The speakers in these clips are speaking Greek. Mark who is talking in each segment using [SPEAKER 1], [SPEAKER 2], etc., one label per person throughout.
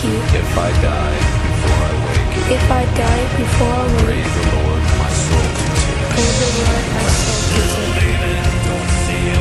[SPEAKER 1] I die before I wake,
[SPEAKER 2] If I die before I wake,
[SPEAKER 1] praise the Lord, my soul continues.
[SPEAKER 2] praise the Lord my soul to thee.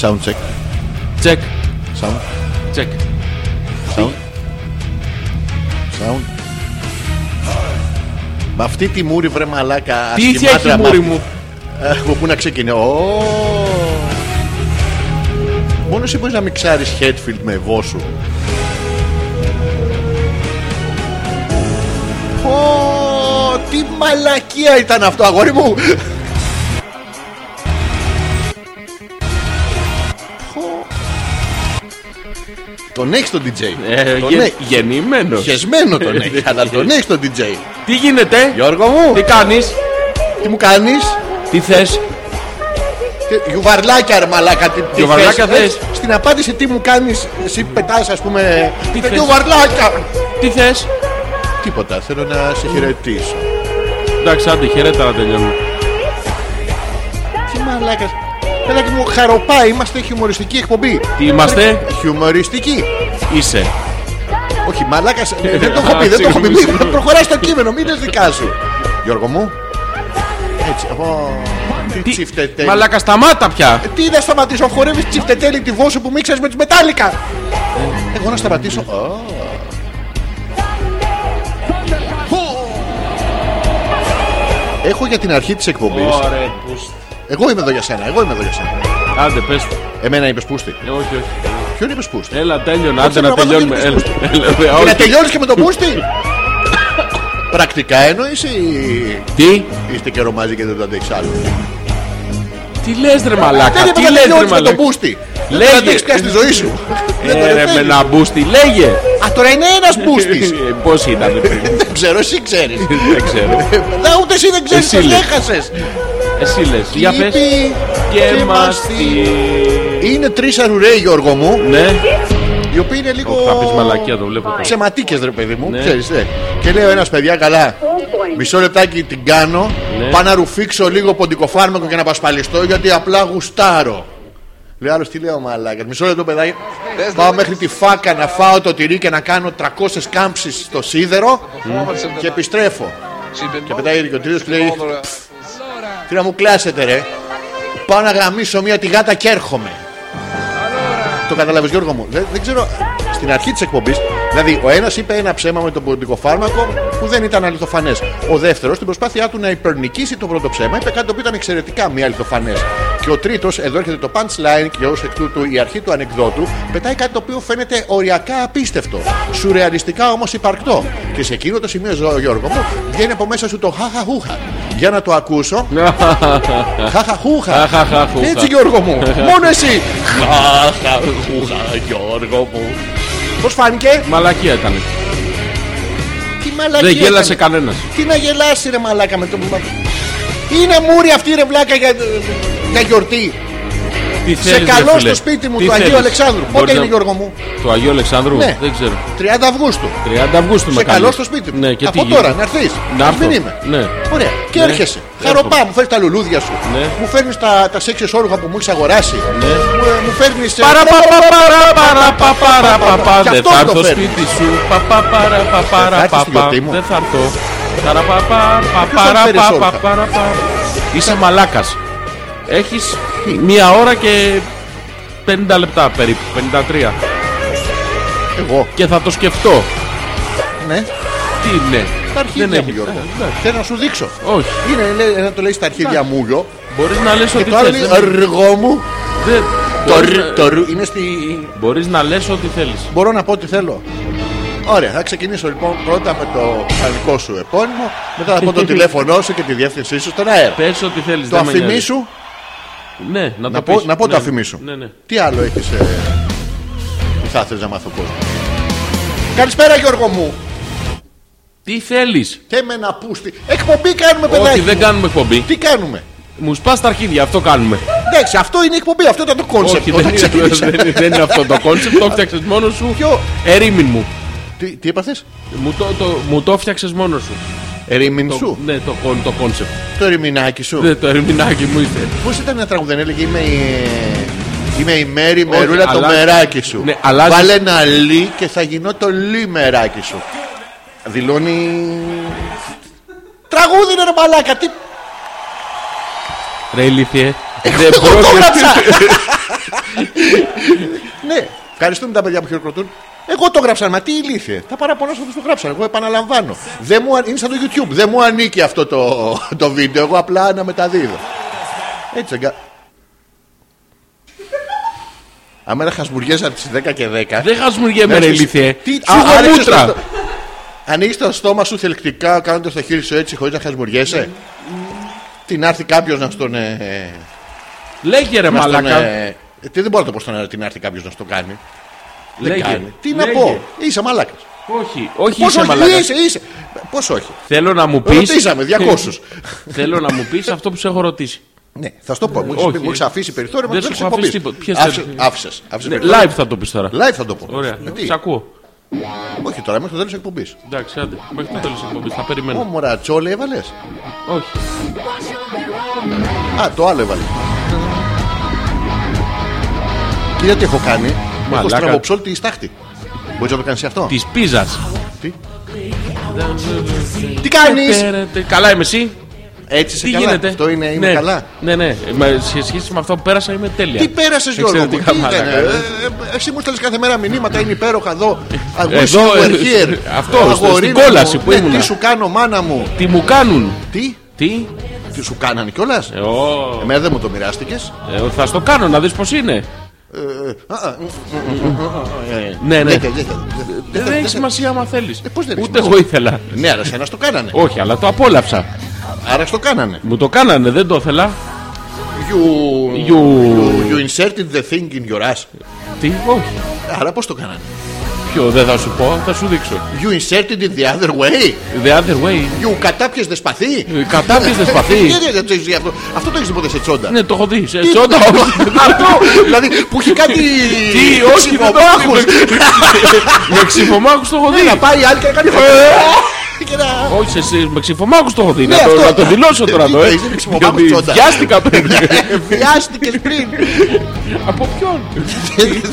[SPEAKER 3] Sound check.
[SPEAKER 4] Τσεκ,
[SPEAKER 3] Sound.
[SPEAKER 4] τσεκ.
[SPEAKER 3] Sound. Sound. Με αυτή τη μούρη βρε μαλάκα
[SPEAKER 4] Τι είχε
[SPEAKER 3] ασχημάτρα,
[SPEAKER 4] έχει
[SPEAKER 3] με
[SPEAKER 4] μούρη
[SPEAKER 3] αυτή-
[SPEAKER 4] μου.
[SPEAKER 3] Αχ, από πού να ξεκινήσω. Ω! Μόνο εσύ μπορείς να μιξάρεις Χέτφιλτ με Βόσου. Ω, τι μαλακία ήταν αυτό, αγόρι μου! Ω. Τον έχεις τον DJ.
[SPEAKER 4] Ε,
[SPEAKER 3] τον
[SPEAKER 4] γε-
[SPEAKER 3] έχεις.
[SPEAKER 4] Γεννημένος.
[SPEAKER 3] Χεσμένο τον έχεις, αλλά τον έχεις τον DJ.
[SPEAKER 4] Τι γίνεται,
[SPEAKER 3] Γιώργο μου,
[SPEAKER 4] τι κάνεις,
[SPEAKER 3] τι μου κάνεις.
[SPEAKER 4] τι θες.
[SPEAKER 3] Και Γιουβαρλάκια ρε μαλάκα τι, τι
[SPEAKER 4] Γιουβαρλάκια
[SPEAKER 3] θες,
[SPEAKER 4] θες.
[SPEAKER 3] ε? Στην απάντηση τι μου κάνεις Εσύ πετάς ας πούμε
[SPEAKER 4] Τι
[SPEAKER 3] «Ε,
[SPEAKER 4] θες?
[SPEAKER 3] Γιουβαρλάκια
[SPEAKER 4] Τι θες.
[SPEAKER 3] Τίποτα θέλω να σε χαιρετήσω
[SPEAKER 4] Εντάξει, άντε, χαιρέτα να τελειώνουμε.
[SPEAKER 3] Τι μαλάκας Έλα και μου χαροπά είμαστε χιουμοριστική εκπομπή
[SPEAKER 4] Τι είμαστε,
[SPEAKER 3] Χιουμοριστική
[SPEAKER 4] είσαι.
[SPEAKER 3] Όχι μαλάκας ε, δεν το έχω πει
[SPEAKER 4] Α,
[SPEAKER 3] δεν το έχω πει
[SPEAKER 4] συγγνώμη,
[SPEAKER 3] Μην-
[SPEAKER 4] συγγνώμη.
[SPEAKER 3] Προχωράς το κείμενο μην είναι δικά σου Γιώργο μου Έτσι εγώ Τι
[SPEAKER 4] Τι,
[SPEAKER 3] τσιφτετέλη
[SPEAKER 4] μαλάκα σταμάτα πια.
[SPEAKER 3] Τι να σταματήσω χορεύεις τσιφτετέλη τη βόση που μίξες με τους μετάλλικα Εγώ να σταματήσω Ω. Έχω για την αρχή της εκπομπής
[SPEAKER 4] Ωραία, πούστη.
[SPEAKER 3] Εγώ είμαι εδώ για σένα, εγώ είμαι εδώ για σένα.
[SPEAKER 4] Άντε, πες. το.
[SPEAKER 3] Εμένα είπες πούστη.
[SPEAKER 4] Ε, Όχι, όχι.
[SPEAKER 3] Ποιον είπες πούστη.
[SPEAKER 4] Έλα, τέλειωνα. Άντε, να
[SPEAKER 3] Πραγματικά
[SPEAKER 4] τελειώνουμε.
[SPEAKER 3] δεν
[SPEAKER 4] Έλα,
[SPEAKER 3] πες
[SPEAKER 4] έλα,
[SPEAKER 3] Και να
[SPEAKER 4] Ε, όχι.
[SPEAKER 3] τελειώνεις και με το πούστη. Πρακτικά εννοείς ή
[SPEAKER 4] Τι,
[SPEAKER 3] είστε και ρομάζι και δεν το αντέξεις άλλο.
[SPEAKER 4] τι λες ρε
[SPEAKER 3] Δεν
[SPEAKER 4] μαλάκα, τι
[SPEAKER 3] είπα να
[SPEAKER 4] λες ρε
[SPEAKER 3] τελειώνεις με το
[SPEAKER 4] μαλάκα.
[SPEAKER 3] πούστη. Δεν
[SPEAKER 4] Λέγε.
[SPEAKER 3] το αντέξεις πια στη ζωή σου. Δεν το
[SPEAKER 4] Ε, ρε
[SPEAKER 3] αντέχεις.
[SPEAKER 4] με ένα μπούστι, λέγε.
[SPEAKER 3] Α, τώρα είναι ένας πούστης.
[SPEAKER 4] Ε, Πώς ήταν πριν,
[SPEAKER 3] Δεν ξέρω, εσύ ξέρεις.
[SPEAKER 4] δεν ξέρω.
[SPEAKER 3] Να ούτε εσύ δεν ξέρεις,
[SPEAKER 4] Εσύ
[SPEAKER 3] τον
[SPEAKER 4] λες.
[SPEAKER 3] έχασες.
[SPEAKER 4] Εσύ λες, για πες.
[SPEAKER 3] Λείπει
[SPEAKER 4] Και μας
[SPEAKER 3] τη-
[SPEAKER 4] τη...
[SPEAKER 3] Είναι τρεις αρουραίοι Γιώργο μου,
[SPEAKER 4] Ναι,
[SPEAKER 3] οι οποίοι είναι λίγο...
[SPEAKER 4] θα πεις μαλακία, το βλέπω τώρα.
[SPEAKER 3] Ξεματίκες ρε παιδί μου,
[SPEAKER 4] Ναι.
[SPEAKER 3] ξέρεις, ε. Και λέω ένας παιδιά καλά, μισό λεπτάκι την κάνω,
[SPEAKER 4] Ναι.
[SPEAKER 3] πάω να ρουφήξω λίγο ποντικοφάρμακο και να πασπαλιστώ γιατί απλά γουστάρω. Λέω άλλος τι λέω μαλάκα, μισό λεπτό παιδάκι, πάω μέχρι τη φάκα να φάω το τυρί και να κάνω 300 κάμψεις στο σίδερο και επιστρέφω. Και πετάει και ο τρίτος και λέει, Τι να μου κλάσετε ρε Πάω να γραμμίσω μια τηγάτα και έρχομαι Το καταλαβες Γιώργο μου Δεν, δεν ξέρω στην αρχή της εκπομπής. Δηλαδή, ο ένας είπε ένα ψέμα με τον πολιτικό φάρμακο που δεν ήταν αληθοφανές. Ο δεύτερος, στην προσπάθειά του να υπερνικήσει το πρώτο ψέμα, είπε κάτι το οποίο ήταν εξαιρετικά μη αληθοφανές. Και ο τρίτος, εδώ έρχεται το punchline και ως εκ τούτου η αρχή του ανεκδότου, πετάει κάτι το οποίο φαίνεται οριακά απίστευτο. Σουρεαλιστικά όμως υπαρκτό. Και σε εκείνο το σημείο, Ζω- Γιώργο μου, βγαίνει από μέσα σου το χαχαχούχα. Για να το ακούσω. Χαχαχούχα.
[SPEAKER 4] Χαχαχούχα.
[SPEAKER 3] Έτσι, Γιώργο μου. Μόνο εσύ.
[SPEAKER 4] Χαχαχούχα, Γιώργο μου.
[SPEAKER 3] Πώς φάνηκε.
[SPEAKER 4] Μαλακία ήταν.
[SPEAKER 3] Τι μαλακία.
[SPEAKER 4] Δεν γέλασε
[SPEAKER 3] ήταν.
[SPEAKER 4] κανένας.
[SPEAKER 3] Τι να γελάσει ρε μαλάκα με το που Είναι μούρη αυτή ρε βλάκα για, για γιορτή.
[SPEAKER 4] Τι
[SPEAKER 3] Σε
[SPEAKER 4] θέλεις, ρε
[SPEAKER 3] καλό
[SPEAKER 4] φίλε?
[SPEAKER 3] στο σπίτι μου
[SPEAKER 4] Τι
[SPEAKER 3] του Αγίου
[SPEAKER 4] θέλεις?
[SPEAKER 3] Αλεξάνδρου.
[SPEAKER 4] Μπορείς
[SPEAKER 3] Πότε είναι
[SPEAKER 4] να-
[SPEAKER 3] Γιώργο μου.
[SPEAKER 4] Του Αγίου Αλεξάνδρου,
[SPEAKER 3] Ναι.
[SPEAKER 4] δεν ξέρω.
[SPEAKER 3] 30 Αυγούστου.
[SPEAKER 4] 30 Αυγούστου
[SPEAKER 3] Σε
[SPEAKER 4] με
[SPEAKER 3] καλό
[SPEAKER 4] κάνεις.
[SPEAKER 3] στο σπίτι μου.
[SPEAKER 4] Ναι, και
[SPEAKER 3] Από
[SPEAKER 4] τι
[SPEAKER 3] τώρα
[SPEAKER 4] γίνεται.
[SPEAKER 3] να έρθεις.
[SPEAKER 4] Να έρθω.
[SPEAKER 3] μην είμαι.
[SPEAKER 4] Ναι.
[SPEAKER 3] Ωραία. Και
[SPEAKER 4] Ναι.
[SPEAKER 3] έρχεσαι.
[SPEAKER 4] Έρχομαι.
[SPEAKER 3] Χαροπά, μου φέρνει τα λουλούδια σου.
[SPEAKER 4] Ναι.
[SPEAKER 3] Μου φέρνεις τα, τα σεξι όργα που μου έχεις αγοράσει. Μου, ε, μου φέρνεις.
[SPEAKER 4] Παρα πα πα παρα παρα πα παρα πα πα
[SPEAKER 3] Κι
[SPEAKER 4] Δεν
[SPEAKER 3] αυτό
[SPEAKER 4] θα
[SPEAKER 3] το
[SPEAKER 4] έρθω
[SPEAKER 3] φέρνει. Ε,
[SPEAKER 4] σπίτι σου Πα πα παρα πα
[SPEAKER 3] θα
[SPEAKER 4] παρα
[SPEAKER 3] έρθεις
[SPEAKER 4] πα
[SPEAKER 3] στη
[SPEAKER 4] πα
[SPEAKER 3] γιορτή μου.
[SPEAKER 4] Δεν θα έρθω Παρα πα πα
[SPEAKER 3] Ποιος
[SPEAKER 4] πα
[SPEAKER 3] θα
[SPEAKER 4] παρα
[SPEAKER 3] φέρει
[SPEAKER 4] πα
[SPEAKER 3] σόρτα?
[SPEAKER 4] πα παρα πα Είσαι μαλάκας Έχεις μία ώρα και 50 λεπτά περίπου 53
[SPEAKER 3] Εγώ.
[SPEAKER 4] Και θα το σκεφτώ
[SPEAKER 3] Ναι.
[SPEAKER 4] Τι είναι Ε,
[SPEAKER 3] Τα αρχίδια μου Γιώργο. Θέλω να σου δείξω.
[SPEAKER 4] ναι. Όχι
[SPEAKER 3] Είναι λέει, να το λέει στα αρχίδια μου Γιώργο.
[SPEAKER 4] Μπορείς να λες
[SPEAKER 3] Και
[SPEAKER 4] ότι
[SPEAKER 3] το άλλο
[SPEAKER 4] θες ναι.
[SPEAKER 3] λέει
[SPEAKER 4] δεν-
[SPEAKER 3] αργό μου.
[SPEAKER 4] δεν-
[SPEAKER 3] Το
[SPEAKER 4] μπορείς
[SPEAKER 3] ρ-
[SPEAKER 4] να-
[SPEAKER 3] το ρ- είναι στη
[SPEAKER 4] Μπορείς να λες ό,τι θέλεις
[SPEAKER 3] Μπορώ να πω ό,τι θέλω. Ωραία, θα ξεκινήσω λοιπόν πρώτα με το πανικό σου επώνυμο, μετά θα πω το τηλέφωνό σου και τη διεύθυνσή σου στον αέρα.
[SPEAKER 4] Πες ό,τι θέλεις
[SPEAKER 3] Το
[SPEAKER 4] δεν με
[SPEAKER 3] αφημί
[SPEAKER 4] νοιάζει.
[SPEAKER 3] σου,
[SPEAKER 4] Ναι να
[SPEAKER 3] να
[SPEAKER 4] το
[SPEAKER 3] πω,
[SPEAKER 4] πεις
[SPEAKER 3] να πω το
[SPEAKER 4] Ναι,
[SPEAKER 3] αφημί σου.
[SPEAKER 4] Ναι ναι
[SPEAKER 3] Τι άλλο έχεις ε, που θα ήθελες να μάθω κόσμο. Καλησπέρα Γιώργο μου.
[SPEAKER 4] Τι θέλεις
[SPEAKER 3] Και με να πούστη. Εκπομπή κάνουμε
[SPEAKER 4] Ότι
[SPEAKER 3] παιδάκι.
[SPEAKER 4] δεν
[SPEAKER 3] μου.
[SPEAKER 4] κάνουμε εκπομπή
[SPEAKER 3] Τι κάνουμε.
[SPEAKER 4] Μου σπάς τα αρχίδια, αυτό κάνουμε.
[SPEAKER 3] Εντάξει, αυτό είναι η εκπομπή, αυτό ήταν το κόνσεπτ.
[SPEAKER 4] Όχι, δεν είναι, δεν, είναι- δεν είναι αυτό το κόνσεπτ, το φτιάξε μόνος σου.
[SPEAKER 3] Ποιο?
[SPEAKER 4] Ερήμην μου.
[SPEAKER 3] Τι, τι έπαθες?
[SPEAKER 4] Μου το, το, μου το φτιάξε μόνος σου.
[SPEAKER 3] Ερήμην
[SPEAKER 4] Το-
[SPEAKER 3] σου.
[SPEAKER 4] Ναι, το, κον- το κόνσεπτ.
[SPEAKER 3] Το ερημινάκι σου.
[SPEAKER 4] Ναι, το ερημινάκι μου ήρθε.
[SPEAKER 3] Πώς ήταν ένα τραγούδι, δεν έλεγε Είμαι η, είμαι η Μέρη
[SPEAKER 4] Όχι,
[SPEAKER 3] Μερούλα το
[SPEAKER 4] αλλάζει-
[SPEAKER 3] μεράκι σου.
[SPEAKER 4] Ναι, αλλάζει-
[SPEAKER 3] Βάλε ένα λι και θα γινώ το λι μεράκι σου. Δηλώνει. Τραγούδι είναι ρε μαλάκα, τι.
[SPEAKER 4] Ρε ηλίθιε. Δεν
[SPEAKER 3] Εγώ Ε, το
[SPEAKER 4] πρόκειται.
[SPEAKER 3] γράψα! ναι, ευχαριστούμε τα παιδιά που χειροκροτούν. Εγώ το γράψα, μα τι ηλίθιε. Τα παραπονά σου το γράψαν. Εγώ επαναλαμβάνω. Δεν μου, αν- είναι σαν το YouTube. Δεν μου ανήκει αυτό το, το βίντεο. Εγώ απλά αναμεταδίδω. Έτσι δεν κα- Αμέρα χασμουριές από τις 10 και 10.
[SPEAKER 4] Δεν χασμουριέμαι, ρε
[SPEAKER 3] Έρχεσαι-
[SPEAKER 4] ηλίθιε.
[SPEAKER 3] Τι-
[SPEAKER 4] Σου
[SPEAKER 3] Α, άνοιξες το
[SPEAKER 4] γαμούτρα.
[SPEAKER 3] στο- Ανοίγεις το στόμα σου θελκτικά κάνοντας το χέρι σου έτσι χωρίς να χασμουριέσαι.
[SPEAKER 4] Ναι.
[SPEAKER 3] Τι να έρθει κάποιος να στον... ε,
[SPEAKER 4] Λέγε ρε
[SPEAKER 3] να στον,
[SPEAKER 4] μαλάκα.
[SPEAKER 3] ε, τι δεν μπορώ να το πω στον αέρα τι να έρθει κάποιος να στο κάνει. Δεν
[SPEAKER 4] Λέγε.
[SPEAKER 3] κάνει. Τι να
[SPEAKER 4] Λέγε.
[SPEAKER 3] πω, είσαι μαλάκας.
[SPEAKER 4] Όχι, όχι
[SPEAKER 3] Πώς
[SPEAKER 4] είσαι
[SPEAKER 3] όχι,
[SPEAKER 4] μαλάκας.
[SPEAKER 3] είσαι, είσαι. Πώς όχι.
[SPEAKER 4] Θέλω να μου πεις...
[SPEAKER 3] Ρωτήσαμε 200.
[SPEAKER 4] Θέλω να μου πεις αυτό που σε έχω ρωτήσει.
[SPEAKER 3] ναι, θα σου το πω. Μου
[SPEAKER 4] όχι.
[SPEAKER 3] έχεις- Μου έχεις αφήσει περιθώριο
[SPEAKER 4] Δεν
[SPEAKER 3] να
[SPEAKER 4] σου έχω αφήσει τίποτα. Ποιες δεν-
[SPEAKER 3] Άφησε.
[SPEAKER 4] Ναι, Live θα το πεις τώρα.
[SPEAKER 3] Live θα το πω.
[SPEAKER 4] Ωραία.
[SPEAKER 3] Ε, τι,
[SPEAKER 4] Σ' ακούω.
[SPEAKER 3] Όχι τώρα, μέχρι το τέλος εκπομπής.
[SPEAKER 4] Εντάξει, άντε. Μέχρι το τέλος της εκπομπής. Θα
[SPEAKER 3] Ω
[SPEAKER 4] περιμένω.
[SPEAKER 3] μωρατσόλε έβαλες.
[SPEAKER 4] Όχι.
[SPEAKER 3] Α, το άλλο έβαλες. Κοίτα τι έχω κάνει. Έχω
[SPEAKER 4] Μαλάκα.
[SPEAKER 3] στραβοψόλ τη στάχτη. Μπορείς να το κάνεις αυτό.
[SPEAKER 4] Της πίζας.
[SPEAKER 3] Τι, τι κάνεις.
[SPEAKER 4] Καλά είμαι εσύ.
[SPEAKER 3] Έτσι σε
[SPEAKER 4] Τι
[SPEAKER 3] καλά.
[SPEAKER 4] γίνεται.
[SPEAKER 3] Αυτό είναι, είμαι
[SPEAKER 4] ναι.
[SPEAKER 3] καλά.
[SPEAKER 4] Ναι, ναι. Μα σε σχέση με αυτό που πέρασα είμαι τέλεια.
[SPEAKER 3] Τι πέρασες, Γιώργο. μου, Τι
[SPEAKER 4] Εξαιρετικά
[SPEAKER 3] ήταν,
[SPEAKER 4] μαλάκα.
[SPEAKER 3] ε, ε, ε, εσύ μου στέλνεις κάθε μέρα μηνύματα, είναι υπέροχα εδώ.
[SPEAKER 4] Εδώ,
[SPEAKER 3] Εδώ,
[SPEAKER 4] ε,
[SPEAKER 3] we're here.
[SPEAKER 4] αυτό,
[SPEAKER 3] Αγόρι
[SPEAKER 4] στο- στην
[SPEAKER 3] μου,
[SPEAKER 4] κόλαση που
[SPEAKER 3] ναι,
[SPEAKER 4] ήμουνα.
[SPEAKER 3] Τι σου κάνω, μάνα μου.
[SPEAKER 4] Τι μου κάνουν.
[SPEAKER 3] Τι,
[SPEAKER 4] Τι.
[SPEAKER 3] τι σου κάνανε κιόλας.
[SPEAKER 4] Ε, ω,
[SPEAKER 3] Εμένα δεν μου το μοιράστηκες.
[SPEAKER 4] ε, θα στο κάνω να δεις πως
[SPEAKER 3] Ε,
[SPEAKER 4] είναι. Ναι, ναι. Δεν έχει σημασία άμα θέλεις.
[SPEAKER 3] Ε, πώς δεν έχει
[SPEAKER 4] Ούτε εγώ
[SPEAKER 3] σημασία.
[SPEAKER 4] ήθελα.
[SPEAKER 3] Ναι, άρα σένα στο κάνανε.
[SPEAKER 4] Όχι, αλλά το απόλαυσα.
[SPEAKER 3] Άρα στο κάνανε.
[SPEAKER 4] Μου το κάνανε, δεν το ήθελα.
[SPEAKER 3] You,
[SPEAKER 4] You.
[SPEAKER 3] you inserted the thing in your ass.
[SPEAKER 4] Τι, όχι.
[SPEAKER 3] Άρα πώς το κάνανε.
[SPEAKER 4] Ποιο, δεν θα σου πω, θα σου δείξω.
[SPEAKER 3] You inserted it the other way.
[SPEAKER 4] The other way.
[SPEAKER 3] You κατάπιες δε σπαθί.
[SPEAKER 4] Ε, κατάπιες δε σπαθί.
[SPEAKER 3] Ε, δεν το έχεις δει αυτό. Αυτό το έχεις δει ποτέ σε τσόντα.
[SPEAKER 4] Ναι, το έχω δει. Σε τσόντα, όχι.
[SPEAKER 3] Αυτό δηλαδή που έχει κάτι.
[SPEAKER 4] Τι, όχι, δεν το έχω
[SPEAKER 3] ξυπομάχους.
[SPEAKER 4] δει. Με ξυφομάχους το έχω
[SPEAKER 3] Ναι, Να
[SPEAKER 4] δει.
[SPEAKER 3] πάει η άλλη και να κάνει. και να-
[SPEAKER 4] Όχι, σε- σε- με ξυφομάχους το έχω δει.
[SPEAKER 3] Ναι,
[SPEAKER 4] Να το-
[SPEAKER 3] αυτό.
[SPEAKER 4] Να το δηλώσω τώρα
[SPEAKER 3] Τι
[SPEAKER 4] το, ε.
[SPEAKER 3] είπες, είναι ξυφομάχους
[SPEAKER 4] Γιατί
[SPEAKER 3] τσόντας.
[SPEAKER 4] Βιάστηκα πριν.
[SPEAKER 3] Ε, Βιάστηκες πριν.
[SPEAKER 4] Από ποιον.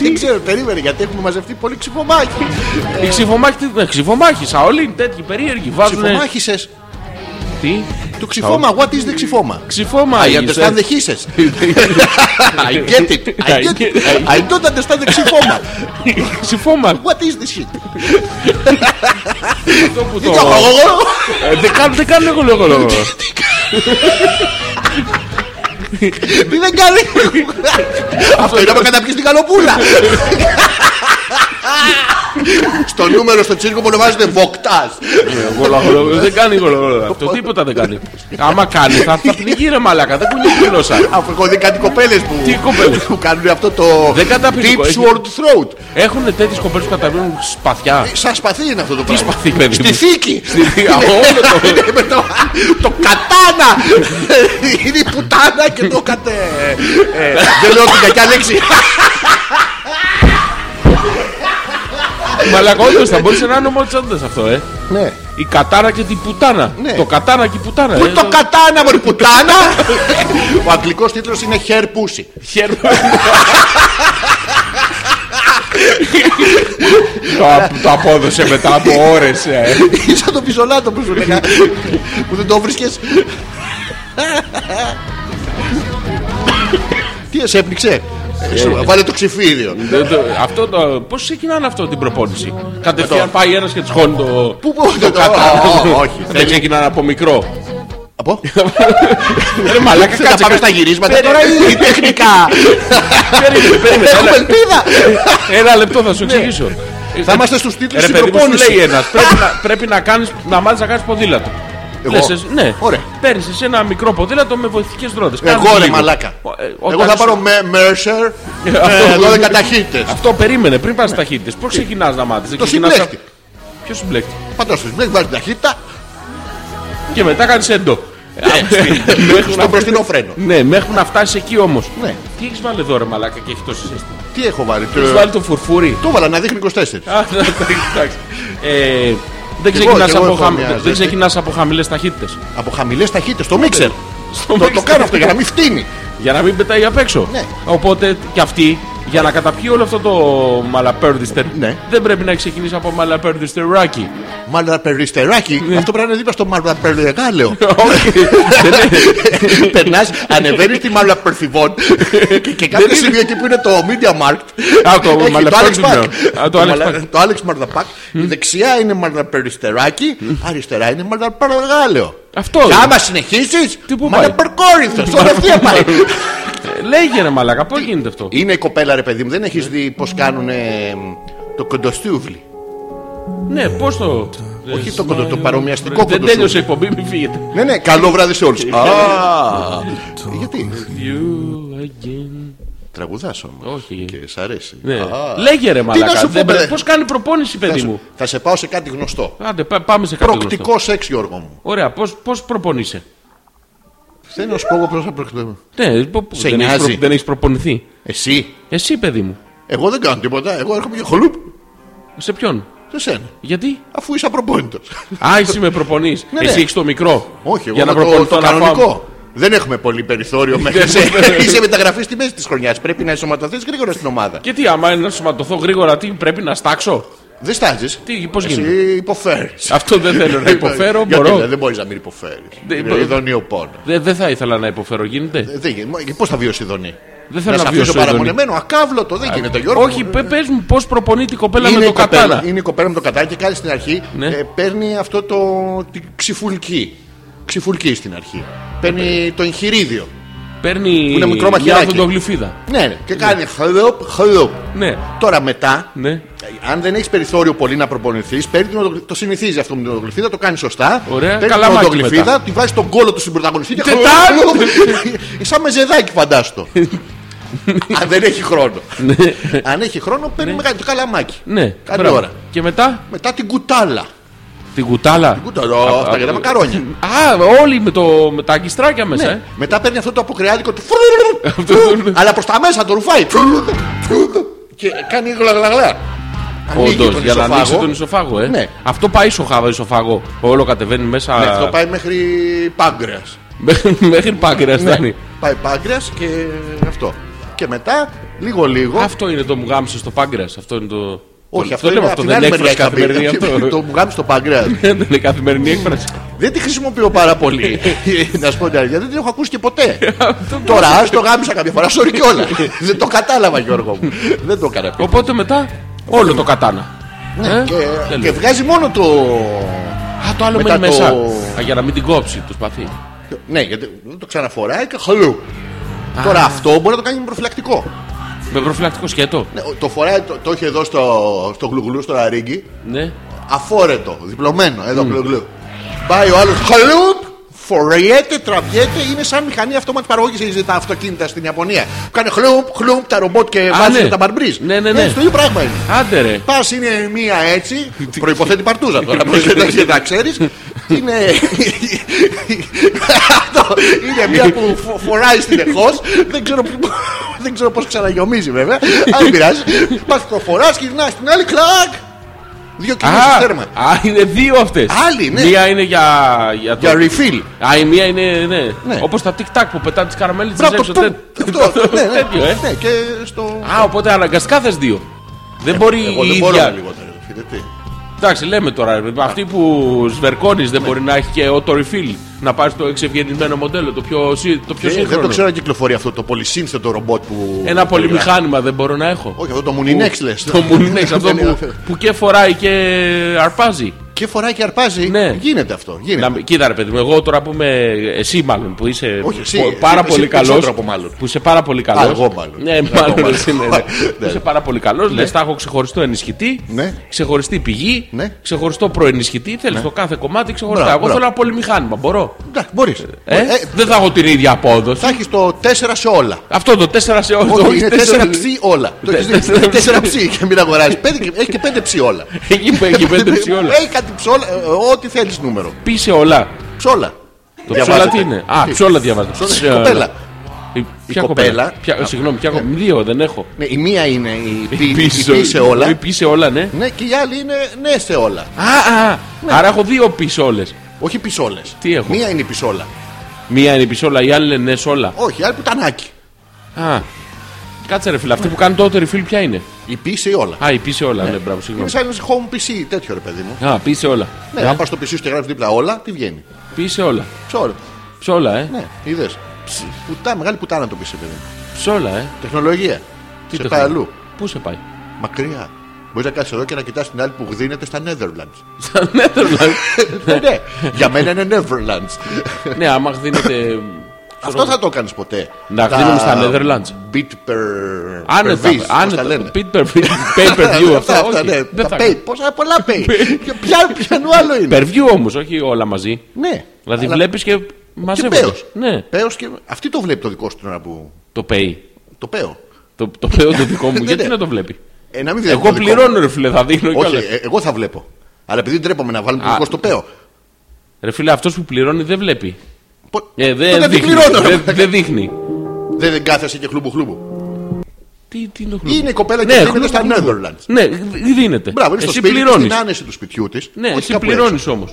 [SPEAKER 3] Δεν ξέρω, περίμενε γιατί έχουμε μαζευτεί πολύ ξυπομάχοι.
[SPEAKER 4] Οι ξυφομάχοι, τι- ναι, ξυφομάχησα. Όλοι είναι τέτοιοι περίεργοι. Βάζουν.
[SPEAKER 3] Ξυπομάχησες.
[SPEAKER 4] Τι.
[SPEAKER 3] Το ξυφώμα, what is the ξυφώμα.
[SPEAKER 4] Ξυφώμα
[SPEAKER 3] I
[SPEAKER 4] είσαι.
[SPEAKER 3] understand the hisses. I get it. I get it. I don't understand the ξυφώμα.
[SPEAKER 4] Ξυφώμα.
[SPEAKER 3] What is this shit.
[SPEAKER 4] Αυτό που το.
[SPEAKER 3] Γογογο.
[SPEAKER 4] Ε, Δεν κάνω, δεν κάνω εγώ λόγο λόγο.
[SPEAKER 3] Τι δεν κάνει. Αυτό είναι να καταπιείς την καλοπούλα. Στο νούμερο στο τσίρκο που ονομάζεται Βοκτάζ.
[SPEAKER 4] Εγώ λόγο λόγο. Δεν κάνει εγώ λόγο λόγο. Αυτό τίποτα δεν κάνει. Άμα κάνει, θα θα πνιγεί ρε μαλάκα. Δεν κουνιέται η γλώσσα.
[SPEAKER 3] Αφού έχω δει κάτι κοπέλες που,
[SPEAKER 4] Τι κοπέλες?
[SPEAKER 3] που κάνουν αυτό το
[SPEAKER 4] Δεν καταπίνω,
[SPEAKER 3] deep
[SPEAKER 4] έχει.
[SPEAKER 3] sword throat.
[SPEAKER 4] Έχουν τέτοιες κοπέλες που καταβαίνουν σπαθιά.
[SPEAKER 3] Σαν σπαθί είναι αυτό το πράγμα.
[SPEAKER 4] σπαθί, παιδί
[SPEAKER 3] Στη
[SPEAKER 4] μου?
[SPEAKER 3] θήκη.
[SPEAKER 4] θήκη, α, όλο το-
[SPEAKER 3] Είναι με το, το κατάνα. είναι η πουτάνα και το κατέ. Ε, Δεν λέω την κακιά λέξη.
[SPEAKER 4] Μαλάκα, όντως, θα μπορούσε να είναι ομοτσάντα αυτό, ε.
[SPEAKER 3] Ναι.
[SPEAKER 4] Η κατάρα και την πουτάνα.
[SPEAKER 3] Ναι.
[SPEAKER 4] Το κατάρα και η πουτάνα.
[SPEAKER 3] Πού
[SPEAKER 4] ε.
[SPEAKER 3] το κατάνα, μωρή πουτάνα. Ο αγγλικός τίτλος είναι Hair Pussy.
[SPEAKER 4] Χαίρομαι. Το απ- Το απόδωσε μετά από ε. ώρε.
[SPEAKER 3] Είσαι το πιζολάτο που σου λέγα. που δεν το βρίσκες. Τι σε έπνιξε. Ε, σου- Βάλε το ξυφίδιο.
[SPEAKER 4] Αυτό Ναι, το. Πώς ξεκινάνε αυτό την προπόνηση. Κατευθείαν πάει ένας και τσχώνει το.
[SPEAKER 3] Πού πού το
[SPEAKER 4] κατάρα.
[SPEAKER 3] κατάνα. Όχι.
[SPEAKER 4] Δεν ξεκινάνε από μικρό.
[SPEAKER 3] Από.
[SPEAKER 4] Ρε Ε, μαλάκα,
[SPEAKER 3] Θες να
[SPEAKER 4] κάτσε.
[SPEAKER 3] πάμε στα γυρίσματα τώρα ή τεχνικά.
[SPEAKER 4] Περίμενε, περίμενε.
[SPEAKER 3] Έχουμε
[SPEAKER 4] Ένα-
[SPEAKER 3] ελπίδα.
[SPEAKER 4] Ένα λεπτό θα σου εξηγήσω.
[SPEAKER 3] Θα είμαστε στους τίτλους
[SPEAKER 4] Ρε
[SPEAKER 3] στην
[SPEAKER 4] παιδί μου, σου
[SPEAKER 3] Ναι. προπόνηση.
[SPEAKER 4] λέει ένας. Πρέπει, να, πρέπει να, κάνεις, να μάθεις να κάνεις ποδήλατο.
[SPEAKER 3] Εγώ?
[SPEAKER 4] Λες, εσύ- ναι.
[SPEAKER 3] Ωραία.
[SPEAKER 4] Παίρνεις εσύ ένα μικρό ποδήλατο με βοηθητικές ρόδες.
[SPEAKER 3] Εγώ
[SPEAKER 4] Κάνεις
[SPEAKER 3] ρε
[SPEAKER 4] λίγο.
[SPEAKER 3] μαλάκα.
[SPEAKER 4] Ο- ε,
[SPEAKER 3] Εγώ
[SPEAKER 4] όταν
[SPEAKER 3] θα
[SPEAKER 4] είσαι-
[SPEAKER 3] πάρω με- Mercer ε,
[SPEAKER 4] Αυτό-
[SPEAKER 3] 12 ταχύτητες.
[SPEAKER 4] Αυτό περίμενε πριν πας ταχύτητες. Πώς ξεκινάς να μάθεις.
[SPEAKER 3] Το
[SPEAKER 4] ξεκινάς
[SPEAKER 3] συμπλέχτη.
[SPEAKER 4] από- Ποιο συμπλέκτη.
[SPEAKER 3] Πατώ στις μπλε, βάζω την ταχύτητα
[SPEAKER 4] Και μετά κάνεις έντο. Μέχρι να-
[SPEAKER 3] στο μπροστινό φρένο.
[SPEAKER 4] Ναι, μέχρι να φτάσεις εκεί όμως.
[SPEAKER 3] Ναι.
[SPEAKER 4] Τι έχεις βάλει εδώ ρε μαλάκα και έχει τόσο σύστημα.
[SPEAKER 3] Τι έχω βάλει. το-
[SPEAKER 4] Έχεις βάλει το φουρφούρι.
[SPEAKER 3] Το έβαλα να δείχνει 24.
[SPEAKER 4] Α, εντάξει. Ε, Δεν
[SPEAKER 3] Ε. εγώ- κι
[SPEAKER 4] ξεκινάς
[SPEAKER 3] εγώ
[SPEAKER 4] από
[SPEAKER 3] έχω
[SPEAKER 4] χαμη-
[SPEAKER 3] μια
[SPEAKER 4] δεν
[SPEAKER 3] ζέστη.
[SPEAKER 4] ξεκινάς από χαμηλές ταχύτητες.
[SPEAKER 3] Από χαμηλές ταχύτητες, το μίξερ.
[SPEAKER 4] Ναι. Στο
[SPEAKER 3] Το, το
[SPEAKER 4] mixer.
[SPEAKER 3] κάνω αυτό για να μην φτύνει.
[SPEAKER 4] Για να μην πετάει απ' έξω.
[SPEAKER 3] Ναι.
[SPEAKER 4] Οπότε και αυτή για να καταπιεί όλο αυτό το μαλαπέρδιστερ
[SPEAKER 3] Ναι.
[SPEAKER 4] δεν πρέπει να ξεκινήσει από μαλαπέρδιστεράκι.
[SPEAKER 3] Μάλλον περιστεράκι.
[SPEAKER 4] Ναι.
[SPEAKER 3] Αυτό πρέπει να είναι δίπλα στο μαλαπερδεγάλεο.
[SPEAKER 4] Όχι. Ναι.
[SPEAKER 3] Περνάς, ανεβαίνεις τη μαλαπερφιβόν και, και κάποιο σημείο εκεί που είναι το Media Markt.
[SPEAKER 4] Α, το
[SPEAKER 3] έχει
[SPEAKER 4] μαλαπέρδιστερ.
[SPEAKER 3] Pack.
[SPEAKER 4] Α, το
[SPEAKER 3] Το
[SPEAKER 4] Alex
[SPEAKER 3] μαλα-
[SPEAKER 4] Pack.
[SPEAKER 3] Το Alex Μαρδαπάκ. Δεξιά είναι μαλαπεριστεράκι, αριστερά είναι μαλαπεργάλεο.
[SPEAKER 4] Αυτός
[SPEAKER 3] Και
[SPEAKER 4] είναι.
[SPEAKER 3] άμα συνεχίσεις,
[SPEAKER 4] Τι που πάει.
[SPEAKER 3] μαλαπερκόριθος. Όλα αυτή πάει.
[SPEAKER 4] Ε, Λέγε ρε μαλάκα, πώς γίνεται αυτό.
[SPEAKER 3] Είναι η κοπέλα, ρε παιδί μου, δεν έχεις δει πώς κάνουν το κοντοστούβλι.
[SPEAKER 4] Ναι, πώς το.
[SPEAKER 3] Όχι το, κοντο, το παρομοιαστικό
[SPEAKER 4] Δεν
[SPEAKER 3] κοντοσούβλι.
[SPEAKER 4] τέλειωσε Ε, η εκπομπή, μην φύγετε.
[SPEAKER 3] Ναι, ναι, καλό βράδυ σε όλους. Α, Γιατί.
[SPEAKER 4] You again.
[SPEAKER 3] Τραγουδάς όμως.
[SPEAKER 4] Όχι.
[SPEAKER 3] Και σ' αρέσει.
[SPEAKER 4] Ναι.
[SPEAKER 3] Α.
[SPEAKER 4] Λέγε ρε
[SPEAKER 3] Τι να
[SPEAKER 4] μαλάκα.
[SPEAKER 3] σου πω,
[SPEAKER 4] δεν πρέπει-
[SPEAKER 3] παιδί.
[SPEAKER 4] Πώς κάνει προπόνηση,
[SPEAKER 3] Θα
[SPEAKER 4] παιδί
[SPEAKER 3] σου-
[SPEAKER 4] μου.
[SPEAKER 3] Θα σε πάω σε κάτι γνωστό.
[SPEAKER 4] Άντε, πά- πάμε σε κάτι γνωστό.
[SPEAKER 3] Προκτικό σεξ, Γιώργο μου.
[SPEAKER 4] Ωραία, πώς, πώς προπονείσαι.
[SPEAKER 3] Θέλω να σου πω εγώ πώς θα προκτικό.
[SPEAKER 4] Ναι, πο- πο-
[SPEAKER 3] Σε
[SPEAKER 4] δεν έχεις
[SPEAKER 3] νοιάζει.
[SPEAKER 4] προ- δεν έχεις προπονηθεί.
[SPEAKER 3] Εσύ.
[SPEAKER 4] Εσύ, παιδί μου.
[SPEAKER 3] Εγώ δεν κάνω τίποτα. Εγώ έρχομαι και χολούπ.
[SPEAKER 4] Σε ποιον.
[SPEAKER 3] Σε σένα.
[SPEAKER 4] Γιατί.
[SPEAKER 3] Αφού είσαι απροπόνητος.
[SPEAKER 4] Α, εσύ με προπονείς.
[SPEAKER 3] Ναι, ναι.
[SPEAKER 4] Εσύ έχεις το μικρό.
[SPEAKER 3] Όχι, εγώ
[SPEAKER 4] Για να
[SPEAKER 3] έχω το,
[SPEAKER 4] προπονηθώ
[SPEAKER 3] το
[SPEAKER 4] να φάω.
[SPEAKER 3] κανονικό. Δεν έχουμε πολύ περιθώριο μέχρι σε... Είσαι μεταγραφής στη μέση της χρονιάς. Πρέπει να ενσωματωθείς γρήγορα στην ομάδα.
[SPEAKER 4] Και τι, άμα είναι να σωματωθώ γρήγορα, τι πρέπει να στάξω.
[SPEAKER 3] Δεν στάζεις.
[SPEAKER 4] Τι, πώς γίνεται.
[SPEAKER 3] Εσύ υποφέρεις.
[SPEAKER 4] Αυτό δεν θέλω να υποφέρω, μπορώ.
[SPEAKER 3] δεν μπορείς να μην υποφέρεις.
[SPEAKER 4] Δεν-
[SPEAKER 3] Είναι ειδονίο πόνο.
[SPEAKER 4] Δεν δεν θα ήθελα να υποφέρω, γίνεται.
[SPEAKER 3] Ε, Δεν γίνεται. Πώς θα βιώσεις η δονή.
[SPEAKER 4] Δεν θέλω
[SPEAKER 3] να
[SPEAKER 4] να
[SPEAKER 3] σε αφήσω
[SPEAKER 4] βιώσω η δονή.
[SPEAKER 3] παραμονεμένο, ακάβλωτο. Δεν γίνεται, Γιώργο. ε,
[SPEAKER 4] Όχι, πε πες μου πώς προπονείται η κοπέλα
[SPEAKER 3] είναι,
[SPEAKER 4] με
[SPEAKER 3] η
[SPEAKER 4] το
[SPEAKER 3] κοπέλα,
[SPEAKER 4] κατάρα.
[SPEAKER 3] είναι η κοπέλα με το κατάρα και κάνει στην αρχή.
[SPEAKER 4] Ναι.
[SPEAKER 3] ε, παίρνει αυτό το. την ξυφουλκή. Ξυφουλκή στην αρχή.
[SPEAKER 4] Ε,
[SPEAKER 3] Παίρνει το εγχειρίδιο.
[SPEAKER 4] Παίρνει
[SPEAKER 3] είναι μικρό
[SPEAKER 4] μια
[SPEAKER 3] μαχαιράκι.
[SPEAKER 4] οδοντογλυφίδα.
[SPEAKER 3] Ναι, ναι. Και κάνει χλουπ, χλουπ.
[SPEAKER 4] Ναι,
[SPEAKER 3] Τώρα μετά,
[SPEAKER 4] ναι.
[SPEAKER 3] ε, αν δεν έχεις περιθώριο πολύ να προπονηθείς, παίρνει την οδογλυ- το συνηθίζει αυτό με την οδογλυφίδα, το κάνει σωστά.
[SPEAKER 4] Ωραία,
[SPEAKER 3] παίρνει
[SPEAKER 4] καλά
[SPEAKER 3] την
[SPEAKER 4] μάκι
[SPEAKER 3] οδογλυφίδα,
[SPEAKER 4] μετά.
[SPEAKER 3] τη βάζει τον κόλο του στην πρωταγωνιστή και
[SPEAKER 4] Τετάρ!
[SPEAKER 3] Ε, Σαν με ζεδάκι, φαντάστο. αν δεν έχει χρόνο. αν έχει χρόνο, παίρνει μεγάλο το καλαμάκι.
[SPEAKER 4] Ναι,
[SPEAKER 3] Καλή
[SPEAKER 4] μπράβο.
[SPEAKER 3] ώρα.
[SPEAKER 4] Και μετά
[SPEAKER 3] Μετά την κουτάλα.
[SPEAKER 4] την κουτάλα.
[SPEAKER 3] Κουτάλα, αυτά για τα μακαρόνια.
[SPEAKER 4] Α, όλοι με, το, με τα αγκιστράκια
[SPEAKER 3] Ναι.
[SPEAKER 4] μέσα. ε.
[SPEAKER 3] Μετά παίρνει αυτό το αποκριάτικο του.
[SPEAKER 4] Αυτό το-
[SPEAKER 3] Αλλά προς τα μέσα το ρουφάει. Και κάνει γλαγλαγλά. Ανοίγει
[SPEAKER 4] Όντως,
[SPEAKER 3] τον
[SPEAKER 4] για να
[SPEAKER 3] ισοφάγο.
[SPEAKER 4] ανοίξει τον ισοφάγο, ε.
[SPEAKER 3] Ναι.
[SPEAKER 4] Αυτό πάει ισοφάγο, ισοφάγο. Όλο κατεβαίνει μέσα.
[SPEAKER 3] Ναι, Αυτό πάει μέχρι πάγκρεας.
[SPEAKER 4] Μέχρι- Μέχρι πάγκρα
[SPEAKER 3] Ναι.
[SPEAKER 4] φτάνει.
[SPEAKER 3] Πάει πάγκρεας και αυτό. Και μετά λίγο-λίγο.
[SPEAKER 4] Αυτό είναι το μου γάμισε στο πάγκρα. Αυτό είναι το.
[SPEAKER 3] Όχι,
[SPEAKER 4] το
[SPEAKER 3] αυτό
[SPEAKER 4] λέμε
[SPEAKER 3] είναι
[SPEAKER 4] αυτό.
[SPEAKER 3] από την
[SPEAKER 4] Δεν
[SPEAKER 3] άλλη
[SPEAKER 4] είναι έκφραση
[SPEAKER 3] μεριά.
[SPEAKER 4] καθημερινή
[SPEAKER 3] καμπή.
[SPEAKER 4] αυτό.
[SPEAKER 3] Το μου γάμισε το πάγκρεα.
[SPEAKER 4] Δεν είναι καθημερινή έκφραση.
[SPEAKER 3] Δεν τη χρησιμοποιώ πάρα πολύ. να σου πω την αλήθεια, δεν την έχω ακούσει και ποτέ. Τώρα, ας το γάμισα κάποια φορά, sorry κιόλα. δεν το κατάλαβα, Γιώργο μου. δεν το έκανα πιο.
[SPEAKER 4] Οπότε μετά όλο το κατάνα.
[SPEAKER 3] Ναι,
[SPEAKER 4] Ε,
[SPEAKER 3] και,
[SPEAKER 4] τέλος.
[SPEAKER 3] και βγάζει μόνο το.
[SPEAKER 4] Α, το άλλο
[SPEAKER 3] Μετά
[SPEAKER 4] μένει μέσα.
[SPEAKER 3] το-
[SPEAKER 4] Α, για να μην την κόψει το σπαθί.
[SPEAKER 3] Ναι, γιατί δεν το ξαναφοράει και χαλού. Τώρα αυτό μπορεί να το κάνει με προφυλακτικό.
[SPEAKER 4] Με προφυλακτικό σκέτο.
[SPEAKER 3] Ναι, το φοράει, το, το έχει εδώ στο, στο γλουγλού, στο αρίγκι.
[SPEAKER 4] Ναι.
[SPEAKER 3] αφόρετο, διπλωμένο, εδώ mm. Πάει ο άλλος, χαλούπ, φοριέται, τραβιέται, είναι σαν μηχανή αυτόματη παραγωγή. Έχει τα αυτοκίνητα στην Ιαπωνία. Που κάνει χλούπ, χλούπ, τα ρομπότ και βάζουν
[SPEAKER 4] ναι.
[SPEAKER 3] τα μπαρμπρίζ.
[SPEAKER 4] Ναι, ναι, ναι.
[SPEAKER 3] Ε, στο ίδιο πράγμα είναι.
[SPEAKER 4] Άντε ρε.
[SPEAKER 3] Πας είναι μία έτσι, προποθέτει παρτούζα τώρα, προποθέτει να ξέρεις. Είναι. Αυτό είναι μία που φο- φοράει στην εχώ. Δεν ξέρω, πού- δεν ξέρω πώς ξαναγιομίζει βέβαια. Αν δεν πειράζει. Πας το φορά, γυρνάς στην άλλη, κλακ. Δύο κιλά στο
[SPEAKER 4] Α,
[SPEAKER 3] τέρμα.
[SPEAKER 4] α, είναι δύο αυτές.
[SPEAKER 3] Άλλη, ναι.
[SPEAKER 4] Μία είναι για, για το.
[SPEAKER 3] Για refill.
[SPEAKER 4] Α, η μία είναι. Ναι.
[SPEAKER 3] Ναι.
[SPEAKER 4] Όπως τα tic tac που πετάνε τις καραμέλες
[SPEAKER 3] Μπράβο,
[SPEAKER 4] έξω.
[SPEAKER 3] το-
[SPEAKER 4] τέ-
[SPEAKER 3] αυτό, ναι, ναι,
[SPEAKER 4] Τέτοιο, ε.
[SPEAKER 3] ναι, και στο.
[SPEAKER 4] Α, οπότε αναγκαστικά θες δύο. Δεν μπορεί
[SPEAKER 3] Εγώ
[SPEAKER 4] η
[SPEAKER 3] δεν μπορώ
[SPEAKER 4] ίδια.
[SPEAKER 3] λιγότερο. φίλε, τι.
[SPEAKER 4] Εντάξει, λέμε τώρα. ρε, Αυτή που σβερκώνεις δεν μπορεί να έχει και auto refill. Να πάρει το εξευγενισμένο μοντέλο, το πιο, σύ- το πιο
[SPEAKER 3] Ε, Δεν το
[SPEAKER 4] σύγχρονο.
[SPEAKER 3] ξέρω να κυκλοφορεί αυτό το πολυσύνθετο ρομπότ που.
[SPEAKER 4] Ένα
[SPEAKER 3] που περιγράφει.
[SPEAKER 4] πολυμηχάνημα δεν μπορώ να έχω.
[SPEAKER 3] Όχι, αυτό το Μουνινέξ λες.
[SPEAKER 4] Το Μουνινέξ, αυτό
[SPEAKER 3] Δεν είναι
[SPEAKER 4] που, που και φοράει και αρπάζει.
[SPEAKER 3] Και φοράει και αρπάζει.
[SPEAKER 4] Ναι.
[SPEAKER 3] Γίνεται αυτό. Γίνεται.
[SPEAKER 4] Να, κοίτα ρε παιδί μου, εγώ τώρα που είμαι εσύ μάλλον που είσαι
[SPEAKER 3] Όχι, εσύ,
[SPEAKER 4] πο-
[SPEAKER 3] εσύ,
[SPEAKER 4] πάρα
[SPEAKER 3] εσύ
[SPEAKER 4] πολύ
[SPEAKER 3] περισσότερο
[SPEAKER 4] καλός
[SPEAKER 3] από μάλλον.
[SPEAKER 4] Που είσαι πάρα πολύ καλός
[SPEAKER 3] Α, εγώ μάλλον.
[SPEAKER 4] Ναι,
[SPEAKER 3] Εγώ
[SPEAKER 4] μάλλον
[SPEAKER 3] μάλλον.
[SPEAKER 4] εσύ, ναι, ναι.
[SPEAKER 3] Ναι.
[SPEAKER 4] Που είσαι πάρα πολύ καλός Λες τα έχω ξεχωριστό ενισχυτή
[SPEAKER 3] Ναι.
[SPEAKER 4] Ξεχωριστή πηγή
[SPEAKER 3] Ναι.
[SPEAKER 4] Ξεχωριστό προενισχυτή Θέλεις το κάθε κομμάτι ξεχωριστά
[SPEAKER 3] Μπράβο,
[SPEAKER 4] Εγώ θέλω
[SPEAKER 3] μπράβο.
[SPEAKER 4] ένα πολυμηχάνημα, μπορώ
[SPEAKER 3] Εντάξει, μπορείς.
[SPEAKER 4] ε? Δεν θα έχω την ίδια απόδοση
[SPEAKER 3] θα έχεις το 4 σε όλα.
[SPEAKER 4] Αυτό το 4 σε όλο
[SPEAKER 3] Όχι, είναι 4 ψι όλα. Το έχεις δει.
[SPEAKER 4] Ναι, Τέσσερα ψι.
[SPEAKER 3] 4 ψι και μην αγοράζεις. Έχει και 5 ψι όλα.
[SPEAKER 4] Εκεί που έχει πέντεψει όλα
[SPEAKER 3] Έχει κάτι ψόλα, ε, ό,τι θέλεις νούμερο.
[SPEAKER 4] Πήσε όλα
[SPEAKER 3] Ψόλα.
[SPEAKER 4] Το
[SPEAKER 3] Διαβάζετε.
[SPEAKER 4] ψόλα τι είναι. Α,
[SPEAKER 3] Τι.
[SPEAKER 4] ψόλα διαβάζετε.
[SPEAKER 3] Ψόλα, η
[SPEAKER 4] Ψόλα.
[SPEAKER 3] κοπέλα.
[SPEAKER 4] Η- Ποια
[SPEAKER 3] κοπέλα. ε.
[SPEAKER 4] κοπέλα. Ποια- Συγγνώμη, ποια κοπέλα. Δύο δεν έχω.
[SPEAKER 3] Ναι, η μία είναι η πι- η πι σε
[SPEAKER 4] Η
[SPEAKER 3] όλα.
[SPEAKER 4] πι σε όλα, ναι.
[SPEAKER 3] Ναι, και η άλλη είναι ναι σε όλα.
[SPEAKER 4] Α, α,
[SPEAKER 3] Ναι.
[SPEAKER 4] άρα έχω δύο πι όλες.
[SPEAKER 3] Όχι πισόλε.
[SPEAKER 4] Τι έχω?
[SPEAKER 3] Μία είναι η πισόλα.
[SPEAKER 4] Μία είναι η πι σε όλα, η άλλη είναι ναι σε όλα.
[SPEAKER 3] Όχι, η άλλη πουτανάκι.
[SPEAKER 4] Α. Κάτσε ρε φίλε, αυτή που κάνει τότε refill ποια είναι.
[SPEAKER 3] Η πι σε όλα.
[SPEAKER 4] Α, η πι σε όλα, ναι, μπράβο,
[SPEAKER 3] Είναι
[SPEAKER 4] συγγνώμη.
[SPEAKER 3] σαν ένας home PC τέτοιο ρε παιδί μου.
[SPEAKER 4] Α, πι σε όλα.
[SPEAKER 3] Ναι, αν πας στο PC σου και γράφεις δίπλα όλα, τι βγαίνει.
[SPEAKER 4] Πι σε όλα.
[SPEAKER 3] Ψόλα.
[SPEAKER 4] Ψόλα, ε.
[SPEAKER 3] Ναι, είδες. Πουτά, μεγάλη πουτάνα το PC παιδί μου.
[SPEAKER 4] Ψόλα, ε.
[SPEAKER 3] Τεχνολογία.
[SPEAKER 4] Τι
[SPEAKER 3] σε
[SPEAKER 4] το
[SPEAKER 3] πάει
[SPEAKER 4] έχω.
[SPEAKER 3] αλλού.
[SPEAKER 4] Πού σε πάει.
[SPEAKER 3] Μακριά. Μπορείς να κάτσει εδώ και να κοιτάς την άλλη που γδίνεται στα Netherlands.
[SPEAKER 4] Στα Netherlands.
[SPEAKER 3] ναι, ναι. Για μένα είναι Netherlands.
[SPEAKER 4] Ναι, άμα χδίνεται.
[SPEAKER 3] Αυτό θα το κάνεις ποτέ.
[SPEAKER 4] Να χτύνουμε στα Netherlands.
[SPEAKER 3] Beat per.
[SPEAKER 4] Άνετα.
[SPEAKER 3] per vis, πώς τα
[SPEAKER 4] Άνετα.
[SPEAKER 3] λένε.
[SPEAKER 4] Paper paper view αυτά.
[SPEAKER 3] αυτά,
[SPEAKER 4] όχι.
[SPEAKER 3] ναι.
[SPEAKER 4] Δεν
[SPEAKER 3] Τα
[SPEAKER 4] θα
[SPEAKER 3] pay, πόσα πολλά pay. Και ποια- Ποιανού άλλο είναι.
[SPEAKER 4] Per view όμως, όχι όλα μαζί.
[SPEAKER 3] Ναι.
[SPEAKER 4] Δηλαδή
[SPEAKER 3] Αλλά
[SPEAKER 4] βλέπεις και
[SPEAKER 3] Και
[SPEAKER 4] μαζεύονται.
[SPEAKER 3] πέος.
[SPEAKER 4] Ναι,
[SPEAKER 3] Πέος και. Αυτή το βλέπει το δικό σου την ώρα που.
[SPEAKER 4] το pay.
[SPEAKER 3] Το πέο.
[SPEAKER 4] Το, το pay το δικό μου,
[SPEAKER 3] Ναι,
[SPEAKER 4] γιατί
[SPEAKER 3] ναι.
[SPEAKER 4] να το βλέπει.
[SPEAKER 3] Ε, να μην βλέπει
[SPEAKER 4] Εγώ
[SPEAKER 3] το δικό μου.
[SPEAKER 4] πληρώνω ρε φίλε, θα δίνω
[SPEAKER 3] Όχι,
[SPEAKER 4] κιόλα.
[SPEAKER 3] ε, εγώ θα βλέπω. Αλλά επειδή ντρέπομαι να βάλω το
[SPEAKER 4] Α.
[SPEAKER 3] δικό στο πέο.
[SPEAKER 4] Ρε φίλε, αυτός που πληρώνει δεν βλέπει.
[SPEAKER 3] Πο-
[SPEAKER 4] Ε,
[SPEAKER 3] τότε
[SPEAKER 4] δεν
[SPEAKER 3] δεν
[SPEAKER 4] δείχνει.
[SPEAKER 3] πληρώνω. ρε.
[SPEAKER 4] Δεν δεν δείχνει.
[SPEAKER 3] Δεν δεν κάθεσαι και χλούμπου χλούμπου.
[SPEAKER 4] Τι, τι είναι ο χλούμπος.
[SPEAKER 3] Είναι η κοπέλα
[SPEAKER 4] Ναι,
[SPEAKER 3] και δίνεται
[SPEAKER 4] χλούμπου,
[SPEAKER 3] στα
[SPEAKER 4] χλούμπου.
[SPEAKER 3] Netherlands.
[SPEAKER 4] Ναι, δ- δίνεται.
[SPEAKER 3] Μπράβο, είναι στο
[SPEAKER 4] Εσύ
[SPEAKER 3] σπίτι της,
[SPEAKER 4] πληρώνεις.
[SPEAKER 3] στην άνεση του σπιτιού της.
[SPEAKER 4] Ναι, εσύ πληρώνει όμω.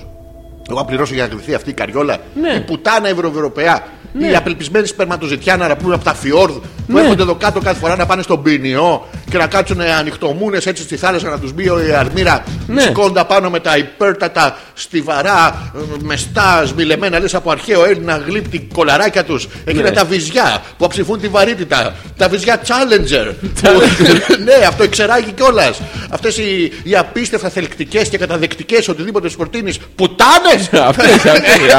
[SPEAKER 3] Εγώ θα πληρώσω για να κρυφθεί αυτή η καριόλα.
[SPEAKER 4] Ναι.
[SPEAKER 3] Η πουτάνα Ευρωευρωπαία.
[SPEAKER 4] Ναι.
[SPEAKER 3] Οι απελπισμένοι σπερματοζητιάνα να πούν από τα φιόρδ που
[SPEAKER 4] Ναι.
[SPEAKER 3] έρχονται εδώ κάτω κάθε φορά να πάνε στον ποινιό και να κάτσουν ανοιχτομούνες έτσι στη θάλασσα να τους μπει η αρμύρα.
[SPEAKER 4] Ναι.
[SPEAKER 3] Σηκώντα πάνω με τα υπέρτατα, στιβαρά, ε, μεστά, σμιλεμένα λες από αρχαίο Έλληνα γλύπτη κολαράκια τους. Εκείνα
[SPEAKER 4] Ναι.
[SPEAKER 3] τα βυζιά που αψηφούν τη βαρύτητα. Τα βυζιά Challenger. που- ναι, αυτό εξεράγει κιόλας. Αυτές οι, οι απίστευτα θελκτικές και καταδεκτικές οτιδήποτε σου προτείνεις πουτάνες.
[SPEAKER 4] Αυτές, αυτές,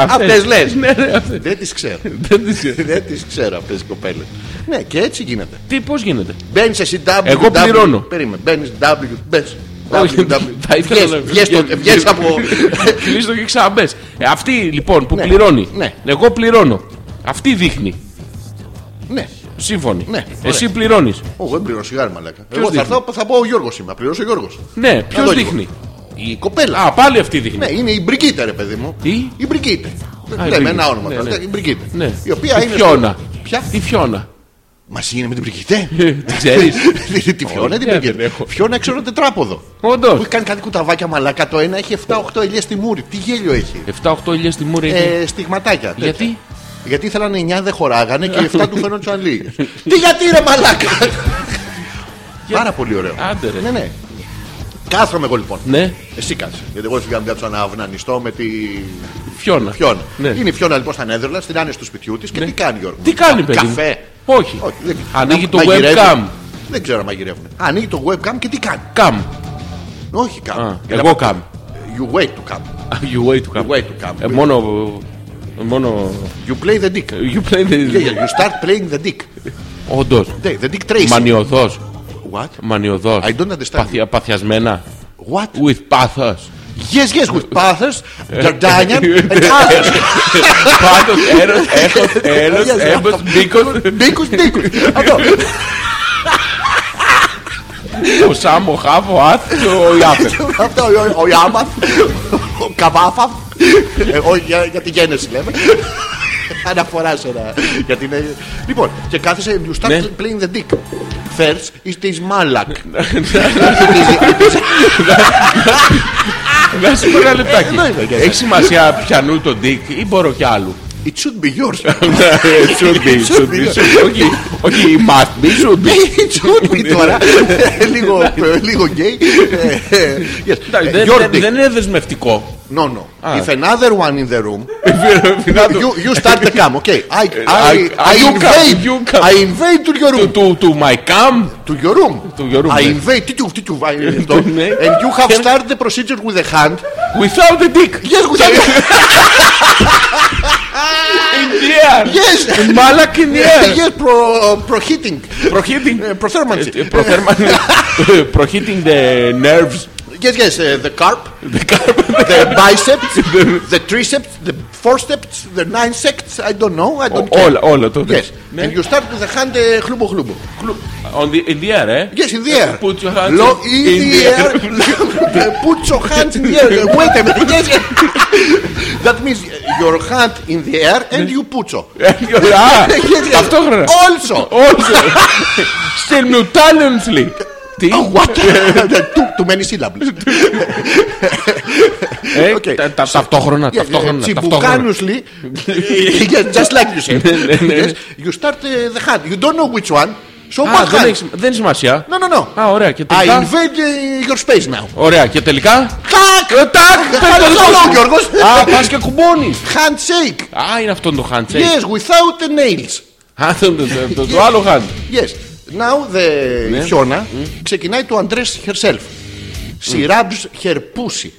[SPEAKER 3] Αυτές λες.
[SPEAKER 4] Ναι, ρε, αυτές.
[SPEAKER 3] Δεν τις ξέρω.
[SPEAKER 4] Δεν τις ξέρω.
[SPEAKER 3] Δεν τις ξέρω αυτές οι κοπέλες. Ναι, και έτσι γίνεται.
[SPEAKER 4] Τι, πώς γίνεται.
[SPEAKER 3] Μπαίνεις εσύ W.
[SPEAKER 4] Εγώ
[SPEAKER 3] W,
[SPEAKER 4] πληρώνω.
[SPEAKER 3] Περίμενε. Μπαίνεις W. Μπες.
[SPEAKER 4] Όχι,
[SPEAKER 3] W, W.
[SPEAKER 4] θα ήθελα
[SPEAKER 3] Βγες,
[SPEAKER 4] να-
[SPEAKER 3] βγες το- Βγες από.
[SPEAKER 4] Κλείστο και ξαναμπε. Αυτή λοιπόν που
[SPEAKER 3] Ναι.
[SPEAKER 4] πληρώνει.
[SPEAKER 3] Ναι.
[SPEAKER 4] Εγώ πληρώνω. Αυτή δείχνει.
[SPEAKER 3] Ναι.
[SPEAKER 4] Σύμφωνοι.
[SPEAKER 3] Ναι,
[SPEAKER 4] Εσύ πληρώνεις.
[SPEAKER 3] Εγώ δεν πληρώνω σιγάρι μαλάκα. Εγώ θα
[SPEAKER 4] δείχνει?
[SPEAKER 3] έρθω, θα πω ο Γιώργος είμαι. Πληρώσω ο Γιώργος.
[SPEAKER 4] Ναι, ποιος
[SPEAKER 3] δω λίγο.
[SPEAKER 4] δείχνει.
[SPEAKER 3] Η κοπέλα.
[SPEAKER 4] Α, πάλι αυτή δείχνει.
[SPEAKER 3] Ναι, είναι η Μπριγκίτε, ρε παιδί μου.
[SPEAKER 4] Τι?
[SPEAKER 3] Η Μπριγκίτε.
[SPEAKER 4] η
[SPEAKER 3] Λέμε
[SPEAKER 4] Brigitte.
[SPEAKER 3] ένα όνομα.
[SPEAKER 4] Ναι,
[SPEAKER 3] τώρα.
[SPEAKER 4] ναι.
[SPEAKER 3] Η Μπριγκίτε.
[SPEAKER 4] Ναι.
[SPEAKER 3] Η οποία
[SPEAKER 4] Η
[SPEAKER 3] είναι.
[SPEAKER 4] Φιώνα.
[SPEAKER 3] στο- Ποια?
[SPEAKER 4] Η Φιώνα.
[SPEAKER 3] Μαζί είναι με την Ε, Μπριγκίτε.
[SPEAKER 4] Ε, Την ξέρεις.
[SPEAKER 3] Τι- ε, Τη φιώνα, την
[SPEAKER 4] δεν
[SPEAKER 3] Μπριγκίτε.
[SPEAKER 4] έχω.
[SPEAKER 3] Φιώνα ξέρω τετράποδο. Που
[SPEAKER 4] Όντω.
[SPEAKER 3] έχει κάνει κάτι κουταβάκια μαλάκα. Το ένα έχει 7-8 ελιέ στη μούρη. Τι γέλιο έχει.
[SPEAKER 4] 7-8 ηλιές στη μούρη έχει.
[SPEAKER 3] Ε, στιγματάκια. τέτοια.
[SPEAKER 4] Γιατί?
[SPEAKER 3] Γιατί ήθελαν 9 δεν χωράγανε και οι 7 του φαίνονταν λίγες. Τι γιατί ρε μαλάκα. Πάρα πολύ ωραίο.
[SPEAKER 4] Άντε, ρε.
[SPEAKER 3] Ναι, ναι. Κάθομαι εγώ λοιπόν.
[SPEAKER 4] Ναι,
[SPEAKER 3] Εσύ κάτσε. Γιατί εγώ σιγά μην κάτσω να αυνανιστώ με τη
[SPEAKER 4] φιώνα.
[SPEAKER 3] Φιώνα.
[SPEAKER 4] Ναι.
[SPEAKER 3] Είναι η Φιώνα λοιπόν στα Νέδρελα, στην άνεση του σπιτιού της και τι κάνει Γιώργο.
[SPEAKER 4] Τι κάνει, παιδί μου?
[SPEAKER 3] Καφέ.
[SPEAKER 4] Όχι.
[SPEAKER 3] δεν-
[SPEAKER 4] Ανοίγει το
[SPEAKER 3] μαγειρεύει.
[SPEAKER 4] webcam.
[SPEAKER 3] Δεν ξέρω αν μαγειρεύουν. Ανοίγει το webcam και τι κάνει.
[SPEAKER 4] Καμ.
[SPEAKER 3] Όχι cam.
[SPEAKER 4] Α,
[SPEAKER 3] Έλα,
[SPEAKER 4] εγώ
[SPEAKER 3] μα-
[SPEAKER 4] cam.
[SPEAKER 3] You wait to cam.
[SPEAKER 4] You wait to come.
[SPEAKER 3] You wait to come.
[SPEAKER 4] Ε, μόνο. Μόνο.
[SPEAKER 3] You play the dick.
[SPEAKER 4] You
[SPEAKER 3] Yeah,
[SPEAKER 4] play
[SPEAKER 3] yeah,
[SPEAKER 4] the.
[SPEAKER 3] you start playing the dick.
[SPEAKER 4] Όντως.
[SPEAKER 3] The, the dick tracing.
[SPEAKER 4] Μανιωδό.
[SPEAKER 3] What?
[SPEAKER 4] Μανιωδό.
[SPEAKER 3] I don't understand.
[SPEAKER 4] Παθιασμένα.
[SPEAKER 3] What?
[SPEAKER 4] With pathos.
[SPEAKER 3] Yes, yes, with Pathos,
[SPEAKER 4] Ε,
[SPEAKER 3] Jordanian and others.
[SPEAKER 4] Πάθος, έρος, έχος, έλος,
[SPEAKER 3] Yes,
[SPEAKER 4] έμπος, μήκος,
[SPEAKER 3] Μπίκους, μπίκους. Αυτό.
[SPEAKER 4] ο Σάμ, ο Χαβ, ο Αθ και ο Ιάπερ.
[SPEAKER 3] Αυτό ο- ο Ιάμαθ, ο Καβάφα. Όχι, για- για τη γέννηση λέμε. Αναφορά σε ένα. Γιατί είναι... Λοιπόν, και κάθεσαι, you start
[SPEAKER 4] Ναι.
[SPEAKER 3] playing the dick. First is this malak.
[SPEAKER 4] Να σου πω ένα λεπτάκι.
[SPEAKER 3] Ε, ναι, ναι, ναι.
[SPEAKER 4] Έχει σημασία πιανού το ντίκ ή μπορώ κι άλλου.
[SPEAKER 3] It should be yours.
[SPEAKER 4] Ναι, It should be, it should be, Ναι, should be. Όχι- Όχι, must be, should be.
[SPEAKER 3] It should be τώρα. Λίγο- Λίγο γκέι.
[SPEAKER 4] Εντάξει, δεν-
[SPEAKER 3] Your
[SPEAKER 4] δεν-
[SPEAKER 3] dick.
[SPEAKER 4] Δεν είναι δεσμευτικό.
[SPEAKER 3] No, no. If another one in the room
[SPEAKER 4] Φινάτο,
[SPEAKER 3] You, you start the cam, okay? I, I,
[SPEAKER 4] I-
[SPEAKER 3] I
[SPEAKER 4] you
[SPEAKER 3] invade,
[SPEAKER 4] come, you come.
[SPEAKER 3] I invade to your
[SPEAKER 4] του-
[SPEAKER 3] room,
[SPEAKER 4] Του του my cam.
[SPEAKER 3] to your room,
[SPEAKER 4] To your room,
[SPEAKER 3] I
[SPEAKER 4] ναι.
[SPEAKER 3] invade, τι του, τι του, I- αυτό.
[SPEAKER 4] ναι.
[SPEAKER 3] and you have started the procedure with the hand.
[SPEAKER 4] Without the dick.
[SPEAKER 3] Yes, with the
[SPEAKER 4] In the air.
[SPEAKER 3] yes,
[SPEAKER 4] Μάλακ in the air.
[SPEAKER 3] yes, pro, pro heating,
[SPEAKER 4] Προχύτην.
[SPEAKER 3] Ε, προθέρμανση.
[SPEAKER 4] Ε, Ε, προθέρμανση. Ε, Προχύτην the nerves.
[SPEAKER 3] Yes, yes, uh, the carp, the biceps, the triceps, the forceps, the nine sects. I don't know, I don't
[SPEAKER 4] Ο-
[SPEAKER 3] care.
[SPEAKER 4] όλα- Όλο το.
[SPEAKER 3] Yes,
[SPEAKER 4] Ναι.
[SPEAKER 3] and you start with the hand, uh, χλούμπο χλούμπο.
[SPEAKER 4] On the, in the air, eh?
[SPEAKER 3] Yes, in the air.
[SPEAKER 4] Put your hands
[SPEAKER 3] Low in,
[SPEAKER 4] in
[SPEAKER 3] the,
[SPEAKER 4] the
[SPEAKER 3] air. Put your hands in the air. Wait a minute. Yes, yes. That means your hand in the air and you put your.
[SPEAKER 4] Ε, Α,
[SPEAKER 3] Yes, yes.
[SPEAKER 4] ταυτόχρονα.
[SPEAKER 3] Also.
[SPEAKER 4] Also. Simultaneously. Τι.
[SPEAKER 3] Oh, What? Too- Too many syllables.
[SPEAKER 4] ε,
[SPEAKER 3] okay.
[SPEAKER 4] τα- τα- Ταυτόχρονα.
[SPEAKER 3] Yes,
[SPEAKER 4] Ταυτόχρονα. ταυτόχρονα.
[SPEAKER 3] Τσιμπουκάνουσλι. Yes, Just like you said. Yes, You start uh, the hand. You don't know which one. So
[SPEAKER 4] Α,
[SPEAKER 3] one
[SPEAKER 4] δεν
[SPEAKER 3] hand.
[SPEAKER 4] έχεις σημα- δεν έχεις σημασία.
[SPEAKER 3] No, no, no.
[SPEAKER 4] Α, ωραία. Και
[SPEAKER 3] I
[SPEAKER 4] τελικά.
[SPEAKER 3] invade uh, your space now.
[SPEAKER 4] Ωραία. Και τελικά.
[SPEAKER 3] Τάκ!
[SPEAKER 4] Ε, Τάκ! πες το
[SPEAKER 3] Καλό
[SPEAKER 4] δικό σου.
[SPEAKER 3] Γιώργος.
[SPEAKER 4] Α, πας και κουμπώνεις. Ναι.
[SPEAKER 3] Handshake.
[SPEAKER 4] Α, είναι αυτό το handshake.
[SPEAKER 3] Yes, without the nails.
[SPEAKER 4] Α, το- το- το- Το άλλο hand.
[SPEAKER 3] Yes. Now the ναι. χιώνα ξεκινάει το undress herself. She rubs her pussy.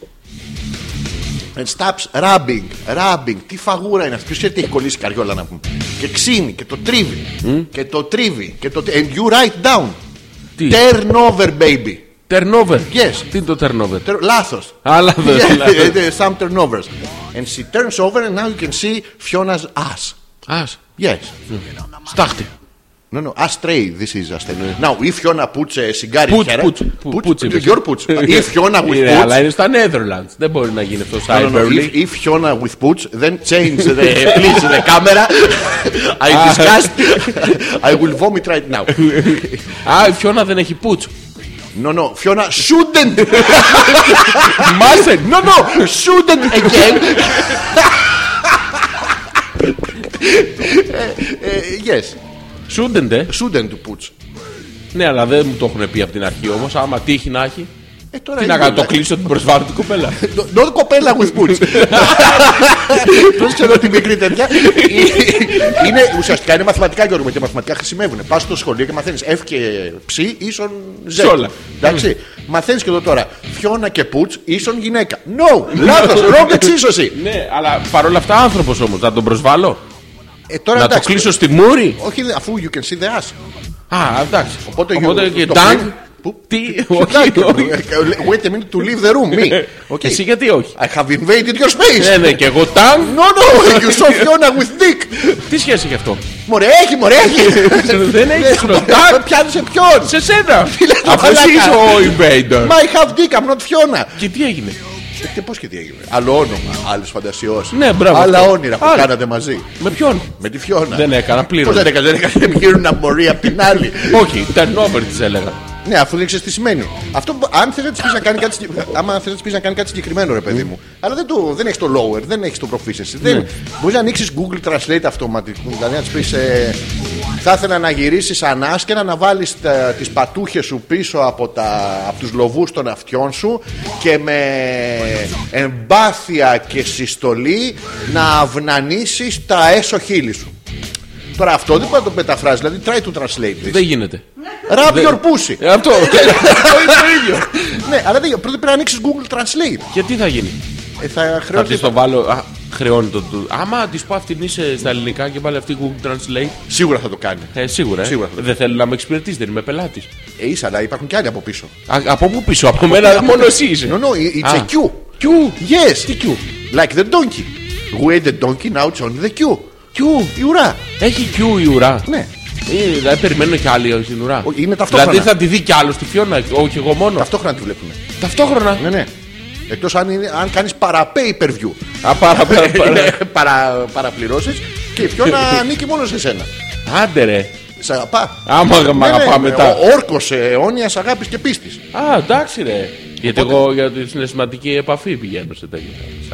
[SPEAKER 3] And stops rubbing, rubbing. Τι φαγούρα είναι αυτή. Ποιος ξέρει τι έχει κολλήσει η καριόλα να πούμε. Και ξύνει και το τρίβει. Και το τρίβει. Και το... And you write down.
[SPEAKER 4] Τι?
[SPEAKER 3] Turnover baby.
[SPEAKER 4] Turnover.
[SPEAKER 3] Yes.
[SPEAKER 4] Τι είναι το turnover.
[SPEAKER 3] Ter... Λάθος.
[SPEAKER 4] Αλλά δεν.
[SPEAKER 3] Yeah, some turnovers. And she turns over and now you can see Fiona's ass.
[SPEAKER 4] Α,
[SPEAKER 3] Yes.
[SPEAKER 4] στάχτη.
[SPEAKER 3] No, no, astray this is astray. Now, if Fiona puts a cigar
[SPEAKER 4] Put,
[SPEAKER 3] in her...
[SPEAKER 4] put, put, put, είπες.
[SPEAKER 3] your puts. if Fiona with
[SPEAKER 4] Είναι, Αλλά
[SPEAKER 3] puts...
[SPEAKER 4] είναι στα Netherlands. Δεν μπορεί να γίνει αυτό
[SPEAKER 3] No, no, no, if,
[SPEAKER 4] cyberly.
[SPEAKER 3] if Fiona with puts, then change the, please the camera. I discussed. I will vomit right now.
[SPEAKER 4] Α, η Φιώνα δεν έχει πουτ.
[SPEAKER 3] No, no, Fiona shouldn't.
[SPEAKER 4] Μάσεν!
[SPEAKER 3] No, no, shouldn't again. Ε, yes,
[SPEAKER 4] Shouldn't, ε.
[SPEAKER 3] shouldn't puts.
[SPEAKER 4] Ναι, αλλά δεν μου το έχουν πει από την αρχή όμως. Άμα τύχει να έχει.
[SPEAKER 3] Ε, τώρα
[SPEAKER 4] Τι
[SPEAKER 3] είναι
[SPEAKER 4] να κάνω, το
[SPEAKER 3] όλα.
[SPEAKER 4] κλείσω την προσβάλλω την κοπέλα.
[SPEAKER 3] Not κοπέλα with boots. Πώς ξέρω τη μικρή τέτοια. Ε, είναι, ουσιαστικά είναι μαθηματικά Γιώργο μου, και μαθηματικά χρησιμεύουν. Πας στο σχολείο και μαθαίνεις F και ψ ίσον Z.
[SPEAKER 4] Σε όλα. Ναι.
[SPEAKER 3] Εντάξει. Μαθαίνεις και εδώ τώρα. Φιώνα και πουτς ίσον γυναίκα. No, λάθος, wrong εξίσωση.
[SPEAKER 4] Ναι, αλλά παρόλα αυτά άνθρωπος όμως. Να τον προσβάλλω.
[SPEAKER 3] Ε, τώρα
[SPEAKER 4] Να το
[SPEAKER 3] εντάξει.
[SPEAKER 4] κλείσω στη μούρη.
[SPEAKER 3] Όχι, δε- αφού you can see the ass.
[SPEAKER 4] Α, εντάξει.
[SPEAKER 3] Οπότε, you-
[SPEAKER 4] και
[SPEAKER 3] το
[SPEAKER 4] τάγκ.
[SPEAKER 3] κλείνει. Πού?
[SPEAKER 4] Τι,
[SPEAKER 3] Τάγκ.
[SPEAKER 4] όχι, όχι.
[SPEAKER 3] ε,
[SPEAKER 4] Ναι.
[SPEAKER 3] Wait a minute to leave the room, me. Okay.
[SPEAKER 4] Εσύ γιατί όχι.
[SPEAKER 3] I have invaded your space.
[SPEAKER 4] Ναι, ναι, και εγώ τάγκ.
[SPEAKER 3] No, no, you saw Fiona with dick.
[SPEAKER 4] Τι σχέση έχει αυτό.
[SPEAKER 3] Μωρέ, έχει, μωρέ, έχει.
[SPEAKER 4] Δεν έχει χρονικά.
[SPEAKER 3] Πιάνησε ποιον.
[SPEAKER 4] Σε σένα.
[SPEAKER 3] λέτε,
[SPEAKER 4] Αφού εσύ
[SPEAKER 3] Ναι. μαλάκα.
[SPEAKER 4] είσαι ο invader.
[SPEAKER 3] Μα I have dick, I'm not Fiona.
[SPEAKER 4] Και τι έγινε.
[SPEAKER 3] Και πώς και τι έγινε. Άλλο όνομα, άλλο φαντασιό.
[SPEAKER 4] Ναι, μπράβο.
[SPEAKER 3] Άλλα
[SPEAKER 4] Αυτό.
[SPEAKER 3] όνειρα που
[SPEAKER 4] Άλλα.
[SPEAKER 3] κάνατε μαζί.
[SPEAKER 4] Με ποιον.
[SPEAKER 3] Με τη Φιώνα.
[SPEAKER 4] Δεν έκανα, πλήρωνα.
[SPEAKER 3] Πώς δεν έκανα, δεν έκανα. Δεν γύρουν αμορία απ' την άλλη.
[SPEAKER 4] Όχι, turnover τη έλεγα.
[SPEAKER 3] Ναι, αφού δεν ξέρει τι σημαίνει. Αυτό, μπο- αν θε να της πεις να κάνει κάτι, συγκεκ- άμα θες να της πεις να κάνει κάτι συγκεκριμένο, ρε παιδί μου. Αλλά δεν, το, δεν έχεις το lower, δεν έχεις το proficiency.
[SPEAKER 4] Ναι.
[SPEAKER 3] Δεν, μπορείς να ανοίξεις Google Translate αυτόματικά. Δηλαδή να της πεις. Ε, θα ήθελα να γυρίσεις ανά και να αναβάλει τις πατούχες σου πίσω από, τα, από τους λοβούς των αυτιών σου και με εμπάθεια και συστολή να αυνανίσεις τα έσω χείλη σου. Τώρα αυτό δεν μπορεί να το μεταφράσει, δηλαδή try to translate this.
[SPEAKER 4] Δεν γίνεται.
[SPEAKER 3] Rub
[SPEAKER 4] δεν-
[SPEAKER 3] your pussy.
[SPEAKER 4] Ε, Αυτό.
[SPEAKER 3] Ναι, αλλά δεν, πρώτα πρέπει να ανοίξεις Google Translate.
[SPEAKER 4] Και τι θα γίνει.
[SPEAKER 3] Ε, θα
[SPEAKER 4] Θα τη
[SPEAKER 3] χρεώσει.
[SPEAKER 4] το βάλω. Α, χρεώνει το. το- Άμα της πω αυτήν είσαι στα ελληνικά και βάλει αυτή Google Translate.
[SPEAKER 3] Σίγουρα θα το κάνει.
[SPEAKER 4] Ε, σίγουρα. ε.
[SPEAKER 3] Σίγουρα θα το
[SPEAKER 4] Δεν θέλω να με εξυπηρετήσει, δεν είμαι πελάτης.
[SPEAKER 3] Ε, είσαι, αλλά υπάρχουν και άλλοι από πίσω. Ε,
[SPEAKER 4] Από πού πίσω, από μένα, μόνο εσύ είσαι.
[SPEAKER 3] No, no, it's a
[SPEAKER 4] Α.
[SPEAKER 3] queue.
[SPEAKER 4] Q.
[SPEAKER 3] Yes.
[SPEAKER 4] Τι Q?
[SPEAKER 3] Like the donkey. Who ate the donkey, now it's only the queue. Queue. Η ουρά.
[SPEAKER 4] Έχει Q η ουρά.
[SPEAKER 3] Ναι.
[SPEAKER 4] Ε, δηλαδή περιμένουν κι άλλοι στην ουρά.
[SPEAKER 3] Ο- είναι ταυτόχρονα.
[SPEAKER 4] Δηλαδή θα τη δει κι άλλος στη Φιώνα, όχι εγώ μόνο.
[SPEAKER 3] Ταυτόχρονα τη βλέπουμε.
[SPEAKER 4] Ταυτόχρονα.
[SPEAKER 3] Ναι, ναι. Εκτός αν, είναι- αν κάνεις παραπέ υπερβιού.
[SPEAKER 4] Α, πάρα, πάρα, πάρα.
[SPEAKER 3] παρα, παραπληρώσεις και η πιόνα ανήκει μόνος σε σένα.
[SPEAKER 4] Άντε ρε.
[SPEAKER 3] Σε αγαπά.
[SPEAKER 4] Άμα
[SPEAKER 3] ναι,
[SPEAKER 4] γα- μ' αγαπά μετά.
[SPEAKER 3] Όρκο αιώνιας αγάπης ε, και πίστης.
[SPEAKER 4] Α, εντάξει ρε. Γιατί εγώ για τη συναισθηματική επαφή πηγαίνω σε τέτοια.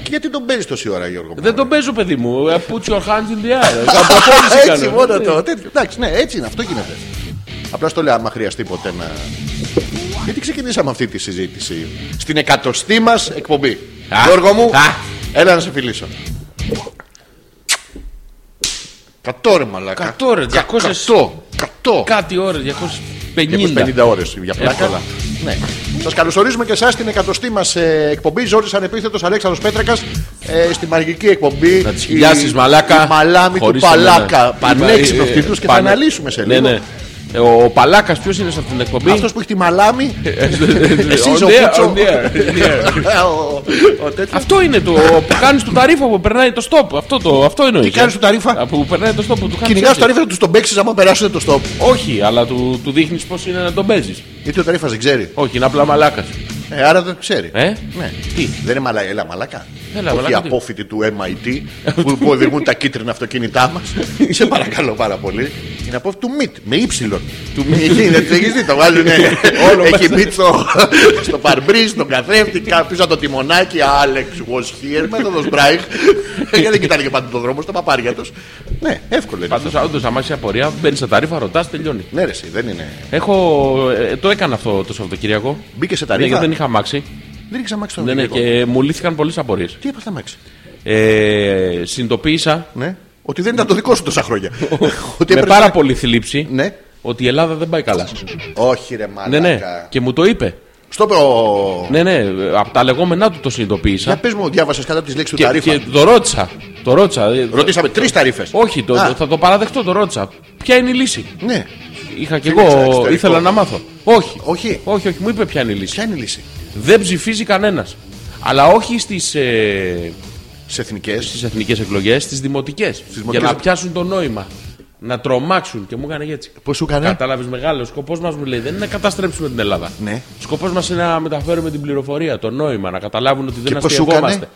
[SPEAKER 3] Και γιατί τον παίζεις τόση ώρα, Γιώργο. μου?
[SPEAKER 4] Δεν τον παίζω, παιδί μου. Ε, Put your hands in the air.
[SPEAKER 3] Α,
[SPEAKER 4] Καποπόληση
[SPEAKER 3] έτσι
[SPEAKER 4] κάνω.
[SPEAKER 3] μόνο το. τέτοιο. Εντάξει, ναι, έτσι είναι, αυτό γίνεται. Απλά στο λέω, άμα χρειαστεί ποτέ να. Γιατί ξεκινήσαμε αυτή τη συζήτηση στην εκατοστή μας εκπομπή.
[SPEAKER 4] Α,
[SPEAKER 3] Γιώργο μου,
[SPEAKER 4] α.
[SPEAKER 3] έλα να σε φιλήσω. Κατώ ρε μαλάκα.
[SPEAKER 4] Κατώ, ρε,
[SPEAKER 3] Κα-
[SPEAKER 4] 200.
[SPEAKER 3] Κατώ. Κατώ.
[SPEAKER 4] Κάτι ώρες, 250.
[SPEAKER 3] 250 ώρες για πλάκα.
[SPEAKER 4] Εύκολα.
[SPEAKER 3] Ναι. Σας καλωσορίζουμε και εσάς στην εκατοστή μας εκπομπή. Ζόρις ανεπίθετος Αλέξανδρος Πέτρακας ε, στη μαγική εκπομπή.
[SPEAKER 4] Να τις χιλιάσεις, μαλάκα.
[SPEAKER 3] Η μαλάμη του
[SPEAKER 4] Χωρίς εμένα.
[SPEAKER 3] Παλάκα.
[SPEAKER 4] Η-
[SPEAKER 3] Πανέξυπνο
[SPEAKER 4] ε,
[SPEAKER 3] τίτλο και θα
[SPEAKER 4] πανε-
[SPEAKER 3] αναλύσουμε σε
[SPEAKER 4] Ναι,
[SPEAKER 3] λίγο.
[SPEAKER 4] ναι. Ε, Ο Παλάκας ποιος είναι σε αυτήν την εκπομπή. Ε,
[SPEAKER 3] Αυτός που έχει τη μαλάμη. Εσύ
[SPEAKER 4] On
[SPEAKER 3] είσαι ο
[SPEAKER 4] the air,
[SPEAKER 3] Πούτσο.
[SPEAKER 4] on the air, on the air.
[SPEAKER 3] Ο- ο τέτοιος.
[SPEAKER 4] Αυτό είναι το που κάνει του ταρίφα που περνάει το στόπ. Αυτό το, αυτό εννοεί.
[SPEAKER 3] κάνεις του ταρίφα?
[SPEAKER 4] Που περνάει το στόπ που του κάνει.
[SPEAKER 3] Κυνηγά το ταρίφα να του τον παίξει άμα περάσουν το στόπ.
[SPEAKER 4] Όχι, αλλά του, του δείχνει πώ είναι να τον παίζει.
[SPEAKER 3] Γιατί ο ταρίφα δεν ξέρει.
[SPEAKER 4] Όχι, είναι απλά μαλάκα.
[SPEAKER 3] Ε, άρα δεν ξέρει.
[SPEAKER 4] Ε?
[SPEAKER 3] Ναι.
[SPEAKER 4] Τι.
[SPEAKER 3] Δεν είναι μαλα... έλα, μαλακά.
[SPEAKER 4] Έλα,
[SPEAKER 3] Όχι
[SPEAKER 4] μαλάκα, τι.
[SPEAKER 3] απόφοιτοι του MIT που, που οδηγούν τα κίτρινα αυτοκίνητά μας. Σε παρακαλώ πάρα πολύ. Είναι απόφοιτοι του MIT με ύψιλον. Του MIT. Δεν έχεις δει, το βάζουν.
[SPEAKER 4] Όλο
[SPEAKER 3] Έχει
[SPEAKER 4] μέσα.
[SPEAKER 3] μπει στο, στο παρμπρίζ, στον καθρέφτη, κάπου πίσω από το τιμονάκι. Alex was here, μέθοδος Μπράιχ. Γιατί δεν κοιτάνε και πάντα τον δρόμο στα παπάρια του. Ναι, εύκολο είναι.
[SPEAKER 4] Πάντως, όντως, άμα είσαι απορία, μπαίνεις στα ταρίφα, ρωτάς, τελειώνει.
[SPEAKER 3] Ναι, ρε, εσύ, δεν είναι.
[SPEAKER 4] Έχω, ε, το έκανα αυτό το Σαββατοκύριακο.
[SPEAKER 3] Μπήκε σε
[SPEAKER 4] Ναι,
[SPEAKER 3] ταρίφα.
[SPEAKER 4] γιατί δεν είχα αμάξει.
[SPEAKER 3] Δεν είχες αμάξει τον
[SPEAKER 4] Ναι, ναι, και μου λύθηκαν πολλές απορίες.
[SPEAKER 3] Τι έπαθε αμάξι.
[SPEAKER 4] Ε, συνειδητοποίησα
[SPEAKER 3] Ναι. Ότι δεν ήταν το δικό σου τόσα χρόνια. Ότι
[SPEAKER 4] με
[SPEAKER 3] έπρεπε-
[SPEAKER 4] πάρα πολύ θλίψη
[SPEAKER 3] Ναι.
[SPEAKER 4] ότι η Ελλάδα δεν πάει καλά.
[SPEAKER 3] Όχι, ρε,
[SPEAKER 4] Ναι, ναι.
[SPEAKER 3] μαλάκα.
[SPEAKER 4] Και μου το είπε.
[SPEAKER 3] Στο προ.
[SPEAKER 4] Ναι, ναι. Από τα λεγόμενά του το συνειδητοποίησα.
[SPEAKER 3] Για πες μου, διάβασες κάτω από τις λέξεις του
[SPEAKER 4] Και,
[SPEAKER 3] ταρίφα.
[SPEAKER 4] και το ρώτησα. Το ρώτησα. Ε, το-
[SPEAKER 3] Ρωτήσαμε τρεις ταρίφε.
[SPEAKER 4] Όχι, το,
[SPEAKER 3] Α.
[SPEAKER 4] το- θα το παραδεχτώ, το ρώτησα. Ποια είναι η λύση.
[SPEAKER 3] Ναι.
[SPEAKER 4] Είχα κι
[SPEAKER 3] Δεν ήξερα
[SPEAKER 4] εγώ,
[SPEAKER 3] εξωτερικό.
[SPEAKER 4] ήθελα να μάθω. Όχι.
[SPEAKER 3] Όχι.
[SPEAKER 4] όχι, όχι, μου είπε ποια είναι η λύση.
[SPEAKER 3] Ποια είναι η λύση.
[SPEAKER 4] Δεν ψηφίζει κανένας. Αλλά όχι στις ε,
[SPEAKER 3] Σε εθνικές.
[SPEAKER 4] στις εθνικές εκλογές, στις δημοτικές. Για
[SPEAKER 3] δημοτικές.
[SPEAKER 4] να πιάσουν το νόημα. Να τρομάξουν και μου έκανε έτσι.
[SPEAKER 3] Πώς σου έκανε.
[SPEAKER 4] Κατάλαβες μεγάλος. Ο σκοπός μας μου λέει δεν είναι να καταστρέψουμε την Ελλάδα.
[SPEAKER 3] Ναι.
[SPEAKER 4] Ο σκοπός μας είναι να μεταφέρουμε την πληροφορία, το νόημα, να καταλάβουν ότι
[SPEAKER 3] Και
[SPEAKER 4] δεν
[SPEAKER 3] πώς σου έκανε.
[SPEAKER 4] αστείευόμαστε.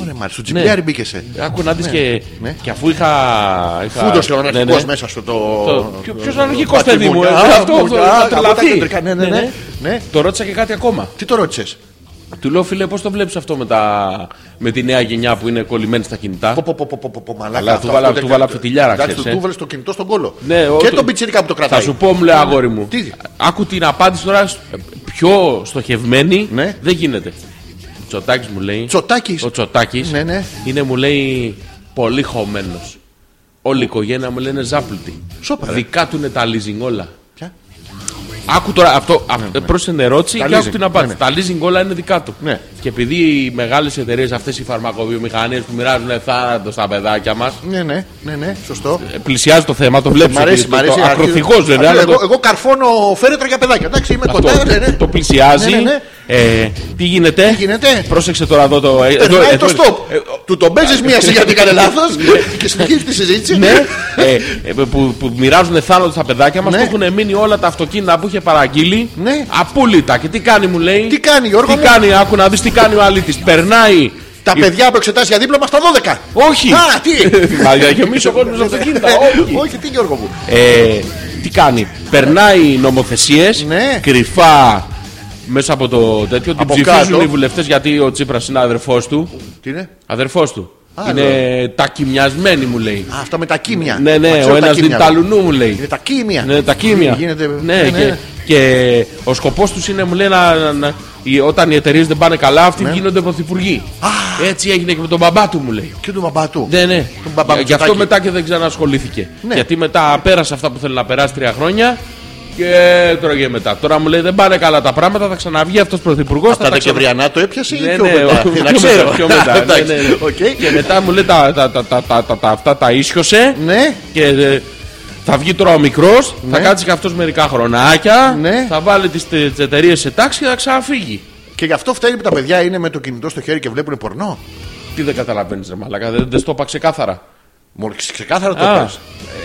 [SPEAKER 3] Ωραία, μάλιστα. Στο τσιμπιάρι μπήκε.
[SPEAKER 4] Ναι. Άκου να δεις και,
[SPEAKER 3] ναι.
[SPEAKER 4] και αφού είχα. είχα...
[SPEAKER 3] Φούντωσε ο αναρχικός
[SPEAKER 4] ναι.
[SPEAKER 3] μέσα στο το.
[SPEAKER 4] Το- ποιο- ποιος αναρχικός, παιδί μου,
[SPEAKER 3] Πατριμουνιά,
[SPEAKER 4] ε, αυτό,
[SPEAKER 3] μουνιά,
[SPEAKER 4] θα
[SPEAKER 3] από τα
[SPEAKER 4] τρελαθεί.
[SPEAKER 3] κεντρικά, Ναι, ναι,
[SPEAKER 4] Ναι,
[SPEAKER 3] ναι.
[SPEAKER 4] ναι.
[SPEAKER 3] ναι.
[SPEAKER 4] Το ρώτησα και κάτι ακόμα.
[SPEAKER 3] Τι το ρώτησες.
[SPEAKER 4] Του λέω, φίλε, πώς το βλέπεις αυτό με, τα... με τη νέα γενιά που είναι κολλημένη στα κινητά. Αλλά του βάλα- του βάλα φιτιλιάρα, ξέρεις, ε.
[SPEAKER 3] Του βάλες το κινητό στον κόλο.
[SPEAKER 4] Ναι, ο-
[SPEAKER 3] Και
[SPEAKER 4] το-
[SPEAKER 3] τον πιτσίρικα που το κρατάει. Ναι.
[SPEAKER 4] Θα σου πω, μου λέει αγόρι μου.
[SPEAKER 3] Τι?
[SPEAKER 4] Άκου την απάντηση τώρα σ- πιο στοχευμένη.
[SPEAKER 3] Ναι.
[SPEAKER 4] Δεν γίνεται. Ο Τσοτάκης μου λέει.
[SPEAKER 3] Τσοτάκης.
[SPEAKER 4] Ο Τσοτάκης
[SPEAKER 3] Ναι, ναι.
[SPEAKER 4] είναι, μου λέει, πολύ χωμένος. Όλη η οικογένεια μου λέει είναι ζάπλητη.
[SPEAKER 3] Σόπα, ρε.
[SPEAKER 4] Δικά του είναι τα leasing όλα.
[SPEAKER 3] Ποια?
[SPEAKER 4] Άκου τώρα αυτό. Ναι, Πρόσεχε την ερώτηση
[SPEAKER 3] Τα
[SPEAKER 4] και άκου
[SPEAKER 3] leasing,
[SPEAKER 4] την απάντηση.
[SPEAKER 3] ναι,
[SPEAKER 4] Τα leasing όλα είναι δικά του.
[SPEAKER 3] Ναι.
[SPEAKER 4] Και επειδή οι μεγάλες εταιρείες, αυτές οι φαρμακοβιομηχανίες που μοιράζουν θάνατο στα παιδάκια μας.
[SPEAKER 3] Ναι, ναι, ναι, ναι, σωστό.
[SPEAKER 4] Πλησιάζει το θέμα, το βλέπεις.
[SPEAKER 3] Μ' αρέσει, μ' αρέσει.
[SPEAKER 4] Ακροθυγός δεν είναι.
[SPEAKER 3] Αρχίζω-
[SPEAKER 4] αλλά το-
[SPEAKER 3] Εγώ, εγώ καρφώνω φέρετρα για παιδάκια. Εντάξει, είμαι
[SPEAKER 4] Αυτό,
[SPEAKER 3] κοντά. Ναι, ναι.
[SPEAKER 4] Το πλησιάζει.
[SPEAKER 3] Ναι, ναι, ναι.
[SPEAKER 4] Ε, τι γίνεται.
[SPEAKER 3] Τι γίνεται?
[SPEAKER 4] Πρόσεξε τώρα εδώ το. ε, εδώ-
[SPEAKER 3] Περνάει
[SPEAKER 4] εδώ-
[SPEAKER 3] το stop.
[SPEAKER 4] ε,
[SPEAKER 3] Του τον παίζεις μία σε γιατί έκανε λάθο και συνεχίζει τη συζήτηση.
[SPEAKER 4] Ναι, ε, ε, που, που μοιράζουν θάνατο στα παιδάκια μας.
[SPEAKER 3] Ναι.
[SPEAKER 4] Του έχουν μείνει όλα τα αυτοκίνητα που είχε παραγγείλει.
[SPEAKER 3] Ναι.
[SPEAKER 4] Απόλυτα. Και τι κάνει, μου λέει.
[SPEAKER 3] Τι κάνει, Γιώργο
[SPEAKER 4] Τι
[SPEAKER 3] μου?
[SPEAKER 4] κάνει, άκου να δεις τι κάνει ο αλήτης. Περνάει.
[SPEAKER 3] Τα
[SPEAKER 4] η-
[SPEAKER 3] παιδιά που εξετάζει για δίπλωμα στα 12.
[SPEAKER 4] Όχι! Ε,
[SPEAKER 3] Α, τι! Ε, Ναι.
[SPEAKER 4] Θα γεμίσει ο κόσμος αυτοκίνητα. Όχι!
[SPEAKER 3] Όχι, τι Γιώργο μου.
[SPEAKER 4] Ε, τι κάνει. Περνάει νομοθεσίες
[SPEAKER 3] Ναι.
[SPEAKER 4] κρυφά μέσα από το τέτοιο. Την
[SPEAKER 3] Από
[SPEAKER 4] ψηφίζουν
[SPEAKER 3] κάτω.
[SPEAKER 4] οι βουλευτές γιατί ο Τσίπρας είναι αδερφός του.
[SPEAKER 3] Τι είναι.
[SPEAKER 4] Αδερφός του.
[SPEAKER 3] Άλλο.
[SPEAKER 4] είναι τακιμιασμένοι μου λέει.
[SPEAKER 3] Α, αυτά με τα κίμια.
[SPEAKER 4] Ναι,
[SPEAKER 3] Μα
[SPEAKER 4] ναι,
[SPEAKER 3] ξέρω
[SPEAKER 4] ο
[SPEAKER 3] τα
[SPEAKER 4] ένας
[SPEAKER 3] κίμια.
[SPEAKER 4] δίνει τα λουνού μου
[SPEAKER 3] Είναι
[SPEAKER 4] λέει.
[SPEAKER 3] τα κίμια.
[SPEAKER 4] Ναι, τα κίμια.
[SPEAKER 3] Γίνεται...
[SPEAKER 4] Ναι, και, και ο σκοπός τους είναι, μου λέει, να, να- οι- όταν οι εταιρείες δεν πάνε καλά, αυτοί
[SPEAKER 3] Ναι.
[SPEAKER 4] γίνονται πρωθυπουργοί. Έτσι έγινε και με τον μπαμπά του, μου λέει.
[SPEAKER 3] Και του μπαμπάτου.
[SPEAKER 4] Ναι, ναι.
[SPEAKER 3] Τον μπαμπά
[SPEAKER 4] Γι' αυτό
[SPEAKER 3] Μητσοτάκη.
[SPEAKER 4] μετά και δεν ξανασχολήθηκε.
[SPEAKER 3] Ναι.
[SPEAKER 4] Γιατί μετά πέρασε αυτά που θέλει να περάσει τρία χρόνια και τρώγε μετά. Τώρα μου λέει δεν πάνε καλά τα πράγματα, θα ξαναβγεί αυτός πρωθυπουργός.
[SPEAKER 3] Αυτά τα κεβριανά το έπιασε ή
[SPEAKER 4] Ναι,
[SPEAKER 3] πιο
[SPEAKER 4] ναι,
[SPEAKER 3] μετά.
[SPEAKER 4] ο-
[SPEAKER 3] Δεν τα
[SPEAKER 4] πιο
[SPEAKER 3] ξέρω.
[SPEAKER 4] μετά, πιο μετά, ναι,
[SPEAKER 3] Εντάξει,
[SPEAKER 4] ναι, ναι.
[SPEAKER 3] οκ.
[SPEAKER 4] Και μετά μου λέει τα, τα, τα, τα, τα, τα, τα- αυτά τα ίσιοσε.
[SPEAKER 3] Ναι.
[SPEAKER 4] Και ε, θα βγει τώρα ο μικρός, θα κάτσει και αυτός μερικά χρονάκια.
[SPEAKER 3] Ναι.
[SPEAKER 4] Θα βάλει τις εταιρείες σε τάξη και θα ξαναφύγει.
[SPEAKER 3] Και γι' αυτό φταίει που τα παιδιά είναι με το κινητό στο χέρι και βλέπουν πορνό.
[SPEAKER 4] Τι δεν καταλαβαίνεις, ρε Μαλάκα, δεν, δεν το είπα ξεκάθαρα.
[SPEAKER 3] Μόλι ξεκάθαρα το
[SPEAKER 4] Α.
[SPEAKER 3] πες.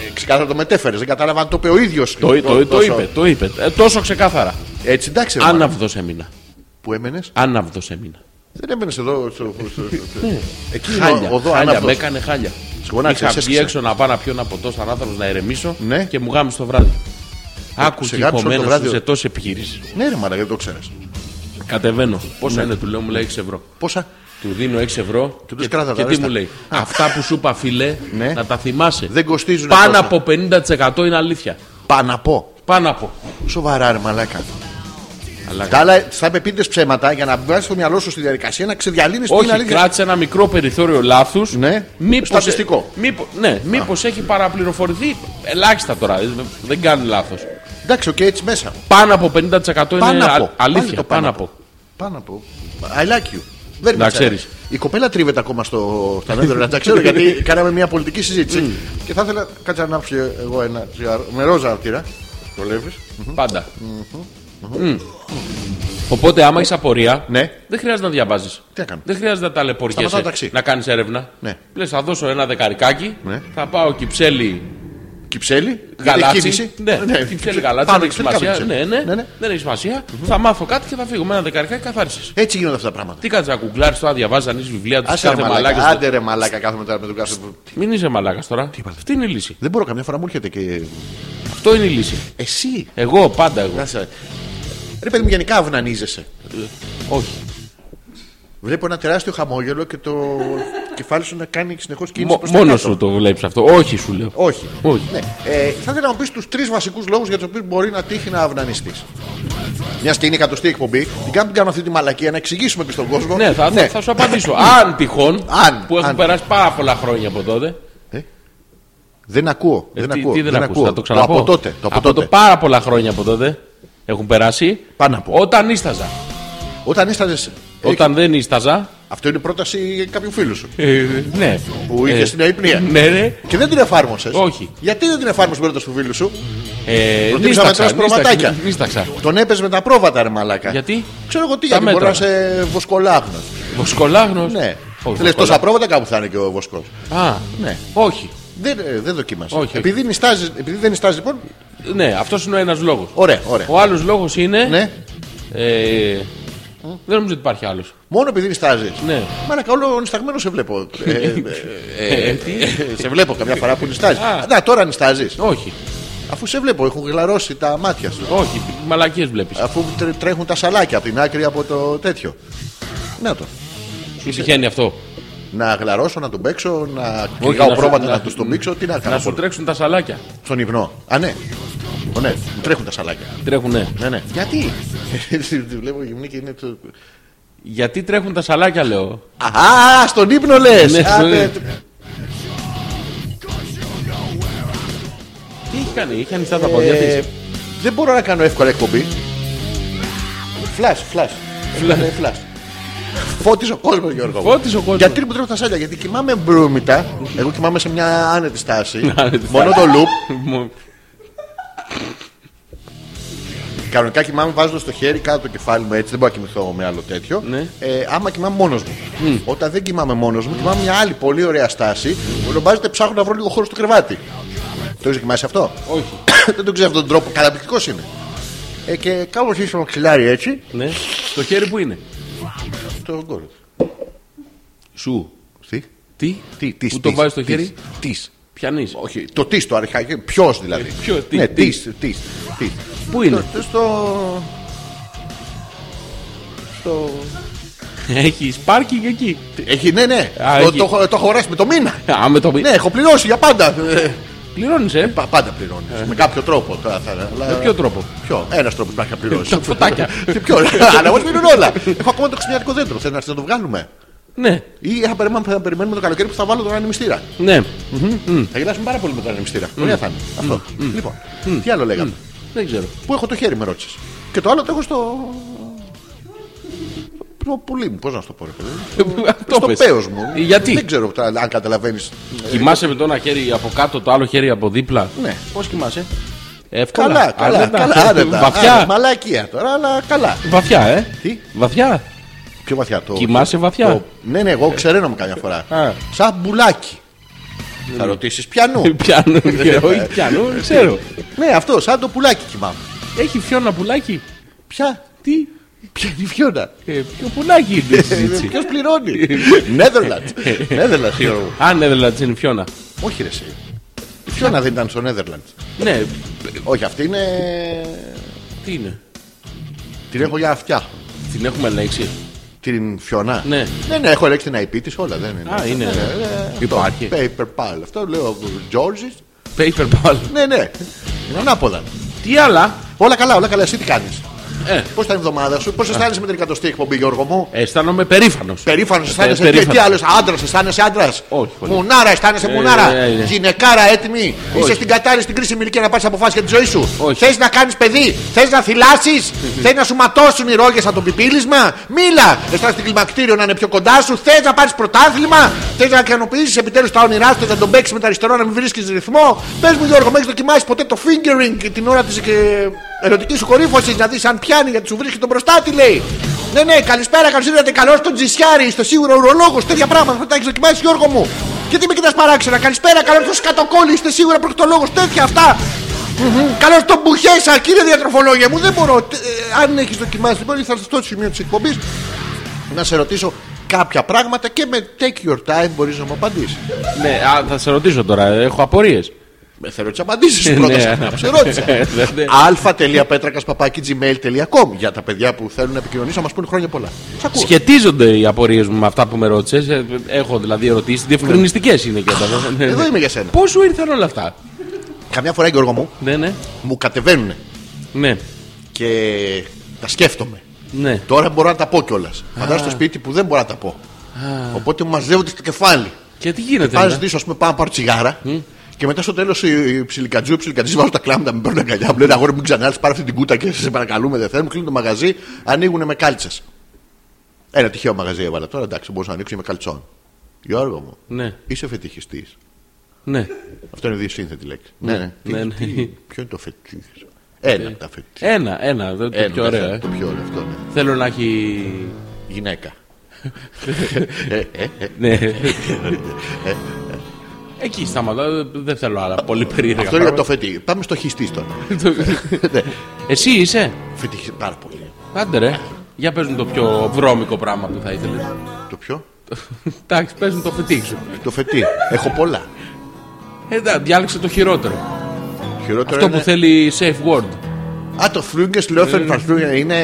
[SPEAKER 3] Ε, Ξεκάθαρα το μετέφερες. Δεν κατάλαβα αν το είπε ο ίδιος.
[SPEAKER 4] Το, το, το, είπε, το είπε. Ε, τόσο ξεκάθαρα.
[SPEAKER 3] Έτσι εντάξει. ρε, μάνα.
[SPEAKER 4] Άναυδος έμεινα.
[SPEAKER 3] Που έμενες.
[SPEAKER 4] Άναυδος έμεινα.
[SPEAKER 3] Δεν έμενες εδώ. στο- στο- στο- στο- Εκεί είναι
[SPEAKER 4] Ναι. Χάλια.
[SPEAKER 3] ο- οδό
[SPEAKER 4] χάλια.
[SPEAKER 3] άναυδος.
[SPEAKER 4] Με έκανε χάλια.
[SPEAKER 3] Συγγνώμη,
[SPEAKER 4] Είχα
[SPEAKER 3] σε
[SPEAKER 4] βγει
[SPEAKER 3] έσκυψε.
[SPEAKER 4] έξω να πάω να πιω ένα ποτό σαν άνθρωπο να ηρεμήσω
[SPEAKER 3] Ναι.
[SPEAKER 4] και μου γάμισε το βράδυ. Άκου
[SPEAKER 3] σε
[SPEAKER 4] και
[SPEAKER 3] γάμισε όλο το
[SPEAKER 4] κομμένος
[SPEAKER 3] βράδυ.
[SPEAKER 4] σε τόση επιχειρήσεις.
[SPEAKER 3] Ναι, ρε μάνα, δεν το ξέρεις.
[SPEAKER 4] Κατεβαίνω. Πόσα είναι, του λέω, μου λέει 6 ευρώ.
[SPEAKER 3] Πόσα.
[SPEAKER 4] Του δίνω 6 ευρώ
[SPEAKER 3] τους κράτα τα
[SPEAKER 4] τι
[SPEAKER 3] ρέστα.
[SPEAKER 4] μου λέει. Αυτά που σου είπα, φίλε,
[SPEAKER 3] Ναι.
[SPEAKER 4] να τα θυμάσαι.
[SPEAKER 3] Δεν κοστίζουν
[SPEAKER 4] Πάνω
[SPEAKER 3] τόσο.
[SPEAKER 4] από 50% είναι αλήθεια.
[SPEAKER 3] Πάνω από.
[SPEAKER 4] Πάνω από.
[SPEAKER 3] Σοβαρά, ρε μαλάκα.
[SPEAKER 4] Αλλά
[SPEAKER 3] Τα άλλα θα είπε πείτε ψέματα για να βγάλει το μυαλό σου στη διαδικασία να ξεδιαλύνεις την
[SPEAKER 4] όχι,
[SPEAKER 3] αλήθεια.
[SPEAKER 4] κράτησε ένα μικρό περιθώριο λάθους.
[SPEAKER 3] Ναι. Στατιστικό.
[SPEAKER 4] Μήπως ναι, μήπως έχει παραπληροφορηθεί ελάχιστα τώρα. ε, Δεν κάνει λάθος.
[SPEAKER 3] Εντάξει, οκ, έτσι μέσα.
[SPEAKER 4] Πάνω από 50% είναι
[SPEAKER 3] Πάνω από.
[SPEAKER 4] α- αλήθεια.
[SPEAKER 3] Πάλι το
[SPEAKER 4] πάνω από.
[SPEAKER 3] Πάνω από. I like you. Very
[SPEAKER 4] Να
[SPEAKER 3] much.
[SPEAKER 4] ξέρεις.
[SPEAKER 3] Η κοπέλα τρίβεται ακόμα στο στανέδρο, να τα ξέρω, γιατί κάναμε μια πολιτική συζήτηση.
[SPEAKER 4] Mm.
[SPEAKER 3] και θα ήθελα, κάτσε να ανάψω εγώ ένα τσιγάρο. Με ρόζα αρτήρα. Το βλέπεις.
[SPEAKER 4] Πάντα. Μμμ. Οπότε, άμα έχεις απορία,
[SPEAKER 3] Ναι.
[SPEAKER 4] δεν χρειάζεται να διαβάζεις.
[SPEAKER 3] Τι να κάνω.
[SPEAKER 4] Δεν χρειάζεται να ταλαιπωριέσαι
[SPEAKER 3] Σταματάω ταξί.
[SPEAKER 4] να κάνεις έρευνα.
[SPEAKER 3] Ναι.
[SPEAKER 4] Λες, θα δώσω ένα δεκαρικάκι,
[SPEAKER 3] Ναι.
[SPEAKER 4] θα πάω κυψέλη
[SPEAKER 3] Κυψέλη.
[SPEAKER 4] γαλάτσι. Ναι, κυψέλη γαλάτσι. Δεν έχει
[SPEAKER 3] Πάνω,
[SPEAKER 4] σημασία.
[SPEAKER 3] κυψέλη,
[SPEAKER 4] Ναι, ναι,
[SPEAKER 3] ναι, ναι.
[SPEAKER 4] Δεν έχει σημασία. Θα μάθω κάτι και θα φύγω με ένα δεκαρικάκι καθάρισες.
[SPEAKER 3] Έτσι γίνονται αυτά τα πράγματα.
[SPEAKER 4] Τι κάτσε να κουκλάρει τώρα, διαβάζεις, ανοίγεις βιβλία τους
[SPEAKER 3] Άσε ρε
[SPEAKER 4] κάθε
[SPEAKER 3] μαλάκα.
[SPEAKER 4] μαλάκα.
[SPEAKER 3] Άντε ρε μαλάκα, κάθομαι τώρα με τον κάστρο.
[SPEAKER 4] Μην είσαι μαλάκας τώρα. Αυτή είναι η λύση.
[SPEAKER 3] Δεν μπορώ καμιά φορά μου έρχεται και.
[SPEAKER 4] Αυτό είναι η λύση.
[SPEAKER 3] Εσύ.
[SPEAKER 4] Εγώ πάντα εγώ.
[SPEAKER 3] Να σε- Ρε παιδί μου, γενικά αυνανίζεσαι.
[SPEAKER 4] Όχι.
[SPEAKER 3] Βλέπω ένα τεράστιο χαμόγελο και το κεφάλι σου να κάνει συνεχώς κίνηση.
[SPEAKER 4] Μο-
[SPEAKER 3] προς τα
[SPEAKER 4] Μόνος
[SPEAKER 3] κάτω.
[SPEAKER 4] σου το βλέπεις αυτό. Όχι, σου λέω.
[SPEAKER 3] Όχι.
[SPEAKER 4] Όχι.
[SPEAKER 3] Ναι. Ε, θα ήθελα να μου πεις τους τρεις βασικούς λόγους για τους οποίους μπορεί να τύχει να αυνανιστείς. Μια και είναι η εκατοστή εκπομπή, την κάνουμε, την κάνουμε αυτή τη μαλακία να εξηγήσουμε και στον κόσμο.
[SPEAKER 4] Ναι, θα, θα σου απαντήσω. αν τυχόν,
[SPEAKER 3] Αν,
[SPEAKER 4] που έχουν
[SPEAKER 3] αν.
[SPEAKER 4] περάσει πάρα πολλά χρόνια από τότε.
[SPEAKER 3] Δεν ακούω.
[SPEAKER 4] Ε,
[SPEAKER 3] δεν
[SPEAKER 4] τι,
[SPEAKER 3] ακούω.
[SPEAKER 4] τι δεν,
[SPEAKER 3] δεν
[SPEAKER 4] ακούς,
[SPEAKER 3] ακούω.
[SPEAKER 4] θα το ξαναπώ.
[SPEAKER 3] από τότε. Το από, τότε.
[SPEAKER 4] το πάρα πολλά χρόνια από τότε έχουν περάσει.
[SPEAKER 3] Πάνω από.
[SPEAKER 4] Όταν ίσταζα.
[SPEAKER 3] Όταν έσταζε.
[SPEAKER 4] Όταν δεν ίσταζα.
[SPEAKER 3] Αυτό είναι πρόταση κάποιου φίλου σου.
[SPEAKER 4] ε, ναι.
[SPEAKER 3] Που είχες την αϊπνία.
[SPEAKER 4] Ναι, ναι.
[SPEAKER 3] Και δεν την εφάρμοσες.
[SPEAKER 4] Όχι.
[SPEAKER 3] Γιατί δεν την εφάρμοσες την πρόταση του φίλου σου.
[SPEAKER 4] Ε,
[SPEAKER 3] Προτίμησα να τρως προβατάκια.
[SPEAKER 4] Νίσταξα.
[SPEAKER 3] Τον έπαιζε με τα πρόβατα, ρε μαλάκα.
[SPEAKER 4] Γιατί?
[SPEAKER 3] Ξέρω εγώ τι,
[SPEAKER 4] Τα
[SPEAKER 3] γιατί μπορεί να
[SPEAKER 4] μέτρα.
[SPEAKER 3] είσαι βοσκολάγνος.
[SPEAKER 4] Βοσκολάγνος.
[SPEAKER 3] Ναι.
[SPEAKER 4] Όχι,
[SPEAKER 3] Λες τόσα
[SPEAKER 4] βοσκολά-
[SPEAKER 3] πρόβατα κάπου θα είναι και ο βοσκός.
[SPEAKER 4] Α,
[SPEAKER 3] Ναι.
[SPEAKER 4] όχι.
[SPEAKER 3] Δεν, ε, δεν δοκίμασε.
[SPEAKER 4] Όχι, όχι.
[SPEAKER 3] Επειδή, νιστάζεις- επειδή δεν νιστάζει, λοιπόν.
[SPEAKER 4] Ναι, αυτός είναι ο ένας λόγος.
[SPEAKER 3] Ωραία, ωραία.
[SPEAKER 4] Ο άλλος λόγος είναι.
[SPEAKER 3] Ναι.
[SPEAKER 4] Ε, δεν νομίζω ότι υπάρχει άλλος.
[SPEAKER 3] Μόνο επειδή νιστάζει.
[SPEAKER 4] Ναι.
[SPEAKER 3] Μαλάκα, όλο νισταγμένο σε βλέπω. Ε, ε,
[SPEAKER 4] Ε, τι?
[SPEAKER 3] ε, σε βλέπω καμιά φορά που νιστάζει.
[SPEAKER 4] Α.
[SPEAKER 3] Να, τώρα νιστάζεις.
[SPEAKER 4] όχι,
[SPEAKER 3] Αφού σε βλέπω, έχουν γλαρώσει τα μάτια σου.
[SPEAKER 4] όχι. Μαλακίες βλέπεις.
[SPEAKER 3] Αφού τρε- τρέχουν τα σαλάκια από την άκρη από το τέτοιο. Να το.
[SPEAKER 4] Σου τυχαίνει αυτό.
[SPEAKER 3] Να γλαρώσω, να τον παίξω, να κυνηγάω
[SPEAKER 4] να σου-
[SPEAKER 3] πρόβατα,
[SPEAKER 4] να-
[SPEAKER 3] να τους τον μίξω. Τι να
[SPEAKER 4] Να
[SPEAKER 3] κάνω.
[SPEAKER 4] σου
[SPEAKER 3] μόνο.
[SPEAKER 4] τρέξουν τα σαλάκια.
[SPEAKER 3] Στον ύπνο. Α, ναι. Ω, ναι, μου τρέχουν τα σαλάκια.
[SPEAKER 4] Τρέχουνε.
[SPEAKER 3] Ναι, ναι. Γιατί. Τη βλέπω γυμνή και είναι. το-
[SPEAKER 4] Γιατί τρέχουν τα σαλάκια, λέω.
[SPEAKER 3] Α, στον ύπνο λες!
[SPEAKER 4] Ναι, στον ύπνο. Τι έχει κάνει, είχε ανοιχτά τα πόδια τη.
[SPEAKER 3] ε, Δεν μπορώ να κάνω εύκολα εκπομπή. Φλάσ, φλάσ. Ναι, φλάσ. Φώτισε ο κόσμος, Γιώργο. μου.
[SPEAKER 4] Φώτισε ο κόσμος.
[SPEAKER 3] Γιατί μου τρέχουν τα σάλια, γιατί κοιμάμαι μπρούμητα. Εγώ κοιμάμαι σε μια άνετη στάση.
[SPEAKER 4] Άνετη
[SPEAKER 3] Μόνο το loop.
[SPEAKER 4] Μου-
[SPEAKER 3] Κανονικά κοιμάμαι βάζοντας το χέρι κάτω το κεφάλι μου έτσι, δεν μπορώ να κοιμηθώ με άλλο τέτοιο.
[SPEAKER 4] Ναι.
[SPEAKER 3] Ε, άμα κοιμάμαι μόνος μου. Όταν δεν κοιμάμαι μόνος μου, κοιμάμαι μια άλλη πολύ ωραία στάση που λομπάζεται ψάχνω να βρω λίγο χώρο στο κρεβάτι. Το έχεις δοκιμάσει αυτό.
[SPEAKER 4] Όχι.
[SPEAKER 3] δεν το ξέρω αυτόν τον τρόπο, καταπληκτικός είναι. Ε, και κάπω είσαι με ξυλάρι έτσι,
[SPEAKER 4] Ναι. Το χέρι που είναι.
[SPEAKER 3] το γκολ.
[SPEAKER 4] Σου.
[SPEAKER 3] Τι,
[SPEAKER 4] Τι.
[SPEAKER 3] τι,
[SPEAKER 4] Που το βάζεις στο χέρι.
[SPEAKER 3] Τις.
[SPEAKER 4] Πιανείς.
[SPEAKER 3] Όχι, το τις το αρχαϊκό. Ποιος δηλαδή.
[SPEAKER 4] ποιο, Ε, τι,
[SPEAKER 3] ναι,
[SPEAKER 4] τι. Ναι.
[SPEAKER 3] τις, τις, τις.
[SPEAKER 4] Πού είναι?
[SPEAKER 3] Το- το- στο. στο...
[SPEAKER 4] Έχει πάρκινγκ εκεί.
[SPEAKER 3] Έχει, ναι, ναι.
[SPEAKER 4] Α,
[SPEAKER 3] το,
[SPEAKER 4] έχει.
[SPEAKER 3] το, έχω- το έχω αγοράσει με το μήνα.
[SPEAKER 4] Α, με το μη.
[SPEAKER 3] ναι, έχω πληρώσει για πάντα. Ε,
[SPEAKER 4] Πληρώνεις, ε.
[SPEAKER 3] πα- πάντα πληρώνεις. Με κάποιο τρόπο τώρα θα. αλλά-
[SPEAKER 4] Με ποιο τρόπο.
[SPEAKER 3] Ποιο, ένας τρόπος να είχα πληρώσει.
[SPEAKER 4] Τα φωτάκια.
[SPEAKER 3] Τι πιο, αλλά εγώ πληρώνω όλα. Έχω ακόμα το ξυπνιάτικο δέντρο. Θέλω να έρθεις να το βγάλουμε.
[SPEAKER 4] Ναι,
[SPEAKER 3] Ή θα περιμένουμε, θα περιμένουμε το καλοκαίρι που θα βάλω τον ανεμιστήρα.
[SPEAKER 4] ναι.
[SPEAKER 3] Θα γελάσουμε πάρα πολύ με τον ανεμιστήρα. Ωραία θα είναι. Αυτό. Λοιπόν, τι άλλο λέγαμε.
[SPEAKER 4] Δεν ξέρω.
[SPEAKER 3] Πού έχω το χέρι με ρώτησες. Και το άλλο το έχω στο. Το πουλί μου, πώς να σου το πω. ρε παιδί.
[SPEAKER 4] Το
[SPEAKER 3] Ε, Στο
[SPEAKER 4] πες. Ε,
[SPEAKER 3] παίο μου.
[SPEAKER 4] Γιατί.
[SPEAKER 3] Δεν ξέρω τα- αν καταλαβαίνεις.
[SPEAKER 4] Κοιμάσαι με το ένα χέρι από κάτω, το άλλο χέρι από δίπλα.
[SPEAKER 3] Ναι.
[SPEAKER 4] Πώς κοιμάσαι. Εύκολα.
[SPEAKER 3] Καλά, καλά,
[SPEAKER 4] Άνετα.
[SPEAKER 3] καλά. Άνετα. Άνετα,
[SPEAKER 4] Βαθιά.
[SPEAKER 3] Μαλακία τώρα, αλλά καλά.
[SPEAKER 4] Βαθιά, ε.
[SPEAKER 3] Τι?
[SPEAKER 4] Βαθιά.
[SPEAKER 3] Πιο βαθιά το.
[SPEAKER 4] Κοιμάσαι βαθιά.
[SPEAKER 3] το- Ναι, ναι, εγώ ξεραίνομαι καμιά φορά.
[SPEAKER 4] Α. Ναι.
[SPEAKER 3] Σαν μπουλάκι. Θα ρωτήσεις πιανού.
[SPEAKER 4] Πιάνω. και Όχι, πιάνω. δεν Ε, Ξέρω.
[SPEAKER 3] ναι, αυτό, σαν το πουλάκι κοιμάμαι.
[SPEAKER 4] Έχει φιώνα πουλάκι.
[SPEAKER 3] Ποια,
[SPEAKER 4] Τι.
[SPEAKER 3] ποια είναι η Φιώνα.
[SPEAKER 4] Ε, Ποιο πουλάκι είναι η συζήτηση.
[SPEAKER 3] Ποιος πληρώνει. Νέδερλαντ. Νέδερλαντ, Γιώργο. μου.
[SPEAKER 4] Αν έδελα είναι φιώνα.
[SPEAKER 3] Όχι, ρε, εσύ. Η Φιώνα δεν ήταν στο Νέδερλαντ.
[SPEAKER 4] Ναι,
[SPEAKER 3] Όχι, αυτή είναι.
[SPEAKER 4] τι είναι.
[SPEAKER 3] Την έχω για αυτιά.
[SPEAKER 4] Την έχουμε ελέγξει.
[SPEAKER 3] Την Φιώνα.
[SPEAKER 4] Ναι.
[SPEAKER 3] ναι, ναι, έχω ελέγξει την IP της όλα. Δεν είναι.
[SPEAKER 4] Α, είναι. ε,
[SPEAKER 3] Ε,
[SPEAKER 4] Υπάρχει.
[SPEAKER 3] Paper pal. Αυτό λέω. George's.
[SPEAKER 4] Paper ball.
[SPEAKER 3] Ναι, ναι. Είναι ανάποδα.
[SPEAKER 4] Τι άλλα.
[SPEAKER 3] Όλα καλά, όλα καλά. Εσύ τι κάνεις.
[SPEAKER 4] Ε.
[SPEAKER 3] Πώς ήταν η εβδομάδα σου, πώς αισθάνεσαι με την εκατοστή εκπομπή, Γιώργο μου.
[SPEAKER 4] Αισθάνομαι περήφανος.
[SPEAKER 3] Περήφανος αισθάνεσαι.
[SPEAKER 4] Ε,
[SPEAKER 3] και
[SPEAKER 4] περήφανος.
[SPEAKER 3] τι άλλο, άντρας αισθάνεσαι άντρας.
[SPEAKER 4] Όχι, πολύ.
[SPEAKER 3] Μουνάρα αισθάνεσαι
[SPEAKER 4] Ε,
[SPEAKER 3] μουνάρα.
[SPEAKER 4] ε, ε, ε.
[SPEAKER 3] Γυναικάρα έτοιμη. Είσαι
[SPEAKER 4] Όχι.
[SPEAKER 3] στην κατάλληλη στην κρίσιμη ηλικία να πάρεις αποφάσεις για τη ζωή σου.
[SPEAKER 4] Όχι.
[SPEAKER 3] Θες να κάνεις παιδί, θες να θυλάσεις, θες να σου ματώσουν οι ρόγες από το πιπίλισμα. Μίλα, αισθάνεσαι την κλιμακτήριο να είναι πιο κοντά σου. Θες να πάρεις πρωτάθλημα, θες να ικανοποιήσεις επιτέλους τα όνειρά σου, θες να τον παίξεις με τα αριστερό να μην βρίσκεις ρυθμό. Πες μου, Γιώργο, έχεις δοκιμάσει ποτέ το fingering την ώρα της ερωτικής σου κορύφωσης να δεις αν πιάνει γιατί σου βρίσκει τον μπροστάτη, λέει. Ναι, ναι, καλησπέρα, καλώς ήρθατε. Καλό στον Τζισιάρη, στο σίγουρο ουρολόγος. Τέτοια πράγματα θα τα έχεις δοκιμάσει, Γιώργο μου. Και τι με κοιτάς παράξενα, καλησπέρα, καλώς στον Σκατοκόλλη, είστε σίγουρα προκτολόγος. Τέτοια αυτά. Καλώς τον Μπουχέσα, κύριε διατροφολόγια μου. Δεν μπορώ. Τε- ε, αν έχεις δοκιμάσει, λοιπόν, ήρθα στο σημείο της εκπομπής να σε ρωτήσω κάποια πράγματα και με take your time μπορείς να μου απαντήσεις.
[SPEAKER 4] Ναι, α, θα σε ρωτήσω τώρα. Έχω απορίες.
[SPEAKER 3] Με θέλω τις απαντήσεις πρώτα
[SPEAKER 4] Ναι.
[SPEAKER 3] σε αυτά που σε ρώτησα.
[SPEAKER 4] Ε, ναι, ναι.
[SPEAKER 3] αλφα.πέτρακα.gmail.com για τα παιδιά που θέλουν να επικοινωνήσουν να μας πούνε χρόνια πολλά. Σ' ακούω.
[SPEAKER 4] Σχετίζονται οι απορίες μου με αυτά που με ρώτησες. Έχω δηλαδή ερωτήσεις. Διευκρινιστικές είναι και αυτά. Ναι, ναι.
[SPEAKER 3] Εδώ είμαι για σένα.
[SPEAKER 4] Πώς σου ήρθαν όλα αυτά.
[SPEAKER 3] Καμιά φορά, Γιώργο μου,
[SPEAKER 4] Ναι, ναι.
[SPEAKER 3] μου κατεβαίνουν
[SPEAKER 4] Ναι,
[SPEAKER 3] και τα σκέφτομαι.
[SPEAKER 4] ναι.
[SPEAKER 3] Τώρα μπορώ να τα πω κιόλας. Φαντάζομαι στο σπίτι που δεν μπορώ να τα πω. Οπότε μου μαζεύονται στο κεφάλι.
[SPEAKER 4] Και τι γίνεται.
[SPEAKER 3] Πάω να
[SPEAKER 4] ναι.
[SPEAKER 3] ζητήσω, ας πούμε, πάω να πάρω τσιγάρα. Και μετά στο τέλος οι ψιλικατζού, οι ψιλικατζή βάζουν τα κλάματα, με παίρνουν αγκαλιά. Μου λένε Αγόρι, μην ξανάρθει, πάρε αυτή την κούτα και σε παρακαλούμε, δεν θέλουμε. Κλείνουν το μαγαζί, ανοίγουν με κάλτσες. Ένα τυχαίο μαγαζί έβαλα τώρα, εντάξει, μπορούσα να ανοίξω με καλτσόν. Γιώργο μου,
[SPEAKER 4] Ναι,
[SPEAKER 3] είσαι φετιχιστής.
[SPEAKER 4] ναι.
[SPEAKER 3] Αυτό είναι δύο σύνθετη λέξη. Ναι, ναι. Τι-
[SPEAKER 4] ναι, ναι.
[SPEAKER 3] τι- Ποιο είναι το φετιχ. Ένα από τα φετιχ.
[SPEAKER 4] Ένα, ένα. Το, το
[SPEAKER 3] Ένα,
[SPEAKER 4] πιο
[SPEAKER 3] δεν
[SPEAKER 4] ωραίο.
[SPEAKER 3] θέλω,
[SPEAKER 4] ε.
[SPEAKER 3] Το πιο ωραίο αυτό, ναι.
[SPEAKER 4] Θέλω να έχει.
[SPEAKER 3] Γυναίκα. Ε, ε, ε.
[SPEAKER 4] Ναι. Εκεί σταματάω. Δεν θέλω άλλα πολύ περίεργα.
[SPEAKER 3] Αυτό είναι το
[SPEAKER 4] πράγματα.
[SPEAKER 3] φετιχ. Πάμε στο χιστής τώρα. Ναι.
[SPEAKER 4] Εσύ είσαι.
[SPEAKER 3] Φετιχ πάρα πολύ.
[SPEAKER 4] Άντε ρε. Για πες μου το πιο βρώμικο πράγμα που θα ήθελες.
[SPEAKER 3] Το πιο.
[SPEAKER 4] Εντάξει, πες μου το φετίχ σου.
[SPEAKER 3] Το φετί. Έχω πολλά.
[SPEAKER 4] Ε, εντάξει, διάλεξε το χειρότερο.
[SPEAKER 3] Χειρότερο
[SPEAKER 4] Αυτό
[SPEAKER 3] είναι... ναι.
[SPEAKER 4] που θέλει safe word.
[SPEAKER 3] Α, το Φλούγκε Λόφερ Φαρφλούγκε είναι.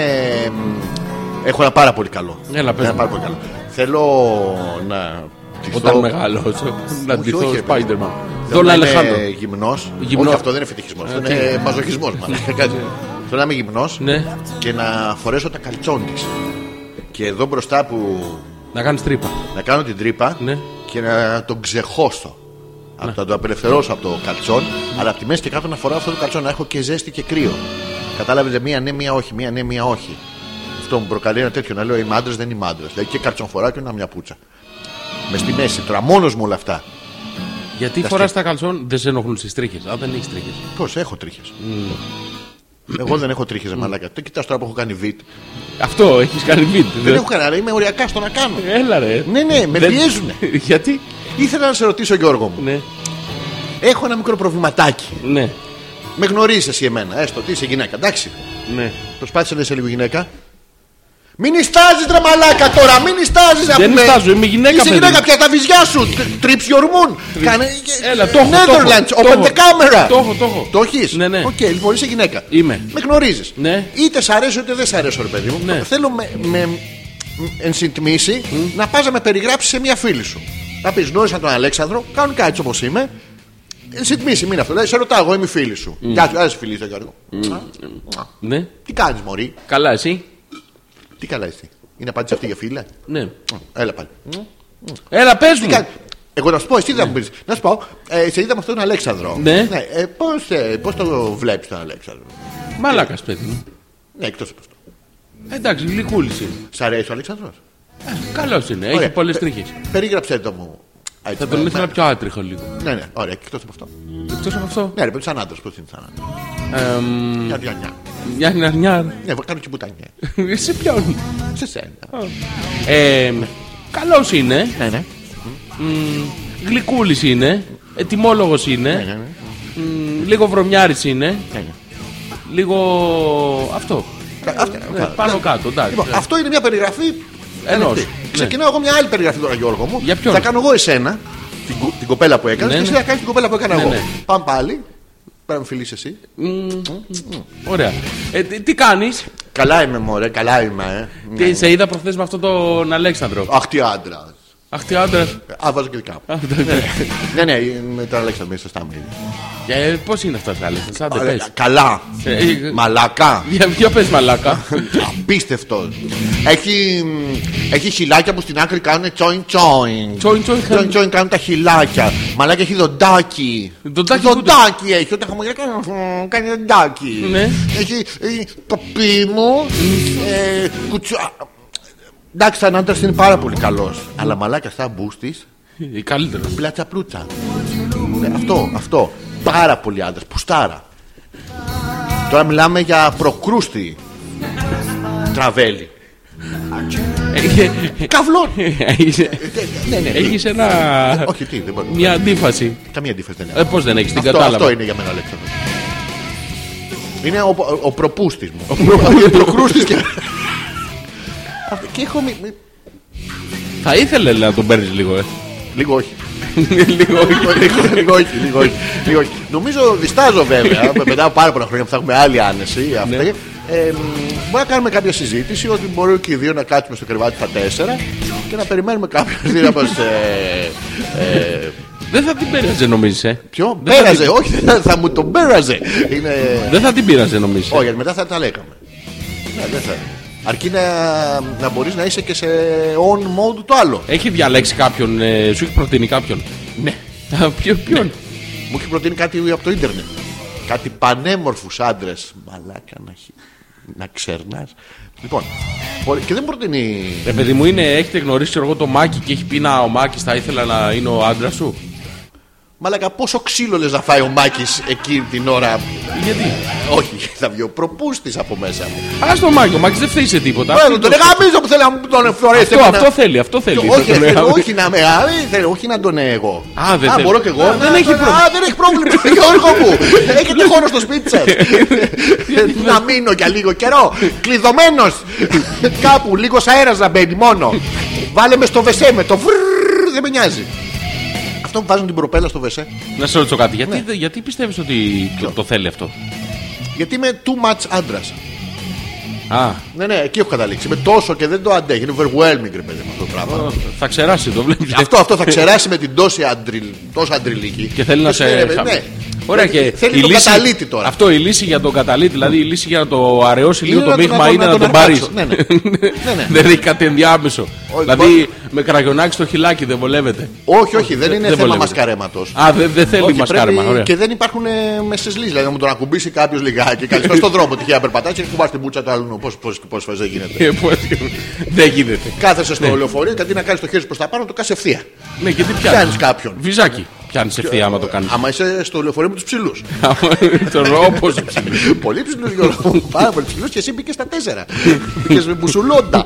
[SPEAKER 3] Έχω ένα πάρα πολύ καλό.
[SPEAKER 4] Έλα, πες
[SPEAKER 3] Ένα
[SPEAKER 4] μου.
[SPEAKER 3] πάρα πολύ καλό. Θέλω να. ντυθώ-
[SPEAKER 4] Όταν μεγαλώσω. Να
[SPEAKER 3] Όχι,
[SPEAKER 4] ντυθώ
[SPEAKER 3] όχι, ρε παιδί.
[SPEAKER 4] Spider-Man.
[SPEAKER 3] Θέλω
[SPEAKER 4] Τον
[SPEAKER 3] να
[SPEAKER 4] Αλεχάνδρο.
[SPEAKER 3] είμαι γυμνό.
[SPEAKER 4] Γυμνός.
[SPEAKER 3] Όχι, αυτό δεν είναι φετιχισμό. Αυτό
[SPEAKER 4] τι
[SPEAKER 3] είναι μαζοχισμό. Θέλω να είμαι γυμνός
[SPEAKER 4] Ναι.
[SPEAKER 3] και να φορέσω τα καλτσόν της. Και εδώ μπροστά που.
[SPEAKER 4] Να κάνεις τρύπα.
[SPEAKER 3] να κάνω την τρύπα
[SPEAKER 4] Ναι.
[SPEAKER 3] και να τον ξεχώσω. Από, να το απελευθερώσω από το καλτσόν, αλλά από τη μέση και κάτω να φοράω αυτό το καλτσόν, να έχω και ζέστη και κρύο. Κατάλαβες μία ναι, μία όχι, μία ναι, μία όχι. Αυτό μου προκαλεί ένα τέτοιο να λέω: Είμαι άντρας, δεν είμαι άντρας. Δηλαδή και καλτσόν φοράω και να μια πουτσα. Με στη μέση, τώρα μόνος μου όλα αυτά.
[SPEAKER 4] Γιατί
[SPEAKER 3] Τα
[SPEAKER 4] φοράς τα καλσόν, δεν σε ενοχλούν στις τρίχες. Αν δεν έχεις τρίχες.
[SPEAKER 3] Πώς έχω τρίχες. Εγώ δεν έχω τρίχες, μαλάκα. Το κοιτάς τώρα που έχω κάνει βιτ.
[SPEAKER 4] Αυτό έχεις κάνει beat.
[SPEAKER 3] Δεν έχω κάνει, αλλά είμαι οριακά στο να κάνω.
[SPEAKER 4] Έλα ρε.
[SPEAKER 3] Ναι, ναι, με
[SPEAKER 4] Δεν-
[SPEAKER 3] πιέζουνε.
[SPEAKER 4] Γιατί.
[SPEAKER 3] Ήθελα να σε ρωτήσω, Γιώργο μου.
[SPEAKER 4] Ναι.
[SPEAKER 3] Έχω ένα μικρό προβληματάκι.
[SPEAKER 4] Ναι.
[SPEAKER 3] Με γνωρίζεις εσύ εμένα, έστω ότι είσαι γυναίκα, εντάξει.
[SPEAKER 4] Ναι.
[SPEAKER 3] Προσπάθησε να είσαι λίγο γυναίκα. Μην ιστάζει ρε μαλάκα τώρα, μην ιστάζει
[SPEAKER 4] Δεν νιστάζω, είμαι γυναίκα,
[SPEAKER 3] Είσαι
[SPEAKER 4] παιδί
[SPEAKER 3] γυναίκα
[SPEAKER 4] μου.
[SPEAKER 3] πια τα βυζιά σου. Tr- Trips your moon. Κάνε.
[SPEAKER 4] Έλα, το έχω, το έχω,
[SPEAKER 3] Netherlands,
[SPEAKER 4] το
[SPEAKER 3] open
[SPEAKER 4] έχω.
[SPEAKER 3] the camera.
[SPEAKER 4] Το έχω, το έχω.
[SPEAKER 3] Το έχεις?
[SPEAKER 4] Ναι, ναι.
[SPEAKER 3] Οκ, λοιπόν είσαι γυναίκα.
[SPEAKER 4] Είμαι.
[SPEAKER 3] Με γνωρίζεις.
[SPEAKER 4] Ναι.
[SPEAKER 3] Είτε σ' αρέσει είτε δεν σ' αρέσει, ρε παιδί μου.
[SPEAKER 4] Ναι.
[SPEAKER 3] Θέλω με, με εν συντμήσει να πας να με περιγράψεις σε μία φίλη σου. Να πεις γνώρισα τον Αλέξανδρο, κανονικά έτσι όπως είμαι. Εν συντμήσει, μην αυτό. Δηλαδή, σε ρωτάω, εγώ είμαι η φίλη σου. Γεια σου, άρεσε φίλη, Γιώργο. Μουα, μουα.
[SPEAKER 4] Ναι.
[SPEAKER 3] Τι κάνεις, Μωρή,
[SPEAKER 4] Καλά, εσύ.
[SPEAKER 3] τι καλά είσαι. Είναι απάντηση αυτή για φίλα.
[SPEAKER 4] Ναι.
[SPEAKER 3] Μουα, Έλα πάλι.
[SPEAKER 4] Έλα, πες
[SPEAKER 3] Τι
[SPEAKER 4] μου.
[SPEAKER 3] κα- Εγώ να σου πω, εσύ δεν θα μου πεις. Να σου πω, ε, σε είδα με αυτόν τον Αλέξανδρο.
[SPEAKER 4] Ναι.
[SPEAKER 3] ε, Πώς ε, πώς το βλέπεις τον Αλέξανδρο.
[SPEAKER 4] Μαλάκας, παιδί μου.
[SPEAKER 3] Ναι, εκτός από αυτό.
[SPEAKER 4] Εντάξει, γλυκούλη είναι.
[SPEAKER 3] Σ' αρέσει ο Αλέξανδρος.
[SPEAKER 4] Καλός είναι, έχει
[SPEAKER 3] Ωραία. Ε,
[SPEAKER 4] πολλές
[SPEAKER 3] Πε-
[SPEAKER 4] τρίχες.
[SPEAKER 3] Περίγραψέ το μου. Έτσι,
[SPEAKER 4] Θα
[SPEAKER 3] με-
[SPEAKER 4] τον ήθελα
[SPEAKER 3] με-
[SPEAKER 4] πιο άτριχο λίγο.
[SPEAKER 3] Ναι, ναι, ωραία, εκτός από αυτό.
[SPEAKER 4] Εκτός από αυτό.
[SPEAKER 3] Ναι, ρε παιδί, σαν άντρας, πώς είναι σαν άντρας.
[SPEAKER 4] εμ,
[SPEAKER 3] Μια δυο νιά.
[SPEAKER 4] Μια νιαρνιά.
[SPEAKER 3] Ναι, βα- κάνω και μπουτάνια.
[SPEAKER 4] Σε ποιον.
[SPEAKER 3] Σε σένα.
[SPEAKER 4] Καλός είναι.
[SPEAKER 3] Ναι, ναι.
[SPEAKER 4] Γλυκούλης είναι. Ετοιμόλογος
[SPEAKER 3] ναι, ναι,
[SPEAKER 4] είναι.
[SPEAKER 3] ναι,
[SPEAKER 4] μ, Λίγο βρωμιάρης είναι.
[SPEAKER 3] ναι.
[SPEAKER 4] Λίγο. Αυτό.
[SPEAKER 3] Κα- αυτά,
[SPEAKER 4] Ναι,
[SPEAKER 3] αυτά.
[SPEAKER 4] Πάνω κάτω, εντάξει.
[SPEAKER 3] Λοιπόν, αυτό είναι μια περιγραφή
[SPEAKER 4] Ναι. Ενός.
[SPEAKER 3] ανοιχτή.
[SPEAKER 4] Ναι.
[SPEAKER 3] Ξεκινάω εγώ μια άλλη περιγραφή τώρα, Γιώργο μου.
[SPEAKER 4] Για ποιον?
[SPEAKER 3] Θα κάνω εγώ εσένα, την, κο- την κοπέλα που έκανες,
[SPEAKER 4] Ναι,
[SPEAKER 3] και εσύ
[SPEAKER 4] ναι.
[SPEAKER 3] θα κάνεις την κοπέλα που έκανα
[SPEAKER 4] Ναι,
[SPEAKER 3] εγώ.
[SPEAKER 4] ναι.
[SPEAKER 3] Πάμε πάλι. Πρέπει να με φιλήσει εσύ.
[SPEAKER 4] Ωραία. Ε, τι- Τι κάνεις,
[SPEAKER 3] Καλά είμαι, μωρέ, καλά είμαι. Ε. Ναι.
[SPEAKER 4] σε είδα προχθές με αυτόν τον Αλέξανδρο.
[SPEAKER 3] Αχ, τι άντρα.
[SPEAKER 4] Αχ, τι άντρα.
[SPEAKER 3] Α, βάζω και δικά μου. ναι, ναι, με τον Αλέξανδρο, σωστά με είδες.
[SPEAKER 4] Πώ Ε, είναι αυτά τα Αλέξανδρα, άντε
[SPEAKER 3] Ωραία,
[SPEAKER 4] πες.
[SPEAKER 3] Καλά.
[SPEAKER 4] Ε, ε,
[SPEAKER 3] Μαλακά.
[SPEAKER 4] Για, για πες μαλάκα.
[SPEAKER 3] Απίστευτο. Έχει, μ, έχει χιλάκια που στην άκρη κάνουν τσόιν τσόιν.
[SPEAKER 4] Τσόιν, τσόιν,
[SPEAKER 3] τσόιν, τσόιν κάνουν τα χιλάκια. Μαλάκα έχει δοντάκι.
[SPEAKER 4] Δοντάκι
[SPEAKER 3] δοντάκι έχει. Όταν χαμογελάει κάνει, φου, κάνει δοντάκι.
[SPEAKER 4] Ναι.
[SPEAKER 3] Έχει ε, το πι μου. Ε, κουτσου... α, Εντάξει, σαν άντρας είναι πάρα πολύ καλός. Αλλά μαλάκα στα μπούστη,
[SPEAKER 4] Ε, Καλύτερος.
[SPEAKER 3] πλάτσα πλούτσα. Ναι, αυτό, αυτό. Πάρα πολύ άντρας. Πουστάρα. Τώρα μιλάμε για προκρούστη. Τραβέλι.
[SPEAKER 4] Ε,
[SPEAKER 3] Καβλόν. Ε,
[SPEAKER 4] Έχεις ένα.
[SPEAKER 3] Όχι, τι, δεν μπορεί.
[SPEAKER 4] Ναι, Μια αντίφαση.
[SPEAKER 3] Καμία αντίφαση δεν
[SPEAKER 4] Ε,
[SPEAKER 3] έχω.
[SPEAKER 4] Πώς δεν έχεις, την
[SPEAKER 3] Αυτό, αυτό
[SPEAKER 4] κατάλαβα.
[SPEAKER 3] είναι για μένα ο Αλέξανδρος. Είναι ο, ο, ο προπούστης μου. Ο προκρούστη και. Αυτό- και έχω. μη- μη-
[SPEAKER 4] Θα ήθελε λέει, να τον παίρνεις λίγο, ε.
[SPEAKER 3] Λίγο όχι.
[SPEAKER 4] Λίγο.
[SPEAKER 3] λίγο, λίγο όχι, λίγο όχι, λίγο όχι. Νομίζω διστάζω βέβαια με- μετά από πάρα πολλά χρόνια που θα έχουμε άλλη άνεση. Αυτά.
[SPEAKER 4] Ναι.
[SPEAKER 3] Ε, μ, μπορεί να κάνουμε κάποια συζήτηση ότι μπορεί και οι δύο να κάτσουμε στο κρεβάτι τα τέσσερα και να περιμένουμε κάποιον δύο να μας, ε, ε,
[SPEAKER 4] Δεν θα την πέραζε, νομίζεις, ε.
[SPEAKER 3] Ποιο?
[SPEAKER 4] Δεν θα
[SPEAKER 3] πέραζε,
[SPEAKER 4] την-
[SPEAKER 3] όχι, θα, θα μου τον πέραζε. Είναι...
[SPEAKER 4] Δεν θα την ε. πήραζε, νομίζει.
[SPEAKER 3] όχι, γιατί μετά θα τα λέγαμε. Ναι, δεν θα. Αρκεί να, να μπορείς να είσαι και σε on mode το άλλο.
[SPEAKER 4] Έχει διαλέξει κάποιον, ε, σου έχει προτείνει κάποιον.
[SPEAKER 3] Ναι.
[SPEAKER 4] Α, ποιο- Ποιον.
[SPEAKER 3] Μου έχει προτείνει κάτι από το ίντερνετ. Κάτι πανέμορφους άντρες. Μαλάκα να, χει- να ξερνάς. Λοιπόν, πολύ- και δεν μου προτείνει.
[SPEAKER 4] Ρε Ε, παιδί μου, είναι, έχετε γνωρίσει εγώ το Μάκη και έχει πει να ο Μάκης θα ήθελα να είναι ο άντρας σου.
[SPEAKER 3] Μαλάκα, πόσο ξύλο λες να φάει ο Μάκης εκείνη την ώρα.
[SPEAKER 4] Γιατί.
[SPEAKER 3] Όχι, θα βγει ο προπούστης από μέσα μου.
[SPEAKER 4] Ας το Μάκη, ο Μάκης δεν φταίει σε τίποτα.
[SPEAKER 3] Μάλλον τον εγαμίζω που θέλει να μου τον φορέσει.
[SPEAKER 4] Αυτό, αυτό θέλει, αυτό θέλει.
[SPEAKER 3] Όχι,
[SPEAKER 4] Δεν τον
[SPEAKER 3] θέλω,
[SPEAKER 4] έχω.
[SPEAKER 3] όχι να με α, δεν θέλω, όχι να τον εγώ.
[SPEAKER 4] Α, δεν θέλω.
[SPEAKER 3] μπορώ και εγώ.
[SPEAKER 4] Α, δεν
[SPEAKER 3] Να-
[SPEAKER 4] έχει
[SPEAKER 3] να-
[SPEAKER 4] πρόβλημα.
[SPEAKER 3] Α, δεν έχει πρόβλημα, Γιώργο μου. Έχετε χώρο στο σπίτι σας. να μείνω για λίγο καιρό. Κλειδωμένος. Κάπου λίγος αέρας να μπαίνει μόνο. Βάλε με στο βεσέ με το βρρρρ, δεν με νοιάζει. Αυτό που βάζουν την προπέλα στο βεσέ.
[SPEAKER 4] Να σε ρωτήσω κάτι,
[SPEAKER 3] Ναι.
[SPEAKER 4] γιατί, δεν- γιατί πιστεύεις ότι το, το θέλει αυτό.
[SPEAKER 3] Γιατί είμαι too much άντρας.
[SPEAKER 4] Α,
[SPEAKER 3] Ναι, ναι, εκεί έχω καταλήξει. Είμαι τόσο και δεν το αντέχει. Είναι overwhelming, ρε παιδί μου αυτό το πράγμα.
[SPEAKER 4] θα ξεράσει το βλέπεις.
[SPEAKER 3] αυτό, αυτό θα ξεράσει με την τόση αντριλ, τόσο αντριλική.
[SPEAKER 4] Και θέλει να
[SPEAKER 3] Και
[SPEAKER 4] σε.
[SPEAKER 3] ρε,
[SPEAKER 4] χαμ-
[SPEAKER 3] ναι.
[SPEAKER 4] Ωραία
[SPEAKER 3] Θέλει-
[SPEAKER 4] και
[SPEAKER 3] θέλει
[SPEAKER 4] η
[SPEAKER 3] τον καταλήτη τώρα.
[SPEAKER 4] Αυτό η λύση για τον καταλήτη, δηλαδή η λύση για να το αραιώσει λίγο
[SPEAKER 3] Είναι
[SPEAKER 4] το
[SPEAKER 3] να τον- να
[SPEAKER 4] μείγμα
[SPEAKER 3] τον-
[SPEAKER 4] είναι
[SPEAKER 3] να
[SPEAKER 4] να
[SPEAKER 3] τον
[SPEAKER 4] τον πάρεις.
[SPEAKER 3] αρπάξω. Ναι, ναι. Ναι, ναι.
[SPEAKER 4] Δεν έχει κάτι ενδιάμεσο.
[SPEAKER 3] Όχι,
[SPEAKER 4] Δηλαδή με κραγιονάκι στο χιλάκι δεν βολεύεται.
[SPEAKER 3] Όχι, όχι, δεν είναι
[SPEAKER 4] δεν
[SPEAKER 3] θέμα
[SPEAKER 4] βολεύεται.
[SPEAKER 3] μασκαρέματο.
[SPEAKER 4] Α, δεν δεν θέλει μασκάρμα. Ωραία.
[SPEAKER 3] Και δεν υπάρχουν μεσε λύσεις. Δηλαδή, να μου τον ακουμπήσει κάποιος λιγάκι. Καλησπέρα στον δρόμο, τυχαία περπατάς και κουμπάς την μπούτσα του άλλου. Πώς φορέ δεν γίνεται.
[SPEAKER 4] Ε, πώς- Δεν γίνεται.
[SPEAKER 3] Κάθεσαι στο λεωφορείο και αντί να κάνεις το χέρι προς τα πάνω, το κάνεις ευθεία.
[SPEAKER 4] Ναι, και τι
[SPEAKER 3] Πιάνει
[SPEAKER 4] πιάνει.
[SPEAKER 3] κάποιον.
[SPEAKER 4] Βυζάκι. Πιάνεις ευθεία άμα το κάνεις.
[SPEAKER 3] Άμα είσαι στο λεωφορείο με τους ψηλούς.
[SPEAKER 4] Τον ρόπο
[SPEAKER 3] ναι.
[SPEAKER 4] σου ψηλό.
[SPEAKER 3] πολύ ψηλούς, Γιώργο. μου, Πάρα πολύ ψηλούς και εσύ μπήκες στα τέσσερα. Μπήκες με μπουσουλόντα.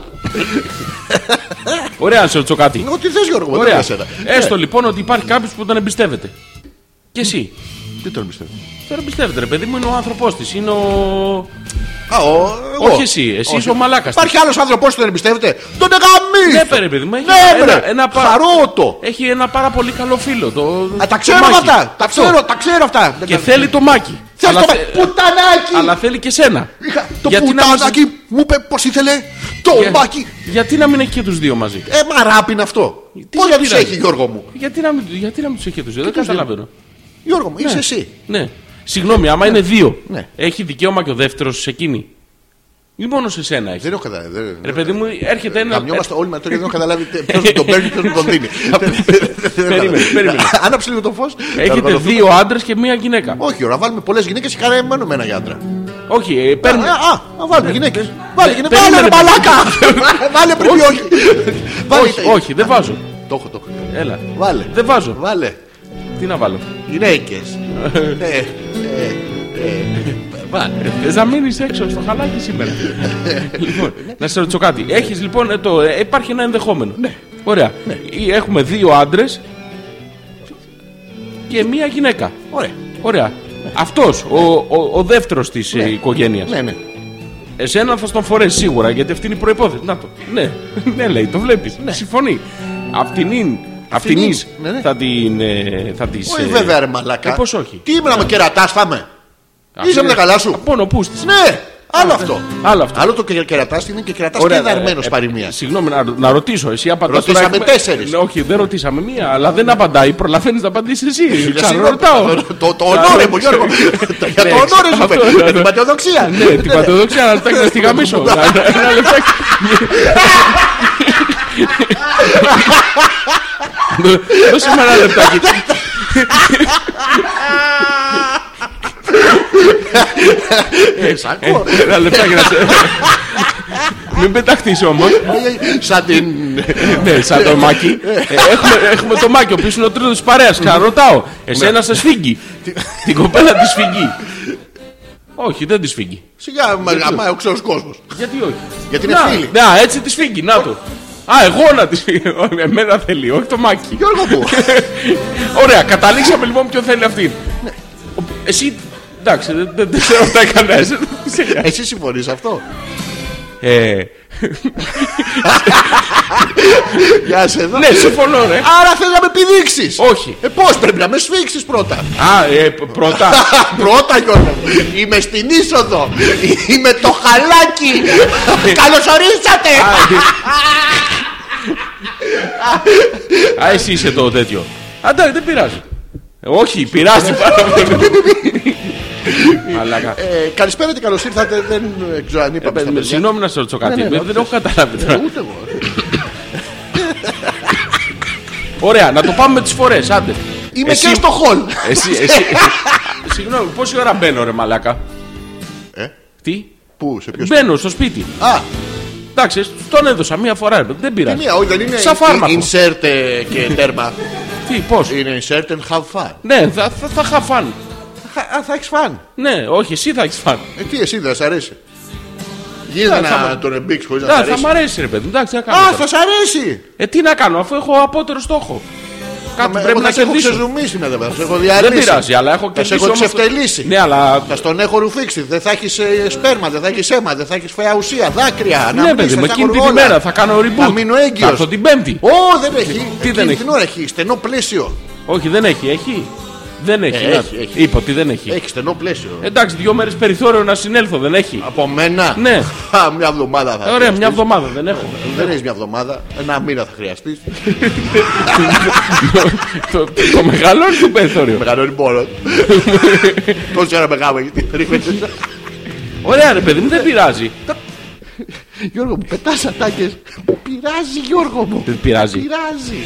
[SPEAKER 4] Ωραία, να σε ρωτήσω κάτι.
[SPEAKER 3] Ό,τι θες, Γιώργο, με τα
[SPEAKER 4] Ωραία.
[SPEAKER 3] τέσσερα.
[SPEAKER 4] Έστω λοιπόν ότι υπάρχει κάποιος που τον εμπιστεύεται. Και εσύ.
[SPEAKER 3] Ε, Τι τον πιστεύω.
[SPEAKER 4] Τώρα εμπιστεύεται, ρε παιδί μου, είναι ο άνθρωπός της. Είναι ο.
[SPEAKER 3] Α, ο- εγώ.
[SPEAKER 4] Όχι εσύ, εσύ είσαι ο μαλάκα.
[SPEAKER 3] Υπάρχει άλλος άνθρωπο που τον εμπιστεύεται. Τον εγαμί!
[SPEAKER 4] Ναι, παι, ρε παιδί μου, έχει
[SPEAKER 3] Ναι,
[SPEAKER 4] ένα-
[SPEAKER 3] μπρε.
[SPEAKER 4] ένα πα-
[SPEAKER 3] Χαρότο.
[SPEAKER 4] Έχει ένα πάρα πολύ καλό φίλο. Το...
[SPEAKER 3] Α, τα
[SPEAKER 4] το
[SPEAKER 3] ξέρω
[SPEAKER 4] Μάκη.
[SPEAKER 3] αυτά. Τα
[SPEAKER 4] Αυτό.
[SPEAKER 3] ξέρω, τα ξέρω αυτά.
[SPEAKER 4] Και θέλει το μάκι.
[SPEAKER 3] Θέλει
[SPEAKER 4] Αλλά
[SPEAKER 3] το
[SPEAKER 4] θε-
[SPEAKER 3] πουτανάκι!
[SPEAKER 4] Αλλά θέλει και σένα.
[SPEAKER 3] Είχα- Το
[SPEAKER 4] Γιατί να μας-
[SPEAKER 3] πουτανάκι μου είπε πώς ήθελε. Το
[SPEAKER 4] Για-
[SPEAKER 3] μπάκι.
[SPEAKER 4] Γιατί να μην έχει και τους δύο μαζί.
[SPEAKER 3] Ε, μαράπι είναι αυτό.
[SPEAKER 4] Τι
[SPEAKER 3] Πώς
[SPEAKER 4] σε
[SPEAKER 3] δεν του
[SPEAKER 4] πειράζει.
[SPEAKER 3] έχει, Γιώργο μου.
[SPEAKER 4] Γιατί να μην, γιατί να μην τους έχει και τους δύο, δεν
[SPEAKER 3] τους δύο.
[SPEAKER 4] καταλαβαίνω.
[SPEAKER 3] Γιώργο μου, είσαι εσύ.
[SPEAKER 4] Ναι. Συγγνώμη, άμα είναι δύο,
[SPEAKER 3] Ναι.
[SPEAKER 4] έχει δικαίωμα και ο δεύτερος σε εκείνη. Ή μόνο σε σένα έχει.
[SPEAKER 3] Δεν έχω καταλάβει. δεν-
[SPEAKER 4] Ρε παιδί μου, έρχεται ένα.
[SPEAKER 3] Γαμιόμαστε όλοι με το και δεν έχω καταλάβει ποιος τον παίρνει, ποιος τον δίνει.
[SPEAKER 4] Περίμενε, περίμενε.
[SPEAKER 3] Άναψε λίγο το φως.
[SPEAKER 4] Έχετε δύο άντρες και μία γυναίκα.
[SPEAKER 3] Όχι, ώρα, βάλουμε πολλές γυναίκες και χαρά μένουμε ένα άντρα.
[SPEAKER 4] Όχι, ε,
[SPEAKER 3] Α,
[SPEAKER 4] παίρνουμε.
[SPEAKER 3] α, α, βάλουμε γυναίκε. Βάλε γυναίκες. Βάλε
[SPEAKER 4] Ναι, περίμενε,
[SPEAKER 3] ρε
[SPEAKER 4] παιδί.
[SPEAKER 3] μαλάκα. Βάλε πριν όχι. Βάλε, ε,
[SPEAKER 4] Όχι, όχι, δεν βάζω.
[SPEAKER 3] Το έχω, το έχω.
[SPEAKER 4] Έλα.
[SPEAKER 3] Βάλε.
[SPEAKER 4] Δεν βάζω.
[SPEAKER 3] Βάλε. Ναι,
[SPEAKER 4] Τι να βάλω.
[SPEAKER 3] Γυναίκες.
[SPEAKER 4] Θε Ε, να μείνεις έξω στο χαλάκι σήμερα. λοιπόν, να σε ρωτήσω κάτι. Έχεις λοιπόν. ε, το, ε, υπάρχει ένα ενδεχόμενο.
[SPEAKER 3] Ναι.
[SPEAKER 4] Ωραία. Ή Έχουμε δύο άντρες και μία γυναίκα.
[SPEAKER 3] Ωραία.
[SPEAKER 4] Ωραία. Αυτός, ο, ο, ε, ο δεύτερος της
[SPEAKER 3] Ναι.
[SPEAKER 4] οικογένειας.
[SPEAKER 3] Ναι, ναι.
[SPEAKER 4] Εσένα θα τον φορέσεις σίγουρα γιατί αυτή είναι η προπόθεση. Να το. Ναι, ναι, λέει, το βλέπεις. Συμφωνεί. Απ' την ίν. Απ' την
[SPEAKER 3] ίν,
[SPEAKER 4] εις
[SPEAKER 3] ναι, ναι.
[SPEAKER 4] θα την. ε, θα της,
[SPEAKER 3] Όχι,
[SPEAKER 4] ε,
[SPEAKER 3] βέβαια, ρε μαλάκα.
[SPEAKER 4] ε, πώς όχι.
[SPEAKER 3] Τι ήμουν με κερατά, φάμε.
[SPEAKER 4] αυτή
[SPEAKER 3] Είσαι με
[SPEAKER 4] είναι-
[SPEAKER 3] τα καλά σου.
[SPEAKER 4] Α, Πόνο, πού στις.
[SPEAKER 3] Ναι, άλλο αυτό.
[SPEAKER 4] Άλλο αυτό.
[SPEAKER 3] Άλλο το κερατάς είναι και κερατάς και
[SPEAKER 4] Ωραία,
[SPEAKER 3] δαρμένο
[SPEAKER 4] ε, ε,
[SPEAKER 3] παροιμίας.
[SPEAKER 4] Συγγνώμη, να, να ρωτήσω. Εσύ απαντάς
[SPEAKER 3] Ρωτήσαμε
[SPEAKER 4] τώρα, έχουμε-
[SPEAKER 3] τέσσερις.
[SPEAKER 4] Ναι, όχι, δεν ρωτήσαμε μία, αλλά δεν απαντάει. Προλαβαίνεις να απαντήσεις εσύ.
[SPEAKER 3] συγγνώμη,
[SPEAKER 4] Ξαναρωτάω.
[SPEAKER 3] το- το ονόρε μου, Γιώργο. Το- για το ονόρε σου,
[SPEAKER 4] ναι. αυτό,
[SPEAKER 3] με-
[SPEAKER 4] ναι,
[SPEAKER 3] με την
[SPEAKER 4] ναι.
[SPEAKER 3] πατεοδοξία.
[SPEAKER 4] Ναι, την πατοδοξία να φτιάξει να τη γαμίσω.
[SPEAKER 3] Ναι.
[SPEAKER 4] Να- να- Ένα λεπτάκι. Δώ- Δώσε μου ένα λεπτάκι.
[SPEAKER 3] Ε, σ' ακούω.
[SPEAKER 4] Ένα λεπτάκι να σε. Μην πεταχτείς όμως
[SPEAKER 3] Σαν την.
[SPEAKER 4] Ναι, σαν το Μάκη. Ε, έχουμε, έχουμε το Μάκη, ο οποίος είναι ο τρίτος τη παρέα. Ξαναρωτάω.
[SPEAKER 3] Ναι.
[SPEAKER 4] Εσένα σε σφίγγει. Την κοπέλα τη σφίγγει. Όχι, δεν τη σφίγγει.
[SPEAKER 3] Σιγά, μα γαμάει ο ξένος κόσμος.
[SPEAKER 4] Γιατί όχι.
[SPEAKER 3] Γιατί είναι
[SPEAKER 4] Να,
[SPEAKER 3] φίλη.
[SPEAKER 4] Να, έτσι τη σφίγγει, να το. Α, εγώ να τη σφίγγει. Όχι, Εμένα θέλει, όχι το Μάκη.
[SPEAKER 3] Γιώργο μου.
[SPEAKER 4] Ωραία, καταλήξαμε λοιπόν ποιον θέλει αυτή.
[SPEAKER 3] Ναι.
[SPEAKER 4] Ο- Εσύ. Εντάξει, δεν δεν- δεν ξέρω αν τα έκανα. εσύ, δεν σε νοιάζει.
[SPEAKER 3] Εσύ συμφωνείς αυτό.
[SPEAKER 4] Ε,
[SPEAKER 3] Γεια σε εδώ.
[SPEAKER 4] Ναι, συμφωνώ, ρε.
[SPEAKER 3] Άρα θες να με πηδήξει.
[SPEAKER 4] Όχι.
[SPEAKER 3] Ε, Πώς πρέπει να με σφίξεις πρώτα.
[SPEAKER 4] Α, ε, π- πρώτα.
[SPEAKER 3] Πρώτα Γιώργο μου. Είμαι στην είσοδο. Είμαι το χαλάκι.
[SPEAKER 4] Ναι.
[SPEAKER 3] Καλωσορίσατε.
[SPEAKER 4] Α, εσύ είσαι το τέτοιο. Αντάξει, δεν πειράζει. Ε, Όχι, πειράζει πάρα πολύ. Μαλάκα.
[SPEAKER 3] Ε, Καλησπέρα και καλώς ήρθατε. Δεν ε, ξέρω αν
[SPEAKER 4] Ε,
[SPEAKER 3] είπαμε.
[SPEAKER 4] παιδί
[SPEAKER 3] στα
[SPEAKER 4] μου,
[SPEAKER 3] παιδιά.
[SPEAKER 4] Συγγνώμη να σε ρωτήσω κάτι.
[SPEAKER 3] Ναι, ναι,
[SPEAKER 4] Ε, Δεν έχω καταλάβει
[SPEAKER 3] Ε,
[SPEAKER 4] τώρα.
[SPEAKER 3] Ούτε εγώ.
[SPEAKER 4] Ωραία, να το πάμε με τις φορές, άντε.
[SPEAKER 3] Είμαι
[SPEAKER 4] Εσύ- Ε,
[SPEAKER 3] και στο χολ.
[SPEAKER 4] Εσύ, εσύ. Συγγνώμη, πόση ώρα μπαίνω, ρε Μαλάκα.
[SPEAKER 3] Ε?
[SPEAKER 4] Τι.
[SPEAKER 3] Πού, σε ποιο
[SPEAKER 4] Μπαίνω στο σπίτι.
[SPEAKER 3] Α,
[SPEAKER 4] Εντάξει, τον έδωσα μία φορά, ρε παιδί, δεν
[SPEAKER 3] τι
[SPEAKER 4] πειράζει.
[SPEAKER 3] μία, όχι, δεν είναι.
[SPEAKER 4] Σαν φάρμακο.
[SPEAKER 3] Insert ε, και τέρμα.
[SPEAKER 4] Τι, πώς.
[SPEAKER 3] Είναι insert and have fun.
[SPEAKER 4] Ναι, θα, θα, θα είχα φαν.
[SPEAKER 3] Α, θα έχεις fun.
[SPEAKER 4] Ναι, όχι, εσύ θα έχεις φαν.
[SPEAKER 3] Ε, τι εσύ δεν σ' αρέσει. Γίνεται
[SPEAKER 4] Ναι, θα
[SPEAKER 3] να
[SPEAKER 4] μ'
[SPEAKER 3] τον εμπίξει χωρίς να
[SPEAKER 4] Ναι,
[SPEAKER 3] σ'
[SPEAKER 4] θα μ'
[SPEAKER 3] αρέσει.
[SPEAKER 4] αρέσει, ρε παιδί. Εντάξει, τι να κάνω.
[SPEAKER 3] Α,
[SPEAKER 4] τώρα.
[SPEAKER 3] θα σ' αρέσει.
[SPEAKER 4] Ε, τι να κάνω, αφού έχω απότερο στόχο. Κάτι
[SPEAKER 3] Μα,
[SPEAKER 4] πρέπει
[SPEAKER 3] εγώ
[SPEAKER 4] να
[SPEAKER 3] θα σε έχω
[SPEAKER 4] κερδίσω.
[SPEAKER 3] ξεζουμίσει μετά. Θα σε έχω
[SPEAKER 4] Δεν
[SPEAKER 3] διαλύσει.
[SPEAKER 4] πειράζει, αλλά έχω
[SPEAKER 3] Θα σε
[SPEAKER 4] κερδίσει.
[SPEAKER 3] έχω
[SPEAKER 4] όμως το-
[SPEAKER 3] ξεφτελίσει.
[SPEAKER 4] Ναι, αλλά.
[SPEAKER 3] Θα στον έχω ρουφήξει. Δεν θα έχεις σπέρμα, δεν θα έχεις αίμα, δεν θα έχεις φαία ουσία, δάκρυα.
[SPEAKER 4] Ναι, παιδί, με εκείνη την ημέρα θα κάνω reboot.
[SPEAKER 3] Θα μείνω έγκυος.
[SPEAKER 4] Θα έρθω την Πέμπτη.
[SPEAKER 3] Ω, δεν έχει. Εκείνη
[SPEAKER 4] δεν έχει.
[SPEAKER 3] Την ώρα έχει στενό πλαίσιο.
[SPEAKER 4] Όχι, δεν έχει, έχει. Δεν έχει.
[SPEAKER 3] Ε,
[SPEAKER 4] να-
[SPEAKER 3] έχει, έχει.
[SPEAKER 4] Είπα ότι δεν έχει.
[SPEAKER 3] Έχει στενό πλαίσιο.
[SPEAKER 4] Εντάξει, δύο μέρες περιθώριο να συνέλθω, δεν έχει.
[SPEAKER 3] Από μένα.
[SPEAKER 4] Ναι.
[SPEAKER 3] Α, μια εβδομάδα θα
[SPEAKER 4] Ωραία,
[SPEAKER 3] χρειαστείς.
[SPEAKER 4] μια εβδομάδα δεν έχω.
[SPEAKER 3] Δεν έχεις μια εβδομάδα. Ένα μήνα θα χρειαστείς.
[SPEAKER 4] το, το, το μεγάλο είναι το περιθώριο.
[SPEAKER 3] Με κανόνι πόρο. Τόση ώρα μεγάλο γιατί ρίχνεται.
[SPEAKER 4] Ωραία, ρε παιδί μου, δεν πειράζει.
[SPEAKER 3] Γιώργο μου, πετάς ατάκες. Πειράζει, Γιώργο μου.
[SPEAKER 4] Δεν πειράζει.
[SPEAKER 3] Πειράζει.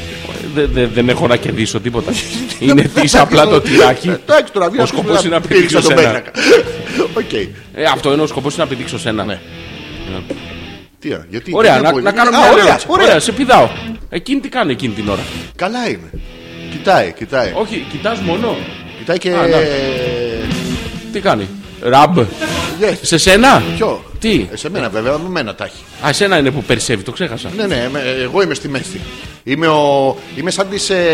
[SPEAKER 4] Δε- δε- δεν έχω να κερδίσω τίποτα. είναι τη απλά το τυράκι.
[SPEAKER 3] Εντάξει, τώρα βγαίνει.
[SPEAKER 4] Ο σκοπός είναι να πηδήξω
[SPEAKER 3] τον
[SPEAKER 4] σένα.
[SPEAKER 3] πίνακα. Οκ.
[SPEAKER 4] Ε, αυτό είναι ο σκοπός να πηδήξω σένα. Ναι.
[SPEAKER 3] Τι, α, γιατί.
[SPEAKER 4] Ωραία,
[SPEAKER 3] γιατί
[SPEAKER 4] να,
[SPEAKER 3] μπορεί-
[SPEAKER 4] να κάνω
[SPEAKER 3] Α,
[SPEAKER 4] μια
[SPEAKER 3] ωραία,
[SPEAKER 4] ερώτηση.
[SPEAKER 3] ωραία.
[SPEAKER 4] Ωραία, σε πηδάω. Εκείνη τι κάνει εκείνη την ώρα.
[SPEAKER 3] Καλά είναι. Κοιτάει, κοιτάει.
[SPEAKER 4] Όχι, κοιτάς μόνο.
[SPEAKER 3] Κοιτάει και.
[SPEAKER 4] Α, να. Τι κάνει. Ραμπ.
[SPEAKER 3] Yes.
[SPEAKER 4] Σε σένα.
[SPEAKER 3] Ποιο.
[SPEAKER 4] Τι.
[SPEAKER 3] Ε, Σε μένα βέβαια, με μένα τα έχει.
[SPEAKER 4] Α, σένα είναι που περισσεύει, το ξέχασα.
[SPEAKER 3] Ναι, ναι, με- εγώ είμαι στη μέση. Είμαι, ο... είμαι σαν τις, ε,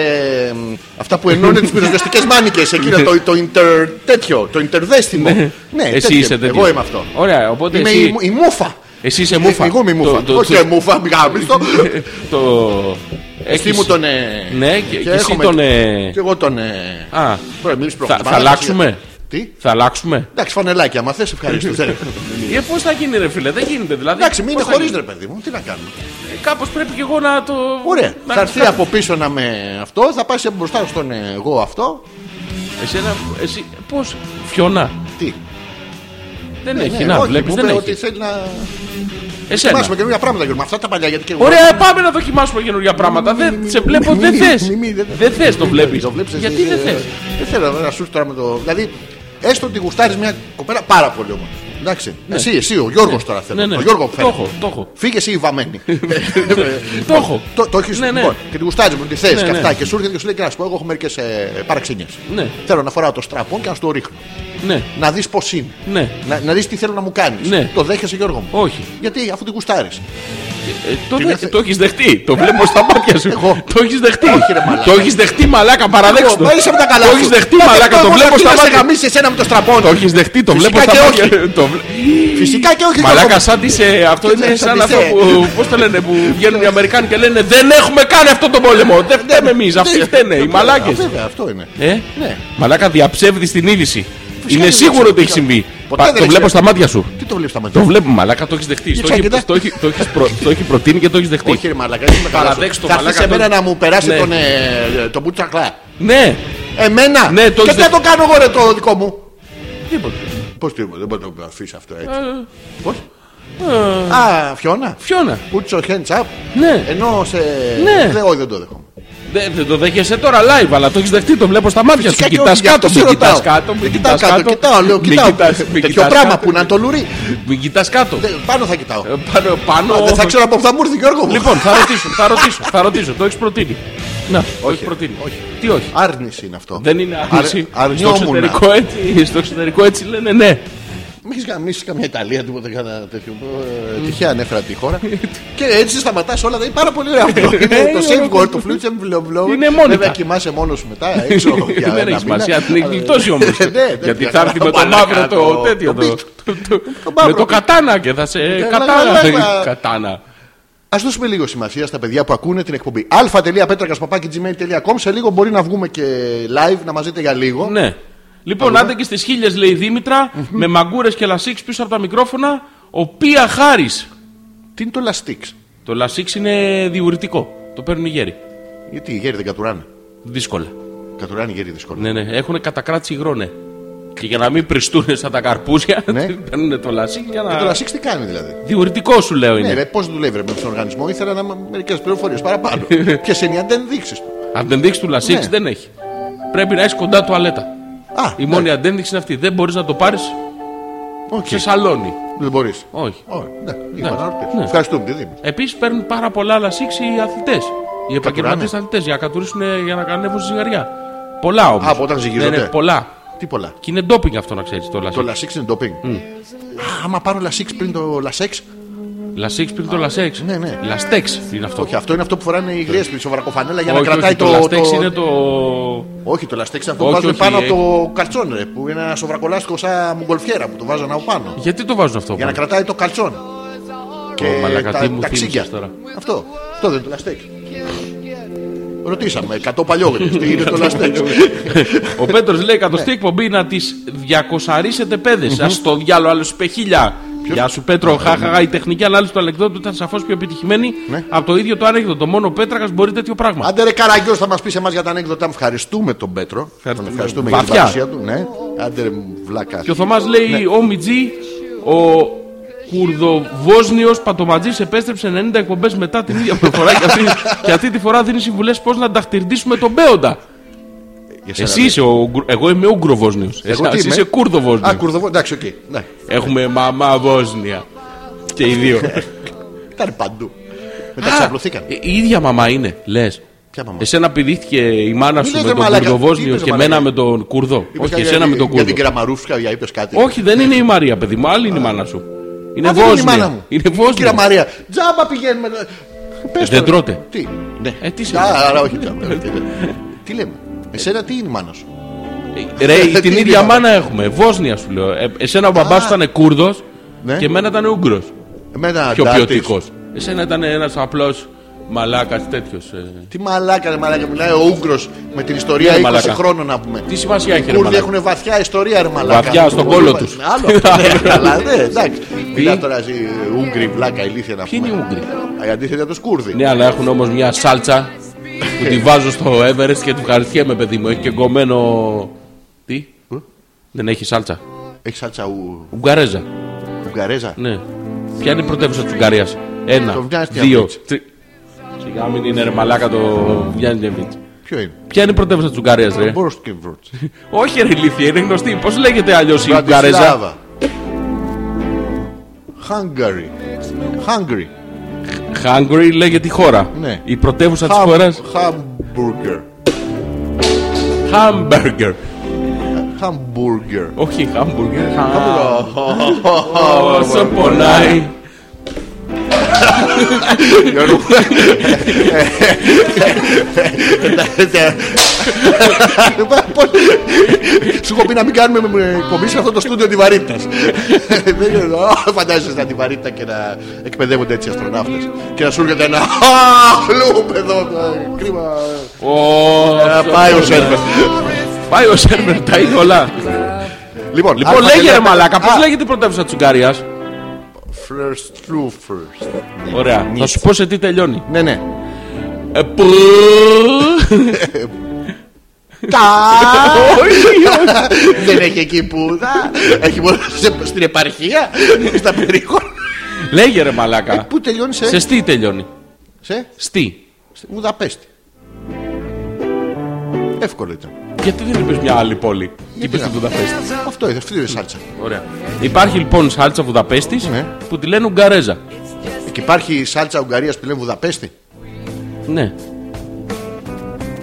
[SPEAKER 3] μ, αυτά που ενώνουν τις πυροσβεστικές μάνικες Εκείνο το, το inter... τέτοιο, το interδέστημο Ναι,
[SPEAKER 4] Εσύ
[SPEAKER 3] τέτοιο.
[SPEAKER 4] είσαι τέτοιο.
[SPEAKER 3] Εγώ είμαι αυτό
[SPEAKER 4] Ωραία, οπότε
[SPEAKER 3] Είμαι
[SPEAKER 4] εσύ,
[SPEAKER 3] η, μου- η μούφα
[SPEAKER 4] εσύ είσαι μούφα.
[SPEAKER 3] Εγώ είμαι η
[SPEAKER 4] Το-
[SPEAKER 3] μούφα
[SPEAKER 4] το-
[SPEAKER 3] Όχι
[SPEAKER 4] το-
[SPEAKER 3] η μούφα, μη γάμιστο
[SPEAKER 4] Το.
[SPEAKER 3] Εσύ μου τον... ε,
[SPEAKER 4] Ναι, και- και εσύ
[SPEAKER 3] έχουμε-
[SPEAKER 4] τον, ε,
[SPEAKER 3] Και εγώ τον... ε,
[SPEAKER 4] Α,
[SPEAKER 3] Πρέπει να μιλήσεις
[SPEAKER 4] θα,
[SPEAKER 3] προχωρημένα.
[SPEAKER 4] θα αλλάξουμε.
[SPEAKER 3] Τι
[SPEAKER 4] Θα αλλάξουμε.
[SPEAKER 3] Εντάξει, φανελάκι, άμα θες ευχαριστώ. Ε,
[SPEAKER 4] Ε, πώς θα γίνει, ρε φίλε, δεν γίνεται δηλαδή.
[SPEAKER 3] Εντάξει, μην είναι
[SPEAKER 4] Πώς θα
[SPEAKER 3] χωρίς
[SPEAKER 4] γίνει.
[SPEAKER 3] ρε παιδί μου, τι να κάνουμε.
[SPEAKER 4] Κάπως πρέπει και εγώ να το.
[SPEAKER 3] Ωραία.
[SPEAKER 4] να-
[SPEAKER 3] Θα έρθει από πίσω να με αυτό, θα πάει σε μπροστά στον ε, εγώ αυτό.
[SPEAKER 4] Εσένα, εσύ, πώς. Φιώνα.
[SPEAKER 3] Τι.
[SPEAKER 4] Δεν
[SPEAKER 3] Ναι,
[SPEAKER 4] έχει,
[SPEAKER 3] ναι,
[SPEAKER 4] να
[SPEAKER 3] όχι,
[SPEAKER 4] βλέπεις,
[SPEAKER 3] μου
[SPEAKER 4] δεν
[SPEAKER 3] είπε
[SPEAKER 4] έχει. Ναι,
[SPEAKER 3] ότι θέλει να
[SPEAKER 4] Εσένα.
[SPEAKER 3] δοκιμάσουμε καινούργια πράγματα Γιώργο. Με αυτά τα παλιά γιατί και εγώ.
[SPEAKER 4] Ωραία, πάμε να δοκιμάσουμε καινούργια πράγματα.
[SPEAKER 3] Μη, μη,
[SPEAKER 4] Δεν
[SPEAKER 3] μη,
[SPEAKER 4] σε
[SPEAKER 3] μη,
[SPEAKER 4] βλέπω,
[SPEAKER 3] μη,
[SPEAKER 4] δεν
[SPEAKER 3] μη,
[SPEAKER 4] θες.
[SPEAKER 3] μη, μη,
[SPEAKER 4] Δεν θες, το βλέπεις.
[SPEAKER 3] Το βλέπεις
[SPEAKER 4] Γιατί
[SPEAKER 3] εσύ,
[SPEAKER 4] δεν
[SPEAKER 3] ε,
[SPEAKER 4] θες.
[SPEAKER 3] Δεν θέλω να σου τώρα με το. Δηλαδή, έστω ότι γουστάρεις μια κοπέλα πάρα πολύ όμω. Εντάξει. Εσύ, εσύ, ε, ο Γιώργος τώρα
[SPEAKER 4] Ναι,
[SPEAKER 3] θέλω.
[SPEAKER 4] ναι.
[SPEAKER 3] Το Γιώργο που
[SPEAKER 4] Το
[SPEAKER 3] φέρνει.
[SPEAKER 4] έχω, το έχω.
[SPEAKER 3] Φύγε εσύ η βαμμένη.
[SPEAKER 4] Το έχω.
[SPEAKER 3] Το, το έχεις,
[SPEAKER 4] Ναι, ναι.
[SPEAKER 3] λοιπόν, και τη γουστάζει μου, τη θες
[SPEAKER 4] Ναι,
[SPEAKER 3] και
[SPEAKER 4] ναι.
[SPEAKER 3] αυτά. Και σου έρχεται και σου λέει: «Και Να σου πω, εγώ έχω μερικές παραξενιές.
[SPEAKER 4] Ναι.
[SPEAKER 3] Θέλω να φοράω το στραπών και να στο ρίχνω.
[SPEAKER 4] Ναι,
[SPEAKER 3] Να δεις πώς είναι.
[SPEAKER 4] ναι.
[SPEAKER 3] Να, να δεις τι θέλω να μου κάνεις.
[SPEAKER 4] Ναι.
[SPEAKER 3] Το δέχεσαι, Γιώργο μου.
[SPEAKER 4] Όχι.
[SPEAKER 3] Γιατί αφού την κουστάρει.
[SPEAKER 4] Ε, το,
[SPEAKER 3] Την
[SPEAKER 4] δε-
[SPEAKER 3] έθε-
[SPEAKER 4] το έχεις δεχτεί. Το βλέπω στα μάτια σου.
[SPEAKER 3] Εγώ.
[SPEAKER 4] Το έχεις δεχτεί.
[SPEAKER 3] Ε, Όχι, ρε μαλάκα.
[SPEAKER 4] Το έχεις δεχτεί, μαλάκα, παραδέξτε το.
[SPEAKER 3] Μα είσαι από τα καλά.
[SPEAKER 4] Το
[SPEAKER 3] σου.
[SPEAKER 4] έχεις δεχτεί,
[SPEAKER 3] Να
[SPEAKER 4] μαλάκα,
[SPEAKER 3] δεχτώ
[SPEAKER 4] το
[SPEAKER 3] εγώ
[SPEAKER 4] βλέπω
[SPEAKER 3] να
[SPEAKER 4] στα
[SPEAKER 3] φύγεις να σε
[SPEAKER 4] μάτια.
[SPEAKER 3] γαμίσει εσένα με το στραπών.
[SPEAKER 4] Το έχεις δεχτεί, το
[SPEAKER 3] Φυσικά
[SPEAKER 4] βλέπω στα
[SPEAKER 3] και
[SPEAKER 4] μάτια. Το βλέ-
[SPEAKER 3] Φυσικά και όχι.
[SPEAKER 4] Μαλάκα,
[SPEAKER 3] Γιώργο.
[SPEAKER 4] σαν τι σε. Αυτό είναι
[SPEAKER 3] Σαν
[SPEAKER 4] σαν
[SPEAKER 3] τις,
[SPEAKER 4] αυτό
[SPEAKER 3] ε.
[SPEAKER 4] που. Πώς το λένε, που βγαίνουν οι Αμερικάνοι και λένε Δεν έχουμε κάνει αυτό τον πόλεμο. Δεν φταίμε εμείς. Αυτοί
[SPEAKER 3] Ναι,
[SPEAKER 4] φταίνε, ε, οι
[SPEAKER 3] βέβαια,
[SPEAKER 4] μαλάκες.
[SPEAKER 3] Βέβαια, αυτό είναι.
[SPEAKER 4] Ε,
[SPEAKER 3] Ναι.
[SPEAKER 4] μαλάκα, διαψεύδεις την είδηση. Είναι
[SPEAKER 3] δεν
[SPEAKER 4] σίγουρο
[SPEAKER 3] ξέρω.
[SPEAKER 4] ότι έχει συμβεί.
[SPEAKER 3] Ποτέ
[SPEAKER 4] Πα-
[SPEAKER 3] δεν
[SPEAKER 4] Το βλέπω
[SPEAKER 3] ξέρω.
[SPEAKER 4] στα μάτια σου.
[SPEAKER 3] Τι το βλέπεις τα μάτια.
[SPEAKER 4] Το
[SPEAKER 3] σου?
[SPEAKER 4] βλέπω, μαλάκα, το έχεις δεχτεί. Το
[SPEAKER 3] Για
[SPEAKER 4] έχει-
[SPEAKER 3] ξακοιτά.
[SPEAKER 4] Το έχει- το έχεις προ- το έχεις προτείνει και το έχεις δεχτεί.
[SPEAKER 3] Όχι, ρε μαλάκα, είσαι με καλά. σου.
[SPEAKER 4] Παραδέξτε το,
[SPEAKER 3] Θα έρθει
[SPEAKER 4] μαλάκα,
[SPEAKER 3] σε μένα
[SPEAKER 4] το-
[SPEAKER 3] να μου περάσει
[SPEAKER 4] Ναι.
[SPEAKER 3] τον, ε, τον μπουτσακλά.
[SPEAKER 4] Ναι,
[SPEAKER 3] Εμένα.
[SPEAKER 4] Ναι, το
[SPEAKER 3] και
[SPEAKER 4] έχεις
[SPEAKER 3] τι να το κάνω εγώ ρε το δικό μου.
[SPEAKER 4] τίποτα.
[SPEAKER 3] Πώς τι δεν μπορεί να το αφήσει αυτό έτσι.
[SPEAKER 4] Ε.
[SPEAKER 3] Πώς. Α, φιώνα.
[SPEAKER 4] Φιώνα.
[SPEAKER 3] Put your hands up.
[SPEAKER 4] Ε. Ναι.
[SPEAKER 3] Ενώ σε.
[SPEAKER 4] Ναι.
[SPEAKER 3] Δε- Όχι, δεν το δέχομαι.
[SPEAKER 4] Δεν δεν το δέχεσαι τώρα live, αλλά το έχεις δεχτεί, το βλέπω στα μάτια Ε, σου.
[SPEAKER 3] Φυσικά και
[SPEAKER 4] Κοιτάς
[SPEAKER 3] όχι, γι' αυτό
[SPEAKER 4] κάτω,
[SPEAKER 3] σε
[SPEAKER 4] μην κοιτάς
[SPEAKER 3] ρωτάω.
[SPEAKER 4] κάτω, μην
[SPEAKER 3] Δεν
[SPEAKER 4] κοιτά
[SPEAKER 3] κοιτάω κάτω.
[SPEAKER 4] κάτω.
[SPEAKER 3] Κοιτάω, λέω,
[SPEAKER 4] Μην
[SPEAKER 3] κοιτάω.
[SPEAKER 4] κοιτάς- μην
[SPEAKER 3] Τέτοιο
[SPEAKER 4] κοιτάς
[SPEAKER 3] πράγμα
[SPEAKER 4] κάτω.
[SPEAKER 3] που να το λουρί.
[SPEAKER 4] Μην κοιτάς κάτω.
[SPEAKER 3] Δε- Πάνω θα κοιτάω.
[SPEAKER 4] Ε, Πάνω, πάνω.
[SPEAKER 3] Δεν θα ξέρω από πού θα μου έρθει Γιώργο μου.
[SPEAKER 4] Λοιπόν, θα ρωτήσω, θα ρωτήσω, θα ρωτήσω. Το έχεις προτείνει. Να, το έχει προτείνει. Τι όχι.
[SPEAKER 3] Άρνηση είναι αυτό.
[SPEAKER 4] Δεν είναι άρνηση.
[SPEAKER 3] Αρ-
[SPEAKER 4] Στο
[SPEAKER 3] αρνιόμουν.
[SPEAKER 4] εξωτερικό, έτσι, στο εξωτερικό έτσι λένε ναι.
[SPEAKER 3] Μη έχεις γαμίσει καμιά Ιταλία, τίποτα κάνα τέτοιο. Ε, Τυχαία ανέφερα τη χώρα. και έτσι σταματάς όλα. Είναι πάρα πολύ ωραίο αυτό. Είναι το
[SPEAKER 4] είναι
[SPEAKER 3] safe word, το flute envelope.
[SPEAKER 4] Ε, Είναι μόνικα.
[SPEAKER 3] Βέβαια κοιμάσαι μόνος σου μετά έξω. για
[SPEAKER 4] Δεν
[SPEAKER 3] ένα
[SPEAKER 4] έχει σημασία.
[SPEAKER 3] μήνα.
[SPEAKER 4] Την έχει γλιτώσει όμως.
[SPEAKER 3] Ναι, ναι,
[SPEAKER 4] Γιατί
[SPEAKER 3] ναι,
[SPEAKER 4] θα έρθει με το
[SPEAKER 3] μαλάκα,
[SPEAKER 4] μαύρο το τέτοιο.
[SPEAKER 3] το
[SPEAKER 4] το-
[SPEAKER 3] beat.
[SPEAKER 4] το- το- Με
[SPEAKER 3] μαύρο Ε,
[SPEAKER 4] το
[SPEAKER 3] beat.
[SPEAKER 4] κατάνα και θα σε
[SPEAKER 3] αλλά-
[SPEAKER 4] κατάνα.
[SPEAKER 3] αλλά-
[SPEAKER 4] Κατάνα.
[SPEAKER 3] Ας δώσουμε λίγο σημασία στα παιδιά που ακούνε την εκπομπή. α.πέτρακα.gmail.com Σε λίγο μπορεί να βγούμε και live να μαζείτε για λίγο.
[SPEAKER 4] Ναι. Λοιπόν, άντε και στις χίλιες λέει η Δήμητρα, με μαγκούρες και λασίξ πίσω από τα μικρόφωνα, ο Πία Χάρης.
[SPEAKER 3] Τι είναι το Lastix.
[SPEAKER 4] Το λασίξ είναι διουρητικό. Το παίρνουν οι γέροι.
[SPEAKER 3] Γιατί οι γέροι δεν κατουράνε.
[SPEAKER 4] Δύσκολα.
[SPEAKER 3] Κατουράνε οι γέροι δύσκολα.
[SPEAKER 4] Ναι, ναι. Έχουν κατακράτηση υγρόνε. Και για να μην πριστούν σαν τα καρπούζια,
[SPEAKER 3] Ναι. Ε,
[SPEAKER 4] παίρνουν το λασίξ για
[SPEAKER 3] Και το
[SPEAKER 4] να.
[SPEAKER 3] Lastix τι κάνει δηλαδή.
[SPEAKER 4] Διουρητικό σου λέω
[SPEAKER 3] Ναι,
[SPEAKER 4] είναι.
[SPEAKER 3] ρε, πώς δουλεύει ρε, με τον οργανισμό, ήθελα να μερικές πληροφορίες παραπάνω. Ποιες είναι οι αντενδείξει του.
[SPEAKER 4] Αν δεν δείξει του λασίξ
[SPEAKER 3] Ναι.
[SPEAKER 4] δεν έχει. Πρέπει να έχεις κοντά τουαλέτα.
[SPEAKER 3] Α, ναι.
[SPEAKER 4] Η μόνη αντένδειξη είναι αυτή. Δεν μπορείς να το πάρεις
[SPEAKER 3] οκ.
[SPEAKER 4] σε σαλόνι.
[SPEAKER 3] Δεν μπορείς.
[SPEAKER 4] Όχι. Ναι.
[SPEAKER 3] Ευχαριστούμε, τι δίνεις.
[SPEAKER 4] Επίσης παίρνουν πάρα πολλά λασίξ οι αθλητές. Οι επαγγελματίες αθλητές για να κατουρίσουν για να κανεύουν στη ζυγαριά. Πολλά όμως.
[SPEAKER 3] Α, από όταν ζυγίζονται.
[SPEAKER 4] Ναι, ναι, πολλά.
[SPEAKER 3] Τι πολλά.
[SPEAKER 4] Και είναι ντόπινγκ αυτό να ξέρεις το
[SPEAKER 3] Το
[SPEAKER 4] λασίξ.
[SPEAKER 3] λασίξ είναι ντόπινγκ. Α, άμα πάρω λασίξ πριν το λασέξ.
[SPEAKER 4] Λασίξ πριν το λασέξ.
[SPEAKER 3] ναι, ναι.
[SPEAKER 4] Λαστέξ είναι αυτό.
[SPEAKER 3] Όχι, αυτό είναι αυτό που φοράνε οι γριέ πριν σοβαρακοφανέλα για να
[SPEAKER 4] Ναι. Όχι, όχι,
[SPEAKER 3] κρατάει
[SPEAKER 4] το.
[SPEAKER 3] το.
[SPEAKER 4] λαστέξ
[SPEAKER 3] το-
[SPEAKER 4] είναι το.
[SPEAKER 3] Όχι, το λασέξ είναι αυτό που
[SPEAKER 4] Όχι,
[SPEAKER 3] βάζουν
[SPEAKER 4] όχι,
[SPEAKER 3] πάνω
[SPEAKER 4] ε.
[SPEAKER 3] από το καλτσόν, ρε. Που είναι ένα σοβρακολάστικο σαν μουγκολφιέρα που το βάζουν από πάνω.
[SPEAKER 4] Γιατί το βάζουν αυτό.
[SPEAKER 3] Για να
[SPEAKER 4] πάνω?
[SPEAKER 3] κρατάει το καλτσόν. Και
[SPEAKER 4] μαλάκα, τι
[SPEAKER 3] τα,
[SPEAKER 4] μου
[SPEAKER 3] τα
[SPEAKER 4] θύμισες
[SPEAKER 3] ξύγκια.
[SPEAKER 4] τώρα.
[SPEAKER 3] Αυτό. Αυτό δεν είναι το λαστέξ. Ρωτήσαμε, 100 παλιόγριε. Τι είναι το λαστέξ.
[SPEAKER 4] Ο Πέτρος λέει
[SPEAKER 3] Ναι.
[SPEAKER 4] εκατοστή εκπομπή να τις διακοσαρίσετε πέδε. Ας το διάλογο, άλλος είπε χίλια. Γεια σου
[SPEAKER 3] Ναι,
[SPEAKER 4] Πέτρο, χάχαγα η τεχνική ανάλυση του ανεκδότου ήταν σαφώς πιο επιτυχημένη από το ίδιο το ανέκδοτο. Μόνο ο Πέτρακα μπορεί τέτοιο πράγμα.
[SPEAKER 3] Ναι. Άντε ρε Καραγκιός θα μας πεις εμάς για τα ανέκδοτα Ευχαριστούμε τον Πέτρο
[SPEAKER 4] Ευχαριστούμε.
[SPEAKER 3] Τον ευχαριστούμε για την
[SPEAKER 4] Βαθιά.
[SPEAKER 3] παρουσία του ναι. Άντε ρε βλάκα Ναι,
[SPEAKER 4] Και ο Θωμάς λέει: Ο Μιτζή, ο Κουρδοβόσνιος Πατοματζή επέστρεψε 90 εκπομπές μετά την ίδια προφορά. και, αυτή, και αυτή τη φορά δίνει συμβουλές πώς να ταχτυρντήσουμε τον Μπέοντα.
[SPEAKER 3] Για σένα,
[SPEAKER 4] Εσύ
[SPEAKER 3] λέει.
[SPEAKER 4] είσαι ο. Γκρου- Εγώ είμαι Ούγκροβόσνιο.
[SPEAKER 3] Εγώ τι
[SPEAKER 4] Εσύ
[SPEAKER 3] είμαι?
[SPEAKER 4] είσαι Κουρδοβόσνιο.
[SPEAKER 3] Α Κουρδοβό εντάξει οκ ναι.
[SPEAKER 4] Έχουμε μαμά Βόσνια. Και οι δύο.
[SPEAKER 3] Ήταν παντού Μετά
[SPEAKER 4] Α,
[SPEAKER 3] ξαπλωθήκαν
[SPEAKER 4] Η η ίδια μαμά είναι, λες.
[SPEAKER 3] Ποια μαμά?
[SPEAKER 4] Εσένα πηδήθηκε η μάνα
[SPEAKER 3] Μη
[SPEAKER 4] σου
[SPEAKER 3] λες,
[SPEAKER 4] με
[SPEAKER 3] ρε
[SPEAKER 4] τον
[SPEAKER 3] μαλάκα, τι
[SPEAKER 4] Κουρδοβόσνιο
[SPEAKER 3] είπες,
[SPEAKER 4] και
[SPEAKER 3] ρε
[SPEAKER 4] εμένα με
[SPEAKER 3] μαλάκα.
[SPEAKER 4] τον Κουρδό.
[SPEAKER 3] Είπες
[SPEAKER 4] Όχι,
[SPEAKER 3] κάτι
[SPEAKER 4] εσένα
[SPEAKER 3] για-
[SPEAKER 4] με τον
[SPEAKER 3] Για
[SPEAKER 4] Κουρδό.
[SPEAKER 3] την κεραμαρούφσκα για είπες κάτι
[SPEAKER 4] Όχι, δεν είναι η Μαρία, παιδί μου. Άλλη είναι η μάνα σου. Είναι
[SPEAKER 3] Α, δεν είναι η
[SPEAKER 4] Βόσνια.
[SPEAKER 3] μάνα μου.
[SPEAKER 4] Είναι Βόσνια.
[SPEAKER 3] Κύριε Μαρία Τζάμπα πηγαίνουμε Πες
[SPEAKER 4] Δεν
[SPEAKER 3] τώρα.
[SPEAKER 4] τρώτε.
[SPEAKER 3] Τι.
[SPEAKER 4] Ναι, ε, τι σε λέω.
[SPEAKER 3] Α, άρα όχι. Τι λέμε. Εσένα τι είναι μάνο.
[SPEAKER 4] Ε, Ρε, την
[SPEAKER 3] Τι
[SPEAKER 4] ίδια
[SPEAKER 3] είπα.
[SPEAKER 4] μάνα έχουμε. Βόσνια σου λέω. Ε, εσένα ο μπαμπά
[SPEAKER 3] Α.
[SPEAKER 4] ήταν Κούρδος
[SPEAKER 3] Ναι.
[SPEAKER 4] και εμένα ήταν Ούγγρος.
[SPEAKER 3] Εμένα
[SPEAKER 4] Πιο
[SPEAKER 3] αντάρτης.
[SPEAKER 4] ποιοτικός. Εσένα ήταν ένας απλός μαλάκα τέτοιος.
[SPEAKER 3] Τι μαλάκα, ρε μαλάκα. Μιλάει ο Ούγγρος με την ιστορία
[SPEAKER 4] Ναι,
[SPEAKER 3] 20
[SPEAKER 4] μαλάκα.
[SPEAKER 3] χρόνων να πούμε.
[SPEAKER 4] Τι σημασία έχει,
[SPEAKER 3] Οι
[SPEAKER 4] ρε
[SPEAKER 3] Κούρδοι
[SPEAKER 4] μαλάκα.
[SPEAKER 3] έχουν βαθιά ιστορία, ρε μαλάκα.
[SPEAKER 4] Βαθιά, στον κόλο τους.
[SPEAKER 3] Άλλο αυτό, ναι, καλά, ναι, εντάξει. Μιλά τώρα εσύ, Ούγγροι, βλάκα, ηλίθεια να πούμε.
[SPEAKER 4] Ποιοι είναι οι Ούγγροι?
[SPEAKER 3] Α, Αντίθετα τους Κούρδοι.
[SPEAKER 4] Ναι, αλλά έχουν όμως μια σάλτσα που τη βάζω στο Everest και του ευχαριστιέμαι, παιδί μου. Έχει και γκωμένο. Τι? Δεν έχει σάλτσα.
[SPEAKER 3] Έχει σάλτσα ου-
[SPEAKER 4] Ουγγαρέζα.
[SPEAKER 3] Ουγγαρέζα.
[SPEAKER 4] Ναι. Ποια είναι η πρωτεύουσα της Ουγγαρίας. Ένα,
[SPEAKER 3] Το Βιάννη
[SPEAKER 4] δύο,
[SPEAKER 3] Αβίτς.
[SPEAKER 4] τρία. Σιγά μην είναι ρε μαλάκα το Βιάννη Αβίτς.
[SPEAKER 3] Ποιο είναι.
[SPEAKER 4] Ποια είναι η πρωτεύουσα της Ουγγαρίας, ρε.
[SPEAKER 3] Μπόρσκεβροτ.
[SPEAKER 4] Όχι, ρε ηλίθεια, είναι γνωστή. Πώς λέγεται αλλιώς η Ουγγαρέζα.
[SPEAKER 3] Μπρατισλάβα. Hungary. Hungary.
[SPEAKER 4] Hungary λέγεται η χώρα.
[SPEAKER 3] Ναι.
[SPEAKER 4] Η πρωτεύουσα της
[SPEAKER 3] Χαμ-
[SPEAKER 4] χώρας.
[SPEAKER 3] Hamburger.
[SPEAKER 4] Hamburger.
[SPEAKER 3] Hamburger.
[SPEAKER 4] Όχι, Hamburger.
[SPEAKER 3] Hamburger.
[SPEAKER 4] Όσο πονάει.
[SPEAKER 3] Γιώργο. Πώς- Σου έχω πει να μην κάνουμε ε, εκπομπή σε αυτό το στούντιο τη βαρύτητα. Δεν ξέρω. Α, Φαντάζεσαι να τη βαρύτητα και να εκπαιδεύονται έτσι οι αστροναύτες Και να σου έρχεται ένα λούπ εδώ. ε, Κρίμα. Ε,
[SPEAKER 4] Όσο
[SPEAKER 3] Πάει ο
[SPEAKER 4] πονάει.
[SPEAKER 3] σερβερ.
[SPEAKER 4] Πάει ο σερβερ, τα είδε όλα.
[SPEAKER 3] Λοιπόν,
[SPEAKER 4] Λοιπόν, λέγε ρε μαλάκα, πώς λέγεται η πρωτεύουσα της Ουγγαρίας.
[SPEAKER 3] First true first.
[SPEAKER 4] Ωραία, θα σου πω σε τι τελειώνει.
[SPEAKER 3] Ναι, ναι.
[SPEAKER 4] Ε, που-
[SPEAKER 3] Τα!
[SPEAKER 4] Όχι, όχι.
[SPEAKER 3] Δεν έχει εκεί που. Α, Έχει μόνο σε- στην επαρχία, στα περίχωρα.
[SPEAKER 4] Λέγε ρε μαλάκα.
[SPEAKER 3] Ε, Πού τελειώνεις
[SPEAKER 4] Σε
[SPEAKER 3] σε.
[SPEAKER 4] στι τελειώνει.
[SPEAKER 3] Σε
[SPEAKER 4] Στι.
[SPEAKER 3] στη Βουδαπέστη. Εύκολο ήταν.
[SPEAKER 4] Γιατί δεν είπες μια άλλη πόλη. Και είπες
[SPEAKER 3] να
[SPEAKER 4] τη Βουδαπέστη.
[SPEAKER 3] Αυτό είδε, αυτή είναι η σάλτσα.
[SPEAKER 4] Ωραία. Υπάρχει λοιπόν σάλτσα Βουδαπέστης
[SPEAKER 3] Ναι.
[SPEAKER 4] που τη λένε Ουγγαρέζα.
[SPEAKER 3] Και υπάρχει η σάλτσα Ουγγαρίας που τη λένε Βουδαπέστη.
[SPEAKER 4] Ναι.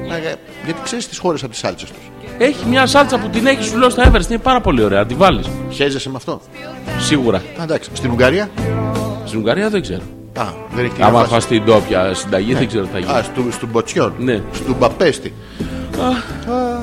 [SPEAKER 3] Να, ε, Γιατί ξέρεις τις χώρες από τις σάλτσες τους.
[SPEAKER 4] Έχει μια σάλτσα που την έχεις σου λέω στα Everest. Είναι πάρα πολύ ωραία. Τη βάλεις.
[SPEAKER 3] Χαίρεσαι με αυτό.
[SPEAKER 4] Σίγουρα.
[SPEAKER 3] Α, Εντάξει. Στην Ουγγαρία.
[SPEAKER 4] Στην Ουγγαρία δεν ξέρω.
[SPEAKER 3] Α, δεν έχει
[SPEAKER 4] Άμα
[SPEAKER 3] να Ναι.
[SPEAKER 4] φας την ντόπια συνταγή δεν ξέρω τι θα γίνει.
[SPEAKER 3] Α, στου, στον Μποτσιόν.
[SPEAKER 4] Ναι.
[SPEAKER 3] Στον Μπαπέστη.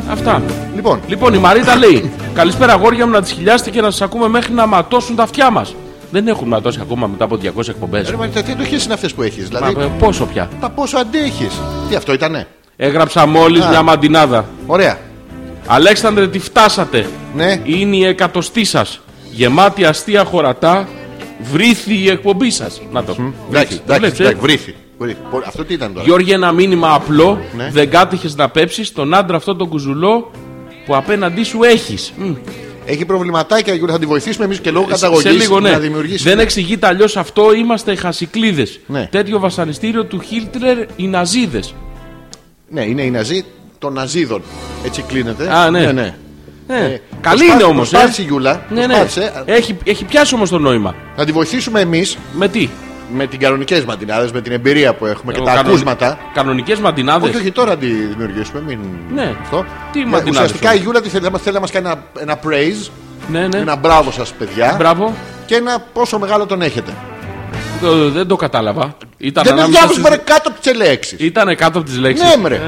[SPEAKER 4] Αυτά.
[SPEAKER 3] Λοιπόν,
[SPEAKER 4] Λοιπόν, η Μαρίτα λέει: Καλησπέρα, αγόρια μου, να τις χιλιάσετε και να σας ακούμε μέχρι να ματώσουν τα αυτιά μας. Δεν έχουν ματώσει ακόμα μετά από 200
[SPEAKER 3] ρε
[SPEAKER 4] εκπομπέ.
[SPEAKER 3] Μαρίτα, τι εντοχέ είναι αυτές που έχεις. Δηλαδή,
[SPEAKER 4] ε, Πόσο πια.
[SPEAKER 3] τα πόσο αντέχει. Τι αυτό ήτανε.
[SPEAKER 4] Έγραψα μόλις
[SPEAKER 3] Α.
[SPEAKER 4] μια μαντινάδα.
[SPEAKER 3] Ωραία.
[SPEAKER 4] Αλέξανδρε, τι φτάσατε.
[SPEAKER 3] Ναι.
[SPEAKER 4] Είναι η εκατοστή σας. Γεμάτη αστεία χωρατά. Βρήθη η εκπομπή σας. Να το.
[SPEAKER 3] Εντάξει,
[SPEAKER 4] Το βλέπεις,
[SPEAKER 3] εντάξει,
[SPEAKER 4] ε.
[SPEAKER 3] εντάξει, βρήθη. βρήθη. Πο- Αυτό τι ήταν τώρα.
[SPEAKER 4] Γιώργη, ένα μήνυμα απλό.
[SPEAKER 3] Ναι.
[SPEAKER 4] Δεν κάτυχε να πέψεις τον άντρα αυτό τον κουζουλό που απέναντί σου έχεις.
[SPEAKER 3] Έχει προβληματάκια, Γιώργη, θα τη βοηθήσουμε εμείς και λόγω καταγωγής
[SPEAKER 4] σε λίγο, ναι.
[SPEAKER 3] να δημιουργήσει.
[SPEAKER 4] Δεν εξηγείται αλλιώς αυτό, είμαστε χασικλίδες.
[SPEAKER 3] Ναι.
[SPEAKER 4] Τέτοιο βασανιστήριο του Χίλτλερ οι Ναζίδες.
[SPEAKER 3] Ναι, είναι η Ναζί των Ναζίδων. Έτσι κλείνεται.
[SPEAKER 4] Α, ναι.
[SPEAKER 3] ναι, ναι. Ε,
[SPEAKER 4] καλή
[SPEAKER 3] προσπά-
[SPEAKER 4] είναι όμως.
[SPEAKER 3] προσπάθησε η Γιούλα,
[SPEAKER 4] Ναι, ναι.
[SPEAKER 3] προσπάθησε.
[SPEAKER 4] Έχει, έχει πιάσει όμως το νόημα.
[SPEAKER 3] Θα τη βοηθήσουμε εμείς
[SPEAKER 4] Με τι.
[SPEAKER 3] με την κανονικές ματινάδες, με την εμπειρία που έχουμε και τα ακούσματα.
[SPEAKER 4] Κανονικές μαντινάδε.
[SPEAKER 3] Όχι, όχι, τώρα τη δημιουργήσουμε. Μην...
[SPEAKER 4] Ναι.
[SPEAKER 3] Αυτό.
[SPEAKER 4] Τι
[SPEAKER 3] Ε,
[SPEAKER 4] ματινάδες
[SPEAKER 3] Ουσιαστικά
[SPEAKER 4] τώρα.
[SPEAKER 3] η Γιούλα τι θέλει, να μας- θέλει να μας κάνει ένα, ένα praise,
[SPEAKER 4] Ναι, ναι.
[SPEAKER 3] ένα μπράβο σας, παιδιά.
[SPEAKER 4] Μπράβο.
[SPEAKER 3] Και ένα πόσο μεγάλο τον έχετε.
[SPEAKER 4] Το- δεν το κατάλαβα. Ήταν
[SPEAKER 3] Δεν το
[SPEAKER 4] ανάμεσα
[SPEAKER 3] διάβασες
[SPEAKER 4] στις-
[SPEAKER 3] παρά κάτω από τις ελέξει.
[SPEAKER 4] Ήτανε κάτω από τις λέξεις.
[SPEAKER 3] Ναι, μρε.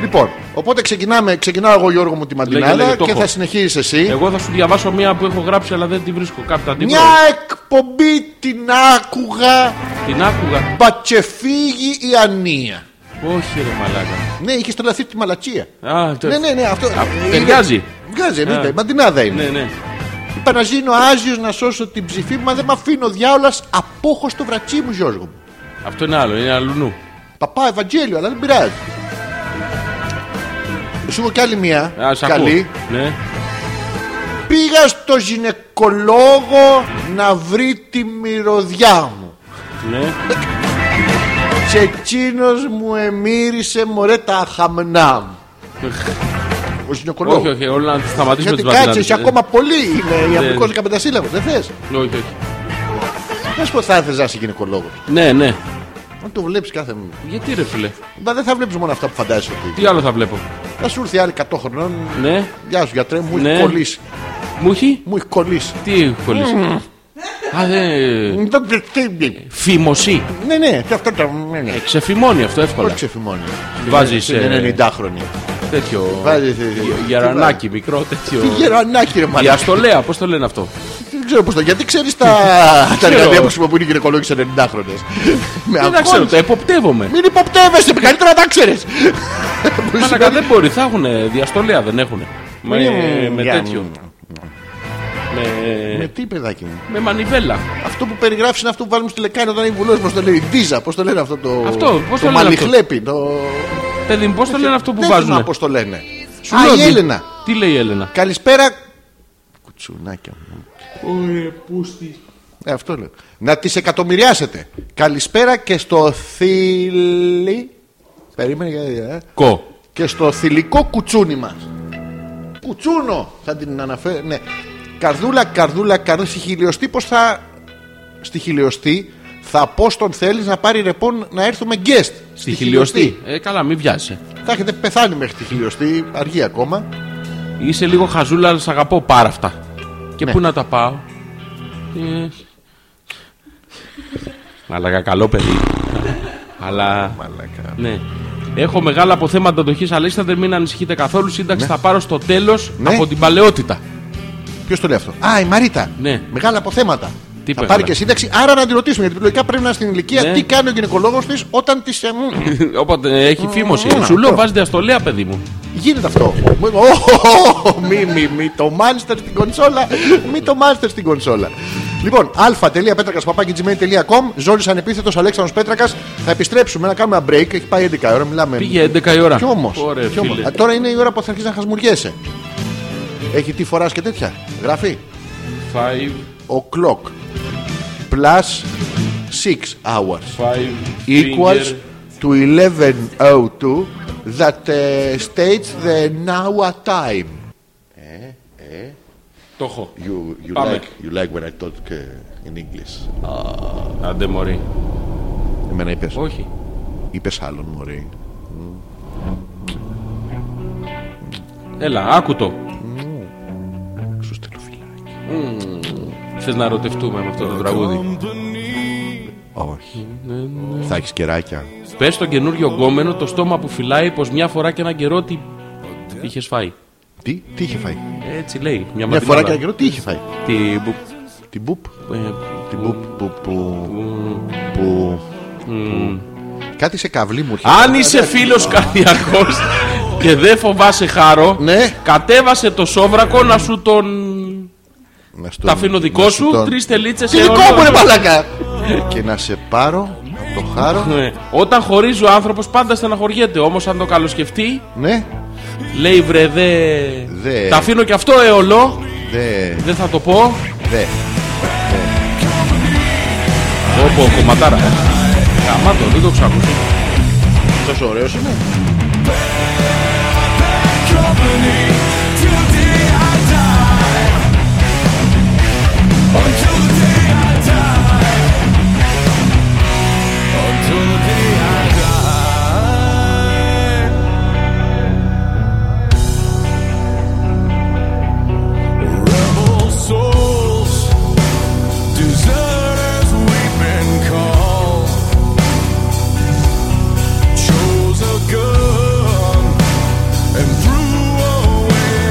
[SPEAKER 3] Λοιπόν, οπότε ξεκινάμε, ξεκινάω εγώ Γιώργο μου τη
[SPEAKER 4] Λέγε, λέγε,
[SPEAKER 3] μαντινάδα
[SPEAKER 4] το
[SPEAKER 3] και
[SPEAKER 4] έχω.
[SPEAKER 3] θα συνεχίσεις εσύ.
[SPEAKER 4] Ε, Εγώ θα σου διαβάσω μία που έχω γράψει, αλλά δεν τη βρίσκω κάπου τα τίποτα.
[SPEAKER 3] Μια εκπομπή την άκουγα
[SPEAKER 4] Την άκουγα.
[SPEAKER 3] Μπατσεφίγη η Ανία.
[SPEAKER 4] Όχι, ρε μαλάκα.
[SPEAKER 3] Ναι, είχες τρελαθεί τη μαλατσία.
[SPEAKER 4] Α, το-
[SPEAKER 3] Ναι, ναι, ναι, αυτό.
[SPEAKER 4] Α, Ταιριάζει.
[SPEAKER 3] Βγάζει,
[SPEAKER 4] Α.
[SPEAKER 3] εννοείται. Μαντινάδα είναι.
[SPEAKER 4] Ναι, ναι.
[SPEAKER 3] Παναζίνω Άζιος να σώσω την ψηφή μου, μα δεν με αφήνω διάολας απόχω στο βρατσί μου, Γιώργο μου.
[SPEAKER 4] Αυτό είναι άλλο, είναι αλλουνού.
[SPEAKER 3] Παπά, Ευαγγέλιο, αλλά δεν πειράζει. Σου έχω κι άλλη μία.
[SPEAKER 4] Α, σ' ακούω.
[SPEAKER 3] καλή.
[SPEAKER 4] Ναι.
[SPEAKER 3] Πήγα στο γυναικολόγο να βρει τη μυρωδιά μου.
[SPEAKER 4] Ναι.
[SPEAKER 3] Σε εκείνος μου εμύρισε μωρέ τα χαμνά μου. Ο
[SPEAKER 4] Όχι,
[SPEAKER 3] γυναικολόγος.
[SPEAKER 4] όχι, όλα να τις σταματήσουμε
[SPEAKER 3] Γιατί
[SPEAKER 4] τις
[SPEAKER 3] κάτσε,
[SPEAKER 4] βατινάδες.
[SPEAKER 3] έχει ακόμα πολύ. Είναι
[SPEAKER 4] Ναι.
[SPEAKER 3] ιαπικός 15 σύλλαβος, δεν θες.
[SPEAKER 4] Ε, Όχι, όχι.
[SPEAKER 3] Δεν σου πω θα ήθελες να είσαι γυναικολόγος.
[SPEAKER 4] Ναι, ναι.
[SPEAKER 3] Αν το βλέπεις κάθε...
[SPEAKER 4] Γιατί ρε φίλε,
[SPEAKER 3] Μα δεν θα βλέπεις μόνο αυτά που φαντάζεσαι ότι...
[SPEAKER 4] τι άλλο θα βλέπω.
[SPEAKER 3] Θα σου έρθει άλλη 100 χρονών.
[SPEAKER 4] Ναι,
[SPEAKER 3] Γεια σου γιατρέ, μου έχει
[SPEAKER 4] Ναι.
[SPEAKER 3] κολλήσει.
[SPEAKER 4] μου έχει,
[SPEAKER 3] Μου έχει κολλήσει.
[SPEAKER 4] τι έχω κολλήσει. Α, δε. Φήμωση.
[SPEAKER 3] Ναι, ναι, και αυτό το. ναι, ναι.
[SPEAKER 4] Ε, Ξεφημώνει αυτό εύκολα.
[SPEAKER 3] Πώς ξεφημώνει.
[SPEAKER 4] Βάζει
[SPEAKER 3] Είναι 90χρονη.
[SPEAKER 4] τέτοιο.
[SPEAKER 3] Βάζεις, ε,
[SPEAKER 4] γε-
[SPEAKER 3] τι
[SPEAKER 4] Γερανάκι μικρό, τέτοιο.
[SPEAKER 3] Τι γερανάκι ρε μαλάκα.
[SPEAKER 4] Διαστολέα, πώς το λένε αυτό.
[SPEAKER 3] Δεν ξέρω πώς το. Γιατί ξέρεις τα τα
[SPEAKER 4] Ξέρω. Ε,
[SPEAKER 3] εργαλεία που χρησιμοποιούν οι γυναικολόγοι σε 90χρονες. Με
[SPEAKER 4] Δεν τα
[SPEAKER 3] αγχώνεις.
[SPEAKER 4] ξέρω, τα εποπτεύομαι.
[SPEAKER 3] Μην υποπτεύεσαι, καλύτερα να τα ξέρεις. Που σου
[SPEAKER 4] Μαλάκα δεν μπορεί, θα έχουν διαστολέα, δεν έχουν. Με,
[SPEAKER 3] Μην-
[SPEAKER 4] με
[SPEAKER 3] για-
[SPEAKER 4] τέτοιο. Με,
[SPEAKER 3] Με Ε, τι παιδάκι μου.
[SPEAKER 4] με μανιβέλα.
[SPEAKER 3] Αυτό που περιγράφεις είναι αυτό που βάζουμε στη λεκάνη όταν είναι βουλός. Πώ το λέει, Ντίζα, πώς το λένε αυτό το.
[SPEAKER 4] Αυτό, πώς
[SPEAKER 3] το
[SPEAKER 4] το λένε αυτό.
[SPEAKER 3] μαλλιχλέπι. Το...
[SPEAKER 4] Παιδί μου, πώς το λένε αυτό που
[SPEAKER 3] Δεν θυμάμαι
[SPEAKER 4] βάζουν.
[SPEAKER 3] πώς το λένε. Σου
[SPEAKER 4] Α,
[SPEAKER 3] λέει η
[SPEAKER 4] δι-
[SPEAKER 3] Έλενα.
[SPEAKER 4] Τι λέει η Έλενα.
[SPEAKER 3] Καλησπέρα. Κουτσουνάκια μου. Ε, αυτό λέω. Να τις εκατομμυριάσετε. Καλησπέρα και στο θηλυ... Περίμενε γιατί. ε.
[SPEAKER 4] Κο.
[SPEAKER 3] Και στο θηλυκό κουτσούνι μας. Κουτσούνο θα την αναφέρω. Ναι. Καρδούλα, καρδούλα, καρδούλα. Στη χιλιοστή πώς θα... Στη χιλιοστή θα πω στον θέλεις να πάρει ρεπόν να έρθουμε guest.
[SPEAKER 4] Στη χιλιοστή. Ε, καλά, μην βιάζεσαι.
[SPEAKER 3] Θα έχετε πεθάνει μέχρι τη χιλιοστή. Αργή ακόμα.
[SPEAKER 4] Είσαι λίγο χαζούλα, αλλά σ' αγαπώ πάρα αυτά. Και
[SPEAKER 3] Ναι.
[SPEAKER 4] πού να τα πάω. Ε, Μαλάκα, καλό παιδί. αλλά.
[SPEAKER 3] Μαλάκα.
[SPEAKER 4] Ναι. Έχω μεγάλα αποθέματα αντοχής, αλλά είστε μην ανησυχείτε καθόλου. Σύνταξη θα πάρω στο τέλος
[SPEAKER 3] Ναι.
[SPEAKER 4] από την παλαιότητα.
[SPEAKER 3] Ποιος το λέει αυτό. Α, η Μαρίτα.
[SPEAKER 4] Ναι.
[SPEAKER 3] Μεγάλα αποθέματα.
[SPEAKER 4] Τι
[SPEAKER 3] θα
[SPEAKER 4] είπε,
[SPEAKER 3] πάρει
[SPEAKER 4] καλά.
[SPEAKER 3] και σύνταξη, άρα να τη ρωτήσουμε γιατί λογικά πρέπει να είναι στην ηλικία
[SPEAKER 4] Ναι.
[SPEAKER 3] τι κάνει ο γυναικολόγος της όταν της. Ε, μ,
[SPEAKER 4] Οπότε έχει φήμωση.
[SPEAKER 3] ναι,
[SPEAKER 4] Σου λέω,
[SPEAKER 3] αυτό.
[SPEAKER 4] βάζει διαστολέα, παιδί μου.
[SPEAKER 3] γίνεται αυτό. Μ, ω, ω, Μη, μη, μη το μάνστερ στην κονσόλα. Μη το μάνστερ στην κονσόλα. Λοιπόν, α.πέτρακα.gmail.com Ζόρι ανεπίθετος Αλέξανδρος Πέτρακας. Θα επιστρέψουμε να κάνουμε ένα break. Έχει πάει 11 η ώρα, μιλάμε.
[SPEAKER 4] Πήγε 11 η ώρα.
[SPEAKER 3] Κι όμως.
[SPEAKER 4] Ωραία, φίλε.
[SPEAKER 3] Τώρα είναι η ώρα που θα αρχίσει να χασμουριέσαι. Έχει τι φοράς και τέτοια. Γράφει.
[SPEAKER 4] Five,
[SPEAKER 3] ο clock plus 6 hours
[SPEAKER 4] five,
[SPEAKER 3] equals
[SPEAKER 4] finger.
[SPEAKER 3] to 1102 that uh, states the now time.
[SPEAKER 4] Το έχω.
[SPEAKER 3] You, you,
[SPEAKER 4] Πάμε.
[SPEAKER 3] like, you like when I talk uh, in English.
[SPEAKER 4] Άντε, μωρή.
[SPEAKER 3] Εμένα είπες,
[SPEAKER 4] Όχι.
[SPEAKER 3] είπες άλλον μωρή.
[SPEAKER 4] Έλα, άκου το.
[SPEAKER 3] Σου στέλνω φιλάκι.
[SPEAKER 4] Θες να ερωτευτούμε με αυτό το τραγούδι.
[SPEAKER 3] Όχι. Θα έχεις κεράκια.
[SPEAKER 4] Πες στον καινούριο γκόμενο το στόμα που φυλάει πως μια φορά και έναν καιρό τι είχες φάει.
[SPEAKER 3] Τι, τι είχε φάει.
[SPEAKER 4] Έτσι λέει. Μια,
[SPEAKER 3] Μια φορά και ένα
[SPEAKER 4] μαθηματικά.
[SPEAKER 3] καιρό τι είχε φάει.
[SPEAKER 4] Τι που-
[SPEAKER 3] Την μπουπ.
[SPEAKER 4] ε,
[SPEAKER 3] Την μπουπ που... που, που- Κάτι σε καβλή μου έρχεται.
[SPEAKER 4] Αν είσαι φίλος καρδιακός και δεν φοβάσαι χάρο,
[SPEAKER 3] Ναι.
[SPEAKER 4] κατέβασε το σόβρακο να σου τον.
[SPEAKER 3] Να στο-
[SPEAKER 4] Τα αφήνω δικό
[SPEAKER 3] να
[SPEAKER 4] σου,
[SPEAKER 3] τον-
[SPEAKER 4] τρεις τελίτσες
[SPEAKER 3] Τι δικό μου ρε μαλακά Και να σε πάρω το χάρο
[SPEAKER 4] Ναι. Όταν χωρίζει ο άνθρωπος, πάντα στεναχωριέται. Όμως, αν το καλοσκεφτεί,
[SPEAKER 3] Ναι
[SPEAKER 4] λέει βρε δε.
[SPEAKER 3] Δε.
[SPEAKER 4] Τα αφήνω και αυτό αιωλό,
[SPEAKER 3] Δε
[SPEAKER 4] δεν θα το πω.
[SPEAKER 3] Δε
[SPEAKER 4] Όπω κομματάρα. ε. Γαμάτο, δεν το ξακούσω.
[SPEAKER 3] Αυτός ωραίος είναι
[SPEAKER 5] Chose a gun and threw away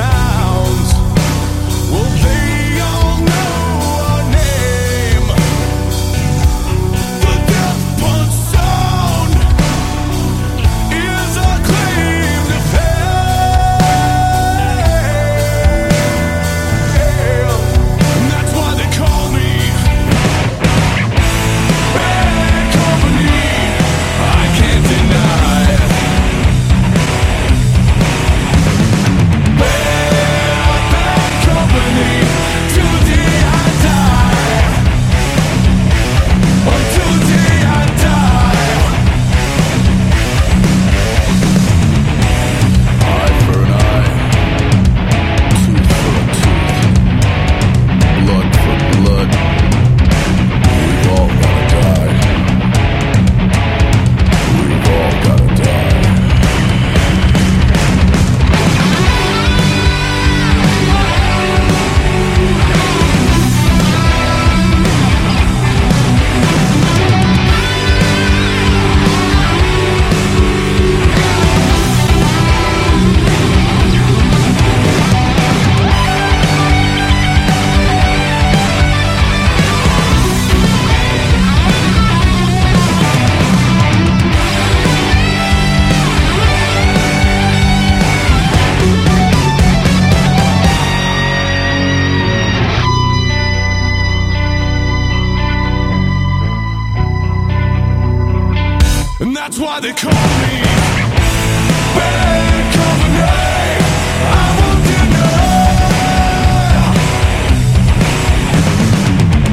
[SPEAKER 6] Oh,
[SPEAKER 5] why they call me Bad Company. I want you to know.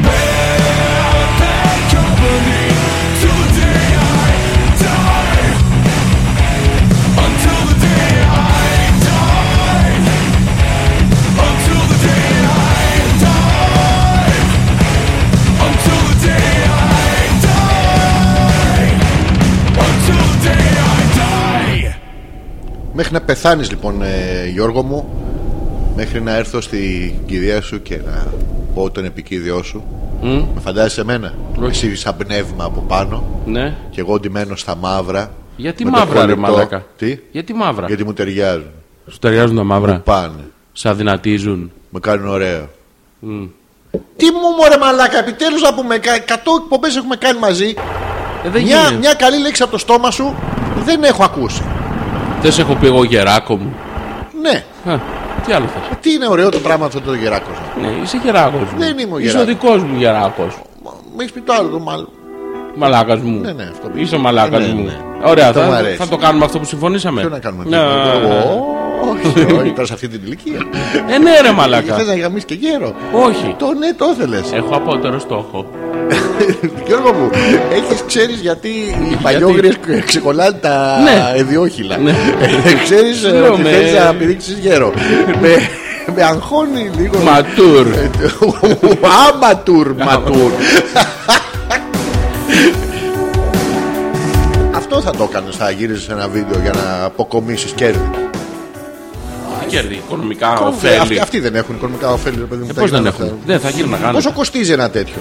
[SPEAKER 5] Bad Company till the day I die. Until the day I die. Until the day I die. Until the day I die. Until the day I die.
[SPEAKER 3] Μέχρι να πεθάνεις λοιπόν ε, Γιώργο μου Μέχρι να έρθω στην κυρία σου Και να πω τον επικίδιό σου Με φαντάζεσαι εμένα Εσύ σαν πνεύμα από πάνω
[SPEAKER 4] Ναι.
[SPEAKER 3] Και εγώ ντυμένος στα μαύρα
[SPEAKER 4] Γιατί
[SPEAKER 3] με το
[SPEAKER 4] μαύρα, ρε
[SPEAKER 3] κολλητό.
[SPEAKER 4] μαλάκα.
[SPEAKER 3] Τι?
[SPEAKER 4] Γιατί μαύρα.
[SPEAKER 3] Γιατί μου ταιριάζουν
[SPEAKER 4] Σου ταιριάζουν τα μαύρα.
[SPEAKER 3] Πάνε
[SPEAKER 4] Σα δυνατίζουν.
[SPEAKER 3] Με κάνουν ωραίο. Τι μου μωρέ μαλάκα, επιτέλους να πούμε. κα- 100 εκπομπές έχουμε κάνει μαζί.
[SPEAKER 4] Ε, δεν
[SPEAKER 3] Μια,
[SPEAKER 4] γίνεται.
[SPEAKER 3] μια καλή λέξη από το στόμα σου δεν έχω ακούσει.
[SPEAKER 4] Δεν σε έχω πει εγώ γεράκο μου.
[SPEAKER 3] Ναι.
[SPEAKER 4] Α, τι άλλο θες.
[SPEAKER 3] Τι είναι ωραίο το πράγμα αυτό το γεράκο.
[SPEAKER 4] Ναι, είσαι γεράκος μου.
[SPEAKER 3] Δεν είμαι ο
[SPEAKER 4] Είσαι ο
[SPEAKER 3] γεράκος.
[SPEAKER 4] δικός μου γεράκος.
[SPEAKER 3] Με έχεις πει το άλλο το μάλλον.
[SPEAKER 4] Μαλάκας μου.
[SPEAKER 3] Ναι, ναι, αυτό που
[SPEAKER 4] Είσαι
[SPEAKER 3] είπα.
[SPEAKER 4] ο μαλάκας
[SPEAKER 3] Ναι,
[SPEAKER 4] μου.
[SPEAKER 3] ναι.
[SPEAKER 4] Ωραία,
[SPEAKER 3] Αυτό μου
[SPEAKER 4] θα,
[SPEAKER 3] αρέσει.
[SPEAKER 4] θα το κάνουμε αυτό που συμφωνήσαμε.
[SPEAKER 3] Ποιο να κάνουμε. δηλαδή,
[SPEAKER 4] Ναι.
[SPEAKER 3] Εγώ, Όχι, όχι, τώρα σε αυτή την ηλικία.
[SPEAKER 4] Ε, ναι, ρε μαλάκα.
[SPEAKER 3] Θες να γαμίσεις και γέρο.
[SPEAKER 4] Όχι.
[SPEAKER 3] Το ναι, το ήθελε.
[SPEAKER 4] Έχω απότερο στόχο.
[SPEAKER 3] Γιώργο μου, έχεις ξέρεις γιατί οι παλιόγριε ξεκολλάνε τα
[SPEAKER 4] Ναι.
[SPEAKER 3] ιδιόχυλα.
[SPEAKER 4] Ναι. ε.
[SPEAKER 3] Ξέρεις
[SPEAKER 4] Λέω
[SPEAKER 3] ε, ότι
[SPEAKER 4] με-
[SPEAKER 3] θέλεις να πηδήξεις γέρο. με, με αγχώνει λίγο.
[SPEAKER 4] Ματούρ.
[SPEAKER 3] Ε, το- Άματουρ, ματουρ. Αυτό θα το έκανες, θα γύριζες ένα βίντεο για να αποκομίσεις κέρδη. Ε,
[SPEAKER 4] Τι κέρδη, οικονομικά
[SPEAKER 3] Αυτοί,
[SPEAKER 4] ωφέλη.
[SPEAKER 3] αυτοί δεν έχουν οικονομικά ωφέλη, ρε παιδί μου.
[SPEAKER 4] Ε,
[SPEAKER 3] τα
[SPEAKER 4] Πώς δεν
[SPEAKER 3] γυρνάνε
[SPEAKER 4] έχουν.
[SPEAKER 3] αυτά.
[SPEAKER 4] Δεν θα γύρναγαν.
[SPEAKER 3] Πόσο κοστίζει ένα τέτοιο.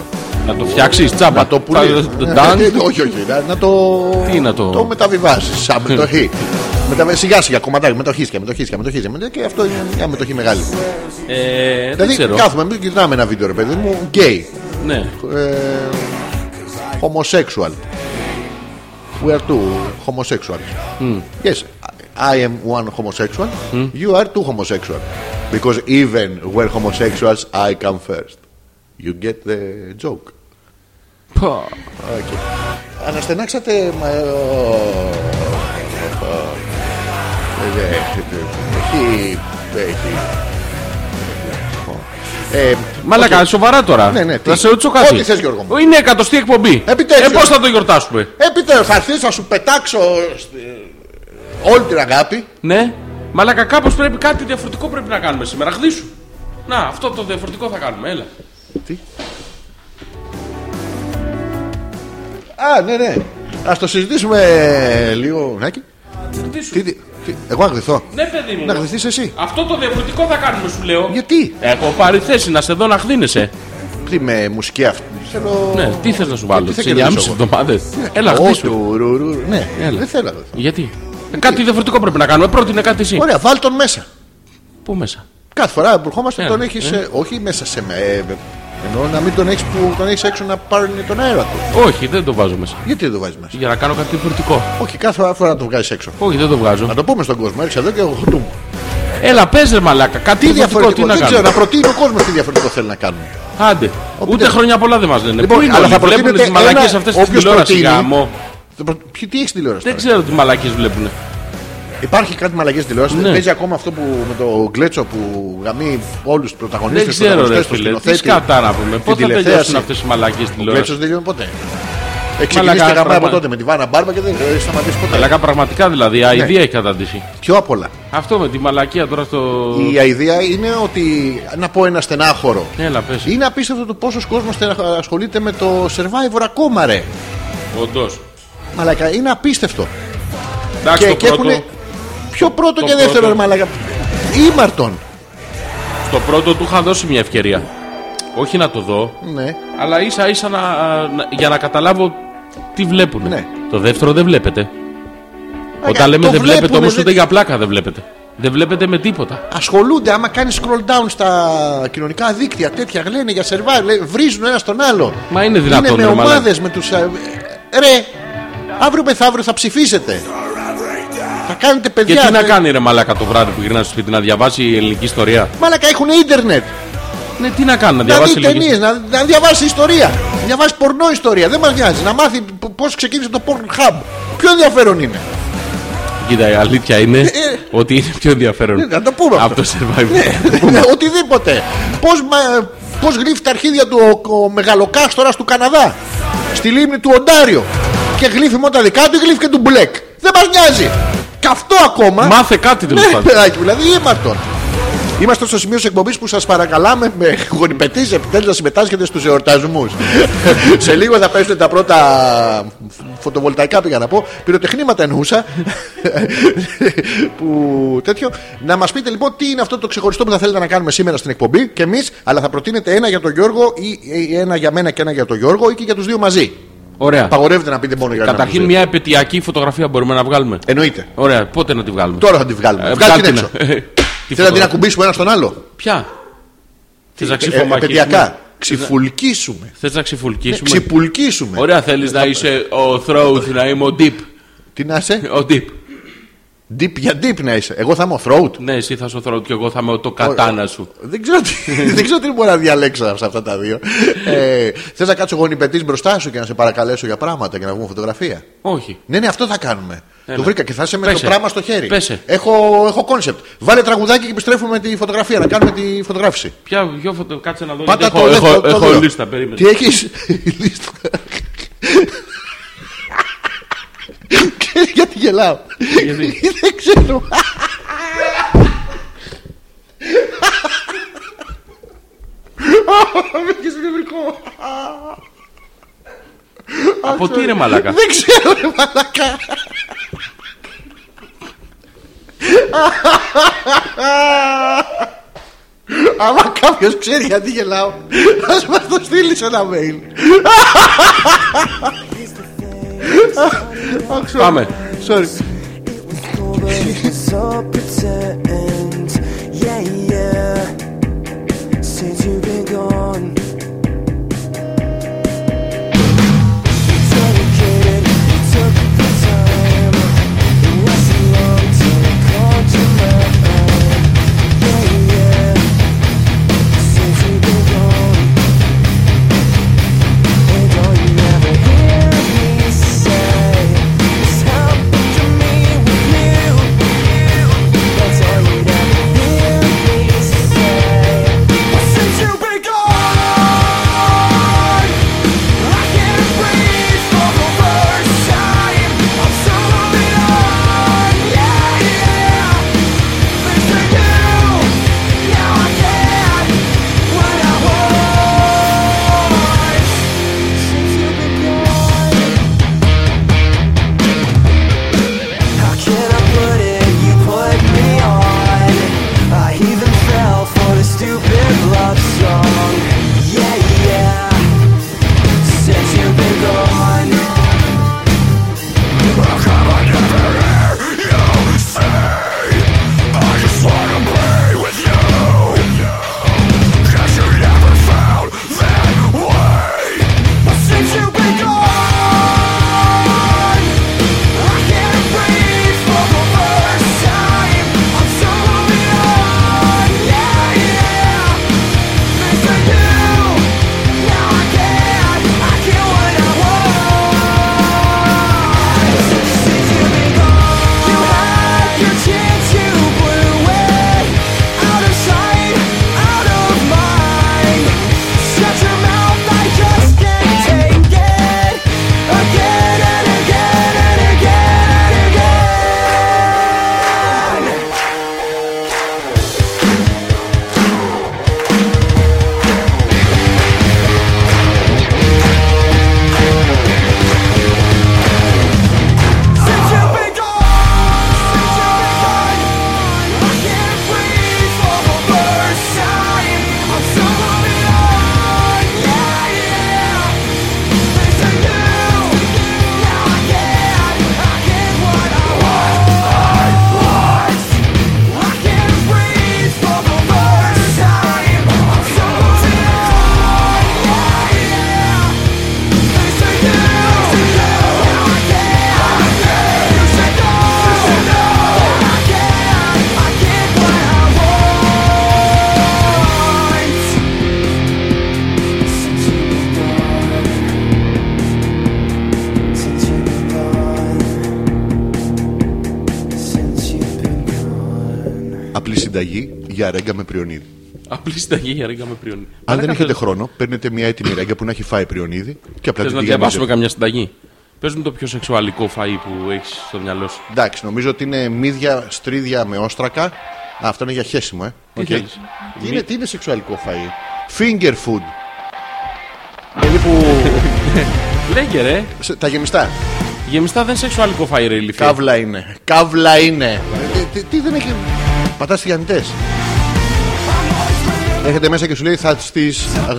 [SPEAKER 4] Να το φτιάξεις τσάπα.
[SPEAKER 3] Να το Ναι, πουλήσει.
[SPEAKER 4] Θα- Ντάν.
[SPEAKER 3] ε, Όχι, όχι. να- Να το.
[SPEAKER 4] Τι να το-
[SPEAKER 3] μεταβιβάσει. Σαν μετοχή. Μεταβε- Σιγά σιγά κομματάκι. Μετοχή και μετοχή και μετοχή. Και αυτό είναι μια μετοχή μεγάλη.
[SPEAKER 4] Ε, Δεν
[SPEAKER 3] Δηλαδή
[SPEAKER 4] ξέρω.
[SPEAKER 3] κάθομαι, εμεί κοιτάμε ένα βίντεο ρε παιδί μου. Γκέι.
[SPEAKER 4] Ναι.
[SPEAKER 3] ε, homosexual. We are two homosexual. Yes, I am one homosexual. You are two homosexual. Because even we're homosexuals, I come first. You get the joke.
[SPEAKER 4] Πω.
[SPEAKER 3] Okay. Αναστενάξατε. Μα... ε, ε, ε, Έχει. Έχει. Ε,
[SPEAKER 4] Μαλάκα, σοβαρά τώρα.
[SPEAKER 3] Ναι, ναι, τι.
[SPEAKER 4] θα σε ρωτήσω κάτι.
[SPEAKER 3] Ό,τι θες, Γιώργο μου.
[SPEAKER 4] Είναι εκατοστή εκπομπή.
[SPEAKER 3] Επιτέλους.
[SPEAKER 4] Ε, πώς θα το γιορτάσουμε.
[SPEAKER 3] Επιτέλους, θα έρθει, θα σου πετάξω στη- όλη την αγάπη.
[SPEAKER 4] Ναι. Μαλάκα, κάπως πρέπει κάτι διαφορετικό πρέπει να κάνουμε σήμερα. Χδίσου. Να, αυτό το διαφορετικό θα κάνουμε. Έλα.
[SPEAKER 3] Α, ναι, ναι. Ας το συζητήσουμε λίγο, Νάκη.
[SPEAKER 4] Χδίσου.
[SPEAKER 3] Τι, τι- τι- εγώ αγδηθώ.
[SPEAKER 4] Ναι, παιδί μου.
[SPEAKER 3] Να αγδηθεί εσύ.
[SPEAKER 4] Αυτό το διαφορετικό θα κάνουμε, σου λέω.
[SPEAKER 3] Γιατί?
[SPEAKER 4] Έχω πάρει θέση να σε δω να χδίνεσαι.
[SPEAKER 3] Τι με μουσική αυτή. Θέλω.
[SPEAKER 4] Ναι, τι θες να σου βάλω,
[SPEAKER 3] Ε, τι θα
[SPEAKER 4] σε
[SPEAKER 3] κερδίσω
[SPEAKER 4] 9,5
[SPEAKER 3] εγώ. Ναι.
[SPEAKER 4] εβδομάδε. Έλα,
[SPEAKER 3] Ω,
[SPEAKER 4] χτίσου.
[SPEAKER 3] του, ρου, ρου, ρου. Ναι,
[SPEAKER 4] Έλα.
[SPEAKER 3] δεν θέλω. να αγδηθώ.
[SPEAKER 4] Γιατί. Ε, Κάτι διαφορετικό πρέπει να κάνουμε. Πρότεινε κάτι εσύ.
[SPEAKER 3] Ωραία, βάλ τον μέσα.
[SPEAKER 4] Πού μέσα.
[SPEAKER 3] Κάθε φορά που ερχόμαστε
[SPEAKER 4] Ε,
[SPEAKER 3] τον έχεις. όχι μέσα σε με. ε, ε, Εννοώ να μην τον έχεις που τον έχεις έξω να πάρει τον αέρα του.
[SPEAKER 4] Όχι, δεν το βάζω μέσα.
[SPEAKER 3] Γιατί δεν το βάζεις μέσα.
[SPEAKER 4] Για να κάνω κάτι διαφορετικό.
[SPEAKER 3] Όχι, κάθε φορά να το βγάζεις έξω.
[SPEAKER 4] Όχι, δεν το βγάζω.
[SPEAKER 3] Να το πούμε στον κόσμο. Έρχεσαι εδώ και εγώ χτούμ.
[SPEAKER 4] Έλα, πες ρε μαλάκα. Κάτι
[SPEAKER 3] Τι
[SPEAKER 4] διαφορετικό, Λοιπόν, τι
[SPEAKER 3] διαφορετικό.
[SPEAKER 4] να
[SPEAKER 3] Δεν ξέρω,
[SPEAKER 4] κάνω.
[SPEAKER 3] να προτείνει ο κόσμος τι διαφορετικό θέλει να κάνουμε.
[SPEAKER 4] Άντε. Ούτε
[SPEAKER 3] δεν-
[SPEAKER 4] χρόνια πολλά δεν μας λένε.
[SPEAKER 3] Λοιπόν,
[SPEAKER 4] Πού είναι
[SPEAKER 3] αλλά
[SPEAKER 4] όλοι,
[SPEAKER 3] θα
[SPEAKER 4] βλέπουν
[SPEAKER 3] προτείνετε
[SPEAKER 4] τις μαλακίες
[SPEAKER 3] ένα-
[SPEAKER 4] αυτές στην
[SPEAKER 3] όποιος
[SPEAKER 4] τηλεόραση.
[SPEAKER 3] προτείνει.
[SPEAKER 4] Γάμο.
[SPEAKER 3] Το προ- Ποιο τι έχεις τηλεόραση.
[SPEAKER 4] Δεν
[SPEAKER 3] τώρα.
[SPEAKER 4] ξέρω τι μαλακίες βλέπουν.
[SPEAKER 3] Υπάρχει κάτι μαλαγέ τηλεόραση.
[SPEAKER 4] Ναι.
[SPEAKER 3] Παίζει ακόμα αυτό που με το γκλέτσο που γαμεί όλους τους πρωταγωνιστές.
[SPEAKER 4] Δεν ξέρω ρε φίλε. Τι σκατά να πούμε. Πότε θα τελειώσουν αυτές οι μαλακίες
[SPEAKER 3] Ο
[SPEAKER 4] τηλεόραση.
[SPEAKER 3] γκλέτσο δεν τελειώνει ποτέ. Έχει ξεκινήσει
[SPEAKER 4] Μαλακά,
[SPEAKER 3] και γαμάει από
[SPEAKER 4] πραγματικά.
[SPEAKER 3] τότε με τη Βάνα Μπάρμπα και δεν έχει σταματήσει ποτέ.
[SPEAKER 4] Μαλακά πραγματικά δηλαδή.
[SPEAKER 3] Ναι.
[SPEAKER 4] Η αηδία έχει καταντήσει.
[SPEAKER 3] Πιο απ' όλα.
[SPEAKER 4] Αυτό με τη μαλακία τώρα στο...
[SPEAKER 3] Η ιδέα είναι ότι. Να πω ένα στενάχωρο.
[SPEAKER 4] Ε. Έλα πες.
[SPEAKER 3] Είναι απίστευτο το πόσος κόσμος ασχολείται με το survivor ακόμα, ρε.
[SPEAKER 4] Όντως.
[SPEAKER 3] Μαλακά, είναι απίστευτο.
[SPEAKER 4] Εντάξει το
[SPEAKER 3] Και, και
[SPEAKER 4] πρώτο.
[SPEAKER 3] έχουν. Πιο πρώτο
[SPEAKER 4] το
[SPEAKER 3] και δεύτερο,
[SPEAKER 4] πρώτο.
[SPEAKER 3] ρε Μαλακά. Ήμαρτον.
[SPEAKER 4] Στο πρώτο του είχα δώσει μια ευκαιρία. Όχι να το δω.
[SPEAKER 3] Ναι.
[SPEAKER 4] Αλλά ίσα ίσα να- να- για να καταλάβω τι βλέπουν.
[SPEAKER 3] Ναι.
[SPEAKER 4] Το δεύτερο δεν βλέπετε.
[SPEAKER 3] το
[SPEAKER 4] Όταν λέμε δεν βλέπετε
[SPEAKER 3] βλέπουνε,
[SPEAKER 4] όμως
[SPEAKER 3] δεν-
[SPEAKER 4] ούτε για πλάκα δεν βλέπετε. Δεν βλέπετε με τίποτα.
[SPEAKER 3] ασχολούνται άμα κάνεις scroll down στα κοινωνικά δίκτυα τέτοια λένε για survivor λέει, βρίζουν ένα τον άλλο
[SPEAKER 4] Μα είναι δυνατόν,
[SPEAKER 3] είναι με
[SPEAKER 4] ρε, μαλάκα.
[SPEAKER 3] ομάδες με τους α, ε, ρε αύριο μεθαύριο θα ψηφίσετε θα κάνετε
[SPEAKER 4] Και
[SPEAKER 3] παιδιά
[SPEAKER 4] τι να
[SPEAKER 3] ε,
[SPEAKER 4] κάνει ρε μαλάκα το βράδυ που γυρνάει στο σπίτι να διαβάσει η ελληνική ιστορία.
[SPEAKER 3] μαλάκα έχουν ίντερνετ
[SPEAKER 4] Ναι, τι να κάνει, να
[SPEAKER 3] να
[SPEAKER 4] διαβάσει
[SPEAKER 3] δει
[SPEAKER 4] η ελληνική
[SPEAKER 3] ταινίες, να, να διαβάσει ιστορία να διαβάσει πορνό ιστορία δεν μας νοιάζει να μάθει π- πώς ξεκίνησε το Pornhub πιο ενδιαφέρον είναι.
[SPEAKER 4] Κοίτα, η αλήθεια είναι ότι είναι πιο
[SPEAKER 3] Ε, Ναι,
[SPEAKER 4] ενδιαφέρον.
[SPEAKER 3] να το πούμε
[SPEAKER 4] Από
[SPEAKER 3] αυτό.
[SPEAKER 4] το survival.
[SPEAKER 3] Ναι, Οτιδήποτε. Πώς, μα- πώς γλύφει τα αρχίδια του ο, ο μεγαλοκάστορας του Καναδά στη λίμνη του Οντάριο. Και γλύφει μόνο τα δικά του, γλύφει και του Μπλεκ. Δεν μας νοιάζει. Και αυτό ακόμα.
[SPEAKER 4] Μάθε κάτι τέλος
[SPEAKER 3] Ναι,
[SPEAKER 4] πάντων.
[SPEAKER 3] παιδάκι, μου, δηλαδή ήμαρτον. Είμαστε στο σημείο της εκπομπής που σας παρακαλάμε με γονιπετής επιτέλους να συμμετάσχετε στους εορτασμούς. Σε λίγο θα πέσουν τα πρώτα φωτοβολταϊκά πήγα να πω. Πυροτεχνήματα εννοούσα. που τέτοιο. Να μας πείτε λοιπόν τι είναι αυτό το ξεχωριστό που θα θέλετε να κάνουμε σήμερα στην εκπομπή και εμείς, αλλά θα προτείνετε ένα για τον Γιώργο ή ε, ένα για μένα και ένα για τον Γιώργο ή και για τους δύο μαζί.
[SPEAKER 4] Ωραία.
[SPEAKER 3] Απαγορεύεται να πείτε μόνο για έναν.
[SPEAKER 4] Καταρχήν μια επαιτειακή φωτογραφία μπορούμε να βγάλουμε.
[SPEAKER 3] Εννοείται.
[SPEAKER 4] Ωραία, πότε να τη βγάλουμε.
[SPEAKER 3] Τώρα θα τη βγάλουμε.
[SPEAKER 4] Ε,
[SPEAKER 3] Βγάλτε την
[SPEAKER 4] βγάλτε
[SPEAKER 3] έξω.
[SPEAKER 4] να. Ε, τι
[SPEAKER 3] Θέλω να την
[SPEAKER 4] φωτογραφία.
[SPEAKER 3] ακουμπήσουμε ένα στον άλλο.
[SPEAKER 4] Ποια. Θες να
[SPEAKER 3] Ε,
[SPEAKER 4] ξυφομακίσουμε.
[SPEAKER 3] Επαιδειακά. Ξυφουλκίσουμε.
[SPEAKER 4] Θες να Ε, ξυφουλκίσουμε.
[SPEAKER 3] Ξυπουλκίσουμε.
[SPEAKER 4] Ωραία, θέλεις να είσαι ο throat, να είμαι ο deep.
[SPEAKER 3] Τι να είσαι.
[SPEAKER 4] Ο deep.
[SPEAKER 3] Deep για deep να είσαι. Εγώ θα είμαι ο throat.
[SPEAKER 4] Ναι, εσύ θα είσαι ο throat και εγώ θα είμαι ο το κατάνα σου.
[SPEAKER 3] Δεν ξέρω, τι, δεν ξέρω τι μπορώ να διαλέξω σε αυτά τα δύο. Ε, Θες να κάτσω γονιπετή μπροστά σου και να σε παρακαλέσω για πράγματα και να βγούμε φωτογραφία.
[SPEAKER 4] Όχι.
[SPEAKER 3] Ναι, ναι, αυτό θα κάνουμε.
[SPEAKER 4] Έλα.
[SPEAKER 3] Το βρήκα και θα είσαι με το
[SPEAKER 4] Πέσε.
[SPEAKER 3] πράγμα στο χέρι.
[SPEAKER 4] Πέσε.
[SPEAKER 3] Έχω, έχω concept. Βάλε τραγουδάκι και επιστρέφουμε με τη φωτογραφία. Να κάνουμε τη φωτογράφηση.
[SPEAKER 4] Ποια δυο φωτο... Κάτσε να δω.
[SPEAKER 3] Πάτα
[SPEAKER 4] γιατί
[SPEAKER 3] το
[SPEAKER 4] έχω,
[SPEAKER 3] δεύτερο,
[SPEAKER 4] έχω,
[SPEAKER 3] το
[SPEAKER 4] έχω
[SPEAKER 3] δύο.
[SPEAKER 4] λίστα, περίμενε.
[SPEAKER 3] Τι έχεις λίστα. Ξέρεις γιατί γελάω.
[SPEAKER 4] Γιατί?
[SPEAKER 3] Δεν ξέρω. Βγήκες νευρικό.
[SPEAKER 4] Από τι είναι μαλάκα.
[SPEAKER 3] Δεν ξέρω ρε μαλακά. Άμα κάποιος ξέρει γιατί γελάω, ας μας το στείλεις σε ένα mail. Αχ, sorry.
[SPEAKER 4] Πάμε.
[SPEAKER 3] Sorry.
[SPEAKER 7] So pretend, yeah, yeah. Since you've been gone, you dedicated, you took the time. It wasn't long till I called you mine, yeah, yeah. Since you've been gone, and all you ever hear me say is how much of me with you. That's all you'd ever hear me say. Well, since you've been gone.
[SPEAKER 3] Απλή συνταγή για ρέγγα με πριονίδι.
[SPEAKER 4] Απλή συνταγή για ρίγκα με πριονίδι.
[SPEAKER 3] Αν δεν
[SPEAKER 4] Μαλάκα,
[SPEAKER 3] έχετε
[SPEAKER 4] θες-
[SPEAKER 3] χρόνο, παίρνετε μια έτοιμη ρέγγα που να έχει φάει πριονίδι και απλά
[SPEAKER 4] θες
[SPEAKER 3] την
[SPEAKER 4] να
[SPEAKER 3] διαβάζετε.
[SPEAKER 4] διαβάσουμε καμιά συνταγή. Πες μου το πιο σεξουαλικό φαΐ που έχεις στο μυαλό σου.
[SPEAKER 3] Εντάξει, νομίζω ότι είναι μύδια, στρίδια με όστρακα. Α, αυτό είναι για χέσιμο, ε.
[SPEAKER 4] Τι
[SPEAKER 3] Οκ.
[SPEAKER 4] θέλεις?
[SPEAKER 3] Τι είναι, τι είναι σεξουαλικό φαΐ. Finger food. Δηλαδή που.
[SPEAKER 4] Λέγε ρε,
[SPEAKER 3] σε- τα γεμιστά.
[SPEAKER 4] γεμιστά δεν σεξουαλικό φαΐ ρε ηλικία.
[SPEAKER 3] Καύλα είναι. Καύλα είναι. Τι- Τι, τι δεν έχει. Πατάς τηγανιτέ. Έρχεται μέσα και σου λέει θα τις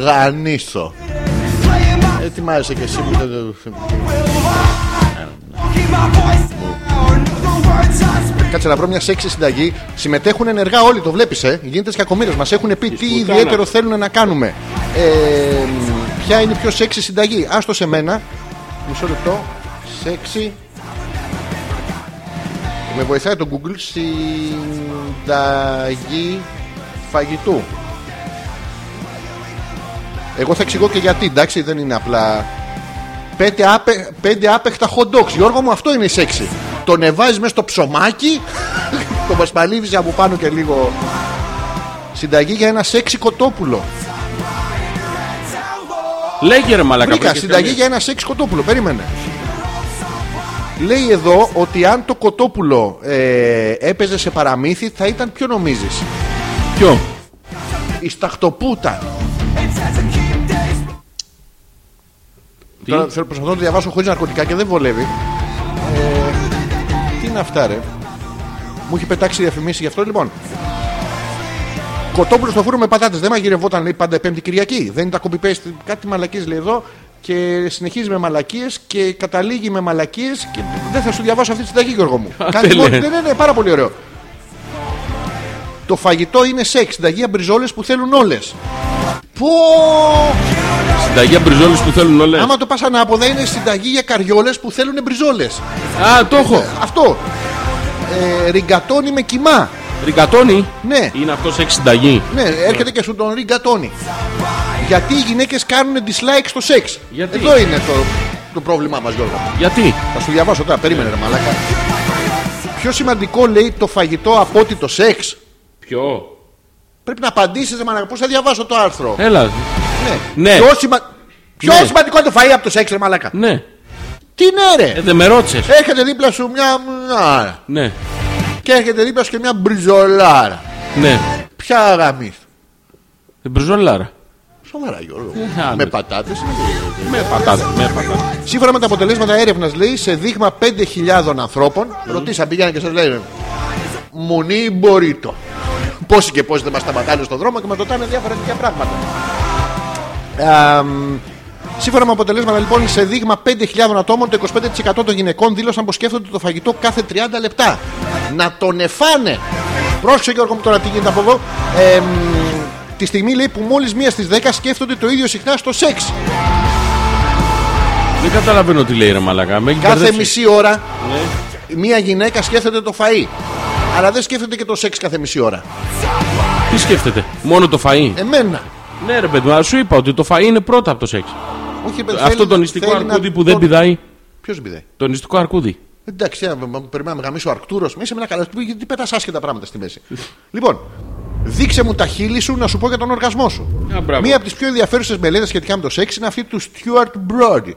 [SPEAKER 3] γανίσω. Ε, Ετοιμάζεσαι και εσύ που το- Κάτσε να βρω μια σεξι συνταγή. Συμμετέχουν ενεργά όλοι, το βλέπεις. Ε. Γίνεται κακομίρε. Μα έχουν πει τις
[SPEAKER 4] σκουτάνα.
[SPEAKER 3] ιδιαίτερο θέλουν να κάνουμε. Ε, μ, ποια είναι η πιο σεξι συνταγή. Άστο σε μένα. Μισό λεπτό. Σεξι. Με βοηθάει το Google συνταγή φαγητού. Εγώ θα εξηγώ και γιατί, εντάξει, δεν είναι απλά. Πέντε, άπε, πέντε άπεκτα hot dogs. Γιώργο μου, αυτό είναι η σεξι. Το νεβάζεις μέσα στο ψωμάκι, το πασπαλίβεις από πάνω και λίγο. Συνταγή για ένα σεξι κοτόπουλο.
[SPEAKER 4] Λέγε ρε μαλακά.
[SPEAKER 3] Βρήκα
[SPEAKER 4] βρήκες
[SPEAKER 3] συνταγή
[SPEAKER 4] καμία.
[SPEAKER 3] για ένα σεξ κοτόπουλο. Περίμενε. Λέει εδώ ότι αν το κοτόπουλο ε, έπαιζε σε παραμύθι θα ήταν ποιο νομίζεις.
[SPEAKER 4] Ποιο?
[SPEAKER 3] Η σταχτοπούτα.
[SPEAKER 4] Τι?
[SPEAKER 3] Τώρα θέλω προσπαθώ να το διαβάσω χωρίς ναρκωτικά και δεν βολεύει. Ε, τι είναι αυτά, ρε. Μου έχει πετάξει διαφημίσει γι' αυτό λοιπόν. Κοτόπουλος στο φούρνο με πατάτες. Δεν μαγειρευόταν λέει, πάντα Πέμπτη Κυριακή. Δεν ήταν copy paste. Κάτι μαλακίες λέει εδώ. Και συνεχίζει με μαλακίες και καταλήγει με μαλακίες. Και δεν θα σου διαβάσω αυτή τη συνταγή, Γιώργο μου. Κάτι
[SPEAKER 4] τέλεια.
[SPEAKER 3] μόνο. Ναι, ναι, ναι, πάρα πολύ ωραίο. Το φαγητό είναι σεξ. Συνταγή αμπριζόλε που θέλουν όλες. Πω!
[SPEAKER 4] Συνταγή μπριζόλες που θέλουν όλες.
[SPEAKER 3] Άμα το πας ανάποδα είναι συνταγή για καριόλες που θέλουν μπριζόλες.
[SPEAKER 4] Α, το έχω.
[SPEAKER 3] Αυτό. Ε, ριγκατόνι με κοιμά.
[SPEAKER 4] Ρικατόνι.
[SPEAKER 3] Ναι.
[SPEAKER 4] Είναι αυτό σεξ συνταγή.
[SPEAKER 3] Ναι, έρχεται και σου τον ριγκατόνι. Γιατί οι γυναίκες κάνουν dislike στο σεξ.
[SPEAKER 4] Γιατί?
[SPEAKER 3] Εδώ είναι το, το πρόβλημά μας, Γιώργο.
[SPEAKER 4] Γιατί?
[SPEAKER 3] Θα σου διαβάσω τώρα, περίμενε, ρε μαλάκα. Πιο σημαντικό λέει το φαγητό από ότι το σεξ.
[SPEAKER 4] Ποιο?
[SPEAKER 3] Πρέπει να απαντήσεις, ρε μαλάκα. Πώς θα διαβάσω το άρθρο.
[SPEAKER 4] Έλα.
[SPEAKER 3] ναι.
[SPEAKER 4] Ε, ναι.
[SPEAKER 3] Πιο, σημα... πιο
[SPEAKER 4] Ναι.
[SPEAKER 3] σημαντικό είναι το φαγητό από το σεξ, ρε μαλάκα.
[SPEAKER 4] Ναι.
[SPEAKER 3] Τι ναι, ρε.
[SPEAKER 4] Ε, δεν με ρώτησες.
[SPEAKER 3] Έρχεται δίπλα σου μια. μ,
[SPEAKER 4] Ναι.
[SPEAKER 3] Και έρχεται δίπλα σου και μια μπριζολάρα.
[SPEAKER 4] Ναι. Ε,
[SPEAKER 3] Ποια γαμί.
[SPEAKER 4] Μπριζολάρα.
[SPEAKER 3] Σοβαρά, Γιώργο.
[SPEAKER 4] άλλο.
[SPEAKER 3] με πατάτε. Με
[SPEAKER 4] Πατάτα. Με πατάτα.
[SPEAKER 3] Σύμφωνα με τα αποτελέσματα έρευνας, λέει σε δείγμα 5.000 ανθρώπων, ρωτήσαν, πήγαιναν και σας λένε Μονή μπορείτο. Πόσοι και πόσοι δεν μας σταματάνε στον δρόμο και μας ρωτάνε διάφορα τέτοια πράγματα. Α, μ, Σύμφωνα με αποτελέσματα, λοιπόν, σε δείγμα 5.000 ατόμων, το 25% των γυναικών δήλωσαν πως σκέφτονται το φαγητό κάθε 30 λεπτά. Να τον εφάνε. Πρόσεξε, Γιώργο μου, τώρα τι γίνεται από εδώ. Ε, μ, τη στιγμή λέει που μόλις μία στις 10 σκέφτονται το ίδιο συχνά στο σεξ.
[SPEAKER 4] Δεν καταλαβαίνω τι λέει ρε μαλακά. Με έχει
[SPEAKER 3] Κάθε
[SPEAKER 4] μπερδέψει.
[SPEAKER 3] μισή ώρα
[SPEAKER 4] Ναι.
[SPEAKER 3] μία γυναίκα σκέφτεται το φαΐ. Αλλά δεν σκέφτεται και το σεξ κάθε μισή ώρα.
[SPEAKER 4] Τι σκέφτεται. Μόνο το φαΐ.
[SPEAKER 3] Εμένα.
[SPEAKER 4] Ναι ρε παιδί μου, αλλά σου είπα ότι το φαΐ είναι πρώτα από το σεξ.
[SPEAKER 3] Όχι, παιδί,
[SPEAKER 4] Αυτό
[SPEAKER 3] θέλει-
[SPEAKER 4] το νηστικό
[SPEAKER 3] θέλει να
[SPEAKER 4] αρκούδι που
[SPEAKER 3] τον-
[SPEAKER 4] δεν πηδάει.
[SPEAKER 3] Ποιος πηδάει.
[SPEAKER 4] Το νηστικό αρκούδι.
[SPEAKER 3] Εντάξει, α, μ- μ- περιμέναμε να γαμίσει ο Αρκτούρος. Μη είσαι μια καλά. Τι- Γιατί πετάς άσχετα πράγματα στη μέση. λοιπόν, δείξε μου τα χείλη σου να σου πω για τον οργασμό σου.
[SPEAKER 4] Α, μπράβο.
[SPEAKER 3] Μία από τις πιο ενδιαφέρουσες μελέτες σχετικά με το σεξ είναι αυτή του Stuart Brody.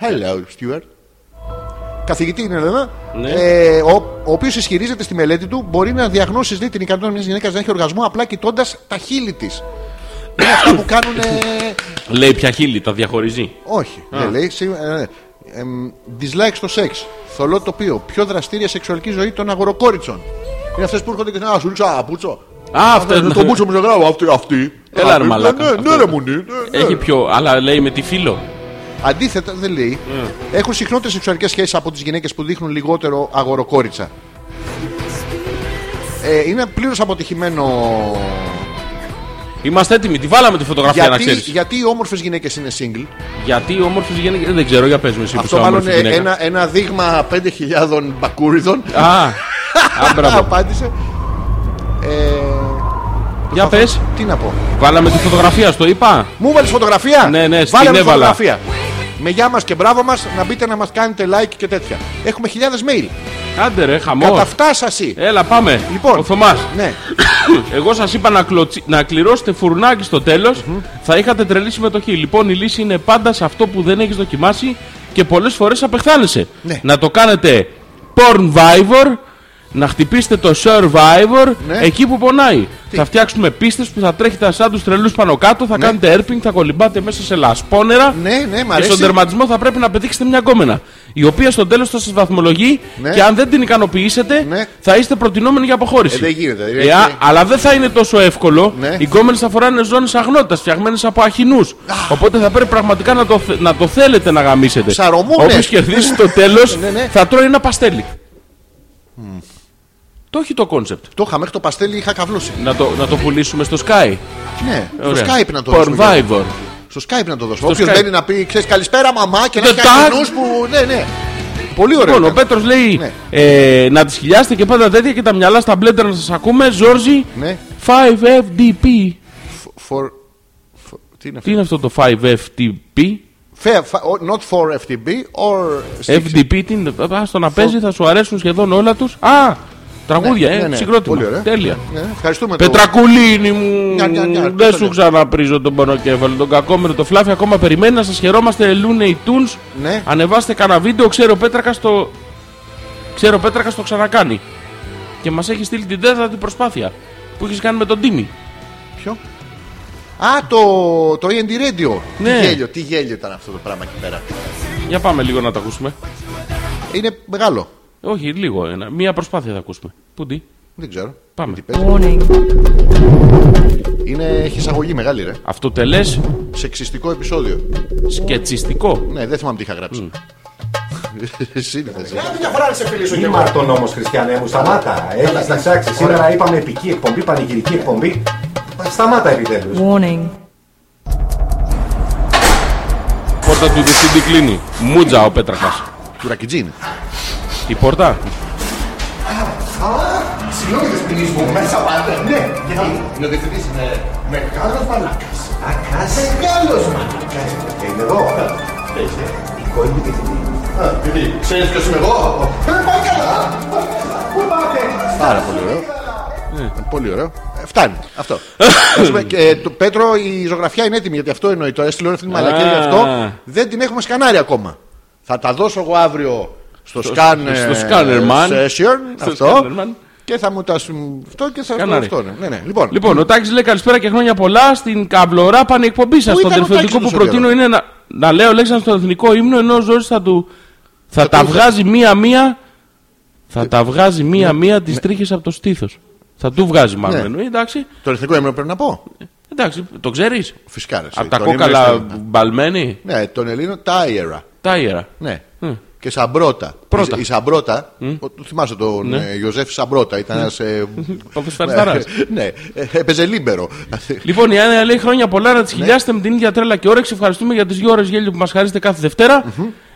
[SPEAKER 3] Hello, Stuart. Καθηγητή είναι εδώ.
[SPEAKER 4] Ναι.
[SPEAKER 3] Ε, ο ο οποίος ισχυρίζεται στη μελέτη του μπορεί να διαγνώσεις λέει, την ικανότητα μιας γυναίκας να έχει οργασμό απλά κοιτώντας τα χείλη της. είναι αυτά που κάνουν. ε,
[SPEAKER 4] Λέει πια χείλη, τα διαχωρίζει.
[SPEAKER 3] όχι. Δεν λέει. Σι- ε, ε, εμ, dislike στο σεξ. Θολό τοπίο. Πιο δραστήρια σεξουαλική ζωή των αγοροκόριτσων. Είναι αυτές που έρχονται και λένε Α, σου λούτσα, πούτσο.
[SPEAKER 4] Α, αυτές,
[SPEAKER 3] ναι,
[SPEAKER 4] ναι.
[SPEAKER 3] Το πούτσο μου ζευγάρι, αυτή. αυτή.
[SPEAKER 4] Έλα, ρε
[SPEAKER 3] Αυτή,
[SPEAKER 4] μαλάκα,
[SPEAKER 3] Ναι, ναι,
[SPEAKER 4] αυτό.
[SPEAKER 3] ρε μουνί. ναι, ναι.
[SPEAKER 4] Έχει πιο, αλλά λέει με τη φίλο.
[SPEAKER 3] Αντίθετα, δεν λέει.
[SPEAKER 4] Ναι.
[SPEAKER 3] Έχουν συχνότερες σεξουαλικές σχέσεις από τις γυναίκες που δείχνουν λιγότερο αγοροκόριτσα. Ε, είναι πλήρως αποτυχημένο.
[SPEAKER 4] Είμαστε έτοιμοι, τη βάλαμε τη φωτογραφία να
[SPEAKER 3] Γιατί,
[SPEAKER 4] ξέρεις.
[SPEAKER 3] γιατί οι όμορφες γυναίκες είναι single.
[SPEAKER 4] Γιατί όμορφες γυναίκες. Δεν ξέρω, για πες με εσύ που
[SPEAKER 3] Αυτό
[SPEAKER 4] είσαι
[SPEAKER 3] μάλλον
[SPEAKER 4] όμορφη
[SPEAKER 3] είναι
[SPEAKER 4] γυναίκα.
[SPEAKER 3] ένα, ένα δείγμα 5.000 μπακούριδων.
[SPEAKER 4] Α, α, μπράβο.
[SPEAKER 3] απάντησε. Ε,
[SPEAKER 4] Για πες,
[SPEAKER 3] τι να πω.
[SPEAKER 4] βάλαμε τη φωτογραφία, στο είπα.
[SPEAKER 3] Μου βάλει φωτογραφία.
[SPEAKER 4] Ναι, ναι, στην
[SPEAKER 3] Βάλε μου
[SPEAKER 4] έβαλα.
[SPEAKER 3] φωτογραφία. Με γεια μας και μπράβο μας να μπείτε να μας κάνετε like και τέτοια. Έχουμε χιλιάδες mail.
[SPEAKER 4] Άντε ρε, χαμός.
[SPEAKER 3] Καταφτάσασαι.
[SPEAKER 4] Έλα, πάμε.
[SPEAKER 3] Λοιπόν.
[SPEAKER 4] Ο Θωμάς.
[SPEAKER 3] Ναι.
[SPEAKER 4] Εγώ σας είπα να, κλωτσι... να κληρώσετε φουρνάκι στο τελο Θα είχατε τρελή συμμετοχή. Λοιπόν, η λύση είναι πάντα σε αυτό που δεν έχεις δοκιμάσει και πολλές φορές απεχθάνεσαι.
[SPEAKER 3] Ναι.
[SPEAKER 4] Να το κάνετε Pornvivor, να χτυπήσετε το Survivor
[SPEAKER 3] Ναι.
[SPEAKER 4] εκεί που πονάει. Θα φτιάξουμε πίστες που θα τρέχετε σαν τους τρελούς πάνω κάτω, θα κάνετε έρπινγκ, θα κολυμπάτε μέσα σε λασπόνερα.
[SPEAKER 3] Ναι, ναι, μ'
[SPEAKER 4] και
[SPEAKER 3] αρέσει.
[SPEAKER 4] στον τερματισμό θα πρέπει να πετύχετε μια γκόμενα. Η οποία στο τέλος θα σας βαθμολογεί
[SPEAKER 3] Ναι.
[SPEAKER 4] και αν δεν την ικανοποιήσετε,
[SPEAKER 3] Ναι.
[SPEAKER 4] θα είστε προτινόμενοι για αποχώρηση.
[SPEAKER 3] Ε, δεν γίνεται, δεν
[SPEAKER 4] Ε,
[SPEAKER 3] γίνεται.
[SPEAKER 4] α, αλλά δεν θα είναι τόσο εύκολο.
[SPEAKER 3] Ναι.
[SPEAKER 4] Οι γκόμενες θα φοράνε ζώνες αγνότητα, φτιαγμένες από αχινούς. Οπότε θα πρέπει πραγματικά να το, θε- να το θέλετε να γαμίσετε.
[SPEAKER 3] Ψαρωμούνες.
[SPEAKER 4] Όποιος κερδίσει στο τέλος
[SPEAKER 3] Ναι, ναι.
[SPEAKER 4] θα τρώει ένα παστέλι. Το έχει το κόνσεπτ.
[SPEAKER 3] Το είχα μέχρι το παστέλι, είχα καβλούσει.
[SPEAKER 4] Να το, να το πουλήσουμε στο Sky.
[SPEAKER 3] Ναι,
[SPEAKER 4] Ωραία.
[SPEAKER 3] στο Skype να το δώσουμε.
[SPEAKER 4] Pornvivor.
[SPEAKER 3] Στο Skype να το δώσουμε. Όποιος
[SPEAKER 4] Skype.
[SPEAKER 3] μπαίνει να πει, ξέρεις καλησπέρα, μαμά και να
[SPEAKER 4] Το
[SPEAKER 3] έχει
[SPEAKER 4] tag.
[SPEAKER 3] αγνού που. Ναι, ναι. Πολύ ωραίο.
[SPEAKER 4] Λοιπόν, ο
[SPEAKER 3] ήταν.
[SPEAKER 4] Πέτρος λέει
[SPEAKER 3] Ναι.
[SPEAKER 4] ε, να τις χιλιάσετε και πάντα τέτοια και τα μυαλά στα μπλέντερ να σας ακούμε. Ζόρζι
[SPEAKER 3] Ναι.
[SPEAKER 4] 5FDP.
[SPEAKER 3] For- for- Τι είναι
[SPEAKER 4] Τι
[SPEAKER 3] αυτό.
[SPEAKER 4] είναι αυτό το 5FTP.
[SPEAKER 3] Fair- fa- or- Not for FTB or. six.
[SPEAKER 4] FDP, τι είναι, α το να παίζει, θα σου αρέσουν σχεδόν όλα τους. Α! Τραγούδια,
[SPEAKER 3] Ναι,
[SPEAKER 4] ε,
[SPEAKER 3] ναι, ναι.
[SPEAKER 4] συγκρότημα.
[SPEAKER 3] Πολύ ωραία.
[SPEAKER 4] Τέλεια.
[SPEAKER 3] Ναι, ευχαριστούμε. το-
[SPEAKER 4] Πετρακουλίνη μου,
[SPEAKER 3] Νια, νια, νια,
[SPEAKER 4] δεν
[SPEAKER 3] τέλεια.
[SPEAKER 4] σου ξαναπρίζω τον πονοκέφαλο. Τον κακόμενο, το φλάφι ακόμα περιμένει να σας χαιρόμαστε. Λούνε οι Tunes.
[SPEAKER 3] Ναι.
[SPEAKER 4] Ανεβάστε κανένα βίντεο, ξέρω Πέτρακα το. Ξέρω Πέτρακα το ξανακάνει. Και μας έχει στείλει την τέταρτη προσπάθεια που έχει κάνει με τον Τίμη.
[SPEAKER 3] Ποιο? Α, το, το END Radio.
[SPEAKER 4] Ναι.
[SPEAKER 3] Τι, γέλιο, τι γέλιο ήταν αυτό το πράγμα εκεί πέρα.
[SPEAKER 4] Για πάμε λίγο να τα ακούσουμε.
[SPEAKER 3] Είναι μεγάλο.
[SPEAKER 4] Όχι, λίγο. Ένα, μία προσπάθεια θα ακούσουμε. Πού τι,
[SPEAKER 3] Δεν ξέρω.
[SPEAKER 4] πάμε.
[SPEAKER 3] Τι παίζει. Είναι, έχει εισαγωγή μεγάλη, ρε.
[SPEAKER 4] Αυτοτελέ
[SPEAKER 3] Σεξιστικό επεισόδιο.
[SPEAKER 4] σκετσιστικό.
[SPEAKER 3] Ναι, δεν θυμάμαι τι είχα γράψει.
[SPEAKER 4] Mm.
[SPEAKER 3] ε. Σύνθεση.
[SPEAKER 8] Μια φορά να σε φιλήσω και Μάρτον όμως Χριστιανέ μου, σταμάτα. Έχεις την ψάξει. Σήμερα είπαμε επική εκπομπή, πανηγυρική εκπομπή. Σταμάτα επιτέλους.
[SPEAKER 9] Warning.
[SPEAKER 4] Πόρτα του διευθυντή κλείνει. Μούτζα ο Πέτρακα.
[SPEAKER 3] Τουρακιτζή είναι.
[SPEAKER 4] Η πόρτα.
[SPEAKER 8] Συγγνώμη δεν σπινείς μου, μέσα πάντα. Ναι, γιατί είναι ο διευθυντής είναι μεγάλος μαλάκας. Ε, Ακάς. Μεγάλος μαλάκας. Ε, Είναι εδώ. Η κόρη του διευθυντή.
[SPEAKER 3] Γιατί, ξέρεις ποιος είμαι εγώ.
[SPEAKER 8] Δεν Ε, πάει καλά. Πού πάτε.
[SPEAKER 3] Πάρα πολύ ωραίο. Πολύ ωραίο. Ε, Φτάνει. Αυτό. Ας πούμε, και, ε, το, Πέτρο, η ζωγραφιά είναι έτοιμη γιατί αυτό εννοεί. Το έστειλε όλη αυτή τη μαλακία γι' αυτό. Δεν την έχουμε σκανάρει ακόμα. Θα τα δώσω εγώ αύριο στο, scan, ε,
[SPEAKER 4] στο scanner man.
[SPEAKER 3] session.
[SPEAKER 4] Στο
[SPEAKER 3] αυτό.
[SPEAKER 4] scanner man.
[SPEAKER 3] Και θα μου τα συμ- αυτό και θα το
[SPEAKER 4] Σκανάρει.
[SPEAKER 3] αυτό. Ναι, ναι, ναι. Λοιπόν,
[SPEAKER 4] Λοιπόν, ο Τάκης λέει καλησπέρα και χρόνια πολλά στην καμπλωρά πάνε εκπομπή σας.
[SPEAKER 3] Πού
[SPEAKER 4] Το
[SPEAKER 3] ήταν ο
[SPEAKER 4] τελευταίο
[SPEAKER 3] Τάκης
[SPEAKER 4] που
[SPEAKER 3] τόσο
[SPEAKER 4] προτείνω
[SPEAKER 3] καιρό?
[SPEAKER 4] είναι να, να λέω λέξαν στον εθνικό ύμνο ενώ ο Ζόρις θα του. Θα τα
[SPEAKER 3] το-
[SPEAKER 4] βγάζει
[SPEAKER 3] Ε,
[SPEAKER 4] μία-μία. Θα τα βγάζει μία-μία τις τρίχες από το στήθος. Θα του βγάζει μάλλον.
[SPEAKER 3] Ναι.
[SPEAKER 4] εννοεί, εντάξει,
[SPEAKER 3] το εθνικό έμεινο πρέπει να πω.
[SPEAKER 4] εντάξει, το ξέρεις.
[SPEAKER 3] Φυσικά. ρε, εσύ.
[SPEAKER 4] Από τα
[SPEAKER 3] Τον ύμνο
[SPEAKER 4] κόκαλα
[SPEAKER 3] ήρθε-
[SPEAKER 4] μπαλμένη.
[SPEAKER 3] Ναι, τον Ελλήνο Τάιερα.
[SPEAKER 4] Τάιερα.
[SPEAKER 3] Ναι.
[SPEAKER 4] Μμ.
[SPEAKER 3] Και Σαμπρότα.
[SPEAKER 4] Πρώτα.
[SPEAKER 3] Η, η Σαμπρότα, ο- το θυμάσαι τον
[SPEAKER 4] Ναι.
[SPEAKER 3] ε, Ιωζέφ Σαμπρότα, ήταν ένας... ε,
[SPEAKER 4] Παθοσφαιριστάρας.
[SPEAKER 3] ναι, ε, έπαιζε λίμπερο.
[SPEAKER 4] Λοιπόν, η Άννα λέει χρόνια πολλά να
[SPEAKER 3] Ναι.
[SPEAKER 4] τι χιλιάσετε με την ίδια τρέλα και όρεξη. Ευχαριστούμε για τις δύο ώρες γέλιο που μας χαρίζετε κάθε Δευτέρα.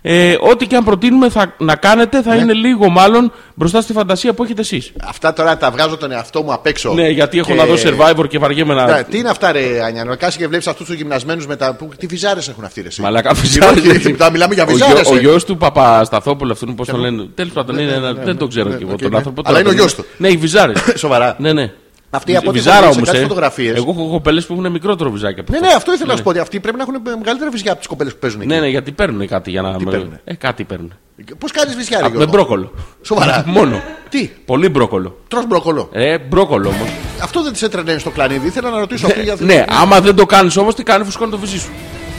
[SPEAKER 4] Ε, ό,τι και αν προτείνουμε θα, να κάνετε
[SPEAKER 3] Ναι.
[SPEAKER 4] θα είναι λίγο μάλλον μπροστά στη φαντασία που έχετε εσείς.
[SPEAKER 3] Αυτά τώρα τα βγάζω τον εαυτό μου απ' έξω.
[SPEAKER 4] Ναι, γιατί έχω
[SPEAKER 3] Και-
[SPEAKER 4] να δω survivor και βαριέμαι
[SPEAKER 3] Ναι,
[SPEAKER 4] να.
[SPEAKER 3] τι είναι αυτά, ρε Άνια, να κάσει και βλέπεις αυτούς τους γυμνασμένους μετά. Που, τι βυζάρες έχουν αυτοί, ρε. εσύ.
[SPEAKER 4] Μαλάκα,
[SPEAKER 3] Συγγνώμη,
[SPEAKER 4] φυσικά.
[SPEAKER 3] κύριε, τα μιλάμε για
[SPEAKER 4] Ο γιο-
[SPEAKER 3] βυζάρες,
[SPEAKER 4] Ο
[SPEAKER 3] ε. Ναι,
[SPEAKER 4] γιος του Παπασταθόπουλου, αυτόν πώς τον λένε. Τέλος πάντων, είναι ένα- δεν τον ξέρω κι εγώ
[SPEAKER 3] οκ,
[SPEAKER 4] τον
[SPEAKER 3] ναι.
[SPEAKER 4] άνθρωπο.
[SPEAKER 3] Αλλά
[SPEAKER 4] τώρα
[SPEAKER 3] είναι ο
[SPEAKER 4] τον
[SPEAKER 3] γιος
[SPEAKER 4] είδα.
[SPEAKER 3] του.
[SPEAKER 4] Ναι, οι βυζάρες.
[SPEAKER 3] Σοβαρά.
[SPEAKER 4] Ναι, ναι.
[SPEAKER 3] Αυτή από ό,τι
[SPEAKER 4] Βυζάρα
[SPEAKER 3] έχω δει σε
[SPEAKER 4] όμως,
[SPEAKER 3] κάτι
[SPEAKER 4] ε.
[SPEAKER 3] φωτογραφίες.
[SPEAKER 4] Εγώ έχω κοπέλε που έχουν μικρότερο βυζάκι από
[SPEAKER 3] Ναι,
[SPEAKER 4] αυτό.
[SPEAKER 3] ναι, αυτό ήθελα να σου πω. ότι Αυτοί πρέπει να έχουν μεγαλύτερα βυζιά από τις κοπέλες που παίζουν
[SPEAKER 4] Ναι,
[SPEAKER 3] εκεί.
[SPEAKER 4] ναι, γιατί παίρνουν κάτι για να. με-
[SPEAKER 3] παίρνουν?
[SPEAKER 4] Ε, κάτι παίρνουν.
[SPEAKER 3] Πώς κάνεις βυζιά, ρε.
[SPEAKER 4] Α, Με
[SPEAKER 3] Γιώργο?
[SPEAKER 4] μπρόκολο.
[SPEAKER 3] Σοβαρά.
[SPEAKER 4] Μόνο.
[SPEAKER 3] Τι,
[SPEAKER 4] Πολύ μπρόκολο.
[SPEAKER 3] τρως μπροκολό.
[SPEAKER 4] Ε, μπρόκολο όμως.
[SPEAKER 3] Αυτό δεν τη έτρενε στο κλανίδι. Ήθελα να ρωτήσω αυτή για
[SPEAKER 4] ναι, άμα δεν το κάνεις όμως, τι κάνει, φουσκώνει το βυζί σου.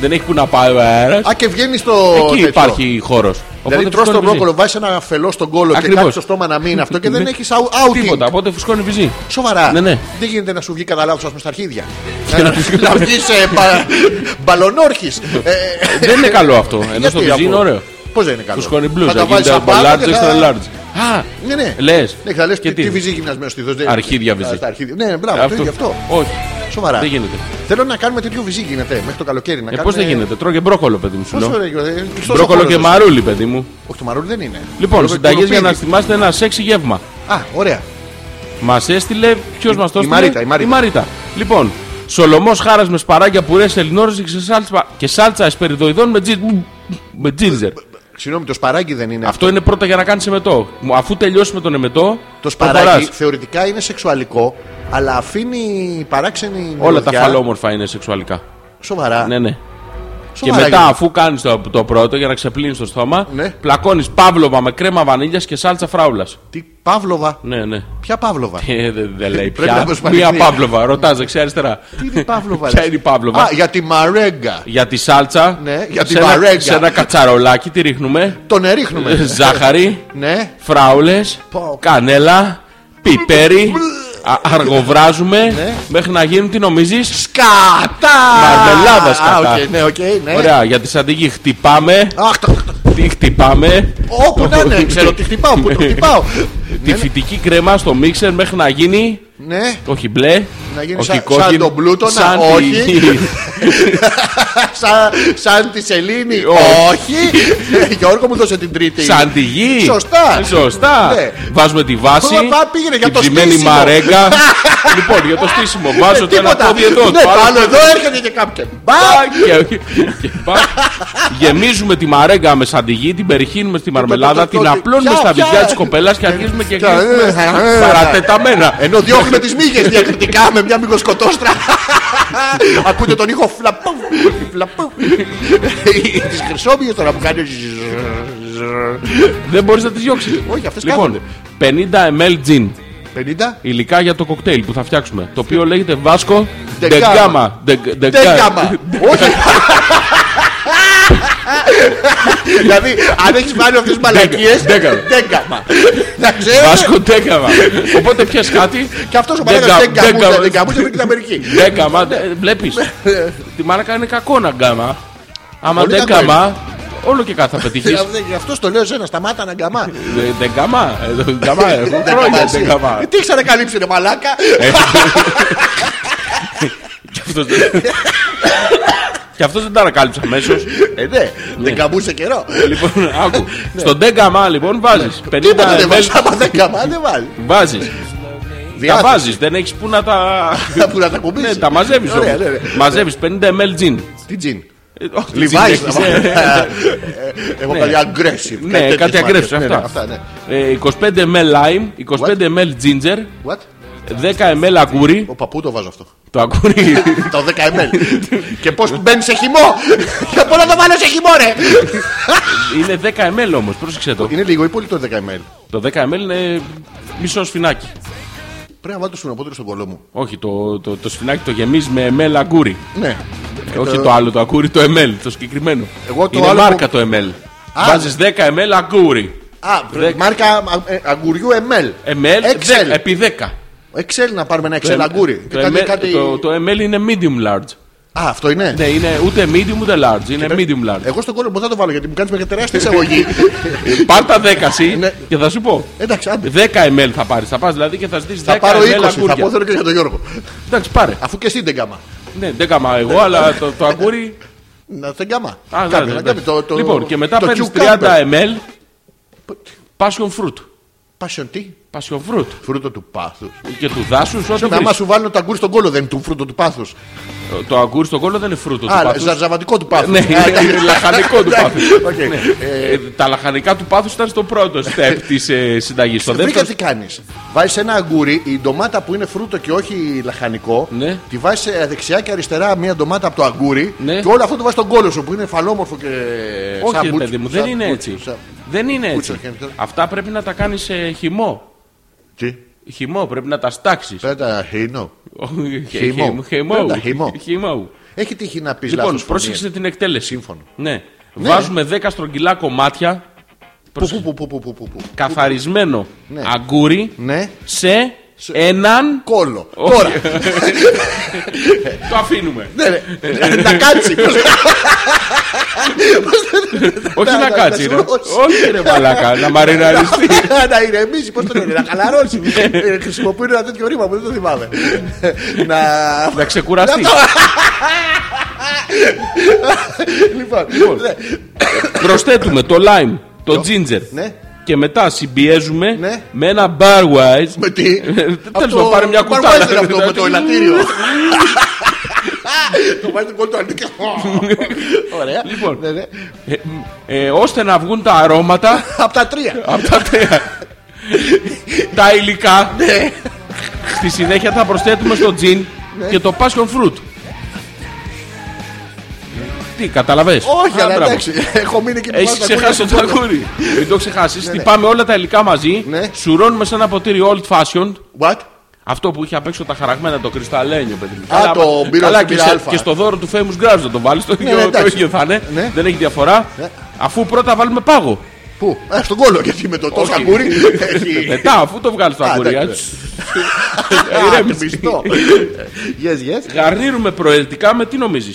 [SPEAKER 4] Δεν έχει που να πάει ο αέρας.
[SPEAKER 3] Α, και βγαίνει στο.
[SPEAKER 4] Εκεί
[SPEAKER 3] τέτοιο.
[SPEAKER 4] υπάρχει χώρος.
[SPEAKER 3] Δηλαδή τρως τον μπρόκολο, βάζεις ένα φελό στον κόλο και
[SPEAKER 4] Ακριβώς. Ναι.
[SPEAKER 3] κάτσε στο στόμα να μείνει αυτό και δεν έχεις
[SPEAKER 4] Τίποτα,
[SPEAKER 3] outing.
[SPEAKER 4] οπότε φουσκώνει βυζί.
[SPEAKER 3] Σοβαρά.
[SPEAKER 4] Ναι, ναι.
[SPEAKER 3] Δεν γίνεται να σου βγει κατά λάθος, ας πούμε, στα αρχίδια. Ε,
[SPEAKER 4] Και να σου-
[SPEAKER 3] Να βγεις μπαλονόρχης.
[SPEAKER 4] Δεν είναι καλό αυτό. Ενώ στο βυζί είναι ωραίο.
[SPEAKER 3] Πώς δεν είναι καλό.
[SPEAKER 4] Φουσκώνει μπλουζ.
[SPEAKER 3] Θα τα
[SPEAKER 4] Θα
[SPEAKER 3] βάλει
[SPEAKER 4] γίνεται από large, extra large. Α,
[SPEAKER 3] Ναι, ναι.
[SPEAKER 4] Λες.
[SPEAKER 3] Ναι, θα λες
[SPEAKER 4] Και
[SPEAKER 3] τι
[SPEAKER 4] τι
[SPEAKER 3] τι
[SPEAKER 4] είναι.
[SPEAKER 3] βυζί γυμνασμένο στη δόση.
[SPEAKER 4] Αρχίδια βυζί.
[SPEAKER 3] Στα αρχίδια. Ναι, ναι, μπράβο, το ίδιο αυτό.
[SPEAKER 4] Όχι.
[SPEAKER 3] Σοβαρά.
[SPEAKER 4] Δεν γίνεται.
[SPEAKER 3] Θέλω να κάνουμε τέτοιο βυζί γίνεται μέχρι το καλοκαίρι.
[SPEAKER 4] Ε, πώς δεν γίνεται, τρώγε μπρόκολο, παιδί μου. σου
[SPEAKER 3] Πώς
[SPEAKER 4] λέω.
[SPEAKER 3] ωραία, ε, κλειστός ο
[SPEAKER 4] Μπρόκολο
[SPEAKER 3] χώρος,
[SPEAKER 4] και
[SPEAKER 3] ας πούμε.
[SPEAKER 4] μαρούλι, παιδί μου.
[SPEAKER 3] Όχι, το μαρούλι δεν είναι.
[SPEAKER 4] Λοιπόν,
[SPEAKER 3] Το
[SPEAKER 4] συνταγέ για να
[SPEAKER 3] κουροπίδι.
[SPEAKER 4] θυμάστε ένα σεξι γεύμα.
[SPEAKER 3] Α, ωραία.
[SPEAKER 4] Μας έστειλε. Ποιος μας το έστειλε.
[SPEAKER 3] Μαρίτα, η Μαρίτα.
[SPEAKER 4] Λοιπόν, Σολομός χάρας με
[SPEAKER 3] Ναι,
[SPEAKER 4] σπαράγγια πουρέ ελληνόρε και σάλτσα, και σάλτσα εσπεριδοειδών με, τζι, με τζίντζερ.
[SPEAKER 3] Συγγνώμη, το σπαράκι δεν είναι.
[SPEAKER 4] Αυτό είναι πρώτα για να κάνεις εμετό. Μου- Αφού τελειώσει με τον εμετό,
[SPEAKER 3] Το σπαράκι
[SPEAKER 4] προχωράς.
[SPEAKER 3] θεωρητικά είναι σεξουαλικό, αλλά αφήνει παράξενη.
[SPEAKER 4] Όλα τα
[SPEAKER 3] μυρωδιά.
[SPEAKER 4] φαλόμορφα είναι σεξουαλικά.
[SPEAKER 3] Σοβαρά.
[SPEAKER 4] Ναι, ναι. Και
[SPEAKER 3] Σοβαρά
[SPEAKER 4] μετά,
[SPEAKER 3] γίνεται.
[SPEAKER 4] αφού κάνεις το, το πρώτο για να ξεπλύνεις το στόμα,
[SPEAKER 3] Ναι.
[SPEAKER 4] πλακώνεις παύλοβα με κρέμα βανίλιας και σάλτσα φράουλας.
[SPEAKER 3] Τι παύλοβα.
[SPEAKER 4] Ναι, ναι.
[SPEAKER 3] Ποια παύλοβα.
[SPEAKER 4] Ε, Δεν δεν λέει
[SPEAKER 3] Πρέπει να
[SPEAKER 4] πια.
[SPEAKER 3] προσπαθείς.
[SPEAKER 4] Μία παύλοβα, ρωτάς δεξιά-αριστερά.
[SPEAKER 3] Τι είναι η παύλοβα.
[SPEAKER 4] Ποια
[SPEAKER 3] ρε.
[SPEAKER 4] είναι η παύλοβα?
[SPEAKER 3] Α, για τη μαρέγκα.
[SPEAKER 4] Για τη σάλτσα.
[SPEAKER 3] Ναι, για τη
[SPEAKER 4] σε ένα-
[SPEAKER 3] βαρέγκα.
[SPEAKER 4] Σε ένα κατσαρολάκι τη ρίχνουμε.
[SPEAKER 3] Τον ερίχνουμε.
[SPEAKER 4] Ε, Ζάχαρη.
[SPEAKER 3] Ναι.
[SPEAKER 4] Φράουλες.
[SPEAKER 3] Πω.
[SPEAKER 4] Κανέλα. Πιπέρι. α- Αργοβράζουμε.
[SPEAKER 3] Ναι.
[SPEAKER 4] Μέχρι να γίνουν τι νομίζεις.
[SPEAKER 3] Σκατά!
[SPEAKER 4] Μαρμελάδα σκατά.
[SPEAKER 3] Α, οκ, ναι, οκ, ναι.
[SPEAKER 4] Ωραία, για τη σαντίγη χτυπάμε.
[SPEAKER 3] Αχ, το- το-
[SPEAKER 4] Τι χτυπάμε.
[SPEAKER 3] Όπου να είναι, ξέρω τι χτυπάω, που το χτυπάω.
[SPEAKER 4] Τη
[SPEAKER 3] Ναι,
[SPEAKER 4] φυτική κρέμα στο μίξερ μέχρι να γίνει.
[SPEAKER 3] Ναι,
[SPEAKER 4] Όχι μπλε.
[SPEAKER 3] Να γίνει
[SPEAKER 4] όχι
[SPEAKER 3] σαν-
[SPEAKER 4] κόκκινη,
[SPEAKER 3] σαν τον Πλούτονα,
[SPEAKER 4] σαν τη-
[SPEAKER 3] όχι. σαν, σαν τη Σελήνη. Όχι! Ε, Γιώργο μου δώσε την τρίτη.
[SPEAKER 4] Σαν τη γη.
[SPEAKER 3] Σωστά.
[SPEAKER 4] Ε, Σωστά.
[SPEAKER 3] Ναι.
[SPEAKER 4] Βάζουμε τη βάση.
[SPEAKER 3] Ω, πά, πήγαινε για
[SPEAKER 4] την
[SPEAKER 3] το
[SPEAKER 4] ψημένη
[SPEAKER 3] στήσιμο. Ε,
[SPEAKER 4] μαρέγκα. λοιπόν, για το στήσιμο. Βάζω το ένα
[SPEAKER 3] Τίποτα.
[SPEAKER 4] πόδι εδώ.
[SPEAKER 3] Ναι,
[SPEAKER 4] το άλλο
[SPEAKER 3] πάνω εδώ έρχεται και κάποιο. Μπα!
[SPEAKER 4] πά, και- και πά. Γεμίζουμε τη μαρέγκα με σαντιγί, την περιχύνουμε στη μαρμελάδα,
[SPEAKER 3] το- το-
[SPEAKER 4] την
[SPEAKER 3] το-
[SPEAKER 4] απλώνουμε
[SPEAKER 3] πια,
[SPEAKER 4] στα
[SPEAKER 3] πια.
[SPEAKER 4] βυζιά της κοπέλας και αρχίζουμε και
[SPEAKER 3] Πια,
[SPEAKER 4] γυρίζουμε
[SPEAKER 3] ε, ε,
[SPEAKER 4] παρατεταμένα.
[SPEAKER 3] Ενώ διώχνουμε τις μύγες διακριτικά με μια μυγοσκοτόστρα. Ακούτε τον ήχο φλαπού, φλαπού. Τις χρυσόμυγες τώρα που κάνει.
[SPEAKER 4] Δεν μπορείς να τις διώξεις.
[SPEAKER 3] Όχι, αυτές
[SPEAKER 4] Λοιπόν, 50 ml gin.
[SPEAKER 3] 50.
[SPEAKER 4] Υλικά για το κοκτέιλ που θα φτιάξουμε. Το οποίο λέγεται Βάσκο
[SPEAKER 3] De
[SPEAKER 4] Ντεγκάμα.
[SPEAKER 3] Τέκαμα. Όχι. Δηλαδή, αν έχεις βάλει αυτές τις μαλακίες,
[SPEAKER 4] Τέκαμα.
[SPEAKER 3] τέκαμα. Να ξέρω.
[SPEAKER 4] Βάσκο Ντεγκάμα. Οπότε πιες κάτι.
[SPEAKER 3] Και αυτός ο
[SPEAKER 4] Τέκα-
[SPEAKER 3] μαλακάς τέκαμα.
[SPEAKER 4] τέκαμα.
[SPEAKER 3] Τέκαμα. είναι την Αμερική.
[SPEAKER 4] Ντέγκαμα. Βλέπει.
[SPEAKER 3] Ναι.
[SPEAKER 4] Τη μάρακα είναι κακό να γκάμα. Άμα
[SPEAKER 3] Πολύ κακό
[SPEAKER 4] ντέγκαμα, όλο και κάθε θα πετύχεις.
[SPEAKER 3] Γι' αυτός το λέω σε ένα σταμάτα να γκαμά.
[SPEAKER 4] Ντεγκάμα. Ε, Ντεγκάμα.
[SPEAKER 3] Ναι,
[SPEAKER 4] Έχω χρόνια ντεγκάμα.
[SPEAKER 3] Ε, Τι ξανακαλύψει ρε μαλάκα.
[SPEAKER 4] Και αυτός δεν- Και αυτός δεν τα ανακάλυψε αμέσως.
[SPEAKER 3] Ε, ναι, δεν καμπούσε καιρό.
[SPEAKER 4] Λοιπόν, άκου. Στον ντέγκαμα λοιπόν βάζεις 50
[SPEAKER 3] Ναι. Τίποτα δεν
[SPEAKER 4] ml.
[SPEAKER 3] βάζεις. Άμα δεν καμά, δεν βάλει.
[SPEAKER 4] Βάζει. ναι. Τα
[SPEAKER 3] Διάθεση.
[SPEAKER 4] βάζεις. Δεν έχεις που να τα.
[SPEAKER 3] Που να τα κουμπίσεις.
[SPEAKER 4] Ναι, τα μαζεύεις
[SPEAKER 3] Ωραία, ναι, ναι.
[SPEAKER 4] Μαζεύεις 50 ml τζιν.
[SPEAKER 3] Τι τζιν.
[SPEAKER 4] Ε, όχι, τζιν
[SPEAKER 3] Λιβάη.
[SPEAKER 4] έχεις, ε.
[SPEAKER 3] Εγώ κάτι aggressive.
[SPEAKER 4] Ναι,
[SPEAKER 3] τέτοιες
[SPEAKER 4] κάτι
[SPEAKER 3] μάρκες.
[SPEAKER 4] aggressive,
[SPEAKER 3] Ναι, ναι,
[SPEAKER 4] αυτά.
[SPEAKER 3] Αυτά, ναι.
[SPEAKER 4] Ε, 25 ml lime, 25
[SPEAKER 3] What?
[SPEAKER 4] ml ginger,
[SPEAKER 3] What?
[SPEAKER 4] 10 ml αγκούρι.
[SPEAKER 3] Ο παππού το βάζω αυτό.
[SPEAKER 4] Το αγκούρι.
[SPEAKER 3] Το 10 ml. Και πώς μπαίνει σε χυμό. Και πώ να το βάλω σε χυμό, ρε.
[SPEAKER 4] είναι 10 ml όμως, πρόσεξε το.
[SPEAKER 3] Είναι λίγο ή πολύ το 10 ml.
[SPEAKER 4] Το 10 ml είναι μισό σφινάκι.
[SPEAKER 3] Πρέπει να βάλω το σφινοπότηρο στον κολό μου.
[SPEAKER 4] Όχι, το, το, το σφινάκι το γεμίζει με ml αγκούρι.
[SPEAKER 3] Ναι.
[SPEAKER 4] Ε, όχι το... άλλο, το αγκούρι το ml, το συγκεκριμένο.
[SPEAKER 3] Εγώ το
[SPEAKER 4] είναι
[SPEAKER 3] άλλο
[SPEAKER 4] μάρκα
[SPEAKER 3] που-
[SPEAKER 4] το ml.
[SPEAKER 3] Α.
[SPEAKER 4] Βάζεις 10 ml αγκούρι.
[SPEAKER 3] Α,
[SPEAKER 4] Δε-
[SPEAKER 3] μάρκα α, ε, αγγουριού ML.
[SPEAKER 4] ML
[SPEAKER 3] Excel.
[SPEAKER 4] δε- επί 10.
[SPEAKER 3] Excel να πάρουμε ένα
[SPEAKER 4] Το
[SPEAKER 3] Excel
[SPEAKER 4] ML
[SPEAKER 3] αγκούρι.
[SPEAKER 4] Το,
[SPEAKER 3] Κάτι-
[SPEAKER 4] ML
[SPEAKER 3] κάτι-
[SPEAKER 4] το, το ML είναι medium large.
[SPEAKER 3] Α, αυτό είναι.
[SPEAKER 4] Ναι, είναι ούτε medium ούτε large. Είναι medium large.
[SPEAKER 3] Εγώ στον κόλλο μου θα το βάλω γιατί μου κάνεις μια τεράστια εισαγωγή.
[SPEAKER 4] Πάρ τα 10 συ
[SPEAKER 3] Ναι.
[SPEAKER 4] και θα σου πω.
[SPEAKER 3] Εντάξει, άντε.
[SPEAKER 4] 10 ml θα πάρεις. Θα πας δηλαδή και θα ζητήσεις 10
[SPEAKER 3] Θα πάρω
[SPEAKER 4] ml
[SPEAKER 3] 20. Θα
[SPEAKER 4] αγκούρια.
[SPEAKER 3] πω θέλω και για τον Γιώργο.
[SPEAKER 4] Εντάξει, πάρε.
[SPEAKER 3] Αφού και εσύ δεν κάμα.
[SPEAKER 4] Ναι, 10 μα εγώ, αλλά το, το αγκούρι.
[SPEAKER 3] Να δεν κάμα.
[SPEAKER 4] Α,
[SPEAKER 3] Κάμε,
[SPEAKER 4] ναι,
[SPEAKER 3] να
[SPEAKER 4] ναι,
[SPEAKER 3] κάμε
[SPEAKER 4] ναι.
[SPEAKER 3] το- το-
[SPEAKER 4] Λοιπόν, και μετά
[SPEAKER 3] το
[SPEAKER 4] παίρνεις
[SPEAKER 3] cucumber.
[SPEAKER 4] 30 ml passion fruit.
[SPEAKER 3] Passion τι.
[SPEAKER 4] Passion fruit.
[SPEAKER 3] Φρούτο του πάθους.
[SPEAKER 4] Και του δάσους, ό,τι
[SPEAKER 3] Να μα
[SPEAKER 4] βρεις.
[SPEAKER 3] σου βάλουν το αγκούρι στον κόλλο δεν είναι του φρούτο του πάθους.
[SPEAKER 4] Το αγκούρι στον κόλλο δεν είναι φρούτο. του
[SPEAKER 3] Α,
[SPEAKER 4] πάθους.
[SPEAKER 3] ζαρζαβατικό του πάθους.
[SPEAKER 4] Ναι, είναι λαχανικό
[SPEAKER 3] Ναι.
[SPEAKER 4] του πάθου.
[SPEAKER 3] πάθου.
[SPEAKER 4] Ναι. Ε, Τα λαχανικά του πάθους ήταν στο πρώτο
[SPEAKER 3] Ε,
[SPEAKER 4] step τη συνταγή. Στο
[SPEAKER 3] Βρήκα
[SPEAKER 4] δεύτερο.
[SPEAKER 3] τι κάνεις. Βάζεις ένα αγκούρι, η ντομάτα που είναι φρούτο και όχι λαχανικό,
[SPEAKER 4] Ναι.
[SPEAKER 3] τη βάζεις δεξιά και αριστερά μία ντομάτα από το αγκούρι
[SPEAKER 4] Ναι.
[SPEAKER 3] και όλο αυτό το βάζεις στον κόλλο σου που είναι φαλόμορφο και. σαν
[SPEAKER 4] Όχι, ρε
[SPEAKER 3] μπούτσο,
[SPEAKER 4] παιδί μου,
[SPEAKER 3] σαν
[SPEAKER 4] δεν είναι
[SPEAKER 3] μπούτσο,
[SPEAKER 4] έτσι.
[SPEAKER 3] σαν-
[SPEAKER 4] Δεν είναι
[SPEAKER 3] Μπούτσο,
[SPEAKER 4] έτσι.
[SPEAKER 3] χέρι, χέρι.
[SPEAKER 4] Αυτά πρέπει να τα κάνεις σε χυμό.
[SPEAKER 3] Τι,
[SPEAKER 4] Χυμό, πρέπει να τα στάξεις.
[SPEAKER 3] πέτα, χινό. Χυμό.
[SPEAKER 4] Χυμό.
[SPEAKER 3] Πρέπει να χυμό.
[SPEAKER 4] Χυμό.
[SPEAKER 3] Έχει τύχει να πεις
[SPEAKER 4] Λοιπόν, πρόσεξε την εκτέλεση.
[SPEAKER 3] Σύμφωνο.
[SPEAKER 4] Ναι. Βάζουμε 10 στρογγυλά κομμάτια
[SPEAKER 3] Πού, πού, πού, πού, πού, πού, πού, πού.
[SPEAKER 4] καθαρισμένο
[SPEAKER 3] Ναι.
[SPEAKER 4] αγκούρι
[SPEAKER 3] Ναι,
[SPEAKER 4] σε έναν.
[SPEAKER 3] κόλλο.
[SPEAKER 4] Όχι.
[SPEAKER 3] Τώρα.
[SPEAKER 4] Το αφήνουμε.
[SPEAKER 3] Ναι, ναι. Να κάτσει.
[SPEAKER 4] Όχι να κάτσει. ρε.
[SPEAKER 3] Να σηκώσει.
[SPEAKER 4] Όχι, ρε μαλάκα, να Ναι. μαριναριστεί.
[SPEAKER 3] Να ηρεμήσει, πώς το λένε, να χαλαρώσει. Ε, Χρησιμοποιούν ένα τέτοιο ρήμα που δεν το θυμάμαι. Να.
[SPEAKER 4] Να ξεκουραστεί.
[SPEAKER 3] Λοιπόν, ναι,
[SPEAKER 4] Προσθέτουμε το lime, το ginger.
[SPEAKER 3] ναι.
[SPEAKER 4] Και μετά συμπιέζουμε
[SPEAKER 3] Ναι.
[SPEAKER 4] με ένα barwise.
[SPEAKER 3] Με τι.
[SPEAKER 4] Ε, Τέλος
[SPEAKER 3] Αυτό-
[SPEAKER 4] πάντων, πάρε μια δηλαδή.
[SPEAKER 3] Barwise
[SPEAKER 4] κουτάλα.
[SPEAKER 3] είναι αυτό με το ελαττήριο. Το βάζει τον κόλ του Ανίκα. Ωραία.
[SPEAKER 4] Λοιπόν.
[SPEAKER 3] Ναι, ναι.
[SPEAKER 4] Ε, ε, ώστε να βγουν τα αρώματα
[SPEAKER 3] Απ' τα τρία. Ναι.
[SPEAKER 4] από τα τέα. τα υλικά. Στη συνέχεια θα προσθέτουμε στο τζιν και το passion fruit. Τι, καταλαβες.
[SPEAKER 3] Όχι,
[SPEAKER 4] Α,
[SPEAKER 3] αλλά
[SPEAKER 4] μπράβο.
[SPEAKER 3] εντάξει. Έχω μείνει εκεί που βάζω
[SPEAKER 4] Έχει
[SPEAKER 3] τα
[SPEAKER 4] ξεχάσει το
[SPEAKER 3] κούλια.
[SPEAKER 4] τακούρι. Μην το ξεχάσεις. Χτυπάμε όλα τα υλικά μαζί.
[SPEAKER 3] Ναι.
[SPEAKER 4] Σουρώνουμε σε ένα ποτήρι old fashioned.
[SPEAKER 3] What?
[SPEAKER 4] Αυτό που είχε απ' έξω τα χαραγμένα, το κρυσταλλένιο, παιδί μου.
[SPEAKER 3] Α, το μπύρο του
[SPEAKER 4] και,
[SPEAKER 3] πύρα
[SPEAKER 4] σε-
[SPEAKER 3] αλφα.
[SPEAKER 4] και στο δώρο του Famous Grabs να τον βάλεις. Το,
[SPEAKER 3] ναι,
[SPEAKER 4] ίδιο, το
[SPEAKER 3] εντάξει.
[SPEAKER 4] ίδιο θα είναι.
[SPEAKER 3] Ναι.
[SPEAKER 4] Δεν έχει διαφορά.
[SPEAKER 3] Ναι.
[SPEAKER 4] Αφού πρώτα βάλουμε πάγο.
[SPEAKER 3] Πού? Α, στον κόλλο γιατί με το τόσο καπούρι. Έχει.
[SPEAKER 4] Μετά, αφού το βγάλεις στο
[SPEAKER 3] Α,
[SPEAKER 4] αγγουριά.
[SPEAKER 3] εντάξει. ναι. Μισθό. Yes, yes.
[SPEAKER 4] Γαρνίρουμε προαιρετικά με τι νομίζεις.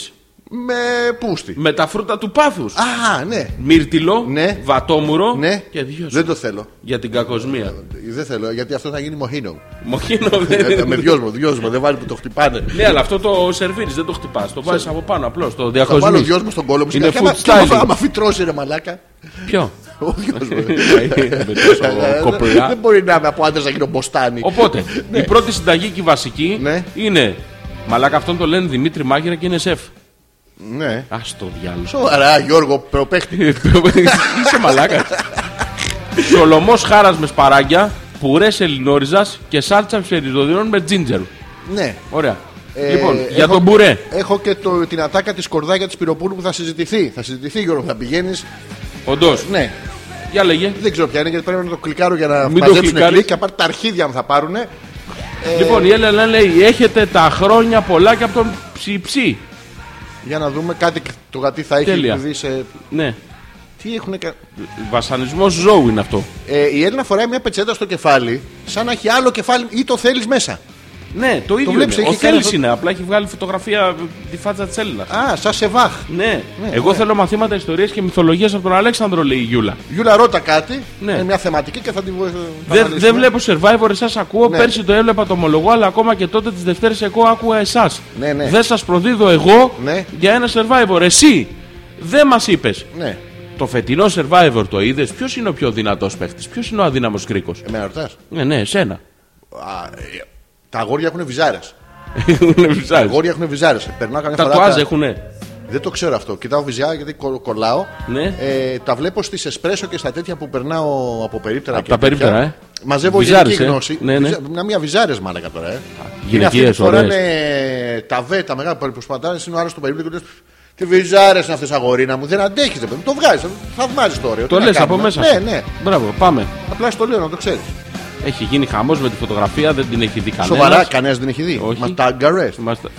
[SPEAKER 3] Με πούστη.
[SPEAKER 4] Με τα φρούτα του πάθους.
[SPEAKER 3] Α, ναι.
[SPEAKER 4] Μύρτιλο,
[SPEAKER 3] Ναι.
[SPEAKER 4] βατόμουρο
[SPEAKER 3] Ναι.
[SPEAKER 4] και δύο
[SPEAKER 3] Δεν Ναι, το θέλω.
[SPEAKER 4] για την κακοσμία.
[SPEAKER 3] Δεν θέλω γιατί αυτό θα γίνει μοχίνο.
[SPEAKER 4] Μοχίνο
[SPEAKER 3] Ε,
[SPEAKER 4] δεν
[SPEAKER 3] Με δυόσμο, δυόσμο. Δεν βάλει που το χτυπάνε.
[SPEAKER 4] Ναι, αλλά αυτό το σερβίρι δεν το χτυπάς. Το βάζεις από πάνω απλώς. Το
[SPEAKER 3] Θα βάλω
[SPEAKER 4] διαχωρίζει.
[SPEAKER 3] δυόσμο στον κόλλο μου.
[SPEAKER 4] Είναι
[SPEAKER 3] Και άμα-
[SPEAKER 4] food
[SPEAKER 3] και άμα-
[SPEAKER 4] styling.
[SPEAKER 3] Άμα φυτρώσει ρε μαλάκα.
[SPEAKER 4] Ποιο.
[SPEAKER 3] Ο Ε, δυόσμο.
[SPEAKER 4] Ναι, Με τόσο κοπελιά.
[SPEAKER 3] Δεν μπορεί να είμαι από άντρα να γίνω μποστάνι.
[SPEAKER 4] Οπότε, η πρώτη συνταγή και η βασική
[SPEAKER 3] Ναι.
[SPEAKER 4] είναι. Μαλάκα αυτόν το λένε Δημήτρη Μάγειρα και είναι σεφ.
[SPEAKER 3] Ναι.
[SPEAKER 4] Ας το διάλογο.
[SPEAKER 3] Σοβαρά, Γιώργο, προπαίχτη.
[SPEAKER 4] Είσαι μαλάκας. Σολομός χάρας με σπαράγγια, πουρές ελληνόριζας και σάλτσα ψεριδοδιών με τζίντζερ.
[SPEAKER 3] Ναι.
[SPEAKER 4] Ωραία.
[SPEAKER 3] Ε,
[SPEAKER 4] λοιπόν, για
[SPEAKER 3] έχω-
[SPEAKER 4] τον μπουρέ.
[SPEAKER 3] Έχω και το, την ατάκα της κορδάκια της Πυροπούλου που θα συζητηθεί. Θα συζητηθεί, Γιώργο, θα πηγαίνεις.
[SPEAKER 4] Όντως.
[SPEAKER 3] Ναι,
[SPEAKER 4] Για λέγε.
[SPEAKER 3] δεν ξέρω ποια είναι γιατί πρέπει να το κλικάρω για να
[SPEAKER 4] Μην το
[SPEAKER 3] μαζέψουν
[SPEAKER 4] κλικάρεις.
[SPEAKER 3] κλικ και πάρει τα αρχίδια μου θα πάρουν. Ε,
[SPEAKER 4] Λοιπόν, η Έλενα λέει: Έχετε τα χρόνια πολλά και από τον ψιψί.
[SPEAKER 3] Για να δούμε κάτι το γιατί θα έχει
[SPEAKER 4] Τέλεια.
[SPEAKER 3] επειδή σε...
[SPEAKER 4] Ναι.
[SPEAKER 3] Τι έχουν κα...
[SPEAKER 4] Βασανισμός ζώου είναι αυτό.
[SPEAKER 3] ε, Η Έλληνα φοράει μια πετσέτα στο κεφάλι, σαν να έχει άλλο κεφάλι ή το θέλεις μέσα.
[SPEAKER 4] Ναι, το ίδιο.
[SPEAKER 3] βλέπεις,
[SPEAKER 4] είναι. Ο
[SPEAKER 3] έχει κάνει
[SPEAKER 4] Θέλει
[SPEAKER 3] αυτό-
[SPEAKER 4] είναι, απλά έχει βγάλει φωτογραφία ε, τη φάτσα της Έλληνας.
[SPEAKER 3] Α, σαν σε βάχ.
[SPEAKER 4] Ναι.
[SPEAKER 3] ναι,
[SPEAKER 4] Εγώ
[SPEAKER 3] ναι.
[SPEAKER 4] θέλω μαθήματα ιστορίες και μυθολογίες από τον Αλέξανδρο, λέει η Γιούλα.
[SPEAKER 3] Γιούλα ρώτα κάτι,
[SPEAKER 4] Ναι.
[SPEAKER 3] είναι μια θεματική και θα την βοηθήσω.
[SPEAKER 4] Δεν δεν βλέπω survivor, εσάς ακούω.
[SPEAKER 3] Ναι.
[SPEAKER 4] Πέρσι το έβλεπα το ομολογώ, αλλά ακόμα και τότε τις Δευτέρες εγώ άκουγα εσάς.
[SPEAKER 3] Ναι, ναι.
[SPEAKER 4] Δεν σας προδίδω εγώ
[SPEAKER 3] Ναι.
[SPEAKER 4] για ένα survivor. Εσύ δεν μας είπες.
[SPEAKER 3] Ναι,
[SPEAKER 4] Το φετινό survivor το είδες. Ποιος είναι ο πιο δυνατός παίχτης, ποιος είναι ο αδύναμος κρίκο.
[SPEAKER 3] εμένα ρωτάς.
[SPEAKER 4] Ναι, ναι, εσένα.
[SPEAKER 3] Α, ε, Τα αγόρια έχουν βυζάρες.
[SPEAKER 4] Έχουνε
[SPEAKER 3] Τα
[SPEAKER 4] βυζάρες.
[SPEAKER 3] αγόρια έχουν βυζάρες. Περνάω καμιά
[SPEAKER 4] Τα
[SPEAKER 3] φορά.
[SPEAKER 4] τουάζ
[SPEAKER 3] τα-
[SPEAKER 4] έχουνε.
[SPEAKER 3] Δεν το ξέρω αυτό. Κοιτάω βυζιά γιατί κο- κολλάω.
[SPEAKER 4] Ναι.
[SPEAKER 3] Ε, τα βλέπω στις εσπρέσο και στα τέτοια που περνάω από περίπτερα.
[SPEAKER 4] Από
[SPEAKER 3] και
[SPEAKER 4] τα
[SPEAKER 3] τέτοια.
[SPEAKER 4] περίπτερα, ε.
[SPEAKER 3] Μαζεύω
[SPEAKER 4] Βυζάρες,
[SPEAKER 3] γενική
[SPEAKER 4] ε.
[SPEAKER 3] γνώση.
[SPEAKER 4] Ναι, ναι.
[SPEAKER 3] Βυζα- Να μία βυζάρες μάλακα τώρα. Ε.
[SPEAKER 4] Γυναικείες, ωραίες.
[SPEAKER 3] φοράνε τα βέ, τα μεγάλα που προσπατάνε. Είναι ο άλλο του περίπτερου και λες, Τι βυζάρες είναι αυτές αγορίνα μου. Δεν αντέχεις, δεν Το βγάζεις. Θαυμάζεις το ωραίο.
[SPEAKER 4] Το
[SPEAKER 3] Τι να
[SPEAKER 4] λες από
[SPEAKER 3] κάνουμε.
[SPEAKER 4] μέσα.
[SPEAKER 3] Ναι,
[SPEAKER 4] σου.
[SPEAKER 3] ναι.
[SPEAKER 4] Μπράβο, πάμε.
[SPEAKER 3] Απλά στο λέω να το ξέρεις.
[SPEAKER 4] Έχει γίνει χαμός με τη φωτογραφία, δεν την έχει δει κανένας.
[SPEAKER 3] Σοβαρά, κανένας δεν έχει δει.
[SPEAKER 4] Όχι.
[SPEAKER 3] Μα ταγκαρέ.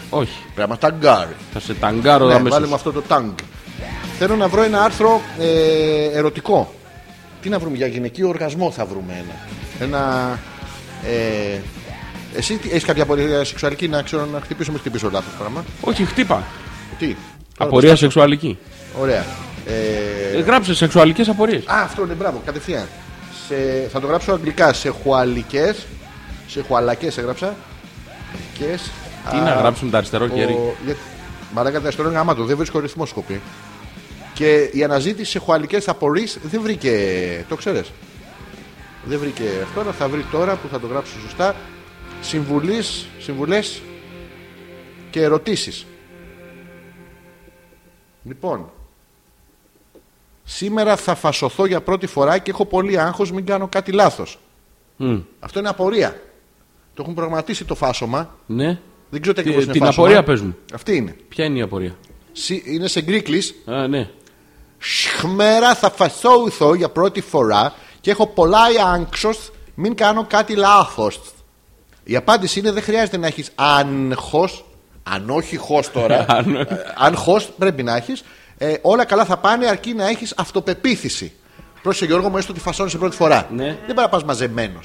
[SPEAKER 4] Όχι.
[SPEAKER 3] Πρέπει να ταγκάρει.
[SPEAKER 4] Θα σε ταγκάρω
[SPEAKER 3] Ναι,
[SPEAKER 4] αμέσως.
[SPEAKER 3] βάλε με αυτό το τάγκ. Θέλω να βρω ένα άρθρο ε, ερωτικό. Τι να βρούμε, για γυναικείο οργασμό θα βρούμε ένα. Ένα. Ε, εσύ έχεις κάποια απορία σεξουαλική να ξέρω να χτυπήσω, μην χτυπήσω λάθος πράγμα.
[SPEAKER 4] Όχι, χτύπα.
[SPEAKER 3] Τι.
[SPEAKER 4] Απορία σεξουαλική.
[SPEAKER 3] Ωραία. Ε,
[SPEAKER 4] Ε, Γράψε σεξουαλικές απορίες.
[SPEAKER 3] α, αυτό είναι μπράβο, κατευθείαν. Σε, θα το γράψω αγγλικά. Σε χουαλικές. Σε χουαλακές έγραψα. Λικές.
[SPEAKER 4] Τι
[SPEAKER 3] Α,
[SPEAKER 4] να γράψουν τα αριστερό
[SPEAKER 3] Ο-
[SPEAKER 4] χέρι.
[SPEAKER 3] για- Μαλάκα τα ιστορία είναι γαμάτο, δεν βρίσκω ρυθμό σκοπή. Και η αναζήτηση σε χωαλικέ απορίε δεν βρήκε. Το ξέρει. Δεν βρήκε αυτό, αλλά θα βρει τώρα που θα το γράψω σωστά. Συμβουλής, συμβουλές και ερωτήσεις. Λοιπόν, σήμερα θα φασωθώ για πρώτη φορά και έχω πολύ άγχος μην κάνω κάτι λάθος.
[SPEAKER 4] Μμ.
[SPEAKER 3] Αυτό είναι απορία. Το έχουν προγραμματίσει το φάσομα.
[SPEAKER 4] Ναι.
[SPEAKER 3] Δεν ξέρω τι
[SPEAKER 4] Τι-
[SPEAKER 3] ακριβώς είναι
[SPEAKER 4] την
[SPEAKER 3] φάσομα.
[SPEAKER 4] απορία πες μου.
[SPEAKER 3] Αυτή είναι.
[SPEAKER 4] Ποια είναι η απορία.
[SPEAKER 3] Συ- Είναι σε γκρίκλι.
[SPEAKER 4] Α, ναι.
[SPEAKER 3] Χμέρα θα φασόουθω για πρώτη φορά και έχω πολλά άγξος μην κάνω κάτι λάθος. Η απάντηση είναι δεν χρειάζεται να έχεις άγχο. Αν όχι χω τώρα. Ε, αν χω πρέπει να έχεις. όλα καλά θα πάνε αρκεί να έχεις αυτοπεποίθηση. Πρόσεχε Γιώργο μου, έστω ότι φασώνει πρώτη φορά.
[SPEAKER 4] Ναι.
[SPEAKER 3] Δεν πρέπει να πα μαζεμένο.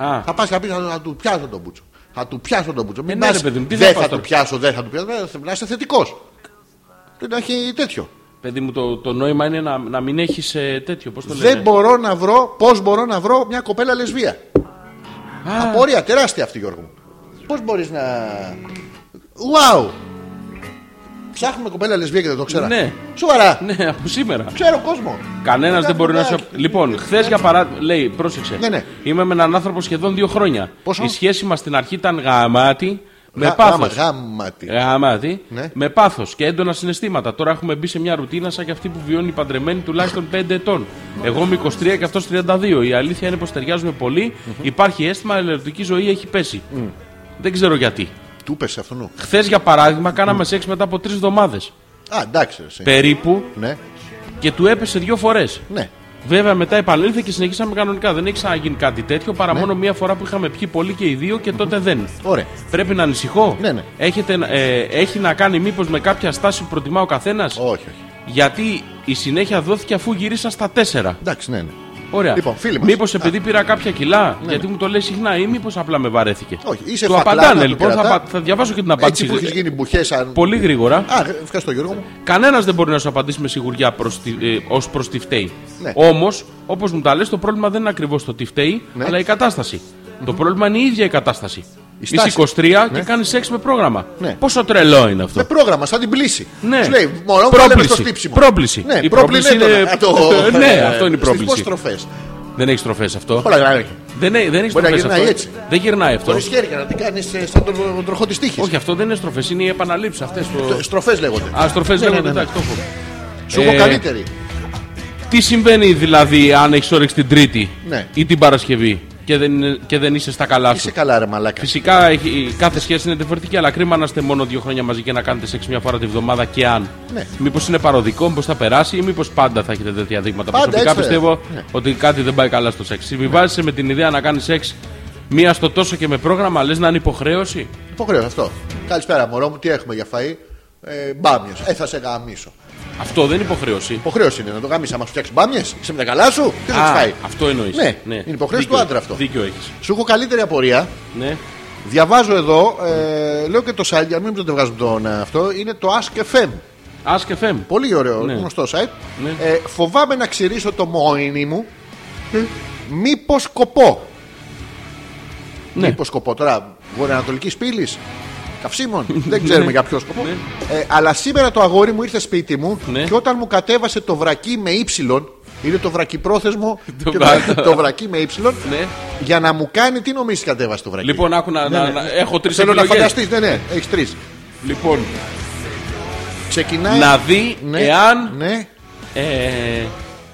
[SPEAKER 4] Α,
[SPEAKER 3] Θα πας και να πεις θα του πιάσω τον μπούτσο. Θα του πιάσω τον μπούτσο. Μην
[SPEAKER 4] ναι,
[SPEAKER 3] πας,
[SPEAKER 4] ρε παιδί μου, τι θα
[SPEAKER 3] δεν
[SPEAKER 4] πας
[SPEAKER 3] θα
[SPEAKER 4] τώρα».
[SPEAKER 3] του πιάσω, δεν θα του πιάσω. δεν θα- Να είσαι θετικός. Πρέπει να έχει τέτοιο.
[SPEAKER 4] παιδί μου, το, το νόημα είναι να, να μην έχεις τέτοιο. Πώς το λένε.
[SPEAKER 3] Δεν μπορώ να βρω πώς μπορώ να βρω μια κοπέλα λεσβία. Απορία τεράστια αυτή, Γιώργο μου. Πώς μπορείς να. Wow! Ψάχνουμε κοπέλα λεσβία και δεν το ξέρα.
[SPEAKER 4] Ναι.
[SPEAKER 3] Σοβαρά.
[SPEAKER 4] Ναι, από σήμερα.
[SPEAKER 3] Ξέρω κόσμο.
[SPEAKER 4] Κανένας δεν μπορεί να
[SPEAKER 3] Κάτι
[SPEAKER 4] σε. Λοιπόν, χθες για παράδειγμα. Λέει, πρόσεξε.
[SPEAKER 3] Ναι, ναι.
[SPEAKER 4] Είμαι με έναν άνθρωπο σχεδόν δύο χρόνια.
[SPEAKER 3] Πόσο?
[SPEAKER 4] Η σχέση μας στην αρχή ήταν γαμάτη. Με
[SPEAKER 3] Γα-
[SPEAKER 4] πάθος.
[SPEAKER 3] γάμα- γάματι.
[SPEAKER 4] Γαμάτι.
[SPEAKER 3] Ναι.
[SPEAKER 4] Με πάθος και έντονα συναισθήματα. Τώρα έχουμε μπει σε μια ρουτίνα σαν και αυτή που βιώνει η παντρεμένη τουλάχιστον 5 ετών. Εγώ είμαι 23 και αυτός 32. Η αλήθεια είναι πως ταιριάζουμε πολύ. Υπάρχει αίσθημα, αλλά η ερωτική ζωή έχει πέσει. Δεν ξέρω γιατί.
[SPEAKER 3] Του πέσε αυτού. νου.
[SPEAKER 4] Χθες για παράδειγμα κάναμε σεξ μετά από τρεις εβδομάδες.
[SPEAKER 3] Α, εντάξει. ρε, εσύ.
[SPEAKER 4] Περίπου
[SPEAKER 3] Ναι,
[SPEAKER 4] και του έπεσε δύο φορές.
[SPEAKER 3] ναι.
[SPEAKER 4] Βέβαια, μετά επανήλθε και συνεχίσαμε κανονικά. Δεν έχει ξαναγίνει κάτι τέτοιο παρά
[SPEAKER 3] Ναι.
[SPEAKER 4] μόνο μία φορά που είχαμε πιει πολύ και οι δύο και τότε δεν.
[SPEAKER 3] Ωραία.
[SPEAKER 4] Πρέπει να ανησυχώ.
[SPEAKER 3] Ναι, ναι.
[SPEAKER 4] Έχετε, ε, έχει να κάνει μήπως με κάποια στάση που προτιμά ο καθένας.
[SPEAKER 3] Όχι, όχι.
[SPEAKER 4] Γιατί η συνέχεια δόθηκε αφού γύρισα στα τέσσερα.
[SPEAKER 3] Εντάξει, ναι, ναι.
[SPEAKER 4] Ωραία.
[SPEAKER 3] Λοιπόν, φίλοι μας. Ναι,
[SPEAKER 4] Μήπως επειδή πήρα κάποια κιλά, γιατί μου το λέει συχνά, ή μήπως απλά με βαρέθηκε.
[SPEAKER 3] Όχι, είσαι
[SPEAKER 4] Του
[SPEAKER 3] φακλάνα,
[SPEAKER 4] απαντάνε
[SPEAKER 3] του
[SPEAKER 4] λοιπόν. Θα,
[SPEAKER 3] κερατά.
[SPEAKER 4] πα- θα διαβάσω και την
[SPEAKER 3] Έτσι
[SPEAKER 4] απάντηση.
[SPEAKER 3] που έχεις γίνει μπουχές. Σαν...
[SPEAKER 4] Πολύ γρήγορα.
[SPEAKER 3] Α, ευχαριστώ Γιώργο μου.
[SPEAKER 4] Κανένας δεν μπορεί να σου απαντήσει με σιγουριά προς τη, ε, ως προς τι φταίει.
[SPEAKER 3] Ναι.
[SPEAKER 4] Όμως, όπως μου τα λες, το πρόβλημα δεν είναι ακριβώς το τι φταίει,
[SPEAKER 3] Ναι.
[SPEAKER 4] αλλά η κατασταση Το πρόβλημα είναι η ίδια η κατάσταση. Είσαι
[SPEAKER 3] στάση.
[SPEAKER 4] 23 και κάνεις σεξ με πρόγραμμα.
[SPEAKER 3] Ναι.
[SPEAKER 4] Πόσο τρελό είναι αυτό.
[SPEAKER 3] Με πρόγραμμα, σαν την πλήση.
[SPEAKER 4] Ναι.
[SPEAKER 3] Σου λέει, μωρό, βάλε στο στύψιμο.
[SPEAKER 4] Πρόκληση.
[SPEAKER 3] Ναι,
[SPEAKER 4] Η
[SPEAKER 3] πρόκληση είναι.
[SPEAKER 4] είναι- ναι, αυτό είναι η
[SPEAKER 3] Στις
[SPEAKER 4] πρόκληση.
[SPEAKER 3] τροφές.
[SPEAKER 4] Δεν έχει τροφέ αυτό.
[SPEAKER 3] Όλα καλά, όχι.
[SPEAKER 4] Δεν, ε- δεν έχει
[SPEAKER 3] Μπορεί να
[SPEAKER 4] τροφέ αυτό.
[SPEAKER 3] γυρνάει έτσι.
[SPEAKER 4] Δεν γυρνάει αυτό.
[SPEAKER 3] Χωρίς χέρια να την κάνεις ε, σαν τον τροχό της τύχης.
[SPEAKER 4] Όχι, αυτό δεν είναι στροφές, είναι οι επαναλήψεις αυτές. Το...
[SPEAKER 3] Στροφές λέγονται.
[SPEAKER 4] Α, στροφές
[SPEAKER 3] Ναι, ναι,
[SPEAKER 4] λέγονται.
[SPEAKER 3] ναι, ναι.
[SPEAKER 4] εντάξει, το έχω.
[SPEAKER 3] Σου έχω
[SPEAKER 4] Ε,
[SPEAKER 3] καλύτερη.
[SPEAKER 4] Τι συμβαίνει δηλαδή αν έχεις όρεξη την Τρίτη
[SPEAKER 3] Ναι.
[SPEAKER 4] ή την Παρασκευή και δεν, είναι- και δεν είσαι στα καλά σου.
[SPEAKER 3] Είσαι καλά, ρε μαλάκα.
[SPEAKER 4] Φυσικά έχει- κάθε σχέση είναι διαφορετική, αλλά κρίμα να είστε μόνο δύο χρόνια μαζί και να κάνετε σεξ μια φορά τη βδομάδα και αν.
[SPEAKER 3] Ναι.
[SPEAKER 4] Μήπως είναι παροδικό, μήπως θα περάσει ή μήπως πάντα θα έχετε τέτοια δείγματα.
[SPEAKER 3] Πάντα,
[SPEAKER 4] Προσωπικά
[SPEAKER 3] έτσι θα είναι.
[SPEAKER 4] πιστεύω
[SPEAKER 3] Ναι.
[SPEAKER 4] ότι κάτι δεν πάει καλά στο σεξ. Συμβιβάζεσαι με την ιδέα να κάνεις σεξ μία στο τόσο και με πρόγραμμα, λες να είναι υποχρέωση.
[SPEAKER 3] Υποχρέω αυτό. Καλησπέρα, μωρό μου, τι έχουμε για φαΐ. Ε, μπάμιες. Ε, θα σε γαμίσω.
[SPEAKER 4] Αυτό δεν είναι υποχρέωση.
[SPEAKER 3] Υποχρέωση είναι να το γαμίσει. άμα σου φτιάξει μπάμιες, είσαι με τα καλά σου, τι θα
[SPEAKER 4] Α,
[SPEAKER 3] σου φάει.
[SPEAKER 4] αυτό εννοείς.
[SPEAKER 3] Ναι, είναι υποχρέωση του άντρα αυτό.
[SPEAKER 4] Δίκιο έχεις.
[SPEAKER 3] Σου έχω καλύτερη απορία.
[SPEAKER 4] Ναι.
[SPEAKER 3] Διαβάζω εδώ, ε, λέω και το site, για να μην το βγάζουμε τον ε, αυτό, είναι το Ask FM.
[SPEAKER 4] Ask FM.
[SPEAKER 3] Πολύ ωραίο,
[SPEAKER 4] Ναι.
[SPEAKER 3] γνωστό site.
[SPEAKER 4] Ναι.
[SPEAKER 3] Ε, φοβάμαι να ξηρίσω το μόνι μου. Μήπως κοπώ.
[SPEAKER 4] Ναι.
[SPEAKER 3] Μήπως κοπώ τώρα, βορειοανατολική πύλης. Καυσίμων, δεν
[SPEAKER 4] Ναι.
[SPEAKER 3] ξέρουμε για ποιο σκοπό. Ε, αλλά σήμερα το αγόρι μου ήρθε σπίτι μου
[SPEAKER 4] Ναι.
[SPEAKER 3] και όταν μου κατέβασε το βρακί με ύψιλον, είναι το βρακιπρόθεσμο
[SPEAKER 4] Το
[SPEAKER 3] και
[SPEAKER 4] βρακ-
[SPEAKER 3] το βρακί με ύψιλον,
[SPEAKER 4] Ναι.
[SPEAKER 3] για να μου κάνει τι νομίζεις κατέβασε το βρακί.
[SPEAKER 4] Λοιπόν, άκου να, να- να- έχω τρεις
[SPEAKER 3] Ναι, Θέλω να
[SPEAKER 4] επιλογές.
[SPEAKER 3] φανταστείς, ναι, ναι, έχεις τρεις.
[SPEAKER 4] Λοιπόν,
[SPEAKER 3] Ξεκινάει.
[SPEAKER 4] να δει
[SPEAKER 3] ναι,
[SPEAKER 4] εάν.
[SPEAKER 3] Ναι.
[SPEAKER 4] Ε,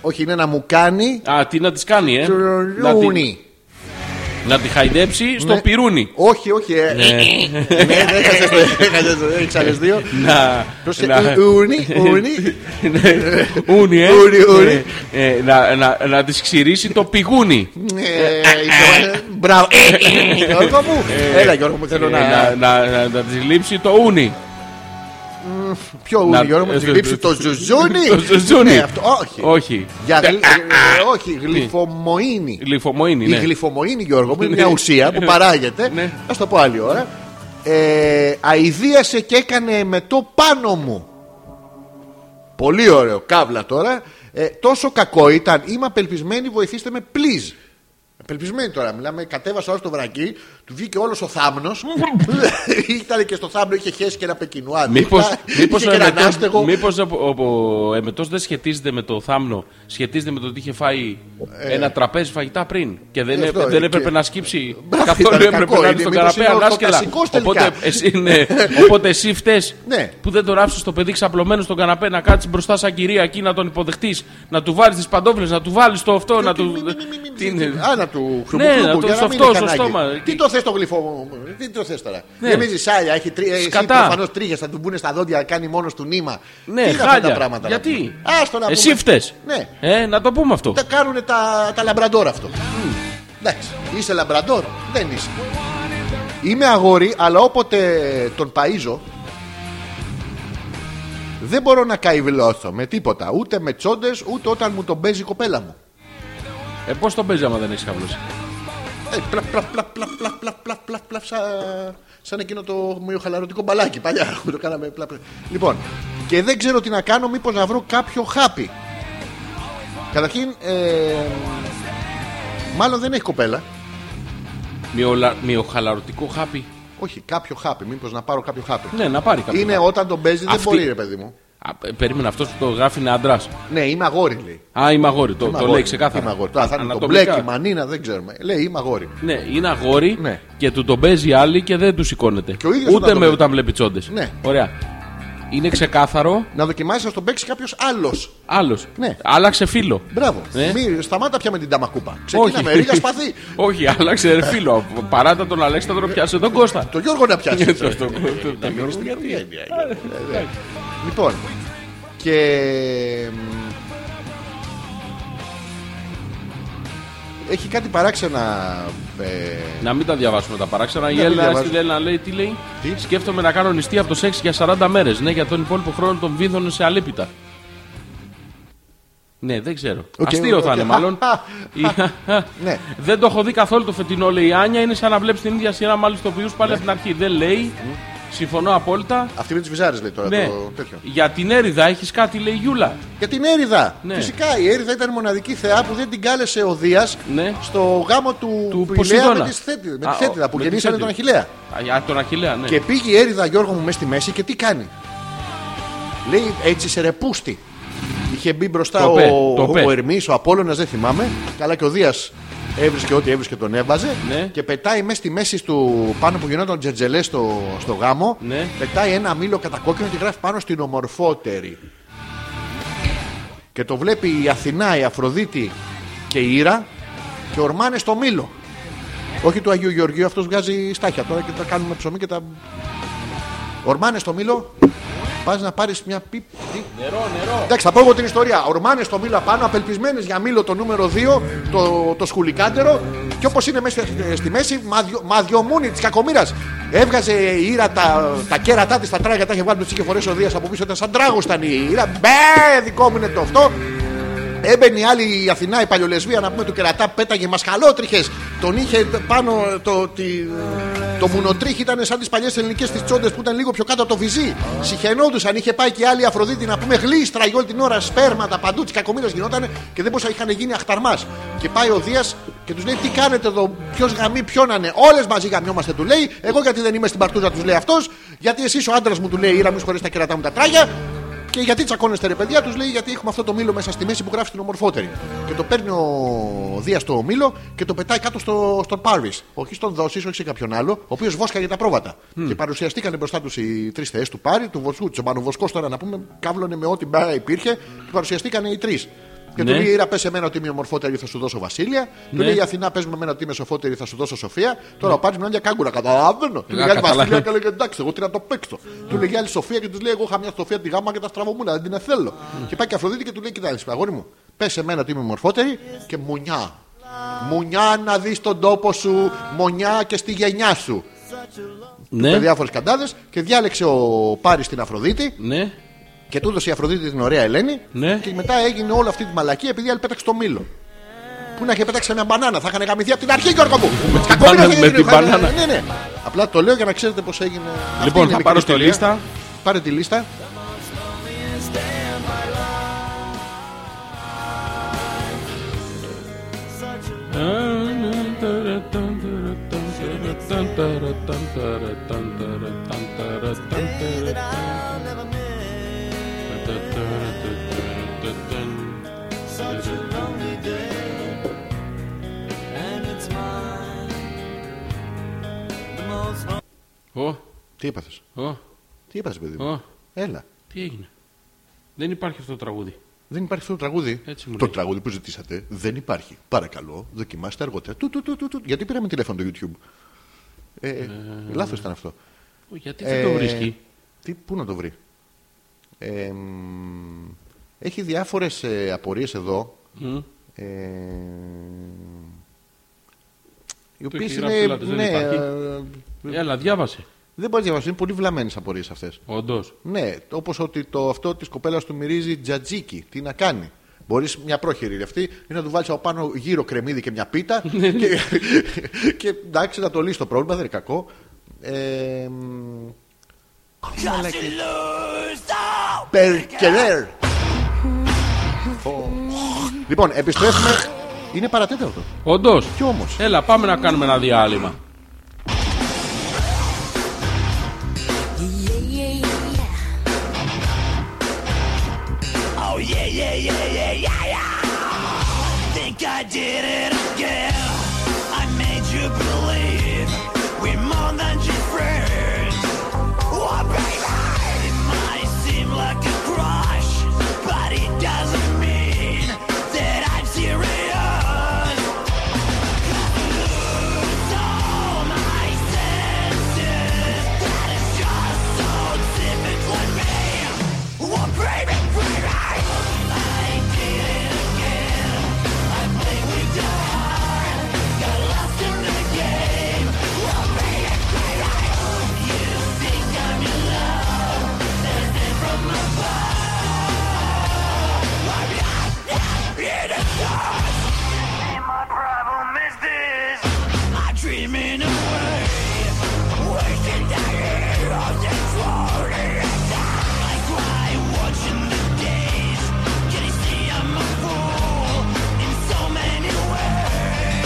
[SPEAKER 3] Όχι, είναι να μου κάνει.
[SPEAKER 4] α, τι να της κάνει, ε. Να τη,
[SPEAKER 3] Τσουρούνι.
[SPEAKER 4] να τη χαϊδέψει στο
[SPEAKER 3] Ναι.
[SPEAKER 4] πυρούνι.
[SPEAKER 3] Όχι, όχι. ε. Ναι, έχασες το- έχασες το- έχεις άλλες δύο.
[SPEAKER 4] Να.
[SPEAKER 3] Πρόσεχε,
[SPEAKER 4] να-
[SPEAKER 3] ου- Ούνι, ούνι.
[SPEAKER 4] Ναι, Ούνι, ε.
[SPEAKER 3] Ούνι, ούνι.
[SPEAKER 4] Ε, ε, να, να, να της ξηρίσει το πηγούνι.
[SPEAKER 3] Ε, ε, Μπράβο. Γιώργο μου. Έλα, Γιώργο μου, θέλω
[SPEAKER 4] Ε,
[SPEAKER 3] να-
[SPEAKER 4] να,
[SPEAKER 3] να.
[SPEAKER 4] να, να, να της λείψει το ούνι.
[SPEAKER 3] Ποιο ούνι,
[SPEAKER 4] να-
[SPEAKER 3] Γιώργο μου, να
[SPEAKER 4] ε,
[SPEAKER 3] τη
[SPEAKER 4] το-
[SPEAKER 3] λείψει το ζουζούνι.
[SPEAKER 4] Το ζουζούνι.
[SPEAKER 3] Ναι, αυτό- Όχι.
[SPEAKER 4] Όχι.
[SPEAKER 3] Για γλυ- ε, Όχι, γλυφομοίνη.
[SPEAKER 4] Λιφομοίνι,
[SPEAKER 3] Η
[SPEAKER 4] ναι.
[SPEAKER 3] γλυφομοίνη, Γιώργο μου, είναι
[SPEAKER 4] Ναι.
[SPEAKER 3] μια ουσία που παράγεται.
[SPEAKER 4] Ναι.
[SPEAKER 3] Ας το πω άλλη ώρα. Ε, αηδίασε και έκανε με το πάνω μου. Πολύ ωραίο, καύλα τώρα. Ε, τόσο κακό ήταν. Είμαι απελπισμένη, βοηθήστε με, please. Απελπισμένη τώρα, μιλάμε. Κατέβασε όλο το βρακί, του βγήκε όλος ο θάμνος. ήταν και στο θάμνο, είχε χέσει και ένα πεκινουάδι.
[SPEAKER 4] Μήπως,
[SPEAKER 3] Είχε
[SPEAKER 4] μήπως,
[SPEAKER 3] και
[SPEAKER 4] ο
[SPEAKER 3] έναν
[SPEAKER 4] εμετός,
[SPEAKER 3] άστεγο.
[SPEAKER 4] μήπως ο, ο- ο εμετός δεν σχετίζεται με το θάμνο Σχετίζεται με το ότι είχε φάει ένα τραπέζι φαγητά πριν Και δεν,
[SPEAKER 3] Ε. αυτό,
[SPEAKER 4] έπε- δεν
[SPEAKER 3] ε,
[SPEAKER 4] έπρεπε
[SPEAKER 3] και-
[SPEAKER 4] να σκύψει
[SPEAKER 3] Μπράβο,
[SPEAKER 4] Καθόλου
[SPEAKER 3] ήταν
[SPEAKER 4] έπρεπε
[SPEAKER 3] κακό,
[SPEAKER 4] να
[SPEAKER 3] είναι.
[SPEAKER 4] είναι στον
[SPEAKER 3] Μήπως
[SPEAKER 4] καραπέ
[SPEAKER 3] είναι
[SPEAKER 4] ανάσκελα
[SPEAKER 3] ορθοκασικός τελικά.
[SPEAKER 4] οπότε, εσύ, είναι, οπότε εσύ φταίς
[SPEAKER 3] Ναι.
[SPEAKER 4] που δεν τον άφησες το παιδί ξαπλωμένο στον καναπέ Να κάτσεις μπροστά σαν κυρία εκεί να τον υποδεχτείς Να του βάλεις τις παντόφλες, να του βάλεις το αυτό να
[SPEAKER 3] Ε, Τι-
[SPEAKER 4] του...
[SPEAKER 3] μη- μη- μη- μη-
[SPEAKER 4] τι
[SPEAKER 3] μη-
[SPEAKER 4] είναι.
[SPEAKER 3] Α, να του
[SPEAKER 4] Ναι, να
[SPEAKER 3] χρουπουκούπου,
[SPEAKER 4] το-
[SPEAKER 3] για
[SPEAKER 4] στο
[SPEAKER 3] να μην
[SPEAKER 4] αυτό,
[SPEAKER 3] έχει
[SPEAKER 4] στο
[SPEAKER 3] ανάγκη.
[SPEAKER 4] στόμα.
[SPEAKER 3] Τι το θες το γλυφό, τι το θες τώρα.
[SPEAKER 4] Ναι.
[SPEAKER 3] Γεμίζει σάλια, έχει τρι... εσύ
[SPEAKER 4] Σκατά.
[SPEAKER 3] προφανώς τρίγες, θα του μπουν στα δόντια, κάνει μόνος του νήμα.
[SPEAKER 4] Ναι,
[SPEAKER 3] τι είναι αυτά τα
[SPEAKER 4] χάλια.
[SPEAKER 3] πράγματα. να
[SPEAKER 4] Γιατί?
[SPEAKER 3] πούμε. Άστο να
[SPEAKER 4] Εσύ
[SPEAKER 3] πούμε.
[SPEAKER 4] φταίς
[SPEAKER 3] Ναι.
[SPEAKER 4] ε, Να το πούμε αυτό
[SPEAKER 3] Τα κάνουν τα, τα λαμπραντόρ αυτό. Εντάξει, είσαι λαμπραντόρ, δεν είσαι. Είμαι αγόρι, αλλά όποτε τον παίζο δεν μπορώ να καηβιλώσω με τίποτα. Ούτε με τσόντες, ούτε όταν μου τον παίζει η κοπέλα μου.
[SPEAKER 4] ε, Πώς τον παίζει άμα δεν έχεις χαβλώσει
[SPEAKER 3] Ε, πλα, πλα, πλα, πλα, πλα, πλα, πλα, πλα, πλα, σαν- σαν εκείνο το μυοχαλαρωτικό μπαλάκι παλιά που το κάναμε. Πλα, πλα. Λοιπόν, και δεν ξέρω τι να κάνω, μήπως να βρω κάποιο χάπι. Καταρχήν, ε, μάλλον δεν έχει κοπέλα.
[SPEAKER 4] Μειολα... Μειοχαλαρωτικό χάπι.
[SPEAKER 3] Όχι, κάποιο χάπι. Μήπως να πάρω κάποιο χάπι.
[SPEAKER 4] Ναι, να πάρει κάποιο.
[SPEAKER 3] Είναι
[SPEAKER 4] χάπι.
[SPEAKER 3] όταν τον παίζει, δεν
[SPEAKER 4] Αυτή-
[SPEAKER 3] μπορεί, ρε παιδί μου.
[SPEAKER 4] Α, ε, Περίμενα αυτός που το γράφει είναι άντρας.
[SPEAKER 3] Ναι, είμαι αγόρι λέει.
[SPEAKER 4] Α, είμαι αγόρι. Το,
[SPEAKER 3] Είμαι
[SPEAKER 4] το
[SPEAKER 3] αγόρι.
[SPEAKER 4] λέει ξεκάθαρα.
[SPEAKER 3] Είμαι αγόρι. Τώρα θα είναι το
[SPEAKER 4] Ανατομικά.
[SPEAKER 3] μπλέκι, μανίνα, δεν ξέρουμε. Λέει είμαι αγόρι.
[SPEAKER 4] Ναι, είναι αγόρι
[SPEAKER 3] Ναι.
[SPEAKER 4] και του τον παίζει άλλη και δεν του σηκώνεται.
[SPEAKER 3] Και ο ίδιος
[SPEAKER 4] Ούτε
[SPEAKER 3] όταν το
[SPEAKER 4] με
[SPEAKER 3] βλέπει.
[SPEAKER 4] όταν βλέπει τσόντες.
[SPEAKER 3] Ναι.
[SPEAKER 4] Ωραία. Είναι ξεκάθαρο.
[SPEAKER 3] Να δοκιμάσει να τον παίξει κάποιος άλλος.
[SPEAKER 4] Άλλος.
[SPEAKER 3] Ναι.
[SPEAKER 4] Άλλαξε φίλο.
[SPEAKER 3] Μπράβο.
[SPEAKER 4] Ναι.
[SPEAKER 3] Μη, σταμάτα πια με την ταμακούπα. Ξεκίνα με ρίγα σπαθί.
[SPEAKER 4] Όχι, άλλαξε ρε φίλο. Παράτα τον Αλέξανδρο, πιάσε τον Κώστα.
[SPEAKER 3] Το Ναι. Γιώργο να πιάσει.
[SPEAKER 4] Ναι,
[SPEAKER 3] Ε,
[SPEAKER 4] Το- το- το- το- το-
[SPEAKER 3] Λοιπόν. Και. μ, Έχει κάτι παράξενα. ε,
[SPEAKER 4] Να μην τα διαβάσουμε τα παράξενα. Η
[SPEAKER 3] τα
[SPEAKER 4] Έλληνα
[SPEAKER 3] διαβάζω.
[SPEAKER 4] στη λέει να λέει τι λέει.
[SPEAKER 3] Τι?
[SPEAKER 4] Σκέφτομαι να κάνω νηστεία από το σεξ για 40 μέρες. Ναι, για τον υπόλοιπο χρόνο τον βίδωνε σε αλίπητα. Ναι, δεν ξέρω.
[SPEAKER 3] Οκ,
[SPEAKER 4] Αστείο θα
[SPEAKER 3] οκ.
[SPEAKER 4] είναι μάλλον.
[SPEAKER 3] Ναι.
[SPEAKER 4] Δεν το έχω δει καθόλου το φετινό, λέει η Άνια. Είναι σαν να βλέπεις την ίδια σειρά μάλιστοποιού πάλι
[SPEAKER 3] Ναι.
[SPEAKER 4] από την αρχή. Δεν λέει. Συμφωνώ απόλυτα.
[SPEAKER 3] Αυτή με τι βυζάρες λέει τώρα
[SPEAKER 4] Ναι.
[SPEAKER 3] Ε, το τέτοιο.
[SPEAKER 4] Για την έρηδα έχεις κάτι, λέει η Γιούλα.
[SPEAKER 3] Για την Έριδα.
[SPEAKER 4] Ναι.
[SPEAKER 3] Φυσικά η Έριδα ήταν η μοναδική θεά που δεν την κάλεσε ο Δίας
[SPEAKER 4] Ναι.
[SPEAKER 3] στο γάμο του,
[SPEAKER 4] Του
[SPEAKER 3] Πηλέα
[SPEAKER 4] Ποσειδώνα.
[SPEAKER 3] με τη Θέτη- με τη
[SPEAKER 4] Α, ο-
[SPEAKER 3] Θέτιδα που
[SPEAKER 4] με τη
[SPEAKER 3] γεννήσανε τον
[SPEAKER 4] Θέτιδα.
[SPEAKER 3] Αχηλέα.
[SPEAKER 4] Α, για τον Αχηλέα, ναι.
[SPEAKER 3] Και πήγε η έριδα Γιώργο μου μέσα στη μέση και τι κάνει. Λέει έτσι σε ρεπούστη. Είχε μπει μπροστά
[SPEAKER 4] Το
[SPEAKER 3] ο,
[SPEAKER 4] πε, το
[SPEAKER 3] ο,
[SPEAKER 4] πε.
[SPEAKER 3] ο Ερμής, ο Απόλλωνας δεν θυμάμαι. Καλά και ο Δίας έβρισκε ό,τι έβρισκε τον έβαζε.
[SPEAKER 4] Ναι.
[SPEAKER 3] Και πετάει μέσα στη μέση του πάνω που γινόταν τζερτζελέ στο, στο γάμο.
[SPEAKER 4] Ναι.
[SPEAKER 3] Πετάει ένα μήλο κατακόκκινο και γράφει πάνω στην ομορφότερη. Και το βλέπει η Αθηνά, η Αφροδίτη και η Ήρα και ορμάνε στο μήλο. Όχι του Αγίου Γεωργίου, αυτός βγάζει στάχια τώρα και τα κάνουμε ψωμί και τα. Ορμάνε στο μήλο, πας να πάρεις μια πίπ. Νερό, νερό. Εντάξει, θα πω εγώ την ιστορία. Ορμάνες στο μήλο απάνω, απελπισμένες για μήλο το νούμερο 2, το, το σκουλικάντερο. Και όπως είναι μέσα στη, στη μέση, μαδιο, μαδιομούνι τη κακομήρα. Έβγαζε η Ήρα τα, τα κέρατά της, τα τράγια τα είχε βγάλει, του είχε φορέσει ο Δία από πίσω. Ήταν σαν τράγος ήταν η Ήρα. Μπε, δικό μου είναι το αυτό. Έμπαινε η άλλη η Αθηνά, η παλιολεσβία να πούμε του κερατά, πέταγε μασχαλότριχες. Τον είχε πάνω το, τη, το μουνοτρίχι ήταν σαν τις παλιές ελληνικές τη τσόντες που ήταν λίγο πιο κάτω από το βυζί. Συχαινόντουσαν, είχε πάει και η άλλη η Αφροδίτη να πούμε γλίστρα όλη την ώρα, σπέρματα παντού, τις κακομοίρες γινόταν και δεν μπορούσαν, είχαν γίνει αχταρμάς. Και πάει ο Δίας και τους λέει: Τι κάνετε εδώ, ποιος γαμί πιώνανε. Όλες μαζί γαμιόμαστε, του λέει. Εγώ γιατί δεν είμαι στην παρτούζα, τους λέει αυτός. Γιατί εσείς ο άντρας μου του λέει: Ήρα, μη σου χωρίς τα κερατά μου τα τράγια. Και γιατί τσακώνεστε ρε παιδιά, τους λέει γιατί έχουμε αυτό το μήλο μέσα στη μέση που γράφει την ομορφότερη. Και το παίρνει ο Δίας το μήλο και το πετάει κάτω στο, στον Πάρβη. Όχι στον Δόση, όχι σε κάποιον άλλο, ο οποίος βόσκαγε τα πρόβατα. Και παρουσιαστήκαν μπροστά τους οι τρεις θεές του Πάρη, του Βοσκού, του Βοσκό τώρα να πούμε, κάβλωνε με ό,τι μπα υπήρχε και παρουσιαστήκαν οι τρεις. Και
[SPEAKER 4] Ναι.
[SPEAKER 3] του λέει: Ήρα, πες σε μένα ότι είμαι η ομορφότερη, θα σου δώσω Βασίλεια. Του λέει: Αθηνά, πες με μένα ότι είμαι σοφότερη, θα σου δώσω Σοφία. Τώρα ο Πάρης μιλάει για κάγκουρα, καταλαβαίνω. Του λέει: «Άλλη
[SPEAKER 4] καταλαβαίνω.
[SPEAKER 3] Βασίλεια, και λέει εντάξει, εγώ τι να το παίξω. Του λέει η άλλη Σοφία και του λέει: Εγώ είχα μια Σοφία τη γάμα και τα στραβομούλα, δεν την θέλω. Και πάει και η Αφροδίτη και του λέει: Κοιτάξτε, αγόρι μου, πες σε μένα ότι είμαι μορφότερη και μουνιά. Μουνιά να δεις τον τόπο σου, μονιά και στη γενιά σου. Με
[SPEAKER 4] ναι.
[SPEAKER 3] διάφορες καντάδες και διάλεξε ο Πάρης την Αφροδίτη
[SPEAKER 4] ναι.
[SPEAKER 3] και του έδωσε η Αφροδίτη την ωραία Ελένη.
[SPEAKER 4] Ναι.
[SPEAKER 3] Και μετά έγινε όλη αυτή τη μαλακή επειδή άλλη πέταξε το μήλο. Πού να είχε πέταξει μια μπανάνα, θα είχαν γαμηθεί από την αρχή, Γιώργο μου. Με τις κακομοίρες
[SPEAKER 4] μπανάνα-
[SPEAKER 3] δεν
[SPEAKER 4] με
[SPEAKER 3] έγινε,
[SPEAKER 4] την
[SPEAKER 3] είχαν-
[SPEAKER 4] μπανάνα.
[SPEAKER 3] Ναι, ναι. Απλά το λέω για να ξέρετε πώς έγινε. Αυτή
[SPEAKER 4] Λοιπόν,
[SPEAKER 3] είναι η
[SPEAKER 4] θα
[SPEAKER 3] μικρή
[SPEAKER 4] πάρω στη
[SPEAKER 3] ιστορία.
[SPEAKER 4] λίστα.
[SPEAKER 3] Πάρε τη λίστα.
[SPEAKER 4] Ω,
[SPEAKER 3] Τι είπατε.
[SPEAKER 4] ω,
[SPEAKER 3] Τι είπατε, παιδί μου.
[SPEAKER 4] ω,
[SPEAKER 3] Έλα.
[SPEAKER 4] τι έγινε. Δεν υπάρχει αυτό το τραγούδι.
[SPEAKER 3] Δεν υπάρχει αυτό το τραγούδι.
[SPEAKER 4] Έτσι μου
[SPEAKER 3] το
[SPEAKER 4] λέει.
[SPEAKER 3] τραγούδι που ζητήσατε δεν υπάρχει. Παρακαλώ, δοκιμάστε αργότερα. Του, του, του, του, του. Γιατί πήραμε τηλέφωνο το YouTube. Ε, ε, Λάθος ήταν αυτό.
[SPEAKER 4] Ω, Γιατί δεν το
[SPEAKER 3] Ε,
[SPEAKER 4] βρίσκει.
[SPEAKER 3] Τι, πού να το βρει. Ε, μ, έχει διάφορες ε, απορίες εδώ.
[SPEAKER 4] Μμ.
[SPEAKER 3] Ε, οι
[SPEAKER 4] Το
[SPEAKER 3] οποίε
[SPEAKER 4] έχει
[SPEAKER 3] είναι.
[SPEAKER 4] γράψει, Λάτε, δεν
[SPEAKER 3] ναι,
[SPEAKER 4] υπάρχει.
[SPEAKER 3] ε,
[SPEAKER 4] Έλα, διάβασε.
[SPEAKER 3] δεν μπορείς να διαβάσεις. Είναι πολύ βλαμμένες απορίες αυτές.
[SPEAKER 4] Όντως.
[SPEAKER 3] Ναι, όπως ότι το αυτό της κοπέλας του μυρίζει τζατζίκι. Τι να κάνει. Μπορείς μια πρόχειρη αυτή είναι να του βάλεις από πάνω γύρω κρεμμύδι και μια πίτα.
[SPEAKER 4] Ναι,
[SPEAKER 3] και, και εντάξει, να το λύσει το πρόβλημα, δεν είναι κακό. Ε, μ, Περκελέρ. Ω. Λοιπόν, επιστρέφουμε. Είναι παρατέταρτο.
[SPEAKER 4] Όντως.
[SPEAKER 3] Κι όμως.
[SPEAKER 4] Έλα, πάμε να κάνουμε ένα διάλειμμα.
[SPEAKER 9] Yeah, yeah, yeah.
[SPEAKER 6] Oh, did it again. I made you believe we're more than just friends. Oh, baby, it might seem like a crush, but it doesn't mean that I'm serious. Lose all my senses. That is just so typical me. Oh, baby, baby, I did it again. I played with your heart, got lost in the game. Oh, baby, baby, you think I'm in love? That's it from above. I'm not in love. My problem is this I dream in a way Wishing that it wasn't falling I cry watching the days Can you see I'm a fool In so many ways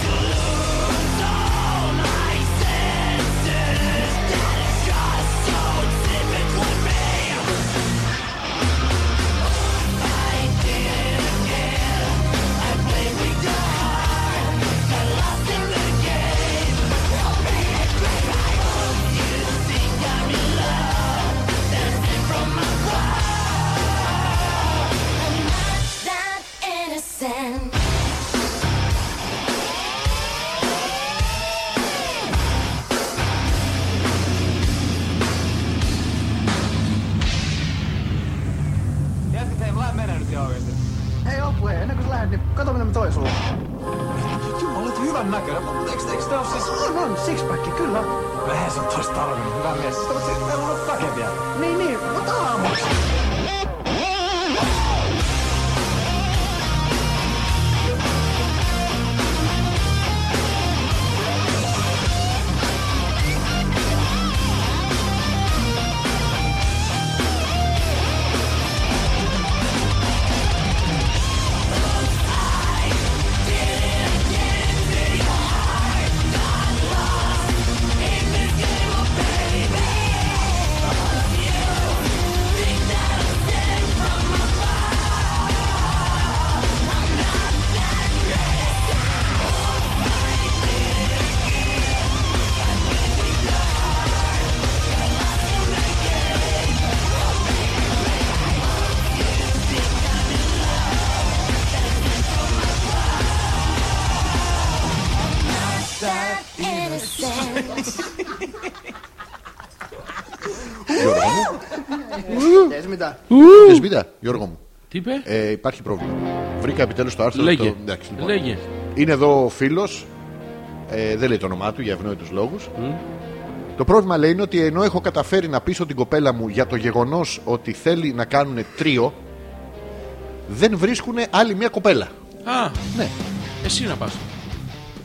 [SPEAKER 6] To lose all my senses That is just so typical me I did it again. I played with your heart. I lost in the game. Oh, baby, baby, I hope you think I'm in love. Dancing from my heart. I'm not that innocent.
[SPEAKER 7] Ei oo, kun ei, ennen kuin sä lähdet, niin kato minne mä toin sulla. Jumala, olet hyvän näköinen, mutta eikö, eikö tää oo siis... On, on, sixpack, kyllä. Vähän sun tois tarvinnut, hyvä mies. Sitä mutta siis meillä on ollut kake vielä. Niin, niin, mutta aamu. Ei se mitään.
[SPEAKER 3] Θες βίντεο, Γιώργο μου.
[SPEAKER 4] Τι είπε?
[SPEAKER 3] Ε, υπάρχει πρόβλημα. Βρήκα επιτέλους το άρθρο.
[SPEAKER 4] Λέγε.
[SPEAKER 3] Το... Εντάξει, λοιπόν.
[SPEAKER 4] Λέγε.
[SPEAKER 3] Είναι εδώ ο φίλος. Ε, δεν λέει το όνομά του για ευνόητους λόγους. Το πρόβλημα λέει είναι ότι ενώ έχω καταφέρει να πείσω την κοπέλα μου για το γεγονός ότι θέλει να κάνουν τρίο, δεν βρίσκουν άλλη μια κοπέλα.
[SPEAKER 4] Α,
[SPEAKER 3] Ναι.
[SPEAKER 4] εσύ να πας.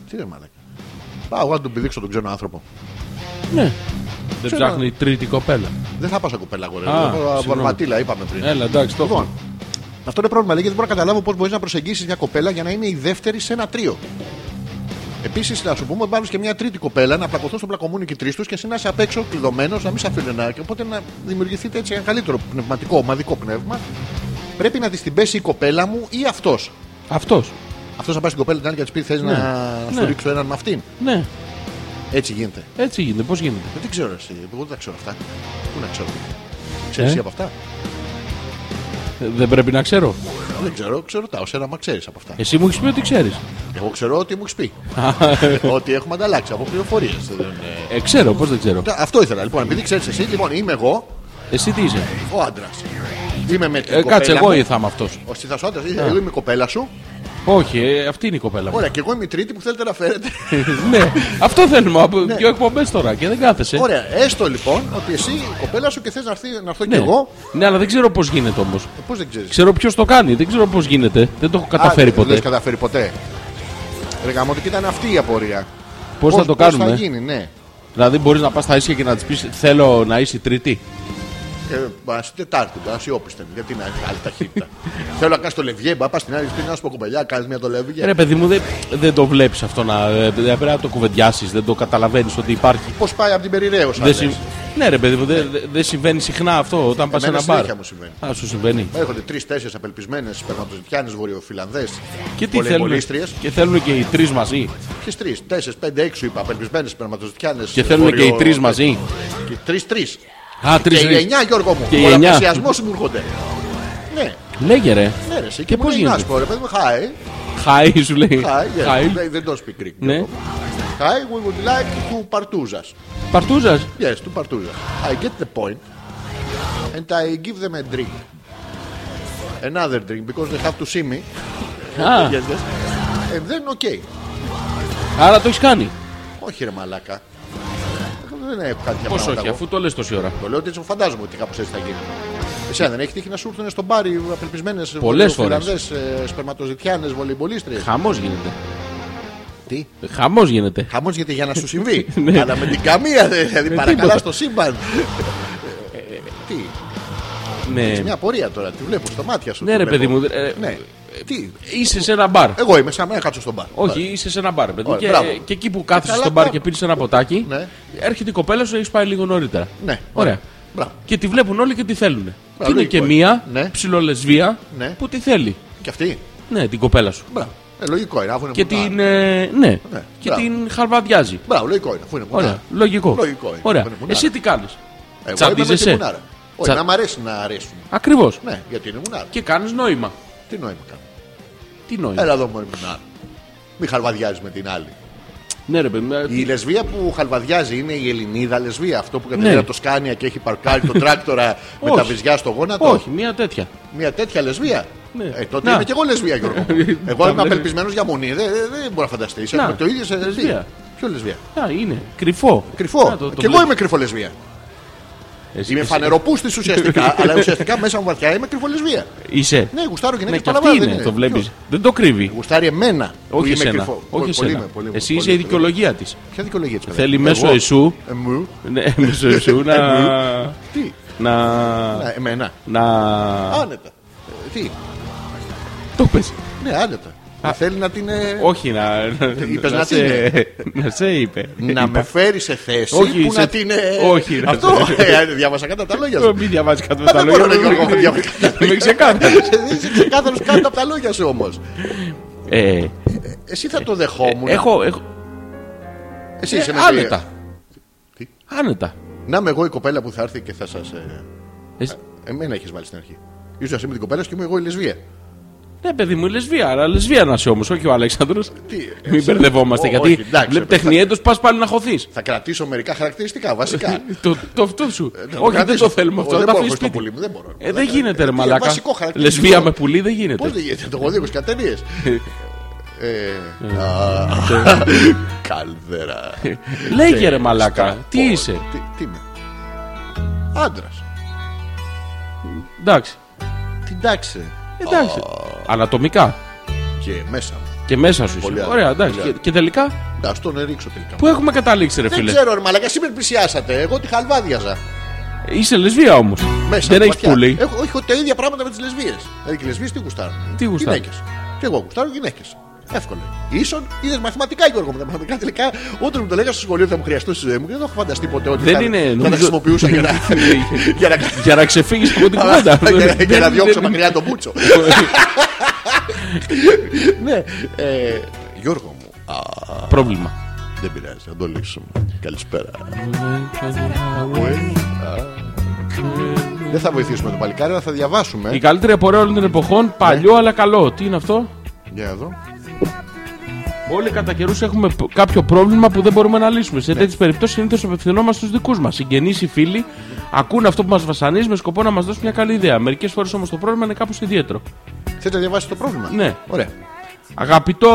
[SPEAKER 3] Τι ρε μαλάκα. Πάω εγώ να τον πηδήξω τον ξένο άνθρωπο.
[SPEAKER 4] Ναι. Δεν ψάχνει τρίτη κοπέλα.
[SPEAKER 3] Δεν θα πάω σαν κοπέλα αγόρι.
[SPEAKER 4] Α, συγγνώμη. Ε,
[SPEAKER 3] Βαρβατήλα είπαμε πριν.
[SPEAKER 4] Έλα, εντάξει, το
[SPEAKER 3] Λοιπόν,
[SPEAKER 4] έχω.
[SPEAKER 3] αυτό είναι πρόβλημα. Λέει, γιατί δεν μπορώ να καταλάβω πώς μπορείς να προσεγγίσεις μια κοπέλα για να είναι η δεύτερη σε ένα τρίο. Επίσης, να σου πούμε ότι πάρει και μια τρίτη κοπέλα να πλακωθούν στον πλακομούνι και τρεις τους και εσύ να είσαι απ' έξω κλειδωμένος, να μην σε αφήνουν να. και Οπότε να δημιουργηθείτε έτσι ένα καλύτερο πνευματικό, ομαδικό πνεύμα. Πρέπει να της την πέσει η κοπέλα μου ή αυτός.
[SPEAKER 4] Αυτός.
[SPEAKER 3] Αυτός να πάει στην κοπέλα την άλλη και να τη πει: Θες να σου
[SPEAKER 4] Ναι.
[SPEAKER 3] ρίξω έναν με αυτήν.
[SPEAKER 4] Ναι.
[SPEAKER 3] Έτσι γίνεται.
[SPEAKER 4] Έτσι γίνεται. Πώς γίνεται.
[SPEAKER 3] Ε, Δεν ξέρω εσύ, εγώ δεν τα ξέρω αυτά. Πού να ξέρω. Ξέρεις
[SPEAKER 4] Ε?
[SPEAKER 3] εσύ από αυτά.
[SPEAKER 4] Ε, Δεν πρέπει να ξέρω.
[SPEAKER 3] Δεν ξέρω, ξέρω τα σένα, μα ξέρει από αυτά.
[SPEAKER 4] Εσύ μου έχεις πει ότι ξέρεις.
[SPEAKER 3] Εγώ ξέρω ότι μου έχεις πει. ότι έχουμε ανταλλάξει από πληροφορίες.
[SPEAKER 4] Ε, ξέρω, πώς δεν ξέρω.
[SPEAKER 3] Αυτό ήθελα λοιπόν, επειδή ξέρεις εσύ, λοιπόν είμαι εγώ
[SPEAKER 4] Εσύ τι είσαι.
[SPEAKER 3] ο άντρας. Είμαι με την
[SPEAKER 4] Ε,
[SPEAKER 3] κοπέλα
[SPEAKER 4] κάτσε, εγώ
[SPEAKER 3] μου.
[SPEAKER 4] ήρθα με αυτός.
[SPEAKER 3] Ο εσύ θα σου άντρας, εγώ είμαι η κοπέλα σου.
[SPEAKER 4] Όχι, ε, αυτή είναι η κοπέλα μου.
[SPEAKER 3] Ωραία, και εγώ είμαι η τρίτη που θέλετε να φέρετε.
[SPEAKER 4] ναι, αυτό θέλουμε. Από δύο εκπομπές τώρα και δεν κάθεσαι.
[SPEAKER 3] Ναι. Ωραία, έστω λοιπόν ότι εσύ η κοπέλα σου και θες να, έρθει- να έρθω
[SPEAKER 4] ναι.
[SPEAKER 3] και εγώ.
[SPEAKER 4] ναι, αλλά δεν ξέρω πώς γίνεται όμως.
[SPEAKER 3] Πώς δεν ξέρεις.
[SPEAKER 4] Ξέρω ποιος το κάνει, δεν ξέρω πώς γίνεται. Δεν το έχω καταφέρει
[SPEAKER 3] Δεν
[SPEAKER 4] ποτέ.
[SPEAKER 3] έχεις καταφέρει ποτέ. Ρε γαμώτο, και ήταν αυτή η απορία.
[SPEAKER 4] Πώς θα το
[SPEAKER 3] πώς
[SPEAKER 4] κάνουμε.
[SPEAKER 3] γίνει, ναι.
[SPEAKER 4] δηλαδή, μπορείς να πας στα ίσια και να της πεις Θέλω να είσαι η τρίτη.
[SPEAKER 3] Α Ε, Τετάρτη, ας Ιόπισθεν. Γιατί να έχει άλλη ταχύτητα. Θέλω να κάνεις το λευγέ, μπα πας στην άλλη στιγμή να σου πω κοπελιά, κάνεις μια το λευγέ.
[SPEAKER 4] Ρε παιδί μου, δεν, δεν το βλέπεις αυτό να. ε, Δεν πρέπει να το κουβεντιάσεις, δεν το καταλαβαίνεις ότι υπάρχει.
[SPEAKER 3] Πώς πάει από την περιραίωση.
[SPEAKER 4] Δεν συ- Ναι, ρε παιδί μου, δεν δεν- δεν συμβαίνει συχνά αυτό όταν πας σε
[SPEAKER 3] Εμένα
[SPEAKER 4] ένα μπαρ.
[SPEAKER 3] συνέχεια μου συμβαίνει.
[SPEAKER 4] Α, σου συμβαίνει.
[SPEAKER 3] Έρχονται τρει-τέσσερι απελπισμένες σπερματοζητιάνες βορειοφιλανδές.
[SPEAKER 4] Και τι θέλουν. Και θέλουν και οι τρεις μαζί.
[SPEAKER 3] Ποιες τρεις, τέσσερις, πέντε, έξι είπα, απελπισμένες σπερματοζητιάνες.
[SPEAKER 4] Και θέλουν και οι τρεις μαζί.
[SPEAKER 3] Και τρει-τρει.
[SPEAKER 4] Α,
[SPEAKER 3] Και
[SPEAKER 4] τρεις.
[SPEAKER 3] οι εννιά, Γιώργο μου.
[SPEAKER 4] Και οι
[SPEAKER 3] Πολλαπλασιασμό μου έρχονται. Ναι,
[SPEAKER 4] Λέγε ρε.
[SPEAKER 3] ναι, ρε, εσύ.
[SPEAKER 4] Και
[SPEAKER 3] μου
[SPEAKER 4] πώς
[SPEAKER 3] λέει, ε,
[SPEAKER 4] γίνεται?
[SPEAKER 3] Να σου πω, ρε παιδί μου, hi.
[SPEAKER 4] Χάι, σου λέει.
[SPEAKER 3] Hi, yes.
[SPEAKER 4] Χάι.
[SPEAKER 3] They- They don't speak Greek.
[SPEAKER 4] Ναι.
[SPEAKER 3] Hi, we would like to Partuzas.
[SPEAKER 4] Παρτούζα.
[SPEAKER 3] Yes, to Partuzas. I get the point. And I give them a drink. Another drink because they have to see me. Yes, yes. And then okay.
[SPEAKER 4] Άρα το έχεις κάνει.
[SPEAKER 3] Όχι ρε μαλάκα. Δεν έχω κάτι για
[SPEAKER 4] Πώς
[SPEAKER 3] πράγματα
[SPEAKER 4] όχι,
[SPEAKER 3] εγώ.
[SPEAKER 4] αφού το λες τόση ώρα.
[SPEAKER 3] Το λέω ότι έτσι φαντάζομαι ότι κάπως έτσι θα γίνει. Εσένα δεν έχει τύχει να σου έρθουν στο μπάρι απελπισμένες
[SPEAKER 4] Πολλές
[SPEAKER 3] ε, σπερματοζητιάνες, βολυμπολίστρε.
[SPEAKER 4] Χαμός γίνεται.
[SPEAKER 3] Τι.
[SPEAKER 4] Χαμός γίνεται.
[SPEAKER 3] Χαμός γιατί για να σου συμβεί.
[SPEAKER 4] Ναι.
[SPEAKER 3] Αλλά με την καμία δεν- δηλαδή παρακαλά
[SPEAKER 4] τίποτα.
[SPEAKER 3] στο σύμπαν. Ε, Τι,
[SPEAKER 4] Ναι.
[SPEAKER 3] μια απορία τώρα, τη βλέπω στα μάτια σου.
[SPEAKER 4] Ναι,
[SPEAKER 3] τη
[SPEAKER 4] ρε,
[SPEAKER 3] βλέπω.
[SPEAKER 4] παιδί μου, ε,
[SPEAKER 3] Ναι. Τι,
[SPEAKER 4] Είσαι σε ένα μπαρ.
[SPEAKER 3] εγώ είμαι σαν να κάτσω στον μπαρ.
[SPEAKER 4] Όχι, είσαι σε ένα μπαρ. παιδί,
[SPEAKER 3] Ωραία,
[SPEAKER 4] και,
[SPEAKER 3] μπράβο. Ε,
[SPEAKER 4] και εκεί που κάθεσαι
[SPEAKER 3] Καλά,
[SPEAKER 4] στο μπαρ
[SPEAKER 3] μπράβο.
[SPEAKER 4] και πίνεις ένα ποτάκι,
[SPEAKER 3] Ναι.
[SPEAKER 4] έρχεται η κοπέλα σου, έχεις πάει λίγο νωρίτερα.
[SPEAKER 3] Ναι,
[SPEAKER 4] Ωραία.
[SPEAKER 3] Μπράβο.
[SPEAKER 4] Και τη βλέπουν όλοι και τη θέλουν. Και είναι
[SPEAKER 3] λογικό
[SPEAKER 4] και
[SPEAKER 3] είναι.
[SPEAKER 4] μία
[SPEAKER 3] Ναι.
[SPEAKER 4] ψιλολεσβία
[SPEAKER 3] Ναι.
[SPEAKER 4] που τη θέλει.
[SPEAKER 3] Και αυτή.
[SPEAKER 4] Ναι, την κοπέλα σου.
[SPEAKER 3] Μπράβο. Ε, λογικό είναι. Αφού είναι
[SPEAKER 4] Και
[SPEAKER 3] πουτάνα.
[SPEAKER 4] την. ε, ναι.
[SPEAKER 3] Ναι,
[SPEAKER 4] Και
[SPEAKER 3] μπράβο.
[SPEAKER 4] την χαρβαδιάζει.
[SPEAKER 3] Μπράβο, λογικό είναι. Αφού είναι
[SPEAKER 4] Ωραία.
[SPEAKER 3] πουτάνα.
[SPEAKER 4] Λογικό.
[SPEAKER 3] Λογικό είναι.
[SPEAKER 4] Ωραία.
[SPEAKER 3] Είναι μουνάρα.
[SPEAKER 4] Εσύ τι κάνεις.
[SPEAKER 3] Εγώ
[SPEAKER 4] Τσαντίζεσαι.
[SPEAKER 3] είμαι με τη μουνάρα. Όχι,
[SPEAKER 4] Τσα-
[SPEAKER 3] να μ' αρέσει να αρέσουν.
[SPEAKER 4] Ακριβώς.
[SPEAKER 3] Ναι, γιατί είναι μουνάρα.
[SPEAKER 4] Και κάνεις νόημα.
[SPEAKER 3] Τι νόημα κάνω.
[SPEAKER 4] Τι νόημα.
[SPEAKER 3] Έλα εδώ μωρή μουνάρα. Μη χαλβαδιάζεις με την άλλη.
[SPEAKER 4] Ναι, ρε παιδί μου. ε,
[SPEAKER 3] Η λεσβία που χαλβαδιάζει είναι η Ελληνίδα λεσβία. Αυτό που κατεβαίνει από το Σκάνια και έχει παρκάρει τον τράκτορα με
[SPEAKER 4] Ναι. Όχι.
[SPEAKER 3] τα βυζιά στο γόνατο.
[SPEAKER 4] Όχι, μία τέτοια.
[SPEAKER 3] Μια τέτοια λεσβία.
[SPEAKER 4] Ναι.
[SPEAKER 3] Ε, τότε
[SPEAKER 4] Να.
[SPEAKER 3] είμαι και εγώ λεσβία, Γιώργο. μου. εγώ
[SPEAKER 4] Τα
[SPEAKER 3] είμαι
[SPEAKER 4] βλέπεις.
[SPEAKER 3] απελπισμένος για μονή. Δεν δεν- δεν μπορώ να φανταστείς.
[SPEAKER 4] Να.
[SPEAKER 3] Έχουμε το ίδιο σε
[SPEAKER 4] Λεσβία.
[SPEAKER 3] Ποιο λεσβία.
[SPEAKER 4] Α, είναι. Κρυφό. Να,
[SPEAKER 3] Κρυφό.
[SPEAKER 4] το- το
[SPEAKER 3] και εγώ
[SPEAKER 4] βλέπεις.
[SPEAKER 3] είμαι κρυφολεσβία.
[SPEAKER 4] Εσύ-
[SPEAKER 3] Είμαι
[SPEAKER 4] εσύ-
[SPEAKER 3] φανεροπούστης ουσιαστικά, αλλά ουσιαστικά μέσα μου βαθιά είμαι κρυφολεσβία.
[SPEAKER 4] Είσαι.
[SPEAKER 3] Ναι, γουστάρω
[SPEAKER 4] Ναι,
[SPEAKER 3] γυναίκε
[SPEAKER 4] και αυτή είναι, το βλέπεις. Δεν το κρύβει.
[SPEAKER 3] Γουστάρει εμένα. που
[SPEAKER 4] Όχι
[SPEAKER 3] είμαι
[SPEAKER 4] εσένα.
[SPEAKER 3] κρυφό. Πολύ-
[SPEAKER 4] Όχι
[SPEAKER 3] πολύ
[SPEAKER 4] εσένα.
[SPEAKER 3] είμαι, πολύ είμαι,
[SPEAKER 4] Εσύ
[SPEAKER 3] πολύ
[SPEAKER 4] είσαι η
[SPEAKER 3] είμαι.
[SPEAKER 4] δικαιολογία της.
[SPEAKER 3] Ποια δικαιολογία της,
[SPEAKER 4] Θέλει
[SPEAKER 3] βέβαια.
[SPEAKER 4] μέσω
[SPEAKER 3] Εγώ-
[SPEAKER 4] εσού.
[SPEAKER 3] Εμού.
[SPEAKER 4] Ναι, μέσω εσού να.
[SPEAKER 3] Τι.
[SPEAKER 4] Να.
[SPEAKER 3] Α, Εμένα.
[SPEAKER 4] Να.
[SPEAKER 3] Άνετα. Ε, Τι.
[SPEAKER 4] Το πες.
[SPEAKER 3] Ναι, άνετα. Δεν Θέλει να την. ε,
[SPEAKER 4] Όχι να.
[SPEAKER 3] Είπες να
[SPEAKER 4] σε- Να σε είπε.
[SPEAKER 3] Να με φέρει σε θέση
[SPEAKER 4] Όχι,
[SPEAKER 3] που
[SPEAKER 4] σε-
[SPEAKER 3] να την. ε,
[SPEAKER 4] Όχι, ρε.
[SPEAKER 3] Αυτό. ε, Διάβασα κατά τα λόγια
[SPEAKER 4] Ε,
[SPEAKER 3] σου.
[SPEAKER 4] Μην διαβάζει κάτω με τα
[SPEAKER 3] δεν μπορώ,
[SPEAKER 4] λόγια.
[SPEAKER 3] ρε, Γιώργο, έχω διαβάσει.
[SPEAKER 4] Είμαι ξεκάθαρος.
[SPEAKER 3] Ε, Είσαι ξεκάθαρος κάτω από τα λόγια σου όμως.
[SPEAKER 4] Ε,
[SPEAKER 3] Εσύ θα το δεχόμουν.
[SPEAKER 4] Έχω. έχω-
[SPEAKER 3] Εσύ είσαι
[SPEAKER 4] ε,
[SPEAKER 3] με τη-
[SPEAKER 4] Άνετα.
[SPEAKER 3] Τι?
[SPEAKER 4] Άνετα.
[SPEAKER 3] Να είμαι εγώ η κοπέλα που θα έρθει και θα σας. Ε...
[SPEAKER 4] Εσύ-
[SPEAKER 3] Εμένα έχεις βάλει στην αρχή. Ήσουν εσύ με την κοπέλα σου και είμαι εγώ η λεσβία.
[SPEAKER 4] Ναι, παιδί μου, λεσβία, αλλά λεσβία να είσαι όμως, όχι ο Αλέξανδρος.
[SPEAKER 3] Τι,
[SPEAKER 4] Μην
[SPEAKER 3] έτσι.
[SPEAKER 4] μπερδευόμαστε,
[SPEAKER 3] Ω,
[SPEAKER 4] γιατί
[SPEAKER 3] όχι, εντάξει,
[SPEAKER 4] βλέπει
[SPEAKER 3] παιδιά.
[SPEAKER 4] τεχνιέντος, πας πάλι να χωθείς.
[SPEAKER 3] Θα κρατήσω μερικά χαρακτηριστικά βασικά.
[SPEAKER 4] το, το αυτό σου.
[SPEAKER 3] Να
[SPEAKER 4] όχι, δεν
[SPEAKER 3] κρατήσω.
[SPEAKER 4] το θέλουμε
[SPEAKER 3] Ω,
[SPEAKER 4] αυτό.
[SPEAKER 3] ναι, Δεν
[SPEAKER 4] Θα
[SPEAKER 3] μπορώ
[SPEAKER 4] αφήσεις
[SPEAKER 3] χωρίς το
[SPEAKER 4] σπίτι.
[SPEAKER 3] πουλί μου. Δεν μπορώ.
[SPEAKER 4] Ε, δεν γίνεται,
[SPEAKER 3] Ε,
[SPEAKER 4] ρε Μαλάκα.
[SPEAKER 3] Βασικό χαρακτηριστικό.
[SPEAKER 4] Λεσβία με πουλί δεν
[SPEAKER 3] Πώ
[SPEAKER 4] γίνεται.
[SPEAKER 3] δεν γίνεται, το έχω δει 20 ταινίε.
[SPEAKER 4] Ε,
[SPEAKER 3] Ε, Καλδέρα.
[SPEAKER 4] Λέγε ρε Μαλάκα,
[SPEAKER 3] Στα-
[SPEAKER 4] τι
[SPEAKER 3] Ω,
[SPEAKER 4] είσαι.
[SPEAKER 3] Τι, τι είμαι. Άντρας.
[SPEAKER 4] Εντάξει.
[SPEAKER 3] Την τάξη.
[SPEAKER 4] Εντάξει. Ανατομικά.
[SPEAKER 3] Και μέσα μου.
[SPEAKER 4] Και μέσα σου
[SPEAKER 3] Πολύ
[SPEAKER 4] είσαι.
[SPEAKER 3] άλλο.
[SPEAKER 4] Ωραία, εντάξει.
[SPEAKER 3] Πολύ
[SPEAKER 4] Και,
[SPEAKER 3] άλλο.
[SPEAKER 4] και τελικά,
[SPEAKER 3] Να στον ρίξω τελικά.
[SPEAKER 4] πού έχουμε καταλήξει, ρε
[SPEAKER 3] Δεν
[SPEAKER 4] φίλε.
[SPEAKER 3] ξέρω, ρε Μαλάκα, σήμερα πλησιάσατε. Εγώ τη χαλβάδιαζα.
[SPEAKER 4] Είσαι λεσβία όμως.
[SPEAKER 3] Μέσα Ε, μου,
[SPEAKER 4] Δεν έχεις
[SPEAKER 3] βαθιά.
[SPEAKER 4] πουλί.
[SPEAKER 3] Έχω, έχω τα ίδια πράγματα με τις λεσβείε. Δηλαδή και οι λεσβείε τι γουστάρουν.
[SPEAKER 4] Τι γουστάρουν.
[SPEAKER 3] Γυναίκες. Και εγώ γουστάρω γυναίκες. Εύκολο. Ίσον είδες μαθηματικά, Γιώργο μου. Τα μαθηματικά τελικά όταν μου το λέγα στο σχολείο θα μου χρειαστούν στη ζωή μου και δεν το έχω φανταστεί ποτέ ότι
[SPEAKER 4] Δεν
[SPEAKER 3] θα,
[SPEAKER 4] είναι,
[SPEAKER 3] θα
[SPEAKER 4] νομίζω-
[SPEAKER 3] τα χρησιμοποιούσα για να. για να,
[SPEAKER 4] Για να ξεφύγεις από την κουβέντα.
[SPEAKER 3] για να- για να
[SPEAKER 4] Δεν-
[SPEAKER 3] διώξω
[SPEAKER 4] δεν-
[SPEAKER 3] μακριά τον Μπούτσο. ναι. ε, Γιώργο μου,
[SPEAKER 4] Πρόβλημα.
[SPEAKER 3] δεν πειράζει, θα το λύσουμε. Καλησπέρα. Δεν θα βοηθήσουμε τον παλικάρι, αλλά θα
[SPEAKER 4] Η
[SPEAKER 3] διαβάσουμε.
[SPEAKER 4] καλύτερη απορία όλων των εποχών,
[SPEAKER 3] Ε.
[SPEAKER 4] παλιό αλλά καλό. Τι είναι αυτό?
[SPEAKER 3] Για εδώ.
[SPEAKER 4] Όλοι κατά καιρούς έχουμε π- κάποιο πρόβλημα που δεν μπορούμε να λύσουμε.
[SPEAKER 3] Ναι.
[SPEAKER 4] Σε τέτοιες περιπτώσεις συνήθως απευθυνόμαστε στους δικούς μας. Συγγενείς ή φίλοι ακούν αυτό που μας βασανίζεις με σκοπό να μας δώσουν μια καλή ιδέα. Μερικές φορές όμως το πρόβλημα είναι κάπως ιδιαίτερο.
[SPEAKER 3] Θέλετε να διαβάσει το πρόβλημα.
[SPEAKER 4] Ναι.
[SPEAKER 3] Ωραία.
[SPEAKER 4] Αγαπητό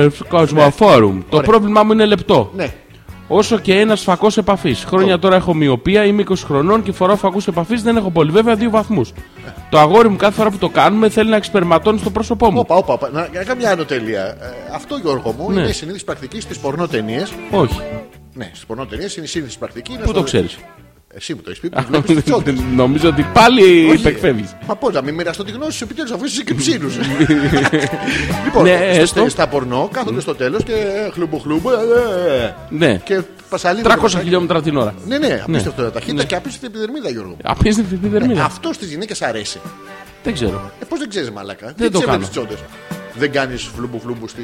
[SPEAKER 4] ε, Κοσμοφόρουμ, το πρόβλημά μου είναι λεπτό.
[SPEAKER 3] Ναι.
[SPEAKER 4] Όσο και ένας φακός επαφής. Χρόνια τώρα έχω μοιοπία, είμαι 20 χρονών και φοράω φακούς επαφής, δεν έχω πολύ βέβαια δύο βαθμούς. Το αγόρι μου κάθε φορά που το κάνουμε θέλει να εξπερματώνει στο πρόσωπό μου.
[SPEAKER 3] Όπα, όπα, όπα. Να, να κάνω μια ανωτελεία. Ε, αυτό, Γιώργο μου,
[SPEAKER 4] Ναι.
[SPEAKER 3] είναι η συνήθι πρακτική στις πορνό ταινίε.
[SPEAKER 4] Όχι.
[SPEAKER 3] Ναι, στις πορνό ταινίε είναι η συνήθι πρακτική.
[SPEAKER 4] Πού το ξέρεις.
[SPEAKER 3] Εσύ μου το έχεις πει. που βλέπεις τις τσόντες.
[SPEAKER 4] Νομίζω ότι πάλι
[SPEAKER 3] Όχι.
[SPEAKER 4] υπεκφεύγει.
[SPEAKER 3] Μα πώς να μην μοιραστώ τη γνώση σου, επιτέλους αφού είσαι και ψήλους. λοιπόν,
[SPEAKER 4] Ναι,
[SPEAKER 3] στα-
[SPEAKER 4] έστω.
[SPEAKER 3] στα πορνό κάθονται στο τέλος και ε, χλουμπου χλουμπου. ε, ε, ε.
[SPEAKER 4] Ναι.
[SPEAKER 3] Και πασαλίδι.
[SPEAKER 4] 300 χιλιόμετρα την ώρα.
[SPEAKER 3] Ναι, ναι, απίστευτο ταχύτητα και απίστευτη επιδερμίδα, Γιώργο. μου.
[SPEAKER 4] Απίστευτη την δερμίδα.
[SPEAKER 3] Ε, Αυτό στις γυναίκες αρέσει.
[SPEAKER 4] Δεν ξέρω.
[SPEAKER 3] Ε, Πώς δεν ξέρεις, μαλακά.
[SPEAKER 4] το
[SPEAKER 3] ξέρεις με
[SPEAKER 4] κάνω.
[SPEAKER 3] τις τσόντες. Δεν κάνεις φλούμπου φλούμπου στις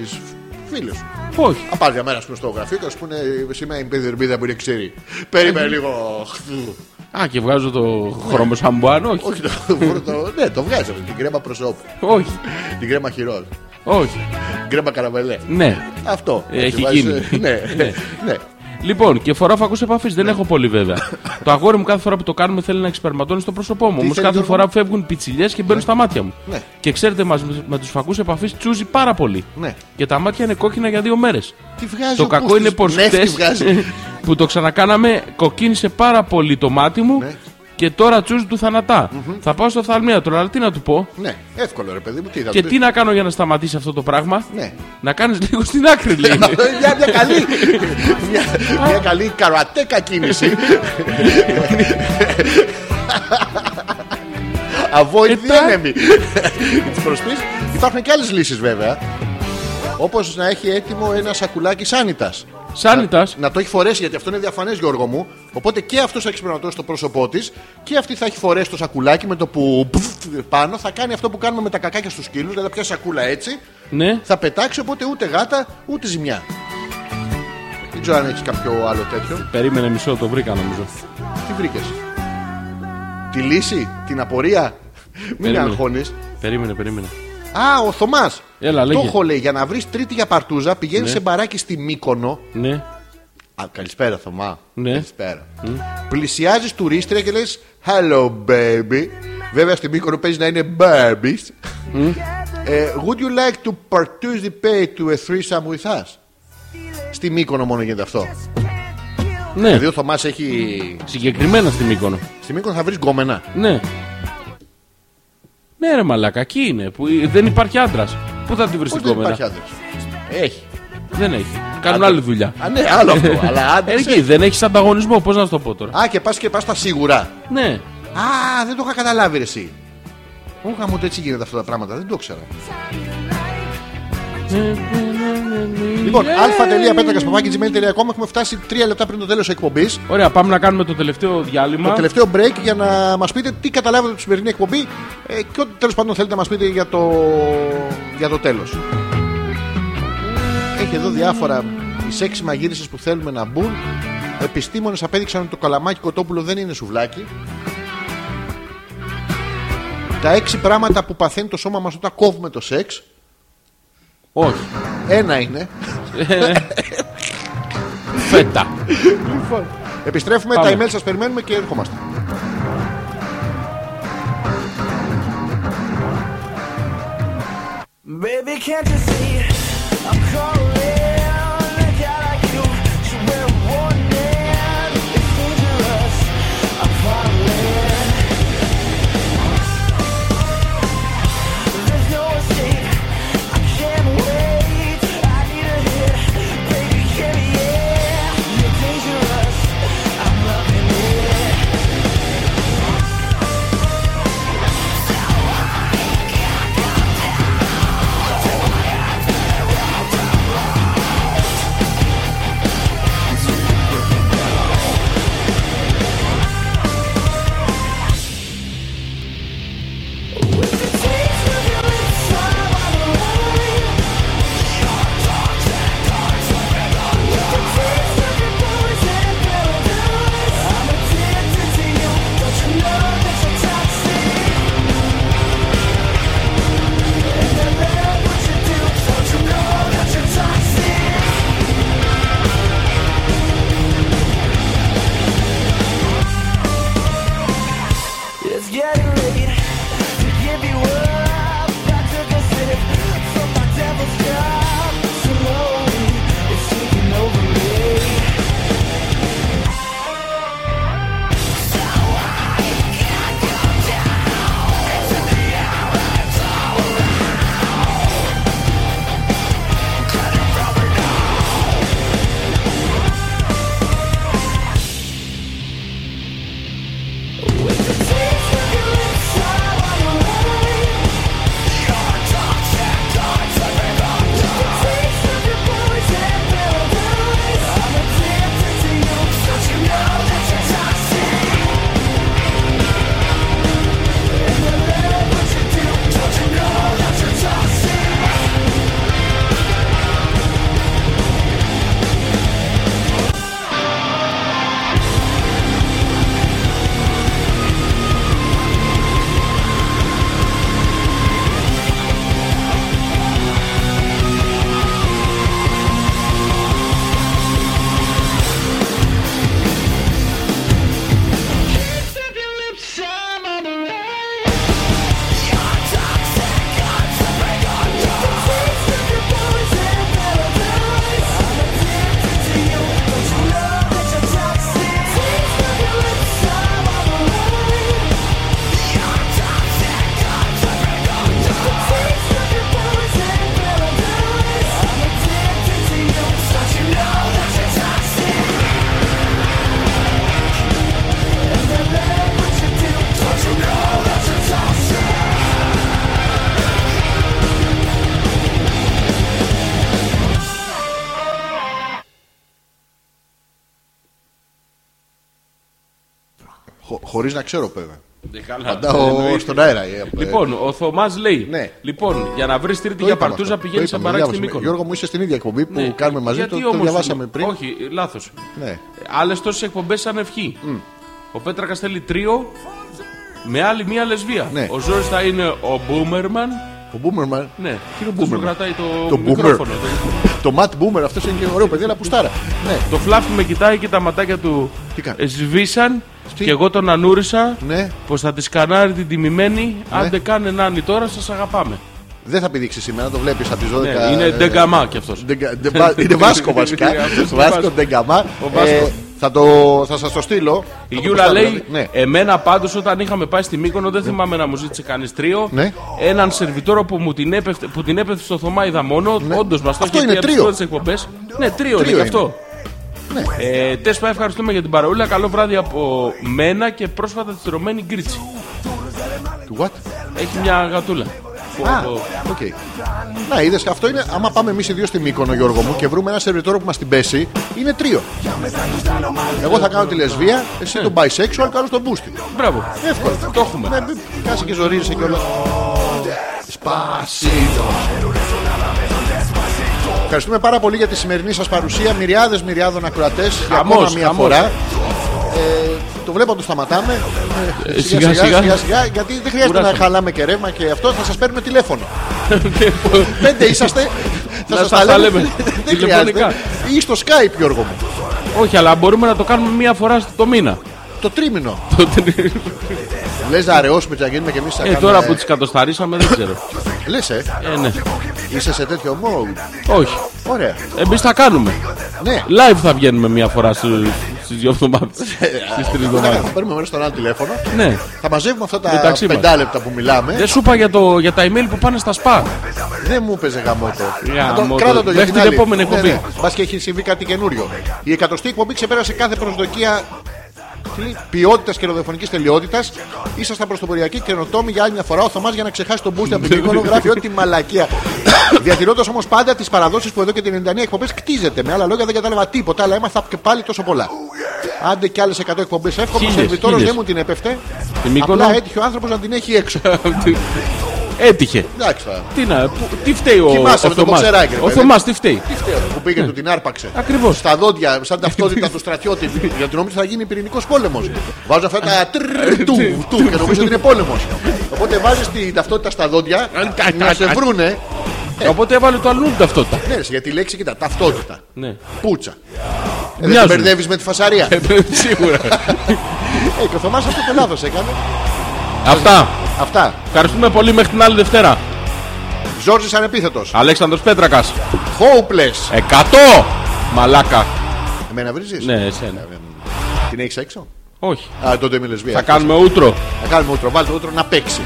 [SPEAKER 3] φίλε σου.
[SPEAKER 4] Όχι.
[SPEAKER 3] Αν πάρει για μένα ας πούμε, στο γραφείο και ας πούμε σήμερα η επιδερμίδα που είναι ξέρει.
[SPEAKER 4] Ε,
[SPEAKER 3] Περίμενε
[SPEAKER 4] ναι.
[SPEAKER 3] λίγο.
[SPEAKER 4] Α, και βγάζω το χρώμο σαν μπουάν. Όχι.
[SPEAKER 3] Όχι, το, το, ναι, το βγάζει αυτό, την κρέμα προσώπου.
[SPEAKER 4] Όχι.
[SPEAKER 3] Την κρέμα χειρός.
[SPEAKER 4] Όχι.
[SPEAKER 3] Την κρέμα καραβελέ.
[SPEAKER 4] Ναι.
[SPEAKER 3] Αυτό.
[SPEAKER 4] Έχει
[SPEAKER 3] Έτσι, βάζεις,
[SPEAKER 4] γίνει.
[SPEAKER 3] ε, Ναι, ναι.
[SPEAKER 4] Λοιπόν, και φοράω φακούς επαφής. Δεν έχω πολύ βέβαια. το αγόρι μου κάθε φορά που το κάνουμε θέλει να εξπερματώνει στο πρόσωπό μου. Όμως
[SPEAKER 3] θέλει,
[SPEAKER 4] κάθε
[SPEAKER 3] Γιώργο?
[SPEAKER 4] φορά φεύγουν πιτσιλιές και μπαίνουν στα μάτια μου.
[SPEAKER 3] Ναι.
[SPEAKER 4] Και ξέρετε, μας, με τους φακούς επαφής τσούζει πάρα πολύ.
[SPEAKER 3] Ναι.
[SPEAKER 4] Και τα μάτια είναι κόκκινα για δύο μέρες.
[SPEAKER 3] Τι βγάζει
[SPEAKER 4] Το
[SPEAKER 3] ο
[SPEAKER 4] κακό
[SPEAKER 3] πούστης,
[SPEAKER 4] είναι πως
[SPEAKER 3] νεύτη
[SPEAKER 4] χτε
[SPEAKER 3] Ναι, βγάζει.
[SPEAKER 4] που το ξανακάναμε, κοκκίνησε πάρα πολύ το μάτι μου
[SPEAKER 3] Ναι.
[SPEAKER 4] και τώρα τσούζει του θανατα Θα πάω στο θαλμίατρο, αλλά τι να του πω.
[SPEAKER 3] Ναι, εύκολο ρε παιδί μου. Τι θα
[SPEAKER 4] Και
[SPEAKER 3] του
[SPEAKER 4] τι να κάνω για να σταματήσει αυτό το πράγμα.
[SPEAKER 3] Ναι.
[SPEAKER 4] Να κάνεις λίγο στην άκρη, λέει.
[SPEAKER 3] μια, μια καλή, μια, μια καλή καρατέκα κίνηση. Avoid the
[SPEAKER 4] τα-
[SPEAKER 3] enemy. Της προσπής. Υπάρχουν και άλλες λύσεις βέβαια. Όπως να έχει έτοιμο ένα σακουλάκι σάνιτας.
[SPEAKER 4] Σάνιτας.
[SPEAKER 3] Να το έχει φορέσει γιατί αυτό είναι διαφανές, Γιώργο μου. Οπότε και αυτός θα εξυπηρετώσει το πρόσωπό της και αυτή θα έχει φορέσει το σακουλάκι με το που πφ, πάνω θα κάνει αυτό που κάνουμε με τα κακάκια στους σκύλους. Δηλαδή θα πιάσει σακούλα έτσι,
[SPEAKER 4] Ναι.
[SPEAKER 3] θα πετάξει οπότε ούτε γάτα ούτε ζημιά. Δεν ξέρω αν έχεις κάποιο άλλο τέτοιο.
[SPEAKER 4] Περίμενε μισό, το βρήκα νομίζω.
[SPEAKER 3] Τι βρήκες. Τη λύση, την απορία. Μην
[SPEAKER 4] Περίμενε.
[SPEAKER 3] αγχώνεις.
[SPEAKER 4] Περίμενε, περίμενε.
[SPEAKER 3] Α, ο Θωμάς.
[SPEAKER 4] Έλα,
[SPEAKER 3] Το
[SPEAKER 4] λέγε.
[SPEAKER 3] έχω λέει για να βρεις τρίτη για παρτούζα, πηγαίνεις σε μπαράκι στη Μύκονο.
[SPEAKER 4] Ναι.
[SPEAKER 3] Α, καλησπέρα, Θωμά.
[SPEAKER 4] Ναι.
[SPEAKER 3] Καλησπέρα. Πλησιάζεις τουρίστρια και λες Hello, baby. Βέβαια στην Μύκονο παίζεις να είναι babies. Ε, would you like to participate to a threesome with us? Στη Μύκονο μόνο γίνεται αυτό.
[SPEAKER 4] Ναι.
[SPEAKER 3] Δηλαδή ο Θωμάς έχει.
[SPEAKER 4] Συγκεκριμένα στην Μύκονο.
[SPEAKER 3] Στη Μύκονο θα βρεις γκόμενα.
[SPEAKER 4] Ναι. Ναι, ρε μαλάκα, εκεί είναι. Που δεν υπάρχει άντρας. Πού θα τη βρεις
[SPEAKER 3] Πώς
[SPEAKER 4] την
[SPEAKER 3] δεν
[SPEAKER 4] κόμενα.
[SPEAKER 3] υπάρχει άντρας. Έχει.
[SPEAKER 4] Δεν έχει. Κάνουν άλλη δουλειά.
[SPEAKER 3] Α, ναι, άλλο αυτό. Αλλά
[SPEAKER 4] Ε,
[SPEAKER 3] άντρας
[SPEAKER 4] εκεί δεν έχεις ανταγωνισμό, πώς να σου το πω τώρα.
[SPEAKER 3] Α, και πας και πας στα σίγουρα.
[SPEAKER 4] Ναι.
[SPEAKER 3] Α, δεν το είχα καταλάβει ρε, εσύ. Όχα μου, το έτσι γίνεται αυτά τα πράγματα. Δεν το ήξερα. Λοιπόν, αλφα.πέτρακα.gmail.com έχουμε φτάσει 3 λεπτά πριν το τέλος εκπομπής.
[SPEAKER 4] Ωραία, πάμε να κάνουμε το τελευταίο
[SPEAKER 3] Το
[SPEAKER 4] διάλειμμα.
[SPEAKER 3] τελευταίο break για να μας πείτε τι καταλάβατε από τη σημερινή εκπομπή ε, και ό,τι τέλος πάντων θέλετε να μας πείτε για το, για το τέλος. Έχει εδώ διάφορα οι έξι μαγείρισες που θέλουμε να μπουν. Επιστήμονες απέδειξαν ότι το καλαμάκι κοτόπουλο δεν είναι σουβλάκι. Τα έξι πράγματα που παθαίνει το σώμα μας όταν κόβουμε το σεξ.
[SPEAKER 4] Όχι.
[SPEAKER 3] Ένα είναι.
[SPEAKER 4] Φέτα.
[SPEAKER 3] Επιστρέφουμε,
[SPEAKER 4] Πάμε.
[SPEAKER 3] τα email σας περιμένουμε και ερχόμαστε.
[SPEAKER 7] Baby, can't you see? I'm calling a guy like you should wear a warning. It's dangerous. I'm falling. There's no escape. I can't wait. I need a hit. Baby, give me it. You're dangerous. I'm loving it.
[SPEAKER 5] You're
[SPEAKER 3] Χω, Χωρίς να ξέρω, βέβαια.
[SPEAKER 4] Ε, καλά,
[SPEAKER 3] Παντάω
[SPEAKER 4] εννοείται.
[SPEAKER 3] στον αέρα. ε, ε,
[SPEAKER 4] Λοιπόν, ο Θωμάς λέει:
[SPEAKER 3] Ναι.
[SPEAKER 4] Λοιπόν, για να βρεις τρίτη
[SPEAKER 3] το
[SPEAKER 4] για
[SPEAKER 3] είπαμε
[SPEAKER 4] παρτούζα
[SPEAKER 3] αυτό, το
[SPEAKER 4] πηγαίνει σε
[SPEAKER 3] είπαμε,
[SPEAKER 4] παράξη
[SPEAKER 3] διάβασαμε.
[SPEAKER 4] στη Μήκονο.
[SPEAKER 3] Γιώργο μου είσαι στην ίδια εκπομπή που
[SPEAKER 4] Ναι.
[SPEAKER 3] κάνουμε μαζί,
[SPEAKER 4] Γιατί
[SPEAKER 3] το, το
[SPEAKER 4] όμως,
[SPEAKER 3] διαβάσαμε πριν.
[SPEAKER 4] Όχι, λάθος.
[SPEAKER 3] Ναι.
[SPEAKER 4] Άλλες τόσες εκπομπές σαν ευχή. Ο Πέτρακας θέλει τρίο με άλλη μία λεσβία.
[SPEAKER 3] Ναι.
[SPEAKER 4] Ο Ζόρις θα είναι ο Μπούμερμαν.
[SPEAKER 3] Ο Boomerman.
[SPEAKER 4] Ναι,
[SPEAKER 3] Τι είναι ο
[SPEAKER 4] αυτός που
[SPEAKER 3] Boomerman?
[SPEAKER 4] κρατάει το,
[SPEAKER 3] Το
[SPEAKER 4] μικρόφωνο.
[SPEAKER 3] Boomer. Το Matt Boomer, αυτός είναι και ωραίο παιδί, αλλά πουστάρα. Ναι.
[SPEAKER 4] Το, το φλάφι με κοιτάει και τα ματάκια του ε,
[SPEAKER 3] Τι κάνει?
[SPEAKER 4] σβήσαν.
[SPEAKER 3] Τι?
[SPEAKER 4] Και εγώ τον ανούρισα.
[SPEAKER 3] Ναι.
[SPEAKER 4] Πως θα τη σκανάρει την τιμημένη. Άντε κάνε νάνι τώρα, σας αγαπάμε.
[SPEAKER 3] Δεν θα πηδήξει σήμερα, το βλέπεις από τις 12.
[SPEAKER 4] Ναι, είναι
[SPEAKER 3] ε,
[SPEAKER 4] ντεγκαμά κι αυτός.
[SPEAKER 3] Ντεγκα- Ντεμπα- Είναι Βάσκο βασικά.
[SPEAKER 4] Είναι αυτός ο
[SPEAKER 3] Βάσκο
[SPEAKER 4] Βάσκος.
[SPEAKER 3] Ντεγκαμά.
[SPEAKER 4] Ο Βάσκος.
[SPEAKER 3] Ε, Θα, το, θα σας το στείλω. Θα
[SPEAKER 4] Η
[SPEAKER 3] το
[SPEAKER 4] Γιούλα
[SPEAKER 3] προστάρω,
[SPEAKER 4] λέει: Ε,
[SPEAKER 3] δηλαδή. Ναι.
[SPEAKER 4] Εμένα πάντως όταν είχαμε πάει στη Μύκονο δεν θυμάμαι να μου ζήτησε κανείς τρίο.
[SPEAKER 3] Ναι.
[SPEAKER 4] Έναν σερβιτόρο που, μου την έπεφτε, που την έπεφτε στο Θωμά είδα μόνο. Ναι. Όντως μας το
[SPEAKER 3] Αυτό
[SPEAKER 4] είχε
[SPEAKER 3] είναι
[SPEAKER 4] πει από
[SPEAKER 3] τρίο.
[SPEAKER 4] τις εκπομπές. Ναι,
[SPEAKER 3] Τρίο
[SPEAKER 4] τρίο, είναι και
[SPEAKER 3] είναι. Ναι.
[SPEAKER 4] αυτό. Ε, Τέσπα, ευχαριστούμε για την παραούλα. Καλό βράδυ από μένα και πρόσφατα τη ρωμένη Γκρίτσι.
[SPEAKER 3] Του What?
[SPEAKER 4] Έχει μια γατούλα. Που
[SPEAKER 3] Α,
[SPEAKER 4] από-
[SPEAKER 3] οκ. Να είδες, αυτό είναι. Άμα πάμε εμείς οι δύο στην Μύκονο, Γιώργο μου, και βρούμε ένα σερβιτόρο που μας την πέσει, είναι τρίο. Εγώ θα κάνω τη λεσβία, εσύ τον bisexual, κάνω τον μπούστι.
[SPEAKER 4] Μπράβο.
[SPEAKER 3] Εύκολο.
[SPEAKER 4] Ε. Το έχουμε.
[SPEAKER 3] Ναι, μην κάσε και ζωρίζεσαι κιόλα. Σπασίτο. Ευχαριστούμε πάρα πολύ για τη σημερινή σας παρουσία. Μυριάδες μυριάδων ακροατές. Για
[SPEAKER 4] Χαμός,
[SPEAKER 3] ακόμα μία
[SPEAKER 4] χαμός.
[SPEAKER 3] φορά. Ε, το βλέπω ότι το σταματάμε. Ε,
[SPEAKER 4] σιγά, σιγά.
[SPEAKER 3] σιγά, γιατί δεν χρειάζεται να
[SPEAKER 4] Κουράσαμε.
[SPEAKER 3] χαλάμε και ρεύμα και αυτό. Θα σας παίρνουμε τηλέφωνο. Πέντε είσαστε.
[SPEAKER 4] Να
[SPEAKER 3] Θα σας
[SPEAKER 4] σας
[SPEAKER 3] τα
[SPEAKER 4] τα
[SPEAKER 3] λέμε.
[SPEAKER 4] λέμε
[SPEAKER 3] Δεν
[SPEAKER 4] τηλεφωνικά.
[SPEAKER 3] χρειάζεται. Ή στο Skype, Γιώργο μου.
[SPEAKER 4] Όχι, αλλά μπορούμε να το κάνουμε μία φορά στο μήνα.
[SPEAKER 3] Το τρίμηνο.
[SPEAKER 4] Το τρίο.
[SPEAKER 3] Λες να αραιώσουμε και να γίνουμε κι εμεί.
[SPEAKER 4] ε, τώρα που τις κατοσταρίσαμε δεν ξέρω.
[SPEAKER 3] Λες, ε.
[SPEAKER 4] ε, ναι.
[SPEAKER 3] Είσαι σε τέτοιο mode.
[SPEAKER 4] Όχι.
[SPEAKER 3] Ωραία.
[SPEAKER 4] Εμείς τα κάνουμε.
[SPEAKER 3] Ναι.
[SPEAKER 4] Live θα βγαίνουμε μία φορά στου- στις δύο εβδομάδες Στις τρεις εβδομάδες
[SPEAKER 3] Θα παίρνουμε μέσα στον άλλο τηλέφωνο.
[SPEAKER 4] Ναι.
[SPEAKER 3] Θα μαζεύουμε αυτά τα
[SPEAKER 4] Μεταξύ μας.
[SPEAKER 3] πεντάλεπτα που μιλάμε.
[SPEAKER 4] Δεν σου είπα για, το, για τα email που πάνε στα σπα.
[SPEAKER 3] Δεν μου έπαιζε γαμότο.
[SPEAKER 4] Γαμώτο.
[SPEAKER 3] Να το- Κράτα το για
[SPEAKER 4] Μέχρι
[SPEAKER 3] την
[SPEAKER 4] την
[SPEAKER 3] άλλη.
[SPEAKER 4] επόμενη εκπομπή.
[SPEAKER 3] Ναι, ναι. Μπας και έχει συμβεί κάτι καινούριο. Η εκατοστή εκπομπή ξεπέρασε κάθε προσδοκία ποιότητας και ροδιοφωνικής τελειότητας. Ήσασταν πρωτοποριακοί καινοτόμοι για άλλη μια φορά. Ο Θωμάς για να ξεχάσει τον boost από την εικόνα γράφει ό,τι μαλακία. Διατηρώντας όμως πάντα τις παραδόσεις που εδώ και την 99 εκπομπές κτίζεται. Με άλλα λόγια δεν κατάλαβα τίποτα, αλλά έμαθα και πάλι τόσο πολλά. Άντε κι άλλες 100 εκπομπές. Εύχομαι ο
[SPEAKER 4] Χίλιες,
[SPEAKER 3] σερβιτόρος
[SPEAKER 4] χίλιες.
[SPEAKER 3] δεν μου την έπεφτε.
[SPEAKER 4] Τη Μύκονο.
[SPEAKER 3] Απλά έτυχε ο άνθρωπος να την έχει έξω.
[SPEAKER 4] Έτυχε.
[SPEAKER 3] Εντάξει, θα-
[SPEAKER 4] Τι, να, που- τι φταίει ο,
[SPEAKER 3] Κοιμάσαι
[SPEAKER 4] ο
[SPEAKER 3] με το
[SPEAKER 4] Θωμάς.
[SPEAKER 3] μποξεράκι, ρε
[SPEAKER 4] Ο
[SPEAKER 3] παιδί.
[SPEAKER 4] Θωμάς τι φταίει.
[SPEAKER 3] Τι φταίω, που πήγε του την άρπαξε.
[SPEAKER 4] Ακριβώς.
[SPEAKER 3] Στα δόντια, σαν ταυτότητα του στρατιώτη. Γιατί νομίζω θα γίνει πυρηνικός πόλεμος. Βάζω αυτά τα τρρρ, του του και νομίζω ότι είναι πόλεμος. Οπότε βάζεις την ταυτότητα στα δόντια να σε βρούνε. Ε.
[SPEAKER 4] Οπότε έβαλε το αλλού την ταυτότητα.
[SPEAKER 3] Ναι, ρε, γιατί η λέξη κοιτά, ταυτότητα.
[SPEAKER 4] Ναι.
[SPEAKER 3] Πούτσα. Ε, Δεν
[SPEAKER 4] Μοιάζουν.
[SPEAKER 3] μπερδεύεις με τη φασαρία. Ε,
[SPEAKER 4] Σίγουρα.
[SPEAKER 3] και ο Θωμάς αυτό το λάθος έκανε.
[SPEAKER 4] Αυτά.
[SPEAKER 3] Αυτά.
[SPEAKER 4] Ευχαριστούμε πολύ μέχρι την άλλη Δευτέρα.
[SPEAKER 3] Ζόρζη ανεπίθετος.
[SPEAKER 4] Αλέξανδρος Πέτρακας.
[SPEAKER 3] Hopeless.
[SPEAKER 4] 100! Μαλάκα.
[SPEAKER 3] Εμένα βρίζεις.
[SPEAKER 4] Ναι, εσένα.
[SPEAKER 3] Την έχεις έξω.
[SPEAKER 4] Όχι.
[SPEAKER 3] Α, τότε είμαι λεσβία.
[SPEAKER 4] Θα κάνουμε ούτρο.
[SPEAKER 3] Θα κάνουμε ούτρο. Βάλτε ούτρο να παίξει.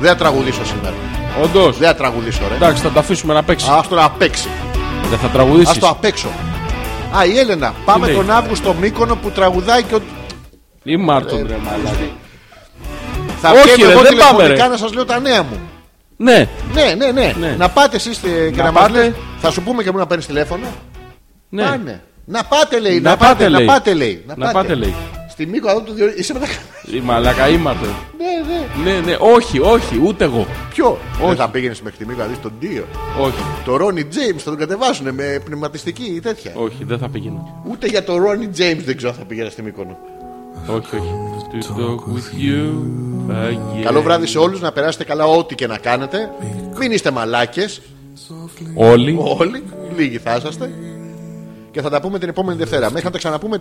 [SPEAKER 3] Δεν θα τραγουδήσω σήμερα.
[SPEAKER 4] Όντως.
[SPEAKER 3] Δεν θα τραγουδήσω, ρε.
[SPEAKER 4] Εντάξει, θα τα αφήσουμε να παίξει.
[SPEAKER 3] Άστο να παίξει.
[SPEAKER 4] Δεν θα τραγουδήσεις.
[SPEAKER 3] Άστο απ' έξω. Α, η Έλενα. Πάμε
[SPEAKER 4] λέει?
[SPEAKER 3] τον Αύγουστο Μύκονο που τραγουδάει και ο-
[SPEAKER 4] Ή
[SPEAKER 3] Ε,
[SPEAKER 4] Μάρτον, ρε μαλάκα.
[SPEAKER 3] θα
[SPEAKER 4] Όχι,
[SPEAKER 3] βγαίνω
[SPEAKER 4] ρε,
[SPEAKER 3] εγώ
[SPEAKER 4] δεν πάμε,
[SPEAKER 3] τηλεφωνικά
[SPEAKER 4] ρε.
[SPEAKER 3] να σας λέω τα νέα μου.
[SPEAKER 4] Ναι.
[SPEAKER 3] Ναι, ναι, ναι.
[SPEAKER 4] Ναι.
[SPEAKER 3] Να πάτε εσείς ε, και να,
[SPEAKER 4] Να
[SPEAKER 3] μας
[SPEAKER 4] πάτε.
[SPEAKER 3] λέτε. Θα σου πούμε και μου να παίρνεις τηλέφωνο.
[SPEAKER 4] Ναι.
[SPEAKER 3] Πάνε. Να πάτε λέει, να,
[SPEAKER 4] Να
[SPEAKER 3] πάτε,
[SPEAKER 4] πάτε,
[SPEAKER 3] να
[SPEAKER 4] λέει.
[SPEAKER 3] πάτε λέει.
[SPEAKER 4] Να πάτε, λέει.
[SPEAKER 3] Στη Μύκο εδώ του διορίζει. Είσαι μετά.
[SPEAKER 4] Η μαλακά είμαστε.
[SPEAKER 3] ναι, ναι.
[SPEAKER 4] Ναι, ναι, όχι, όχι, ούτε εγώ.
[SPEAKER 3] Ποιο. Δεν
[SPEAKER 4] Όχι.
[SPEAKER 3] θα πήγαινες μέχρι τη Μύκο να δεις τον Ντίο.
[SPEAKER 4] Όχι,
[SPEAKER 3] Το Ρόνι Τζέιμ θα τον κατεβάσουν με πνευματιστική ή τέτοια.
[SPEAKER 4] όχι, δεν θα πηγαίνω.
[SPEAKER 3] Ούτε για το Ρόνι Τζέιμ δεν ξέρω αν θα πήγαινα στη Μύκονο.
[SPEAKER 4] Ε. όχι, όχι. To talk with you again.
[SPEAKER 3] Καλό βράδυ σε όλους, να περάσετε καλά ό,τι και να κάνετε.
[SPEAKER 4] Ε.
[SPEAKER 3] Μην είστε μαλάκες,
[SPEAKER 4] Όλοι.
[SPEAKER 3] όλοι, λίγοι θα είσαστε. Και θα τα πούμε την επόμενη Δευτέρα. Μέχρι να τα ξαναπούμε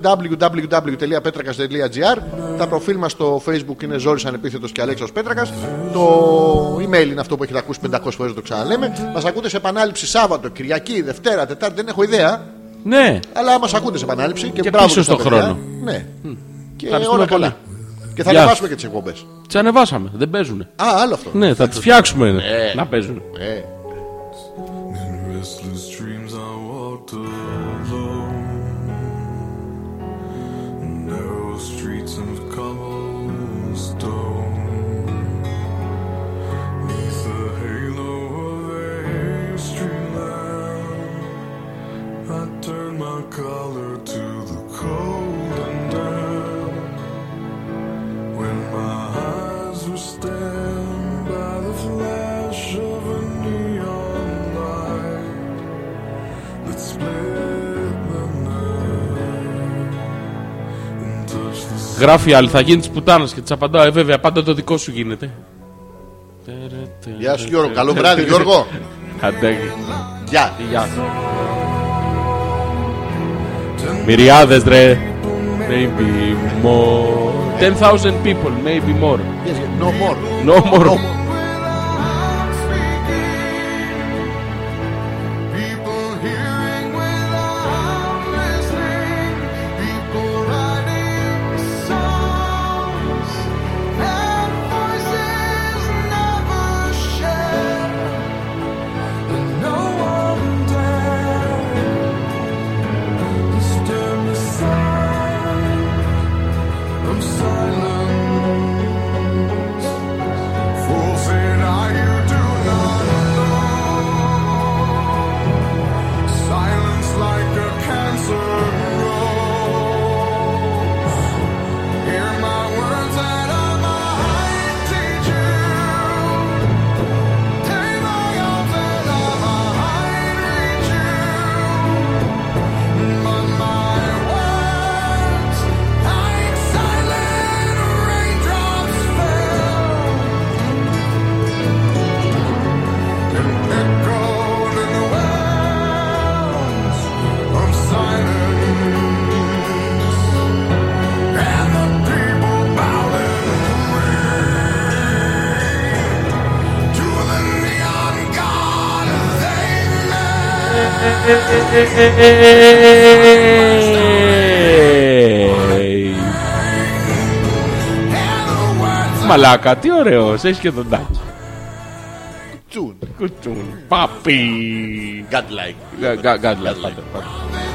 [SPEAKER 3] www.petrakas.gr Τα προφίλ μας στο facebook είναι Ζόρις Ανεπίθετος και Αλέξος Πέτρακας Το email είναι αυτό που έχετε ακούσει 500 φορές το ξαναλέμε Μας ακούτε σε επανάληψη Σάββατο, Κυριακή, Δευτέρα, Τετάρτη δεν έχω ιδέα
[SPEAKER 4] Ναι,
[SPEAKER 3] Αλλά μας ακούτε σε επανάληψη και,
[SPEAKER 4] Και
[SPEAKER 3] μπράβο
[SPEAKER 4] πίσω
[SPEAKER 3] και στα
[SPEAKER 4] στον
[SPEAKER 3] παιδιά.
[SPEAKER 4] χρόνο.
[SPEAKER 3] Ναι. Και
[SPEAKER 4] Ευχαριστούμε
[SPEAKER 3] όλα
[SPEAKER 4] πολύ.
[SPEAKER 3] καλά Και θα
[SPEAKER 4] Γεια.
[SPEAKER 3] ανεβάσουμε και τις εκπομπές
[SPEAKER 4] τις ανεβάσαμε, δεν παίζουνε.
[SPEAKER 3] Α, άλλο αυτό
[SPEAKER 4] Ναι, θα τις φτιάξουμε ναι, να παίζουν.
[SPEAKER 3] Ε.
[SPEAKER 6] In restless dreams I walked alone Narrow streets of cobblestone Neath the halo of a street lamp I turned my collar to the cold and damp
[SPEAKER 4] Γράφει η άλλη, θα γίνεις τη πουτάνας και τη απαντάω. Ε, βέβαια, πάντα το δικό σου γίνεται.
[SPEAKER 3] Γεια σου Γιώργο. Καλό βράδυ Γιώργο.
[SPEAKER 4] Αντέγει.
[SPEAKER 3] Γεια.
[SPEAKER 4] Γεια. Μυριάδες ρε. Maybe more. 10,000 people, maybe more.
[SPEAKER 3] Yes, No more.
[SPEAKER 4] No more.
[SPEAKER 6] Silence like a cancer grows. Hear my words that I might teach you. Take my arms and I might reach you. But my words, like silent raindrops fell. Echoed in the wells of silence, and the people bowed in to the neon god they
[SPEAKER 4] Μαλάκα, τι ωραίος, έχεις και τον τάκι.
[SPEAKER 3] Τσουν.
[SPEAKER 4] Κουτσούν. Πάπι.
[SPEAKER 3] God like.
[SPEAKER 4] Γκάτλα.
[SPEAKER 3] Godlike.